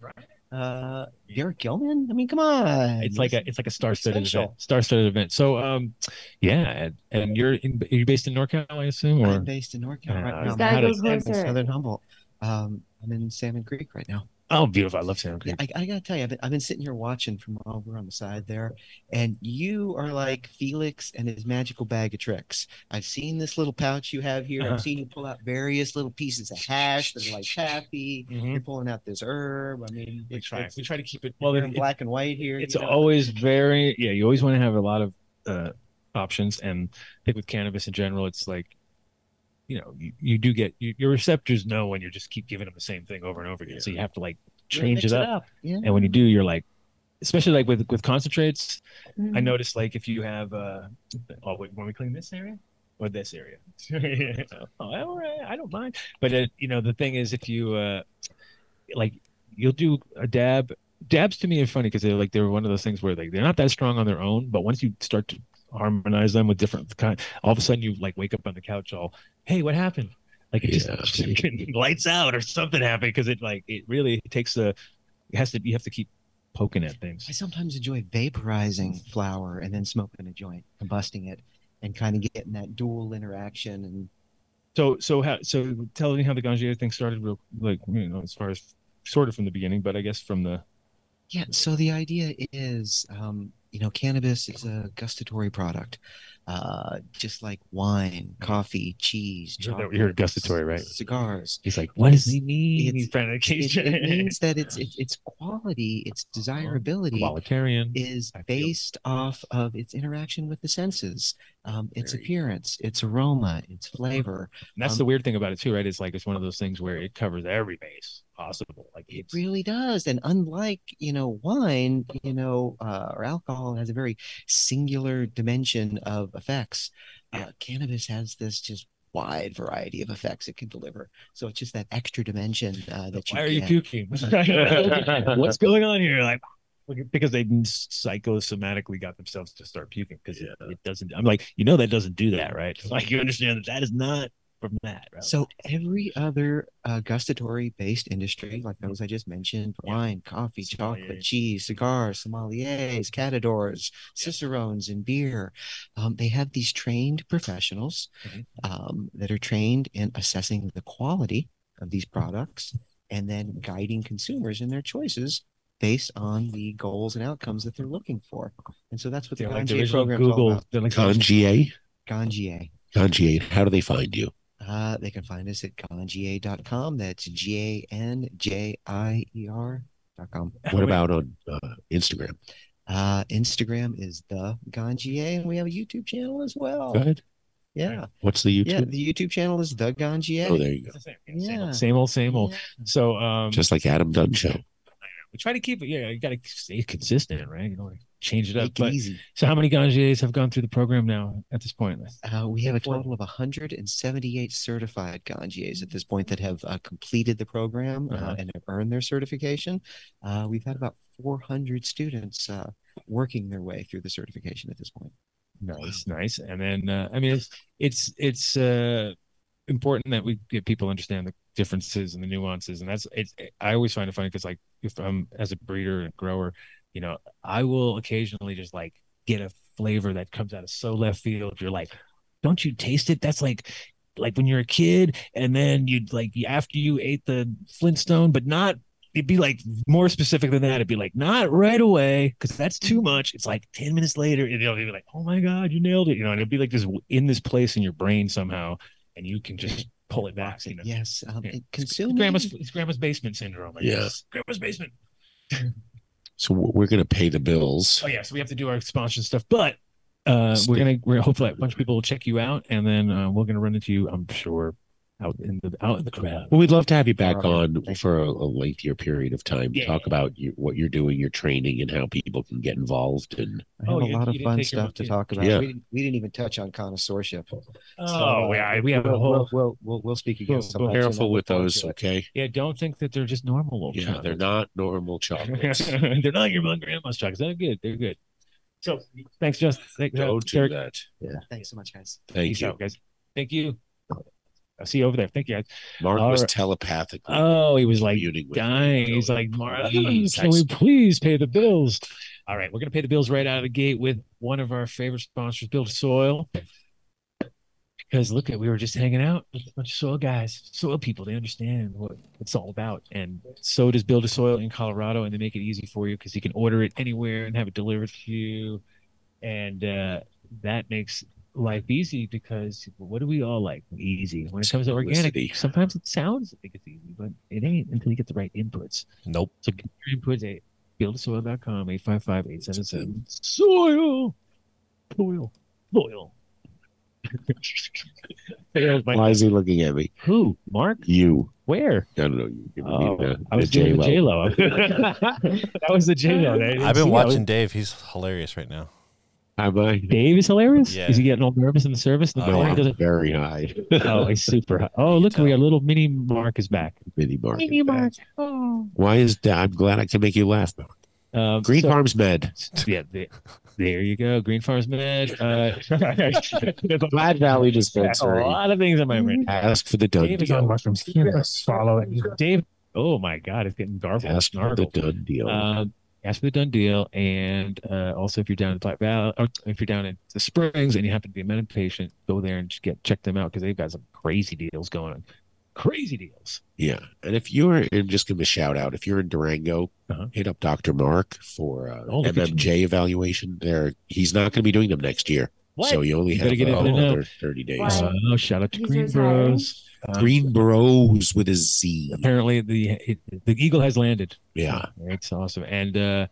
Speaker 8: uh, Derek Gilman. I mean, come on.
Speaker 5: It's like a it's like a star-studded event.
Speaker 8: Essential.
Speaker 5: Star-studded event. So, um, yeah, and, and you're in, are you based in NorCal, I assume, or
Speaker 8: I'm based in NorCal right
Speaker 5: Uh, Gotta
Speaker 8: now. I'm
Speaker 5: go
Speaker 8: out of- I'm in
Speaker 5: closer.
Speaker 8: Southern Humboldt. Um, I'm in Salmon Creek right now.
Speaker 5: oh, beautiful. I love San Creek.
Speaker 8: Yeah, I, I gotta tell you, I've been, I've been sitting here watching from over on the side there, and you are like Felix and his magical bag of tricks. I've seen this little pouch you have here.
Speaker 5: Uh-huh.
Speaker 8: I've seen you pull out various little pieces of hash that are like taffy. You're pulling out this herb. I mean, we
Speaker 5: Mm-hmm. try.
Speaker 8: we try to keep it
Speaker 5: Well,
Speaker 8: well,
Speaker 5: it-
Speaker 8: black and white here.
Speaker 5: it's
Speaker 8: you know?
Speaker 5: always very yeah you always want to have a lot of uh options and i think with cannabis in general it's like you know you, you do get you, your receptors know when you just keep giving them the same thing over and over again so you have to like
Speaker 8: Gotta
Speaker 5: change
Speaker 8: mix
Speaker 5: it up,
Speaker 8: Yeah.
Speaker 5: and when you do you're like especially like with with concentrates i
Speaker 10: Mm-hmm.
Speaker 8: Mhm.
Speaker 5: noticed like if you have uh oh wait when we clean this area or this area oh, all right i don't mind but uh, you know the thing is if you uh like you'll do a dab dabs to me are funny because they're like they're one of those things where like they're not that strong on their own but once you start to harmonize them with different kind all of a sudden you like wake up on the couch all hey what happened like it just lights out or something happened because it like it really takes the it has to you have to keep poking at things
Speaker 8: I sometimes enjoy vaporizing flour and then smoking a joint, combusting it, and kind of getting that dual interaction and
Speaker 5: So so how so tell me how the ganja thing started real like you know as far as sort of from the beginning but I guess from the
Speaker 8: Yeah, so the idea is, um, you know, cannabis is a gustatory product, uh, just like wine, coffee, cheese,
Speaker 5: You heard that-
Speaker 8: chocolate,
Speaker 5: you heard gustatory, right?
Speaker 8: Cigars.
Speaker 5: He's like, what does he
Speaker 8: It's-
Speaker 5: mean? He's
Speaker 8: it's-
Speaker 5: trying to
Speaker 8: It, it means that it's it's its quality, its
Speaker 5: Uh-huh.
Speaker 8: desirability,
Speaker 5: Qualitarian
Speaker 8: is based off of its interaction with the senses, um, its appearance, its aroma, its flavor.
Speaker 5: And that's
Speaker 8: Um,
Speaker 5: the weird thing about it too, right? It's like it's one of those things where it covers every base possible. Like
Speaker 8: It
Speaker 5: it's
Speaker 8: really does. And unlike, you know, wine, you know, uh, or alcohol has a very singular dimension of effects. Uh, cannabis has this just wide variety of effects it can deliver. So it's just that extra dimension uh, that you
Speaker 5: why are you
Speaker 8: get.
Speaker 5: puking? What's going on here? Like look, because they've psychosomatically got themselves to start puking because it, it doesn't. I'm like, you know, that doesn't do that, right? Like you understand that that is not from that, right?
Speaker 8: So every other uh, gustatory-based industry, like those I just mentioned, wine, coffee, chocolate, cheese, cigars, sommeliers, catadors, cicerones, and beer, um, they have these trained professionals um, that are trained in assessing the quality of these products and then guiding consumers in their choices based on the goals and outcomes that they're looking for. And so that's what the
Speaker 5: They're like the
Speaker 8: Ganjier
Speaker 5: original
Speaker 8: program is all
Speaker 5: Google-
Speaker 8: about.
Speaker 5: they're like-
Speaker 1: Gangier.
Speaker 8: Ganjier.
Speaker 1: Gangier. How do they find you?
Speaker 8: Uh, they can find us at ganjier.com. That's G A N J I E R.com.
Speaker 1: What about on uh, Instagram?
Speaker 8: Uh, Instagram is the Ganjier, and we have a YouTube channel as
Speaker 5: Oh.
Speaker 8: well.
Speaker 1: Go ahead.
Speaker 8: Yeah.
Speaker 1: What's the
Speaker 8: Yeah.
Speaker 1: YouTube?
Speaker 8: The YouTube channel is the Ganjier.
Speaker 1: Oh, there you go.
Speaker 8: Yeah.
Speaker 5: Same old, same old. So um
Speaker 1: Just like Adam Dunn show.
Speaker 5: we try to keep it. Yeah, you got to stay consistent, right? You don't wanna change it up.
Speaker 8: it
Speaker 5: but-
Speaker 8: easy.
Speaker 5: So how many ganjiers have gone through the program now at this point?
Speaker 8: Uh, we have a total of 178 certified Ganjiers at this point that have uh, completed the program uh,
Speaker 5: Uh-huh.
Speaker 8: and have earned their certification. Uh, we've had about 400 students uh, working their way through the certification at this point.
Speaker 5: Nice, nice. And then uh, I mean, it's it's it's uh, important that we get people to understand the differences and the nuances. And that's it's. I always find it funny because like if I'm as a breeder and grower, you know, I will occasionally just like get a flavor that comes out of so left field. You're like, don't you taste it? That's like like when you're a kid and then you'd like after you ate the flintstone but not it'd be like more specific than that it'd be like not right away because that's too much it's like 10 minutes later and you'll be like oh my god you nailed it you know and it'd be like this in this place in your brain somehow and you can just pull it back you know
Speaker 8: Yes, um,
Speaker 5: Yeah.
Speaker 8: it consuming
Speaker 5: grandma's it's grandma's basement syndrome I
Speaker 1: Yeah.
Speaker 5: guess. grandma's basement
Speaker 1: So w- we're going to pay the bills.
Speaker 5: oh yeah so we have to do our sponsored stuff but uh we're gonna we're hopefully a bunch of people will check you out and then uh, we're gonna run into you i'm sure out in the out in the crowd
Speaker 1: Well, we'd love to have you back
Speaker 5: Alright.
Speaker 1: on for a, a lengthier period of time.
Speaker 5: Yeah.
Speaker 1: Talk about your, what you're doing, your training, and how people can get involved. And
Speaker 8: I
Speaker 5: Oh,
Speaker 8: have
Speaker 5: you-
Speaker 8: a lot
Speaker 5: you
Speaker 8: of
Speaker 5: didn't
Speaker 8: fun
Speaker 5: take your
Speaker 8: stuff to
Speaker 5: monkey.
Speaker 8: talk about.
Speaker 1: Yeah.
Speaker 8: We, didn't, we didn't even touch on connoisseurship. uh,
Speaker 5: Oh, yeah, we have a
Speaker 8: we'll,
Speaker 5: whole-
Speaker 8: We'll, we'll, we'll, we'll speak again.
Speaker 5: We'll-
Speaker 8: sometime
Speaker 5: we'll-
Speaker 8: soon. I
Speaker 1: careful
Speaker 8: look
Speaker 1: with
Speaker 8: forward
Speaker 1: those,
Speaker 8: to it.
Speaker 1: okay?
Speaker 5: yeah don't think that they're just normal old
Speaker 1: Yeah,
Speaker 5: chocolates.
Speaker 1: they're not normal chocolates.
Speaker 5: they're not your mom grandma's trucks. They're good. They're good. So thanks, Justin. Thank,
Speaker 1: Don't do
Speaker 5: Derek.
Speaker 1: that.
Speaker 8: Yeah. Thanks so much, guys.
Speaker 1: Thank
Speaker 5: Peace
Speaker 1: you.
Speaker 5: out, guys. Thank you. I'll see you over there. Thank you guys.
Speaker 1: Mark
Speaker 5: All
Speaker 1: was
Speaker 5: right.
Speaker 1: telepathically.
Speaker 5: Oh, he was like
Speaker 1: communing with
Speaker 5: dying. He's like, Mark,
Speaker 1: Please,
Speaker 5: can we
Speaker 1: text-
Speaker 5: please pay the bills? All right, we're gonna pay the bills right out of the gate with one of our favorite sponsors, Build Soil. Because look at we were just hanging out with a bunch of soil guys, soil people. They understand what it's all about, and so does Build a Soil in Colorado, and they make it easy for you because you can order it anywhere and have it delivered to you, and uh, that makes life easy. Because what do we all like? Easy. When it comes to
Speaker 1: Simplicity.
Speaker 5: organic, sometimes it sounds like it's easy, but it ain't until you get the right inputs.
Speaker 6: Nope.
Speaker 5: So get your inputs at buildasoil.com, 855-877. Soil. Soil. Soil. Failed my-
Speaker 1: Why is he looking at me?
Speaker 5: Who? Mark?
Speaker 1: You.
Speaker 5: Where?
Speaker 1: I don't know. You giving
Speaker 5: Oh,
Speaker 1: me the,
Speaker 5: I was
Speaker 1: the
Speaker 5: doing the
Speaker 1: J-Lo.
Speaker 5: that was the J-Lo. I didn't
Speaker 6: I've
Speaker 5: see
Speaker 6: been
Speaker 5: that.
Speaker 6: watching Dave. He's hilarious right now.
Speaker 1: Am I?
Speaker 5: Dave is hilarious.
Speaker 6: Yeah.
Speaker 5: Is he getting all nervous in the service? The
Speaker 6: Oh,
Speaker 5: morning
Speaker 6: yeah.
Speaker 5: doesn't-
Speaker 1: Very high.
Speaker 5: oh, he's super high. Oh, look, we got little mini Mark is back.
Speaker 1: Mini Mark.
Speaker 5: Mini Mark.
Speaker 1: Why is that? I'm glad I can make you laugh. Mark.
Speaker 5: Um,
Speaker 1: Green
Speaker 5: so-
Speaker 1: Farms Med.
Speaker 5: Yeah, the- there you go. Green Farms Med. Uh,
Speaker 1: Glad Valley
Speaker 5: a
Speaker 1: Dispensary.
Speaker 5: lot of things on my brain.
Speaker 1: Ask for the
Speaker 5: Dave is
Speaker 1: Dundee.
Speaker 5: on mushrooms. He can't follow it. Dave, oh my God, it's getting garbled.
Speaker 1: Ask for the
Speaker 5: snarled.
Speaker 1: done deal.
Speaker 5: Um, ask for the done deal, and uh, also if you're down in Black Valley, or if you're down in the Springs and you happen to be a med patient, go there and just get check them out because they've got some crazy deals going on. Crazy deals.
Speaker 1: yeah. And if you're, I'm just going to shout out, if you're in Durango, hit up Dr. Mark for uh,
Speaker 5: Uh-huh. Oh, look at you.
Speaker 1: MMJ evaluation. There, He's not going to be doing them next year.
Speaker 5: What?
Speaker 1: So you only
Speaker 5: You
Speaker 1: have
Speaker 5: better get in
Speaker 1: uh,
Speaker 5: there now.
Speaker 1: another 30 days.
Speaker 5: Uh, oh, shout out to
Speaker 10: He's
Speaker 5: Green
Speaker 10: retiring?
Speaker 5: Bros. Um,
Speaker 1: Green Bros with a Z.
Speaker 5: apparently the it- the eagle has landed.
Speaker 1: Yeah.
Speaker 5: it's Oh, awesome, and uh,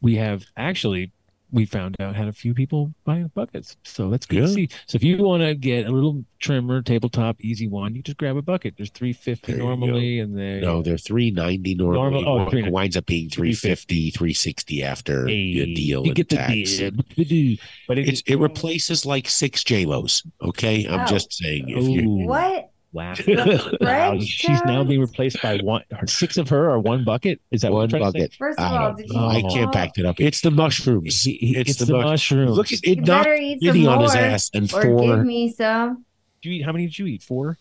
Speaker 5: we have actually we found out had a few people buying buckets, so that's good to
Speaker 1: Yeah.
Speaker 5: see. So if you want to get a little trimmer tabletop easy one, you just grab a bucket. There's three fifty
Speaker 1: There you go.
Speaker 5: normally, and they
Speaker 1: No, they're 390 normally.
Speaker 5: Normal- oh,
Speaker 1: It
Speaker 5: 390.
Speaker 1: winds up being 350, 360 after your deal
Speaker 5: you
Speaker 1: and
Speaker 5: get the
Speaker 1: tax.
Speaker 5: deal. Ba-doo. But
Speaker 1: It's, it replaces like six J-Los. Okay. I'm
Speaker 10: Oh.
Speaker 1: just saying. If you,
Speaker 5: Ooh,
Speaker 10: What?
Speaker 5: Oh, Wow.
Speaker 10: French
Speaker 5: Wow, She's now
Speaker 10: toast?
Speaker 5: being replaced by one, or six of her, or one bucket. Is that what
Speaker 1: one
Speaker 5: you're trying to say?
Speaker 1: bucket.
Speaker 10: First of
Speaker 1: I don't
Speaker 10: all, Oh, did
Speaker 1: know.
Speaker 10: you
Speaker 1: I
Speaker 5: know-
Speaker 1: can't back that up. It's the mushrooms. it's,
Speaker 5: it's the
Speaker 1: mu-
Speaker 5: mushrooms.
Speaker 1: Look, at
Speaker 10: You
Speaker 1: it knocked
Speaker 10: better eat some
Speaker 1: Diddy
Speaker 10: more,
Speaker 1: on his ass and
Speaker 10: or
Speaker 1: four.
Speaker 10: give me some.
Speaker 5: Did you eat? How many did you eat? Four.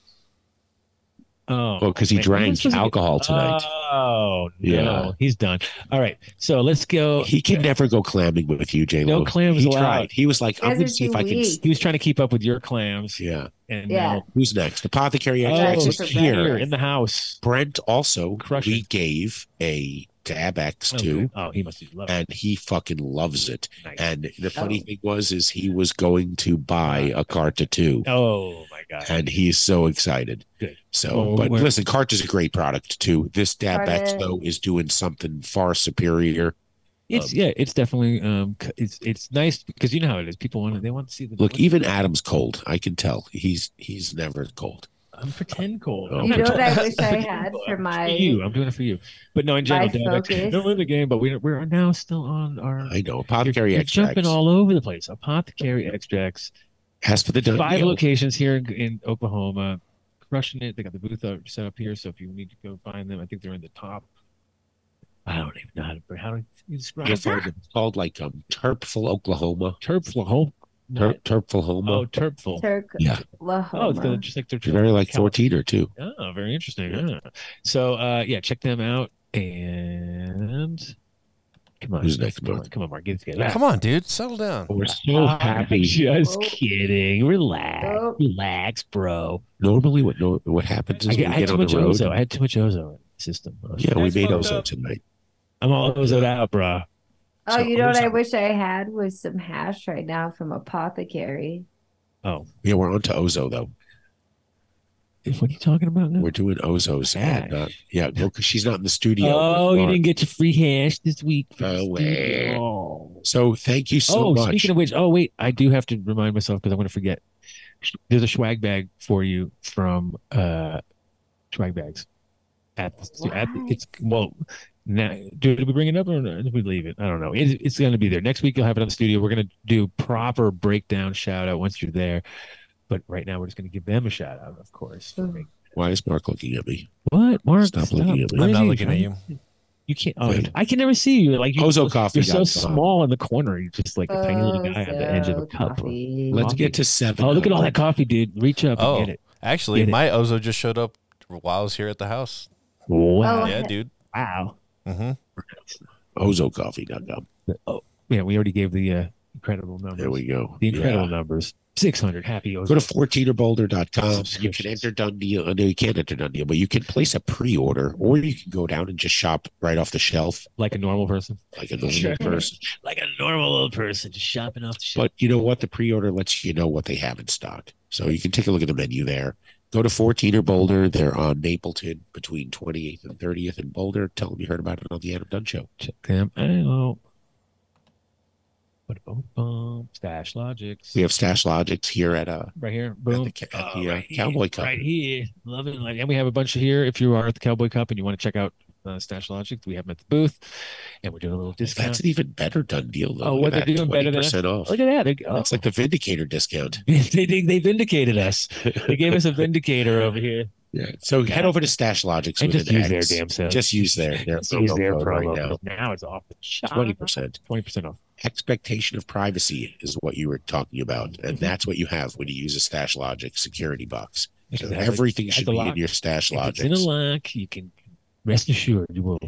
Speaker 5: Oh,
Speaker 1: Well, because he
Speaker 5: man, you were
Speaker 1: drank
Speaker 5: supposed to get-
Speaker 1: alcohol tonight.
Speaker 5: Oh no,
Speaker 1: Yeah.
Speaker 5: he's done. All right, so let's
Speaker 10: Oh,
Speaker 5: go.
Speaker 1: he can never go clamming with you, J-Lo.
Speaker 5: No clams
Speaker 1: He
Speaker 5: allowed.
Speaker 1: tried. He was like, I'm
Speaker 10: You guys
Speaker 1: going
Speaker 10: are
Speaker 1: to see if
Speaker 10: too
Speaker 1: I can.
Speaker 10: weak.
Speaker 5: He was trying to keep up with your clams,
Speaker 1: Yeah.
Speaker 5: and
Speaker 10: Yeah.
Speaker 5: now-
Speaker 1: Who's next? Apothecary
Speaker 5: Oh,
Speaker 1: X
Speaker 10: Jack's
Speaker 1: is
Speaker 10: for
Speaker 5: here
Speaker 1: here.
Speaker 5: in the house.
Speaker 1: Brent also,
Speaker 5: Crush
Speaker 1: we
Speaker 5: it.
Speaker 1: gave a Tab X
Speaker 5: Oh,
Speaker 1: too,
Speaker 5: good. Oh, he must have loved it.
Speaker 1: and he fucking loves it.
Speaker 5: Nice.
Speaker 1: And the
Speaker 10: Oh.
Speaker 1: funny thing was, is he was going to buy a Carta too,
Speaker 5: oh my god.
Speaker 1: and he's so excited.
Speaker 5: Good.
Speaker 1: So,
Speaker 5: Oh,
Speaker 1: but
Speaker 5: we're-
Speaker 1: listen, Carta's a great product too. This Tab X
Speaker 10: Carta.
Speaker 1: though is doing something far superior.
Speaker 5: It's yeah, it's definitely um, c- it's it's nice because you know how it is. People want to they want to see the
Speaker 1: Look, even Adam's cold. I can tell he's he's never cold.
Speaker 5: I'm pretend cold.
Speaker 1: Oh,
Speaker 5: I'm
Speaker 10: You know what I
Speaker 5: pretend-
Speaker 10: wish I had for
Speaker 5: For
Speaker 10: my
Speaker 5: you, I'm doing it for you. But no, in general,
Speaker 10: My
Speaker 5: Dan, like,
Speaker 10: focus.
Speaker 5: don't win the game. But we're we're now still on our
Speaker 1: I know
Speaker 5: You're-
Speaker 1: apothecary
Speaker 5: you're
Speaker 1: extracts.
Speaker 5: jumping all over the place. Apothecary extracts.
Speaker 1: As for the done
Speaker 5: Five
Speaker 1: deal.
Speaker 5: locations here in, in Oklahoma, crushing it. They got the booth up, set up here, so if you need to go find them, I think they're in the top. I don't even know how to how do you describe
Speaker 1: You'll find
Speaker 5: it.
Speaker 1: them called like um, Turpful, Oklahoma.
Speaker 5: Turpful.
Speaker 1: Tur-
Speaker 5: What?
Speaker 1: Turpfulhoma.
Speaker 5: Oh, Turpful.
Speaker 10: Turk
Speaker 1: Yeah.
Speaker 5: Oh, it's good.
Speaker 10: Lahoma.
Speaker 5: just like they're
Speaker 1: Very like
Speaker 5: California.
Speaker 1: Fortiter too.
Speaker 5: Oh, very interesting. yeah. So, uh, yeah, check them out. And come on,
Speaker 1: Who's next,
Speaker 5: Come on,
Speaker 1: Mark?
Speaker 5: come on, Mark, get it together.
Speaker 6: Come on, dude. Settle down.
Speaker 5: Oh,
Speaker 1: We're so happy.
Speaker 5: Just
Speaker 10: Oh.
Speaker 5: kidding. Relax,
Speaker 10: Oh.
Speaker 5: relax, bro.
Speaker 1: Normally, what no, what happens
Speaker 5: I,
Speaker 1: is we
Speaker 5: I had
Speaker 1: get
Speaker 5: too
Speaker 1: on the
Speaker 5: much
Speaker 1: road.
Speaker 5: ozo. I had too much ozo in the system.
Speaker 1: Yeah, we
Speaker 5: That's
Speaker 1: made
Speaker 5: fucked
Speaker 1: Ozo
Speaker 5: up.
Speaker 1: tonight.
Speaker 5: I'm all ozoed out, bro.
Speaker 10: Oh, you
Speaker 5: So
Speaker 10: know what I
Speaker 5: ozo-
Speaker 10: wish I had was some hash right now from Apothecary.
Speaker 5: Oh,
Speaker 1: Yeah, we're on to Ozo though.
Speaker 5: what are you talking about now?
Speaker 1: We're doing Ozo's ad. Not, yeah, no, 'cause she's not in the studio.
Speaker 5: Oh, you
Speaker 1: Mark.
Speaker 5: didn't get your free hash this week. for the
Speaker 1: Oh,
Speaker 5: studio.
Speaker 1: well.
Speaker 5: Oh.
Speaker 1: So thank you so
Speaker 5: oh,
Speaker 1: much.
Speaker 5: speaking of which, oh wait, I do have to remind myself because I'm going to forget. Sh- There's a swag bag for you from uh swag bags at the, at the- it's well now. Do did we bring it up or no? did we leave it? I don't know. It, it's going to be there next week. You'll have it on the studio. We're going to do proper breakdown shout out once you're there. But right now, we're just going to give them a shout out, of course. for making-
Speaker 1: Why is Mark looking at me?
Speaker 5: What, Mark?
Speaker 1: Stop looking at me.
Speaker 5: Where
Speaker 6: I'm
Speaker 5: is
Speaker 6: not
Speaker 5: he?
Speaker 6: looking at
Speaker 5: I'm-
Speaker 6: you.
Speaker 5: You can't. Oh,
Speaker 1: Good.
Speaker 5: I can never see you. Like you,
Speaker 1: Ozo coffee.
Speaker 5: you're so
Speaker 1: dot com.
Speaker 5: small in the corner. You're just like a tiny little
Speaker 10: Oh,
Speaker 5: guy on the edge of
Speaker 10: so
Speaker 5: a cup.
Speaker 10: coffee.
Speaker 1: Let's get to seven.
Speaker 5: Oh, look at all that coffee, dude. Reach up
Speaker 6: Oh,
Speaker 5: and get it.
Speaker 6: Actually,
Speaker 5: Get it.
Speaker 6: my Ozo just showed up while I was here at the house.
Speaker 5: Wow.
Speaker 6: Yeah, dude.
Speaker 5: Wow.
Speaker 6: Mm-hmm.
Speaker 1: OzoCoffee.com.
Speaker 5: Oh, yeah. We already gave the uh, incredible numbers.
Speaker 1: There we go.
Speaker 5: The incredible
Speaker 1: Yeah.
Speaker 5: numbers. 600 happy Ozo.
Speaker 1: Go to 14erboulder.com. You can enter Dundee. uh, No, you can't enter Dundee, but you can place a pre order or you can go down and just shop right off the shelf
Speaker 5: like a normal person.
Speaker 1: Like a normal
Speaker 5: Sure.
Speaker 1: person.
Speaker 5: like a normal old person just shopping off the shelf.
Speaker 1: But you know what? The pre order lets you know what they have in stock. So you can take a look at the menu there. Go to 14er Boulder. They're on Mapleton between 28th and 30th in Boulder. Tell them you heard about it on the Adam Dunn Show.
Speaker 5: Damn, I know. Ba-da-bum-bum. Stash Logics.
Speaker 1: We have Stash Logics here at uh,
Speaker 5: Right here. Boom.
Speaker 1: at
Speaker 5: Oh,
Speaker 1: the uh,
Speaker 5: right here,
Speaker 1: Cowboy Cup.
Speaker 5: Right here. Loving like and we have a bunch here. If you are at the Cowboy Cup and you want to check out uh, Stash Logic, we have them at the booth. And we're doing a little discount.
Speaker 1: That's an even better done deal. Though.
Speaker 5: Oh, what
Speaker 1: Look
Speaker 5: they're
Speaker 1: at that,
Speaker 5: doing better than oh. us.
Speaker 1: 20% off.
Speaker 5: Look at that. They-
Speaker 1: That's like the Vindicator discount.
Speaker 5: they, they, they vindicated us. They gave us a vindicator over here.
Speaker 1: Yeah. So head over to Stash Logics
Speaker 5: And
Speaker 1: with
Speaker 5: just
Speaker 1: an
Speaker 5: use their
Speaker 1: X.
Speaker 5: damn self.
Speaker 1: Just use their their
Speaker 5: Just use their
Speaker 1: code
Speaker 5: promo
Speaker 1: right
Speaker 5: code. now. It's off the shop.
Speaker 1: Twenty percent.
Speaker 5: Twenty percent off.
Speaker 1: Expectation of privacy is what you were talking about,
Speaker 5: Mm-hmm.
Speaker 1: and that's what you have when you use a Stash Logic security box.
Speaker 5: It
Speaker 1: So
Speaker 5: should have a-
Speaker 1: everything
Speaker 5: has
Speaker 1: should
Speaker 5: a
Speaker 1: be
Speaker 5: lock.
Speaker 1: in your Stash
Speaker 5: If it's in a
Speaker 1: Logics.
Speaker 5: lock, you can rest assured you will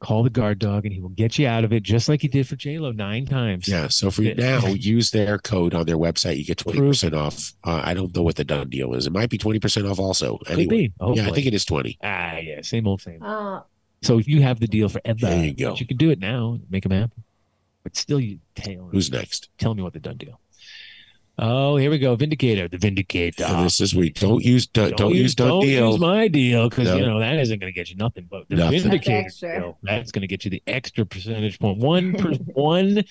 Speaker 5: call the guard dog and he will get you out of it just like he did for J Lo nine times.
Speaker 1: Yeah. So for you now, use their code on their website. You get twenty percent off. Uh, I don't know what the done deal is. It might be twenty percent off also.
Speaker 5: Could
Speaker 1: Anyway,
Speaker 5: be,
Speaker 1: yeah, I
Speaker 5: hopefully.
Speaker 1: think it is twenty.
Speaker 5: Ah, yeah, same old same.
Speaker 10: Uh,
Speaker 5: So if you have the deal forever,
Speaker 1: There you go.
Speaker 5: but you can do it now, make them happy. But still, you tell
Speaker 1: Who's next?
Speaker 5: tell me what the done deal. Oh, here we go. Vindicator, the Vindicator.
Speaker 1: So this is we don't use done, don't, use done
Speaker 5: don't
Speaker 1: deal.
Speaker 5: use my deal because
Speaker 1: No.
Speaker 5: you know that isn't going to get you nothing. But the
Speaker 1: Nothing. That's
Speaker 5: Vindicator
Speaker 10: extra.
Speaker 5: deal that's going to get you the extra percentage point one per, one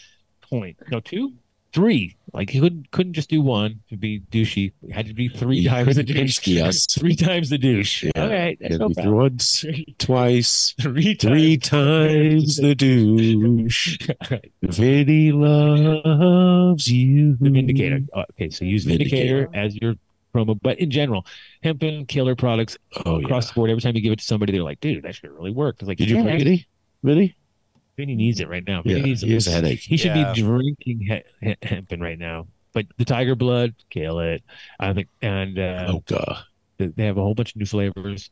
Speaker 5: point no two three. Like you couldn't couldn't just do one to be douchey. It had to be three times the douche.
Speaker 1: Pinsky us.
Speaker 5: Three times the douche.
Speaker 1: Yeah.
Speaker 5: All right, that's
Speaker 1: Yeah,
Speaker 5: no
Speaker 1: we
Speaker 5: problem.
Speaker 1: threw once, twice,
Speaker 5: three times.
Speaker 1: three times the douche. Vinny loves you.
Speaker 5: the vindicator. Oh, okay, so use vindicator,
Speaker 1: Vindicator.
Speaker 5: as your promo, but in general, hempen killer products
Speaker 1: Oh, yeah.
Speaker 5: across the board. Every time you give it to somebody, they're like, "Dude, that shit really worked." It's like,
Speaker 1: Did you
Speaker 5: yeah,
Speaker 1: bring Vinny? Vinny?
Speaker 5: Vinny needs it right now.
Speaker 1: Yeah,
Speaker 5: Vinny needs
Speaker 1: he has a headache.
Speaker 5: He should
Speaker 6: Yeah.
Speaker 5: be drinking he- he- hempen right now. But the tiger blood, kill it. I think, and
Speaker 1: Oh,
Speaker 5: uh,
Speaker 1: Mocha.
Speaker 5: th- they have a whole bunch of new flavors,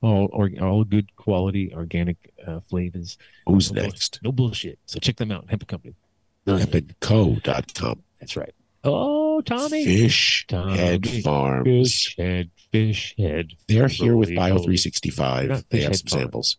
Speaker 5: all or, all good quality organic uh, flavors.
Speaker 1: Who's
Speaker 5: No bull-
Speaker 1: next?
Speaker 5: No bullshit. So check them out, Hempen Company.
Speaker 1: Hempandco.com.
Speaker 5: That's right. Oh, Tommy.
Speaker 1: Fish
Speaker 5: Tommy.
Speaker 1: Head Farms.
Speaker 5: Fish head, fish head.
Speaker 1: They're here with
Speaker 5: Holy moly. Yeah,
Speaker 1: Bio365. They
Speaker 5: Fish
Speaker 1: have
Speaker 5: Head
Speaker 1: some
Speaker 5: Farms.
Speaker 1: samples.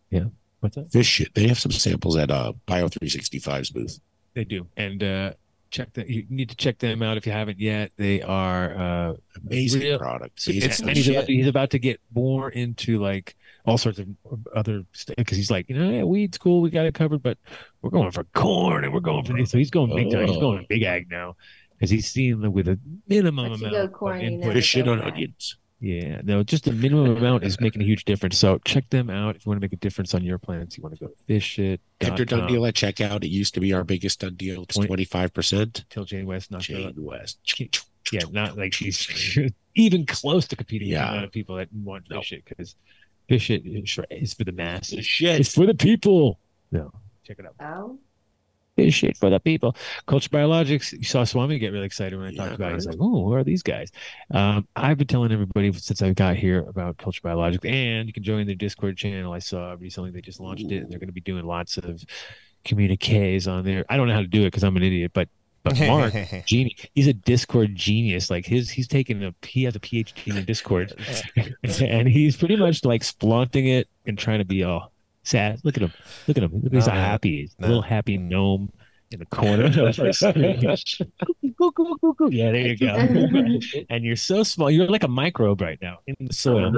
Speaker 5: What's that?
Speaker 1: Fish, they have some samples at uh, Bio365's booth.
Speaker 5: They do. And uh, check that. You need to check them out if you haven't yet. They are uh,
Speaker 1: Amazing
Speaker 5: Real-
Speaker 1: product.
Speaker 5: and
Speaker 1: Amazing
Speaker 6: It's-
Speaker 1: stuff.
Speaker 5: he's
Speaker 6: shit.
Speaker 5: about, to, he's about to get more into like all sorts of other stuff because he's like, you know, yeah, weed's cool, we got it covered, but we're going for corn and we're going for this. So he's going big time. He's
Speaker 1: Oh.
Speaker 5: going big ag now because he's seeing that with a minimum
Speaker 10: Once you
Speaker 5: amount
Speaker 10: go
Speaker 5: of
Speaker 10: corn, you
Speaker 5: input.
Speaker 10: never
Speaker 1: Fish shit
Speaker 10: go
Speaker 1: on
Speaker 10: back.
Speaker 1: onions.
Speaker 5: Yeah, no, just the minimum amount is making a huge difference. So check them out if you want to make a difference on your plants. You want to go to fish it.
Speaker 1: After done deal at checkout, it used to be our biggest done deal. It's
Speaker 5: Twenty-
Speaker 1: 25%.
Speaker 5: till Jane West knocked it
Speaker 1: Jane
Speaker 5: out.
Speaker 1: West.
Speaker 5: Yeah, not like she's even close to competing with
Speaker 1: Yeah.
Speaker 5: the amount of people that want fish it because fish it is for- is for the masses.
Speaker 1: Shit.
Speaker 5: It's for the people. No, check it out.
Speaker 10: oh,
Speaker 5: Fish it for the people. Culture Biologics. You saw Swami get really excited when I
Speaker 1: Yeah,
Speaker 5: talked about it. He's
Speaker 1: right.
Speaker 5: like, "Oh, who are these guys?" Um, I've been telling everybody since I got here about Culture Biologics, and you can join their Discord channel. I saw recently they just launched it, and they're going to be doing lots of communiques on there. I don't know how to do it because I'm an idiot, but but Mark genius. He's a Discord genius. Like his, he's taking a he has a PhD in Discord, and he's pretty much like flaunting it and trying to be all sad. Look at him! Look at him! Look at he's
Speaker 6: No,
Speaker 5: all
Speaker 6: man.
Speaker 5: happy. He's a
Speaker 6: No.
Speaker 5: little happy gnome in the corner. Cuckoo, cuckoo, cuckoo. yeah, there you go. and you're so small. You're like a microbe right now in the soil.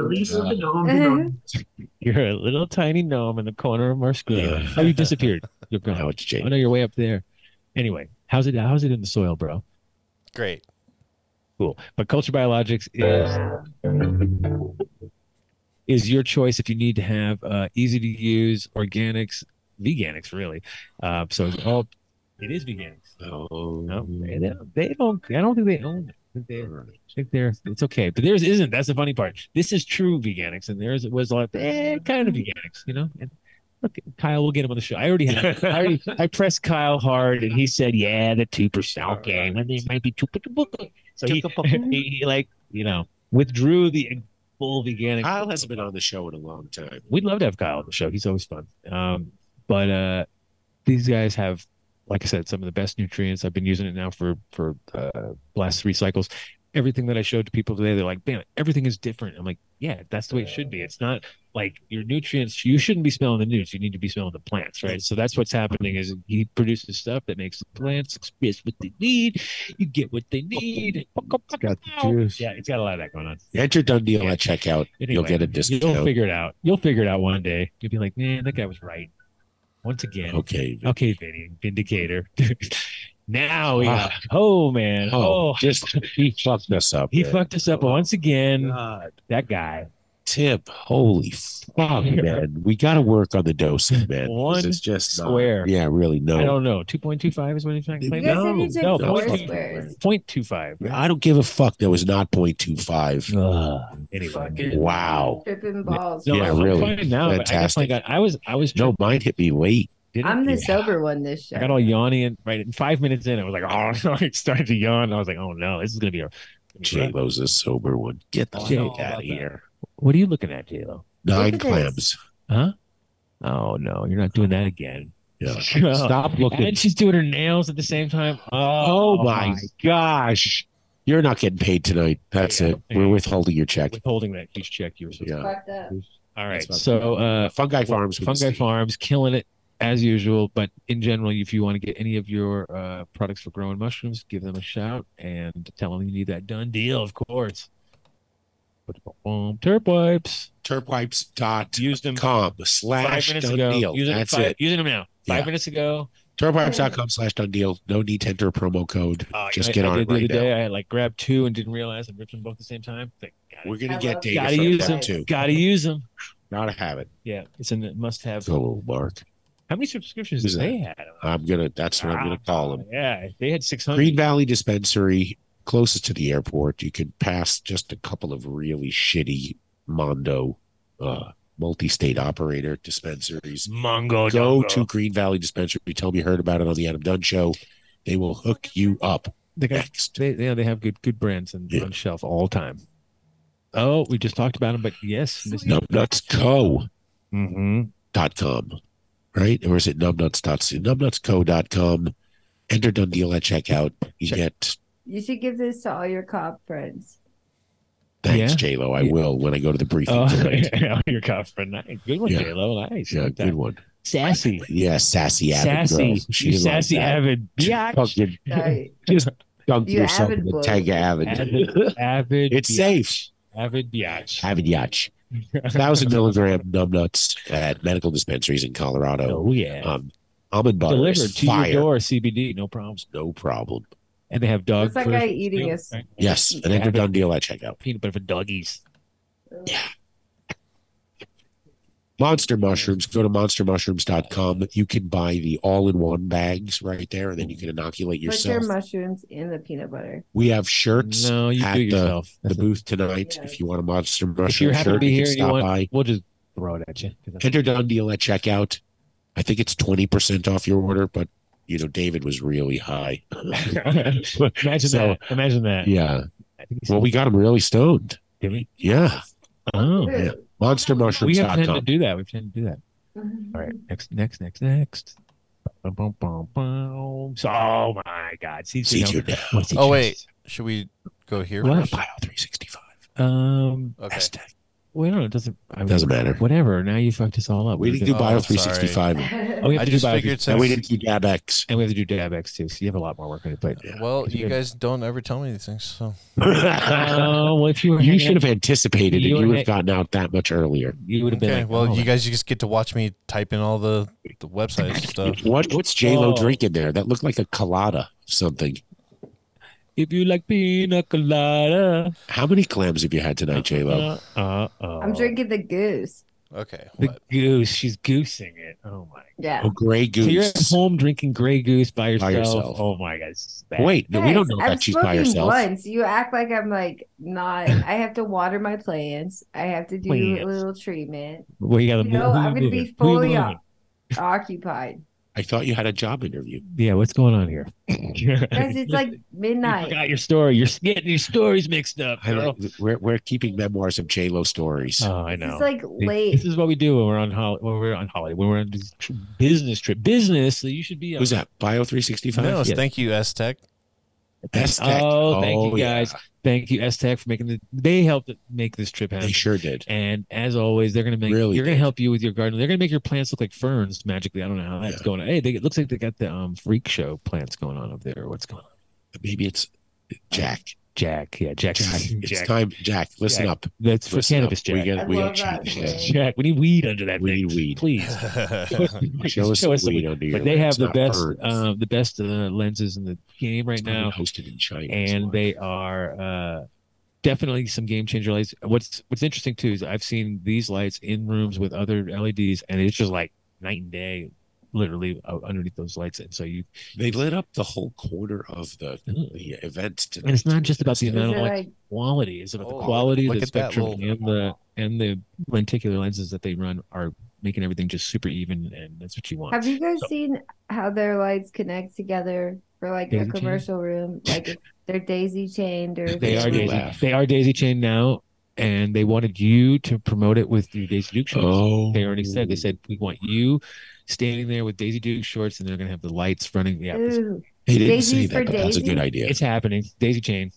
Speaker 5: You're a little tiny gnome in the corner of our school.
Speaker 1: Yeah.
Speaker 5: Oh, you disappeared. You're gone.
Speaker 1: Now it's
Speaker 5: Oh
Speaker 1: Jane.
Speaker 5: no, you're way up there. Anyway, how's it? How's it in the soil, bro?
Speaker 6: Great.
Speaker 5: cool. But Culture Biologics is is your choice if you need to have uh, easy to use organics, veganics really. Uh, so it's all it is veganics.
Speaker 1: Oh,
Speaker 5: No, they don't. They don't I don't think they own it. I think they- I think they're it's okay, but theirs isn't. That's the funny part. This is true veganics, and theirs was like eh, kind of veganics, you know. And look, Kyle, we'll get him on the show. I already have. I already I pressed Kyle hard, and he said, "Yeah, the two percent game, and they might be two percent." So he, he, he like you know withdrew the full veganic.
Speaker 1: Kyle hasn't been on the show in a long time.
Speaker 5: We'd love to have Kyle on the show. He's always fun. Um, but uh, these guys have, like I said, some of the best nutrients. I've been using it now for for uh, last three cycles. Everything that I showed to people today, they're like, "Damn, everything is different." I'm like, "Yeah, that's the way it should be. It's not like your nutrients. You shouldn't be smelling the nudes. You need to be smelling the plants, right?" So that's what's happening. Is he produces stuff that makes the plants express what they need. You get what they need. It's
Speaker 1: got the juice.
Speaker 5: Yeah, it's got a lot of that going on.
Speaker 1: Enter done deal at checkout. You'll
Speaker 5: Anyway,
Speaker 1: get a discount.
Speaker 5: You'll figure it out. You'll figure it out one day. You'll be like, man, that guy was right. Once again.
Speaker 1: Okay.
Speaker 5: Okay, Vinny. Vindicator. now we got- oh man.
Speaker 1: Ah. Oh,
Speaker 5: Oh,
Speaker 1: just he fucked us up.
Speaker 5: he
Speaker 1: man.
Speaker 5: fucked us up once again. That guy.
Speaker 1: Tip. Holy fuck, man. We got to work on the dosing, man. 'cause
Speaker 5: One
Speaker 1: it's just not-
Speaker 5: square.
Speaker 1: yeah, really. No.
Speaker 5: I don't know. Two point two five is what he's trying to
Speaker 1: You
Speaker 5: claim.
Speaker 1: guys said you took
Speaker 5: no,
Speaker 1: four
Speaker 10: squares.
Speaker 5: point two five.
Speaker 1: I don't give a fuck. There was not 0.25.
Speaker 5: Anyway.
Speaker 1: Wow.
Speaker 10: Tripping balls.
Speaker 5: No,
Speaker 1: yeah,
Speaker 5: I'm
Speaker 1: really.
Speaker 5: fine now, but I definitely
Speaker 1: Fantastic.
Speaker 5: got- I was. I was.
Speaker 1: No, mine hit me late.
Speaker 5: Didn't
Speaker 10: I'm the
Speaker 5: you?
Speaker 10: sober one this show.
Speaker 5: I got all yawny and right in five minutes in, I was like, oh, I started to yawn. I was like, oh no, this is gonna be a
Speaker 1: J Lo's a sober one. Get the
Speaker 5: Oh, I know
Speaker 1: fuck
Speaker 5: all
Speaker 1: out
Speaker 5: about
Speaker 1: of here.
Speaker 5: What are you looking at, J Lo?
Speaker 1: Nine
Speaker 10: this.
Speaker 1: clams.
Speaker 5: Huh? Oh no, you're not doing that again.
Speaker 1: Yeah.
Speaker 5: God.
Speaker 1: Stop looking.
Speaker 5: And she's doing her nails at the same time. Oh,
Speaker 1: Oh my gosh. You're not getting paid tonight. That's
Speaker 5: Yeah.
Speaker 1: it. We're withholding your check.
Speaker 5: Withholding that huge check you were supposed to.
Speaker 1: Yeah.
Speaker 10: Fucked up.
Speaker 5: All right.
Speaker 1: That's
Speaker 5: So uh
Speaker 1: Fungi Farms. with a
Speaker 5: Fungi
Speaker 1: C.
Speaker 5: Farms killing it as usual, but in general, if you want to get any of your uh products for growing mushrooms, give them a shout and tell them you need that done deal, of course. Boom, turp wipes.
Speaker 1: Turpwipes.com
Speaker 5: Used them
Speaker 1: slash
Speaker 5: five minutes
Speaker 1: done
Speaker 5: ago.
Speaker 1: deal.
Speaker 5: Using,
Speaker 1: That's
Speaker 5: five,
Speaker 1: it.
Speaker 5: using them now. Five
Speaker 1: Yeah.
Speaker 5: minutes ago.
Speaker 1: Turpwipes.com slash done deal. No need to enter a promo code.
Speaker 5: Uh,
Speaker 1: Just
Speaker 5: I-
Speaker 1: get
Speaker 5: I
Speaker 1: on
Speaker 5: did
Speaker 1: it
Speaker 5: the
Speaker 1: right
Speaker 5: other
Speaker 1: now.
Speaker 5: day. I like grabbed two and didn't realize I ripped them both at the same time. Thank God.
Speaker 1: We're going
Speaker 10: I
Speaker 1: to get
Speaker 10: love
Speaker 1: data
Speaker 5: Gotta
Speaker 1: from
Speaker 5: use
Speaker 1: them
Speaker 5: them.
Speaker 1: too.
Speaker 5: Gotta use them.
Speaker 1: Gotta have it.
Speaker 5: Yeah, it's in the must-have.
Speaker 1: Go, little Mark.
Speaker 5: How many subscriptions
Speaker 1: Who's
Speaker 5: did
Speaker 1: that?
Speaker 5: they had?
Speaker 1: I'm going to, that's what I'm going to call him.
Speaker 5: Yeah, they had six hundred.
Speaker 1: Green Valley Dispensary, closest to the airport. You can pass just a couple of really shitty Mondo uh, multi state operator dispensaries.
Speaker 5: Mongo.
Speaker 1: Go
Speaker 5: dongo.
Speaker 1: to Green Valley Dispensary. Tell me you heard about it on the Adam Dunn show. They will hook you up
Speaker 5: They got
Speaker 1: next.
Speaker 5: they, yeah, they have good good brands and,
Speaker 1: Yeah.
Speaker 5: on shelf all time. Oh, we just talked about them, but yes, Miss-
Speaker 1: Numbnutsco.com,
Speaker 5: Mhm.
Speaker 1: right? Or is it numbnuts.co? Numbnutsco.com. Enter Dunn Deal at checkout. You
Speaker 5: Check-
Speaker 1: get,
Speaker 10: You should give this to all your cop friends.
Speaker 1: thanks,
Speaker 5: Yeah.
Speaker 1: J-Lo. I
Speaker 5: Yeah.
Speaker 1: will when I go to the briefing
Speaker 5: Oh,
Speaker 1: tonight.
Speaker 5: yeah, your cup for nice. Good one,
Speaker 1: Yeah.
Speaker 5: J Lo. Nice.
Speaker 1: Yeah,
Speaker 5: Like that.
Speaker 1: good one.
Speaker 5: Sassy.
Speaker 1: Yeah, sassy avid
Speaker 5: Sassy.
Speaker 1: girl.
Speaker 5: you
Speaker 1: like
Speaker 5: sassy
Speaker 1: that.
Speaker 5: avid. Biatch.
Speaker 1: Fucking
Speaker 10: Sorry.
Speaker 1: just dunk
Speaker 10: You
Speaker 1: yourself
Speaker 10: avid
Speaker 1: in the
Speaker 10: boy.
Speaker 1: tank of avid.
Speaker 5: Avid. avid
Speaker 1: It's
Speaker 5: biatch.
Speaker 1: safe.
Speaker 5: Avid biatch.
Speaker 1: Avid Yach. Thousand milligram numb nuts at medical dispensaries in Colorado.
Speaker 5: Oh, yeah.
Speaker 1: Um, almond butter
Speaker 5: Delivered
Speaker 1: is
Speaker 5: to
Speaker 1: fire.
Speaker 5: your door, CBD, no problems.
Speaker 1: No problem.
Speaker 5: And they have dog
Speaker 10: It's like
Speaker 5: first-
Speaker 10: I eating a s-
Speaker 1: Yes, an enter done deal at checkout.
Speaker 5: peanut butter for doggies.
Speaker 1: Monster mushrooms. Go to monstermushrooms.com. You can buy the all-in-one bags right there, and then you can inoculate
Speaker 10: Put your
Speaker 1: yourself.
Speaker 10: mushrooms in the peanut butter.
Speaker 1: we have shirts
Speaker 5: No, you
Speaker 1: at
Speaker 5: do it
Speaker 1: the-
Speaker 5: yourself.
Speaker 1: the booth tonight.
Speaker 10: Yeah.
Speaker 1: If you want a monster
Speaker 5: if you
Speaker 1: mushroom
Speaker 5: happen to
Speaker 1: shirt,
Speaker 5: be
Speaker 1: you
Speaker 5: here
Speaker 1: can
Speaker 5: and you
Speaker 1: stop
Speaker 5: want,
Speaker 1: by.
Speaker 5: we'll just throw it at you. 'cause that's-
Speaker 1: Enter Done Deal at checkout. I think it's twenty percent off your order, but you know David was really high.
Speaker 5: imagine
Speaker 1: So-
Speaker 5: that. Imagine that.
Speaker 1: yeah.
Speaker 5: I think he's
Speaker 1: Well, we got him really stoned.
Speaker 5: Did we?
Speaker 1: Yeah.
Speaker 5: Oh,
Speaker 1: yeah. MonsterMushrooms.com.
Speaker 5: we have tend to do that. We tend to do that. All
Speaker 10: All
Speaker 5: right. Next, next, next, next. Bum, bum, bum, bum. So, oh my God. See,
Speaker 1: See you now.
Speaker 5: What's he
Speaker 6: Oh,
Speaker 5: just-
Speaker 6: wait. Should we go here?
Speaker 5: What?
Speaker 6: first?
Speaker 1: Bio three sixty five.
Speaker 5: Um.
Speaker 6: Okay.
Speaker 1: Hashtag.
Speaker 5: Well, no, it doesn't. I,
Speaker 1: Doesn't matter.
Speaker 5: Whatever. Now you fucked us all up.
Speaker 1: We
Speaker 5: We're
Speaker 1: didn't do
Speaker 5: good.
Speaker 1: Bio
Speaker 6: Oh,
Speaker 1: three sixty five,
Speaker 5: Oh, we have
Speaker 6: I
Speaker 5: to
Speaker 6: just
Speaker 5: do Bio-
Speaker 6: figured
Speaker 1: and we
Speaker 6: since-
Speaker 1: didn't do Dab X.
Speaker 5: and we have to do DabX too. So you have a lot more work on your plate.
Speaker 6: Well, you
Speaker 5: Good.
Speaker 6: guys don't ever tell me these things. So
Speaker 5: Oh, well, if you were
Speaker 1: you
Speaker 5: hanging
Speaker 1: should
Speaker 5: out-
Speaker 1: have anticipated,
Speaker 5: You
Speaker 1: and you
Speaker 5: and
Speaker 1: would
Speaker 5: I-
Speaker 1: have gotten out that much earlier.
Speaker 5: You would have been
Speaker 6: okay.
Speaker 5: like,
Speaker 6: well,
Speaker 5: oh,
Speaker 6: you guys just get to watch me type in all the, the websites and
Speaker 5: Uh,
Speaker 6: stuff.
Speaker 1: What what's J Lo
Speaker 5: Oh.
Speaker 1: drinking there? That looked like a colada of something.
Speaker 5: If you like pina colada,
Speaker 1: How many clams have you had tonight, J Lo?
Speaker 5: Uh, uh, uh,
Speaker 10: I'm drinking the goose.
Speaker 6: Okay.
Speaker 5: the
Speaker 6: What?
Speaker 5: goose. She's goosing it. Oh my!
Speaker 10: Yeah.
Speaker 1: Oh, Grey Goose.
Speaker 5: So you're at home drinking Grey Goose by yourself.
Speaker 1: yourself.
Speaker 5: Oh my God! this is bad.
Speaker 1: Wait, no, we
Speaker 10: Guys,
Speaker 1: don't know
Speaker 10: I'm
Speaker 1: that she's by
Speaker 10: smoking
Speaker 1: herself.
Speaker 10: Blunts. You act like I'm like not. I have to water my plants. I have to do
Speaker 5: Plants.
Speaker 10: a little treatment.
Speaker 5: Uh, well, you got to
Speaker 10: You know, I'm gonna be fully
Speaker 5: moving?
Speaker 10: o- occupied.
Speaker 1: I thought you had a job interview.
Speaker 5: Yeah, what's going on here?
Speaker 10: Guys, it's like midnight.
Speaker 5: Got your story. You're getting your stories mixed up.
Speaker 1: I don't, we're we're keeping memoirs of J Lo stories.
Speaker 5: Oh, I know.
Speaker 10: It's like
Speaker 5: See,
Speaker 10: late.
Speaker 5: This is what we do when we're on holiday. When we're on holiday, when we're on this tr- business trip, business. So you should be.
Speaker 1: Who's that? Bio three sixty five.
Speaker 6: No, thank you, Aztec.
Speaker 1: Aztec.
Speaker 5: Oh, thank
Speaker 1: Oh,
Speaker 5: you guys. Thank you, Aztec, for making the. They helped make this trip happen.
Speaker 1: They sure did.
Speaker 5: And as always, they're gonna make.
Speaker 1: Really
Speaker 5: you're gonna help you with your garden. They're gonna make your plants look like ferns magically. I don't know how that's going on. Hey, they, it looks like they got the um freak show plants going on up there. What's going on?
Speaker 1: Maybe it's Jack.
Speaker 5: Jack. Yeah, Jack.
Speaker 1: Jack. It's time, Jack. Listen
Speaker 5: Jack.
Speaker 1: up.
Speaker 5: That's for
Speaker 1: Listen
Speaker 5: cannabis,
Speaker 1: up. We
Speaker 5: Jack.
Speaker 1: got. We
Speaker 5: I
Speaker 1: got
Speaker 5: love
Speaker 1: you.
Speaker 5: that. Jack, we need weed under that.
Speaker 1: We need weed.
Speaker 5: Please.
Speaker 1: Show us some weed
Speaker 5: some-
Speaker 1: under your
Speaker 5: But they have
Speaker 1: lips,
Speaker 5: the
Speaker 1: not
Speaker 5: best,
Speaker 1: birds.
Speaker 5: um, the best uh, lenses in the game right
Speaker 1: It's probably
Speaker 5: now.
Speaker 1: Hosted in China.
Speaker 5: and they are uh, definitely some game changer lights. What's What's interesting too is I've seen these lights in rooms with other LEDs, and it's just like night and day, literally uh, underneath those lights. And so you,
Speaker 1: They lit up the whole quarter of the the event
Speaker 5: and
Speaker 1: tonight.
Speaker 5: it's not just about the amount of
Speaker 10: it
Speaker 5: light,
Speaker 10: like-
Speaker 5: quality. It's about the
Speaker 1: Oh,
Speaker 5: quality,
Speaker 1: look
Speaker 5: the
Speaker 1: at that
Speaker 5: spectrum,
Speaker 1: little- uh-huh.
Speaker 5: and the and the lenticular lenses that they run are making everything just super even, and that's what you want.
Speaker 10: Have you guys
Speaker 5: So-
Speaker 10: seen how their lights connect together for like
Speaker 5: Daisy
Speaker 10: a
Speaker 5: chain?
Speaker 10: commercial room? Like if they're daisy chained or
Speaker 5: They are
Speaker 1: me
Speaker 5: Daisy.
Speaker 1: laugh.
Speaker 5: They are Daisy Chain now, and they wanted you to promote it with your Daisy Duke shorts.
Speaker 1: Oh.
Speaker 5: They already said they said we want you standing there with Daisy Duke shorts, and they're gonna have the lights running. Yeah, it's,
Speaker 10: Ooh.
Speaker 1: They didn't
Speaker 10: Daisies
Speaker 1: say
Speaker 10: for
Speaker 1: that, but that's a
Speaker 10: daisies?
Speaker 1: good idea.
Speaker 5: it's happening. Daisy Chain.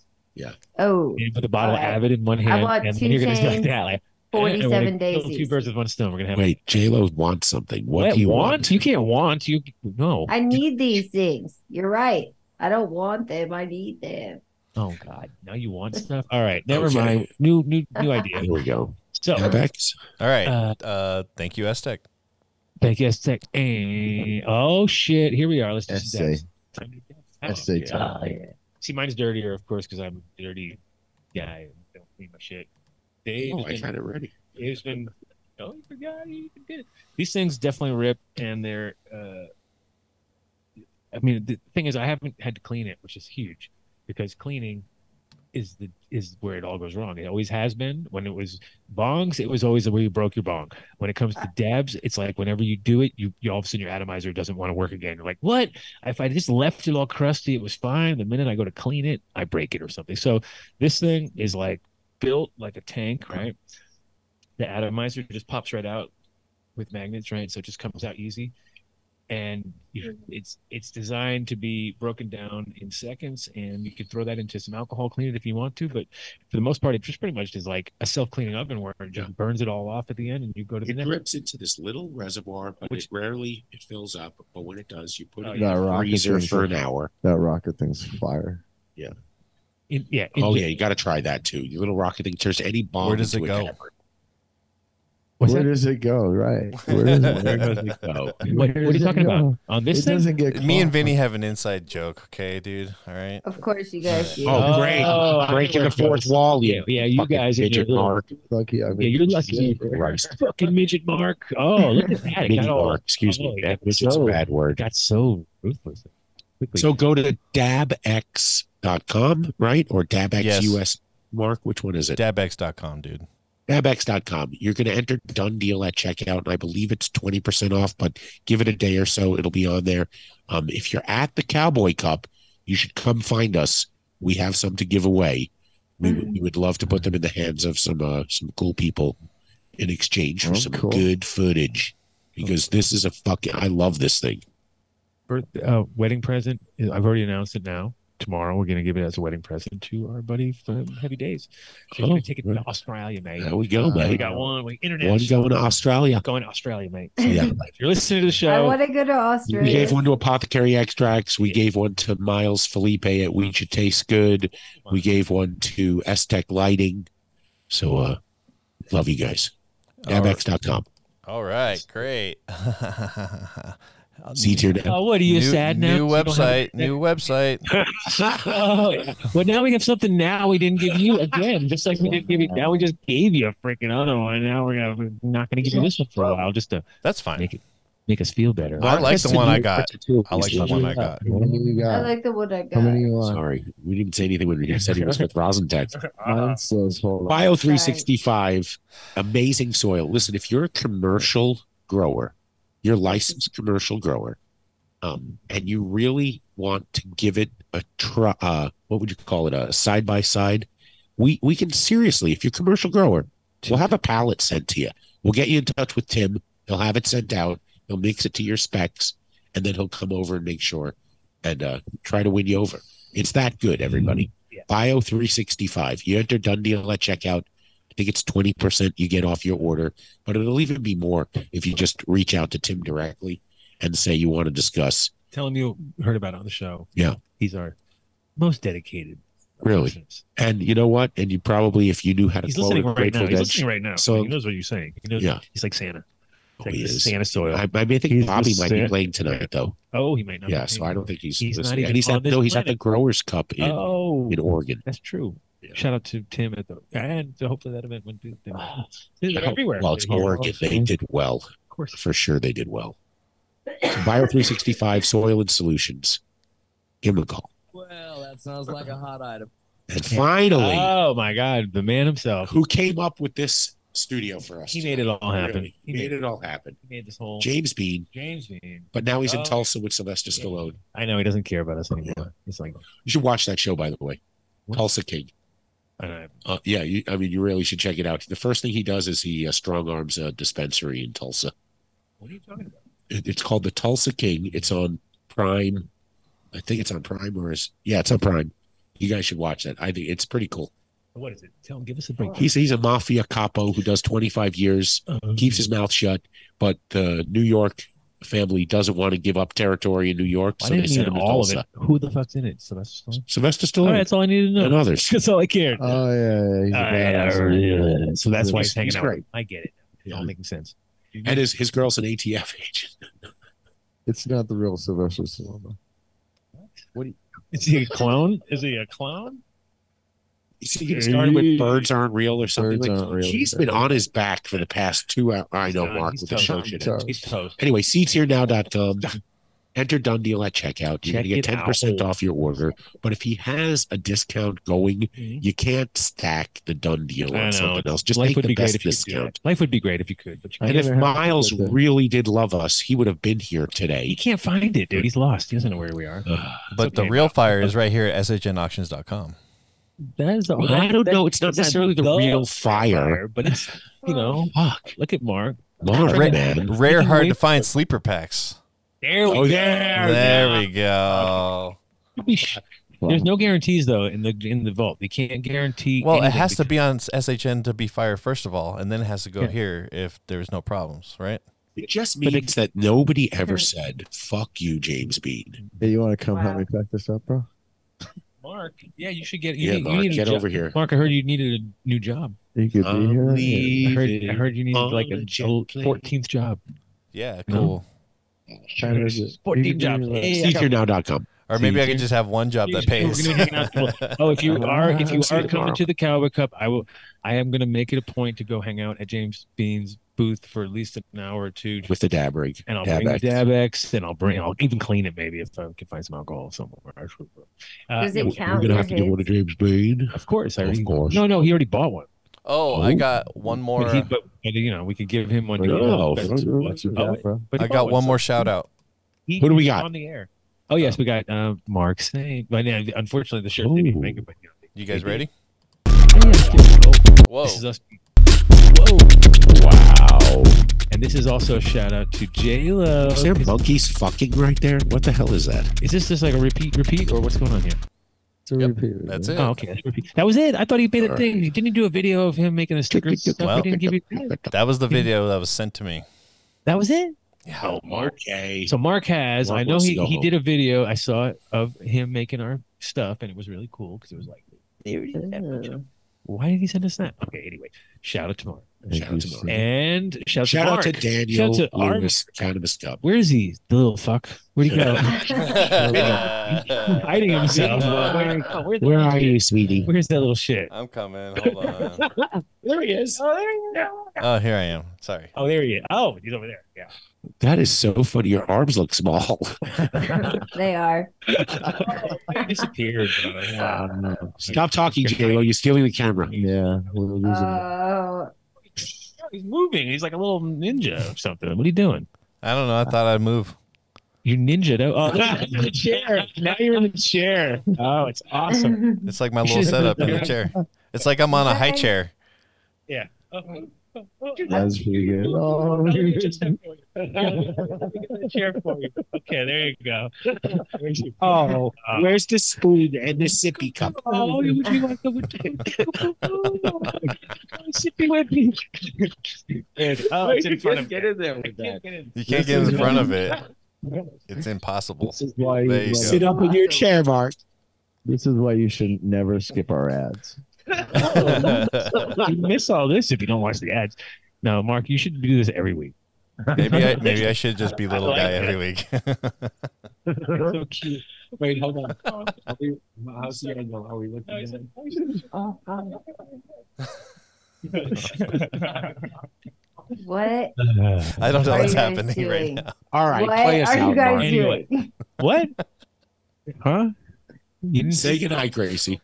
Speaker 10: Oh,
Speaker 5: You put the bottle
Speaker 10: All right.
Speaker 5: of Avid in one hand,
Speaker 10: want
Speaker 5: and
Speaker 10: two
Speaker 5: then you're gonna start
Speaker 10: chains,
Speaker 5: that. Like, eh, we're gonna
Speaker 10: 47
Speaker 5: kill Two
Speaker 10: daisies.
Speaker 5: birds with one stone. We're gonna have
Speaker 1: Wait, J Lo wants something. What,
Speaker 5: What,
Speaker 1: do you
Speaker 5: want?
Speaker 1: want?
Speaker 5: You can't want. You no.
Speaker 10: I need these things. You're right. I don't want them. I need them.
Speaker 5: oh God! Now you want stuff. All right, never
Speaker 1: Okay.
Speaker 5: mind. New new new idea.
Speaker 1: Here we go.
Speaker 5: So
Speaker 1: Abex?
Speaker 6: All right.
Speaker 5: Uh,
Speaker 6: Uh, thank you, Aztec.
Speaker 5: thank you, Aztec. And, oh shit! Here we are. Let's just do
Speaker 7: Essay.
Speaker 5: that. Time to dance. Oh,
Speaker 7: Essay
Speaker 5: yeah.
Speaker 7: time.
Speaker 5: Oh, yeah. See, mine's dirtier, of course, because I'm a dirty guy. and Don't clean my shit. Dave,
Speaker 1: Oh,
Speaker 5: has
Speaker 1: I
Speaker 5: been-
Speaker 1: had it ready.
Speaker 5: Dave's been. Oh, you forgot. You did it. These things definitely rip, and they're. Uh, I mean, the thing is, I haven't had to clean it, which is huge, because cleaning is the is where it all goes wrong. It always has been. When it was bongs, it was always where you broke your bong. When it comes to dabs, it's like whenever you do it, you, you all of a sudden your atomizer doesn't want to work again. You're like, what? If I just left it all crusty, it was fine. The minute I go to clean it, I break it or something. So this thing is like built like a tank, right? The atomizer just pops right out with magnets, right? So it just comes out easy. And you know, it's it's designed to be broken down in seconds, and you could throw that into some alcohol, clean it if you want to. But for the most part, it just pretty much is like a self cleaning oven where it just burns it all off at the end, and you go to the
Speaker 1: It
Speaker 5: next.
Speaker 1: drips into this little reservoir, but
Speaker 5: Which-
Speaker 1: it rarely it fills up. But when it does, you put
Speaker 5: Oh,
Speaker 1: it
Speaker 7: That
Speaker 1: in the
Speaker 7: rocket
Speaker 1: freezer
Speaker 7: thing's
Speaker 1: for an
Speaker 7: like-
Speaker 1: hour.
Speaker 7: That rocket thing's fire.
Speaker 5: In, yeah. in-
Speaker 1: Oh yeah, you got to try that too. Your little rocket thing turns any bomb.
Speaker 6: Where does it
Speaker 1: into a
Speaker 6: go?
Speaker 1: cavern.
Speaker 5: What's
Speaker 7: Where
Speaker 5: that?
Speaker 7: does it go? Right. Where does it,
Speaker 1: Where does it go?
Speaker 5: What, what
Speaker 7: where
Speaker 5: are you
Speaker 7: does it
Speaker 5: talking about?
Speaker 7: go?
Speaker 5: On
Speaker 7: it
Speaker 5: this thing?
Speaker 7: doesn't get.
Speaker 6: Me and
Speaker 7: caught.
Speaker 6: Vinny have an inside joke, okay, dude? All right.
Speaker 10: Of course, you guys do.
Speaker 1: Oh, great!
Speaker 5: Oh, I
Speaker 1: Breaking
Speaker 5: know
Speaker 1: the
Speaker 5: where it
Speaker 1: fourth
Speaker 5: goes.
Speaker 1: wall.
Speaker 5: Yeah,
Speaker 1: You
Speaker 5: yeah, you
Speaker 1: fucking
Speaker 5: guys and your
Speaker 1: midget
Speaker 5: little-
Speaker 1: mark.
Speaker 7: Lucky. I mean,
Speaker 5: Yeah, you're lucky.
Speaker 7: Jesus Christ.
Speaker 5: Fucking midget mark. Oh, look at that. It
Speaker 1: Midget
Speaker 5: got all-
Speaker 1: mark. Excuse
Speaker 5: oh,
Speaker 1: me.
Speaker 5: it
Speaker 1: That
Speaker 5: got
Speaker 1: midget's a
Speaker 5: so-
Speaker 1: bad
Speaker 5: It
Speaker 1: word.
Speaker 5: got so ruthless. Quickly.
Speaker 1: So go to dabx.com, right? Or dabxus
Speaker 6: Yes.
Speaker 1: mark. Which one is it?
Speaker 6: Dabx.com, dude.
Speaker 1: Dabx.com. You're going to enter done deal at checkout, and I believe it's 20% off, but give it a day or so. It'll be on there. Um, if you're at the Cowboy Cup, you should come find us. We have some to give away. We, would-
Speaker 5: Mm-hmm.
Speaker 1: we would love to put them in the hands of some uh, some cool people in exchange for
Speaker 7: Oh,
Speaker 1: some
Speaker 7: cool.
Speaker 1: good footage because this is a fucking, I love this thing.
Speaker 5: birth uh, wedding present. uh, I've already announced it now. Tomorrow we're gonna give it as a wedding present to our buddy from Heavy Days. So
Speaker 1: Oh,
Speaker 5: we're gonna take it
Speaker 1: right.
Speaker 5: to Australia, mate.
Speaker 1: There we go,
Speaker 5: Uh, we
Speaker 1: mate.
Speaker 5: got one. We internet
Speaker 1: One going to Australia.
Speaker 5: going to Australia, mate.
Speaker 1: Yeah.
Speaker 5: If you're listening to the
Speaker 10: I
Speaker 5: show,
Speaker 10: want to go to Australia.
Speaker 1: We gave one to Apothecary Extracts. We gave one to Miles Felipe at We Should Taste Good. We gave one to Aztec Lighting. So, uh, love you guys. Dabx.com.
Speaker 6: All right, great.
Speaker 1: See you tier
Speaker 5: oh, what are you
Speaker 6: new,
Speaker 5: sad now?
Speaker 6: New
Speaker 5: You don't have-
Speaker 6: website. New website.
Speaker 5: Oh, well, now we have something. Now we didn't give you again, just like we didn't give you. Now we just gave you a freaking other one. Now we're, gonna, we're not gonna give you this one for a while, just to
Speaker 6: That's fine.
Speaker 5: make it make us feel better.
Speaker 6: I like the one I got. I like the
Speaker 1: Excuse
Speaker 6: one
Speaker 1: me.
Speaker 6: I got.
Speaker 7: How many you
Speaker 10: I
Speaker 5: uh,
Speaker 7: got?
Speaker 10: like the one I
Speaker 7: How
Speaker 10: got.
Speaker 7: many you want?
Speaker 1: Sorry. We didn't say anything when we said he was with Rosentech.
Speaker 5: uh,
Speaker 7: Mine says hold on.
Speaker 1: Bio 365, amazing soil. Listen, if you're a commercial grower, you're a licensed commercial grower, um, and you really want to give it a try, uh, what would you call it? A side by side. We we can seriously, if you're a commercial grower, we'll have a pallet sent to you. We'll get you in touch with Tim. He'll have it sent out. He'll mix it to your specs, and then he'll come over and make sure and uh, try to win you over. It's that good, everybody. Bio 365. You enter done deal at checkout. I think it's 20% you get off your order, but it'll even be more if you just reach out to Tim directly and say you want to discuss.
Speaker 5: Tell him you heard about it on the show.
Speaker 1: Yeah.
Speaker 5: He's our most dedicated.
Speaker 1: Really? And you know what? And you probably, if you knew how to
Speaker 5: He's
Speaker 1: quote
Speaker 5: listening
Speaker 1: it,
Speaker 5: right
Speaker 1: Grateful
Speaker 5: now. He's
Speaker 1: Dead-
Speaker 5: listening right now. So
Speaker 1: So
Speaker 5: he knows what you're saying. He knows,
Speaker 1: Yeah. Oh,
Speaker 5: He's like Santa. He's like
Speaker 1: he
Speaker 5: the
Speaker 1: is.
Speaker 5: Santa soil.
Speaker 1: I, I mean, I think
Speaker 5: He's the
Speaker 1: Bobby might
Speaker 5: Santa-
Speaker 1: be playing tonight, though.
Speaker 5: Oh, he might not. be
Speaker 1: Yeah, so
Speaker 5: playing.
Speaker 1: I don't think he's.
Speaker 5: He's not
Speaker 1: listening.
Speaker 5: even
Speaker 1: and he's
Speaker 5: on
Speaker 1: at,
Speaker 5: this
Speaker 1: no, he's at the
Speaker 5: planet.
Speaker 1: Growers Cup in
Speaker 5: oh,
Speaker 1: in Oregon.
Speaker 5: That's true. Shout out to Tim at the and hopefully that event went good.
Speaker 1: I hope-
Speaker 5: everywhere.
Speaker 1: Well, it's
Speaker 5: Here.
Speaker 1: Oregon. They did well. Of
Speaker 5: course.
Speaker 1: For sure, they did well. Bio 365 Soil and Solutions. Give him a call.
Speaker 12: Well, that sounds like a hot item.
Speaker 1: And finally,
Speaker 5: oh my God, the man himself,
Speaker 1: who came up with this studio for us. He
Speaker 5: made it all happen.
Speaker 1: Really,
Speaker 5: He
Speaker 1: He
Speaker 5: made
Speaker 1: made it all happen.
Speaker 5: He made this whole
Speaker 1: James Bean.
Speaker 5: James Bean.
Speaker 1: But now he's in
Speaker 5: Oh.
Speaker 1: Tulsa with Sylvester Stallone.
Speaker 5: I know he doesn't care about us anymore. He's like,
Speaker 1: You should watch that show, by the way. Tulsa King. Uh, yeah, you, I mean, you really should check it out. The first thing he does is he uh, strong arms a dispensary in Tulsa.
Speaker 5: what are you talking about?
Speaker 1: It- It's called the Tulsa King. It's on Prime. I think it's on Prime or is yeah, it's on Prime. You guys should watch that. I think it's pretty cool.
Speaker 5: What is it? Tell him, give us a break.
Speaker 1: He's he's a mafia capo who does 25 years,
Speaker 5: Um,
Speaker 1: keeps his mouth shut, but the New York family doesn't want to give up territory in New York,
Speaker 5: Why
Speaker 1: so they
Speaker 5: didn't he
Speaker 1: send
Speaker 5: in
Speaker 1: him to
Speaker 5: all of
Speaker 1: Tulsa.
Speaker 5: it? Who the fuck's in it? Sylvester Stallone.
Speaker 1: Sylvester
Speaker 5: All
Speaker 1: Stallone.
Speaker 5: right, that's all I needed to know.
Speaker 1: And others.
Speaker 5: That's all I cared.
Speaker 7: Oh yeah,
Speaker 5: All right, all right, all right. So that's why he's hanging out. with
Speaker 1: great.
Speaker 5: him. I get it. It's all making sense.
Speaker 1: And his his girl's an ATF agent.
Speaker 7: It's not the real Sylvester Stallone.
Speaker 5: What do you, is he a clone? Is he a clone?
Speaker 1: Is he getting started with birds aren't real or something?
Speaker 7: Birds
Speaker 1: like-
Speaker 7: aren't real.
Speaker 1: He's been on his back for the past two hours. I know, Mark, with the show shit.
Speaker 5: He's toast.
Speaker 1: Anyway, seatsherenow.com. Enter done deal at checkout.
Speaker 5: Check
Speaker 1: You're going to get
Speaker 5: it out.
Speaker 1: 10% off your order. But if he has a discount going, you can't stack the done deal
Speaker 5: I know.
Speaker 1: on something else. Just
Speaker 5: Life
Speaker 1: take
Speaker 5: would
Speaker 1: the
Speaker 5: be great
Speaker 1: best
Speaker 5: if you could do
Speaker 1: discount.
Speaker 5: that. Life would be great if you could, but you
Speaker 1: And
Speaker 5: can't
Speaker 1: if
Speaker 5: ever have-
Speaker 1: Miles really did love us, he would have been here today.
Speaker 5: he can't find it, dude. He's lost. He doesn't know where we are.
Speaker 6: But the real fire is right here at shnauctions.com.
Speaker 5: That is the.
Speaker 1: Well, I don't know. It's not necessarily the real fire.
Speaker 5: but it's you know. Look at Mark.
Speaker 1: Mark,
Speaker 6: Rare,
Speaker 1: man.
Speaker 6: rare hard to find sleeper
Speaker 5: uh,
Speaker 6: packs.
Speaker 5: There we go.
Speaker 6: There, we go.
Speaker 5: There's no guarantees though in the in the vault. You can't guarantee.
Speaker 6: Well, it
Speaker 5: anything
Speaker 6: has to be on SHN to be fire first of all, and then it has to go
Speaker 5: Yeah.
Speaker 6: here if there's no problems, right?
Speaker 1: It just means that nobody ever said, fuck you, James Bean.
Speaker 7: Hey, you want to come help me pack this up, bro?
Speaker 5: Mark, yeah, you should get. You
Speaker 1: Yeah,
Speaker 5: need, you
Speaker 1: Mark,
Speaker 5: need a
Speaker 1: get
Speaker 5: job.
Speaker 1: over here.
Speaker 5: Mark, I heard you needed a new job.
Speaker 7: You could be here.
Speaker 5: I heard, I heard you needed like a fourteenth job.
Speaker 6: Yeah,
Speaker 5: No.
Speaker 6: cool.
Speaker 7: Time is it? You
Speaker 5: Fourteen
Speaker 7: could
Speaker 5: jobs.
Speaker 7: be here.
Speaker 5: Hey, I got-
Speaker 1: SeaThereNow.com.
Speaker 6: Or maybe I
Speaker 5: See,
Speaker 6: could just have one job that
Speaker 5: We're
Speaker 6: pays.
Speaker 5: gonna hang out tomorrow. oh, if you are if you
Speaker 6: See
Speaker 5: are
Speaker 6: you
Speaker 5: coming
Speaker 6: tomorrow.
Speaker 5: to the Cowboy Cup, I will. I am going to make it a point to go hang out at James Bean's booth for at least an hour or two,
Speaker 1: With the dab rig.
Speaker 5: and I'll
Speaker 1: Dab
Speaker 5: bring
Speaker 1: act.
Speaker 5: the Dabex, and I'll bring. I'll even clean it maybe if I can find some alcohol somewhere. Uh,
Speaker 10: Does it
Speaker 5: yeah,
Speaker 10: count We're gonna have your to do hits? one
Speaker 1: of James Bean.
Speaker 5: Of course, I
Speaker 1: Of
Speaker 5: already-
Speaker 1: course.
Speaker 5: No, no, he already bought one.
Speaker 6: Oh, I got one more.
Speaker 5: But, he, but, but, you know, we could give him one. to
Speaker 1: No,
Speaker 5: get
Speaker 1: no,
Speaker 5: back
Speaker 1: no,
Speaker 5: to-
Speaker 1: no, what you
Speaker 5: Oh,
Speaker 1: got, bro?
Speaker 5: but he
Speaker 6: I
Speaker 5: bought
Speaker 6: got one
Speaker 5: so-
Speaker 6: more shout out.
Speaker 5: he-
Speaker 1: Who do we
Speaker 5: he's
Speaker 1: got?
Speaker 5: on the air? Oh yes, we got uh, Mark Saint. But yeah, unfortunately, the shirt didn't even make it. But you, know,
Speaker 6: You guys
Speaker 5: they did.
Speaker 6: ready?
Speaker 5: Whoa! Oh.
Speaker 6: Oh.
Speaker 5: This is us.
Speaker 1: Wow.
Speaker 5: And this is also a shout out to J Lo.
Speaker 1: Is there monkeys fucking right there? What the hell is that?
Speaker 5: Is this just like a repeat, repeat, or what's going on here?
Speaker 7: It's a repeat.
Speaker 6: That's it.
Speaker 5: Oh, okay. that's a repeat. That was it. I thought he made a
Speaker 6: Alright.
Speaker 5: thing. Didn't he do a video of him making a sticker and stuff?
Speaker 6: Well-
Speaker 5: he didn't give you.
Speaker 6: That was the video that was sent to me.
Speaker 5: That was it.
Speaker 1: Oh, okay.
Speaker 5: So Mark has.
Speaker 1: Mark
Speaker 5: I know
Speaker 1: wants to
Speaker 5: he,
Speaker 1: go
Speaker 5: he
Speaker 1: home.
Speaker 5: did a video. I saw it of him making our stuff, and it was really cool because it was like, there it is. that much. Why did he send us that? Okay. Anyway, shout out to Mark.
Speaker 1: Shout out to Mark.
Speaker 5: And shout,
Speaker 1: Shout out
Speaker 5: Mark.
Speaker 1: to Daniel
Speaker 5: Shout out to Arm-
Speaker 1: Lewis, Cannabis Cup.
Speaker 5: Where is he, the little fuck? Where'd he go? Hiding himself.
Speaker 1: Where-
Speaker 5: Oh, where the-
Speaker 1: Where are you, sweetie?
Speaker 5: Where's that little shit?
Speaker 6: I'm coming. Hold on.
Speaker 5: There he is. Oh, there he is.
Speaker 6: Oh, here I am. Sorry.
Speaker 5: Oh, there he is. Oh, he's over there. Yeah.
Speaker 1: That is so funny. Your arms look small.
Speaker 10: They are.
Speaker 5: He disappeared. bro.
Speaker 1: Ah.
Speaker 5: Yeah.
Speaker 1: Stop talking, J-Lo. You're stealing the camera.
Speaker 7: Yeah, we're losing.
Speaker 10: Oh,
Speaker 5: He's moving. He's like a little ninja or something. What are you doing?
Speaker 6: I don't know. I thought I'd move.
Speaker 5: You ninja. Oh, look, in the chair. Now you're in the chair. Oh, it's awesome.
Speaker 6: It's like my little setup in the chair. It's like I'm on a high chair.
Speaker 5: Yeah. Oh, oh, oh.
Speaker 7: That's pretty good.
Speaker 5: Oh, you just have to- Let me get the chair for you. Okay, there you go. Where's your-
Speaker 1: Oh, where's the spoon and the sippy cup?
Speaker 5: Oh, you would you like to would you- Sippy whippy. And- Oh, it's in front of
Speaker 12: Get in there with
Speaker 5: I can't
Speaker 12: that.
Speaker 5: get in.
Speaker 6: You can't get in front of it. It's impossible.
Speaker 7: This is why
Speaker 6: There you
Speaker 7: you
Speaker 6: go.
Speaker 1: Sit up in your chair, Mark.
Speaker 7: This is why you should never skip our ads.
Speaker 5: You miss all this if you don't watch the ads. No, Mark, you should do this every week.
Speaker 6: maybe I maybe I should just be little
Speaker 5: I like
Speaker 6: guy
Speaker 5: that.
Speaker 6: every week.
Speaker 5: so cute.
Speaker 1: Wait, hold on. Are we, how's the angle? Are we looking at it?
Speaker 4: Oh, hi.
Speaker 10: What?
Speaker 6: I don't know
Speaker 10: Are
Speaker 6: what's
Speaker 10: you guys
Speaker 6: happening right
Speaker 10: doing?
Speaker 6: now.
Speaker 1: All right,
Speaker 10: what
Speaker 1: play us
Speaker 10: are
Speaker 1: out,
Speaker 10: you guys
Speaker 1: Mark.
Speaker 5: Anyway.
Speaker 10: doing?
Speaker 5: What? Huh? You didn't
Speaker 1: Say goodnight, Gracie.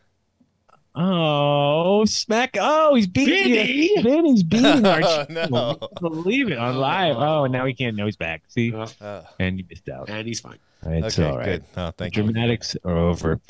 Speaker 5: Oh, smack. Oh, he's beating
Speaker 1: Vinny!
Speaker 5: you. Vinny's beating our
Speaker 6: Oh, no.
Speaker 5: Believe it on live. Oh, and now he can't know he's back. See?
Speaker 6: Uh,
Speaker 5: And you missed out.
Speaker 1: And he's fine.
Speaker 5: It's
Speaker 6: okay,
Speaker 5: all right.
Speaker 6: good. No,
Speaker 5: The
Speaker 6: thank you.
Speaker 5: dramatics are over.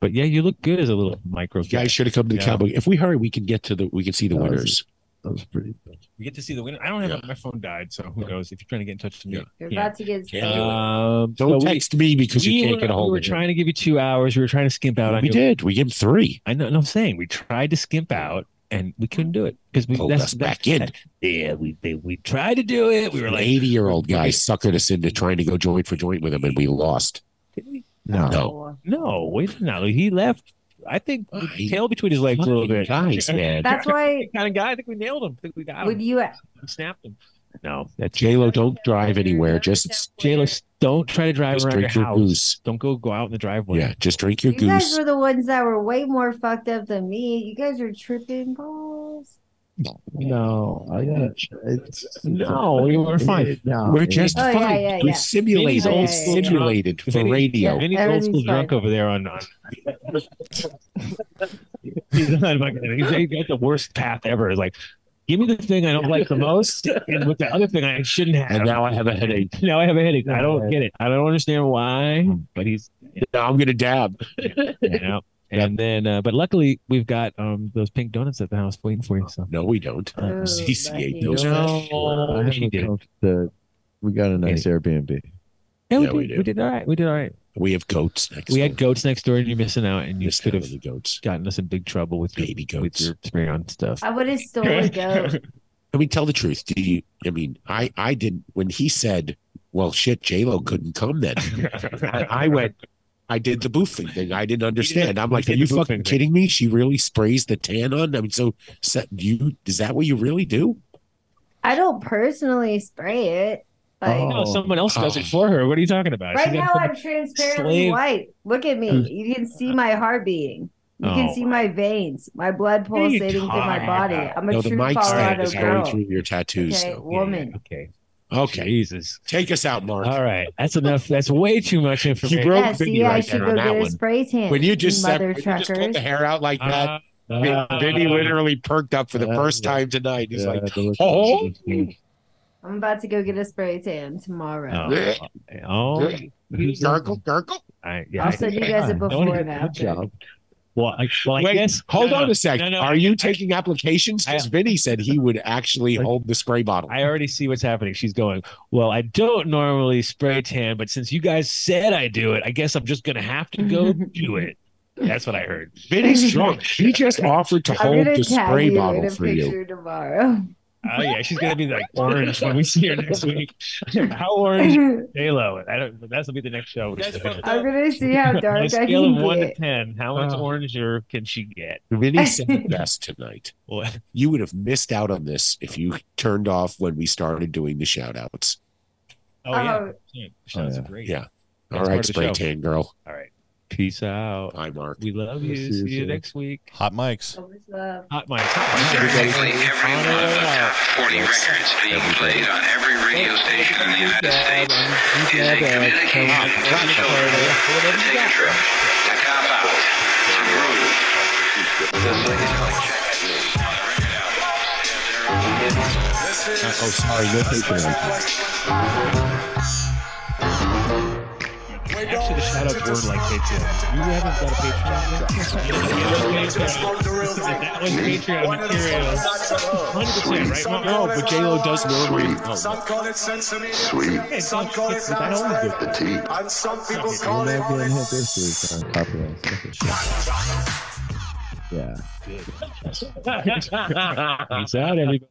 Speaker 5: But yeah, you look good as a little micro.
Speaker 1: You guys should have come to the
Speaker 6: Yeah.
Speaker 1: cowboy. If we hurry, we can get to the. We can see the
Speaker 7: That was-
Speaker 1: winners.
Speaker 7: That was pretty.
Speaker 5: We get to see the winner. I don't have my phone died, so who knows? If you're trying to get in touch with me,
Speaker 10: You're
Speaker 5: Yeah.
Speaker 10: about to get
Speaker 1: Can't do it.
Speaker 5: um,
Speaker 1: Don't
Speaker 5: so we-
Speaker 1: text me because you
Speaker 5: we
Speaker 1: can't
Speaker 5: were,
Speaker 1: get a
Speaker 5: We
Speaker 1: hold
Speaker 5: were
Speaker 1: of me.
Speaker 5: trying to give you two hours. We were trying to skimp out on
Speaker 1: We
Speaker 5: you.
Speaker 1: did. We gave him three.
Speaker 5: I know. No, I'm saying we tried to skimp out and we couldn't do it because we
Speaker 1: Pulled
Speaker 5: that's,
Speaker 1: us
Speaker 5: that-
Speaker 1: Oh, back in.
Speaker 5: yeah, we they, we tried to do it. We were
Speaker 1: An
Speaker 5: like,
Speaker 1: 80 year old guy suckered us into trying to go joint for joint with him, and we lost.
Speaker 7: No.
Speaker 1: No.
Speaker 5: no, wait, no, he left. I think with
Speaker 1: Oh, He-
Speaker 5: tail between his legs a little bit.
Speaker 1: Guys, man.
Speaker 10: That's why
Speaker 5: kind of guy. I think we nailed him. I think we got
Speaker 10: would
Speaker 5: him.
Speaker 10: you
Speaker 5: We snapped him. No, that's
Speaker 1: J Lo, don't drive anywhere. Just,
Speaker 5: Jayla. Don't try to drive
Speaker 1: just
Speaker 5: around your
Speaker 1: drink your
Speaker 5: house.
Speaker 1: goose.
Speaker 5: Don't go go out in the driveway.
Speaker 1: Yeah, just drink your
Speaker 10: you guys
Speaker 1: goose.
Speaker 10: were the ones that were way more fucked up than me. You guys are tripping balls.
Speaker 7: No, I got it.
Speaker 5: No, we were fine.
Speaker 7: No,
Speaker 1: We're
Speaker 7: it-
Speaker 1: just
Speaker 10: Oh, yeah,
Speaker 1: fine.
Speaker 10: yeah,
Speaker 1: We
Speaker 10: yeah.
Speaker 1: simulated.
Speaker 5: Vinny's
Speaker 10: old
Speaker 1: we
Speaker 10: school
Speaker 1: simulated for
Speaker 5: Vinny-
Speaker 1: radio.
Speaker 5: Vinny's old
Speaker 10: Everything's
Speaker 5: school
Speaker 10: fine.
Speaker 5: drunk over there on. on he's on my he's, he's got the worst path ever. It's Like, give me the thing I don't like the most, and with the other thing I shouldn't have.
Speaker 1: And now I have a headache. Mm-hmm.
Speaker 5: now I have a headache. I don't get it. I don't understand why, but he's
Speaker 1: Now I'm going to dab.
Speaker 5: you know. And then, uh, but luckily, we've got um those pink donuts at the house waiting for you. So
Speaker 1: No, we don't.
Speaker 10: Oh,
Speaker 1: CC ate
Speaker 10: lucky.
Speaker 1: those.
Speaker 5: No.
Speaker 7: I have
Speaker 5: She
Speaker 7: a
Speaker 5: did.
Speaker 7: couch that- we got a nice Airbnb.
Speaker 5: yeah, we,
Speaker 1: Yeah, we
Speaker 5: did,
Speaker 1: do.
Speaker 5: we did all right. We did all right.
Speaker 1: We have goats next.
Speaker 5: we had
Speaker 1: door.
Speaker 5: goats next door, and you're missing out, and you
Speaker 1: This
Speaker 5: could
Speaker 1: time
Speaker 5: have
Speaker 1: of the goats.
Speaker 5: gotten us in big trouble with your-
Speaker 1: Baby
Speaker 5: with
Speaker 1: goats.
Speaker 5: your spray on stuff.
Speaker 10: I would have stolen a goat.
Speaker 1: I mean, tell the truth. Do you? I mean, I I didn't when he said, "Well, shit, J Lo couldn't come then." I, I went. I did the boofing thing. I didn't understand. I'm like,
Speaker 5: You
Speaker 1: are
Speaker 5: did
Speaker 1: you
Speaker 5: the boofing
Speaker 1: fucking
Speaker 5: thing."
Speaker 1: kidding me? She really sprays the tan on. I mean, so, so you is that what you really do?
Speaker 10: I don't personally spray it. Like
Speaker 7: Oh.
Speaker 5: No, someone else does it
Speaker 1: Oh.
Speaker 5: for her. What are you talking about?
Speaker 10: right
Speaker 5: She
Speaker 10: now,
Speaker 5: got-
Speaker 10: I'm transparently
Speaker 5: slave.
Speaker 10: white. Look at
Speaker 1: Mm.
Speaker 10: me. You can see my heart beating. You
Speaker 5: Oh,
Speaker 10: can see my veins, my blood
Speaker 5: What are you
Speaker 10: pulsating through my
Speaker 5: talking
Speaker 10: body.
Speaker 5: about?
Speaker 10: I'm a
Speaker 1: no, the
Speaker 10: true
Speaker 1: mic stand
Speaker 10: Colorado
Speaker 1: is going
Speaker 10: girl.
Speaker 1: through your tattoos.
Speaker 10: Okay,
Speaker 1: Though.
Speaker 10: woman.
Speaker 5: Okay.
Speaker 1: Okay,
Speaker 5: Jesus.
Speaker 1: take us out, Mark.
Speaker 5: All right. That's enough. That's way too much
Speaker 1: You
Speaker 5: information.
Speaker 1: broke
Speaker 10: Yeah,
Speaker 1: Vinny
Speaker 10: see, I
Speaker 1: right
Speaker 10: should
Speaker 1: there
Speaker 10: go
Speaker 1: on that
Speaker 10: get a
Speaker 1: one.
Speaker 10: spray tan.
Speaker 1: When you
Speaker 10: you
Speaker 1: just, sep-
Speaker 10: mother
Speaker 1: when you just pulled
Speaker 10: truckers.
Speaker 1: the hair out like that,
Speaker 5: Uh, uh,
Speaker 1: Vinny literally perked up for the
Speaker 7: Uh,
Speaker 1: first time tonight. He's
Speaker 7: Yeah,
Speaker 1: like,
Speaker 7: delicious.
Speaker 1: oh,
Speaker 10: I'm about to go get a spray tan tomorrow.
Speaker 5: Oh, oh,
Speaker 1: gurgle, gurgle.
Speaker 5: I, yeah,
Speaker 10: I'll
Speaker 5: I-
Speaker 10: send you guys a
Speaker 5: Don't
Speaker 10: before
Speaker 5: even-
Speaker 10: and after.
Speaker 7: job.
Speaker 5: Well, I, well, I
Speaker 1: Wait,
Speaker 5: guess. uh,
Speaker 1: Hold
Speaker 5: no,
Speaker 1: on
Speaker 5: no,
Speaker 1: a sec.
Speaker 5: No, no,
Speaker 1: Are you taking applications?
Speaker 5: I-
Speaker 1: Because Vinny said he would actually hold the spray bottle.
Speaker 5: I already see what's happening. She's going, Well, I don't normally spray tan, but since you guys said I do it, I guess I'm just going to have to go do it. That's what I heard.
Speaker 1: Vinny's drunk. He just offered to
Speaker 10: I'm
Speaker 1: hold
Speaker 10: gonna
Speaker 1: the
Speaker 10: tag
Speaker 1: spray
Speaker 10: you in
Speaker 1: bottle
Speaker 10: a
Speaker 1: for you.
Speaker 10: picture tomorrow.
Speaker 5: Oh, yeah. She's going to be like orange when we see her next week. How orange
Speaker 10: I'm
Speaker 5: J-Lo. I don't. That'll be the next show. we should do.
Speaker 10: gonna see how
Speaker 5: On a
Speaker 10: dark I
Speaker 5: scale of one to
Speaker 10: can get.
Speaker 5: ten, how much
Speaker 1: Oh.
Speaker 5: oranger can she get?
Speaker 1: Vinny said the best tonight.
Speaker 5: Boy,
Speaker 1: You would have missed out on this if you turned off when we started doing the shout outs.
Speaker 5: Oh yeah,
Speaker 10: Oh.
Speaker 5: yeah. sounds
Speaker 7: yeah.
Speaker 5: great.
Speaker 1: Yeah. All
Speaker 5: That's
Speaker 1: right,
Speaker 5: part of the
Speaker 1: spray
Speaker 5: show.
Speaker 1: tan girl.
Speaker 5: All right. Peace out.
Speaker 1: Hi, Mark.
Speaker 5: We love you.
Speaker 7: We'll
Speaker 5: See,
Speaker 7: see you
Speaker 5: you
Speaker 7: soon.
Speaker 5: next week.
Speaker 6: Hot mics.
Speaker 10: oh,
Speaker 5: Hot mic.
Speaker 2: Practically every one of the top 40 records being played on every radio station in the United States is a communication to the children to take a trip, to cop out, to groove.
Speaker 1: Oh, sorry. You're taking it.
Speaker 3: This is
Speaker 5: Actually, the shout outs were like Patreon. You haven't got a Patreon yet? You don't get a Patreon. If that was Patreon material. 100%, right? Mark?
Speaker 1: No, but J Lo does normally. Oh,
Speaker 11: Call it sensitive.
Speaker 1: sweet.
Speaker 11: Hey, some call it
Speaker 1: The
Speaker 11: nonsense.
Speaker 1: tea.
Speaker 11: And some people
Speaker 13: We're
Speaker 11: call it
Speaker 13: not getting hit this week on copyright. Look at shit. Yeah.
Speaker 1: Oh,
Speaker 5: Peace out, everybody.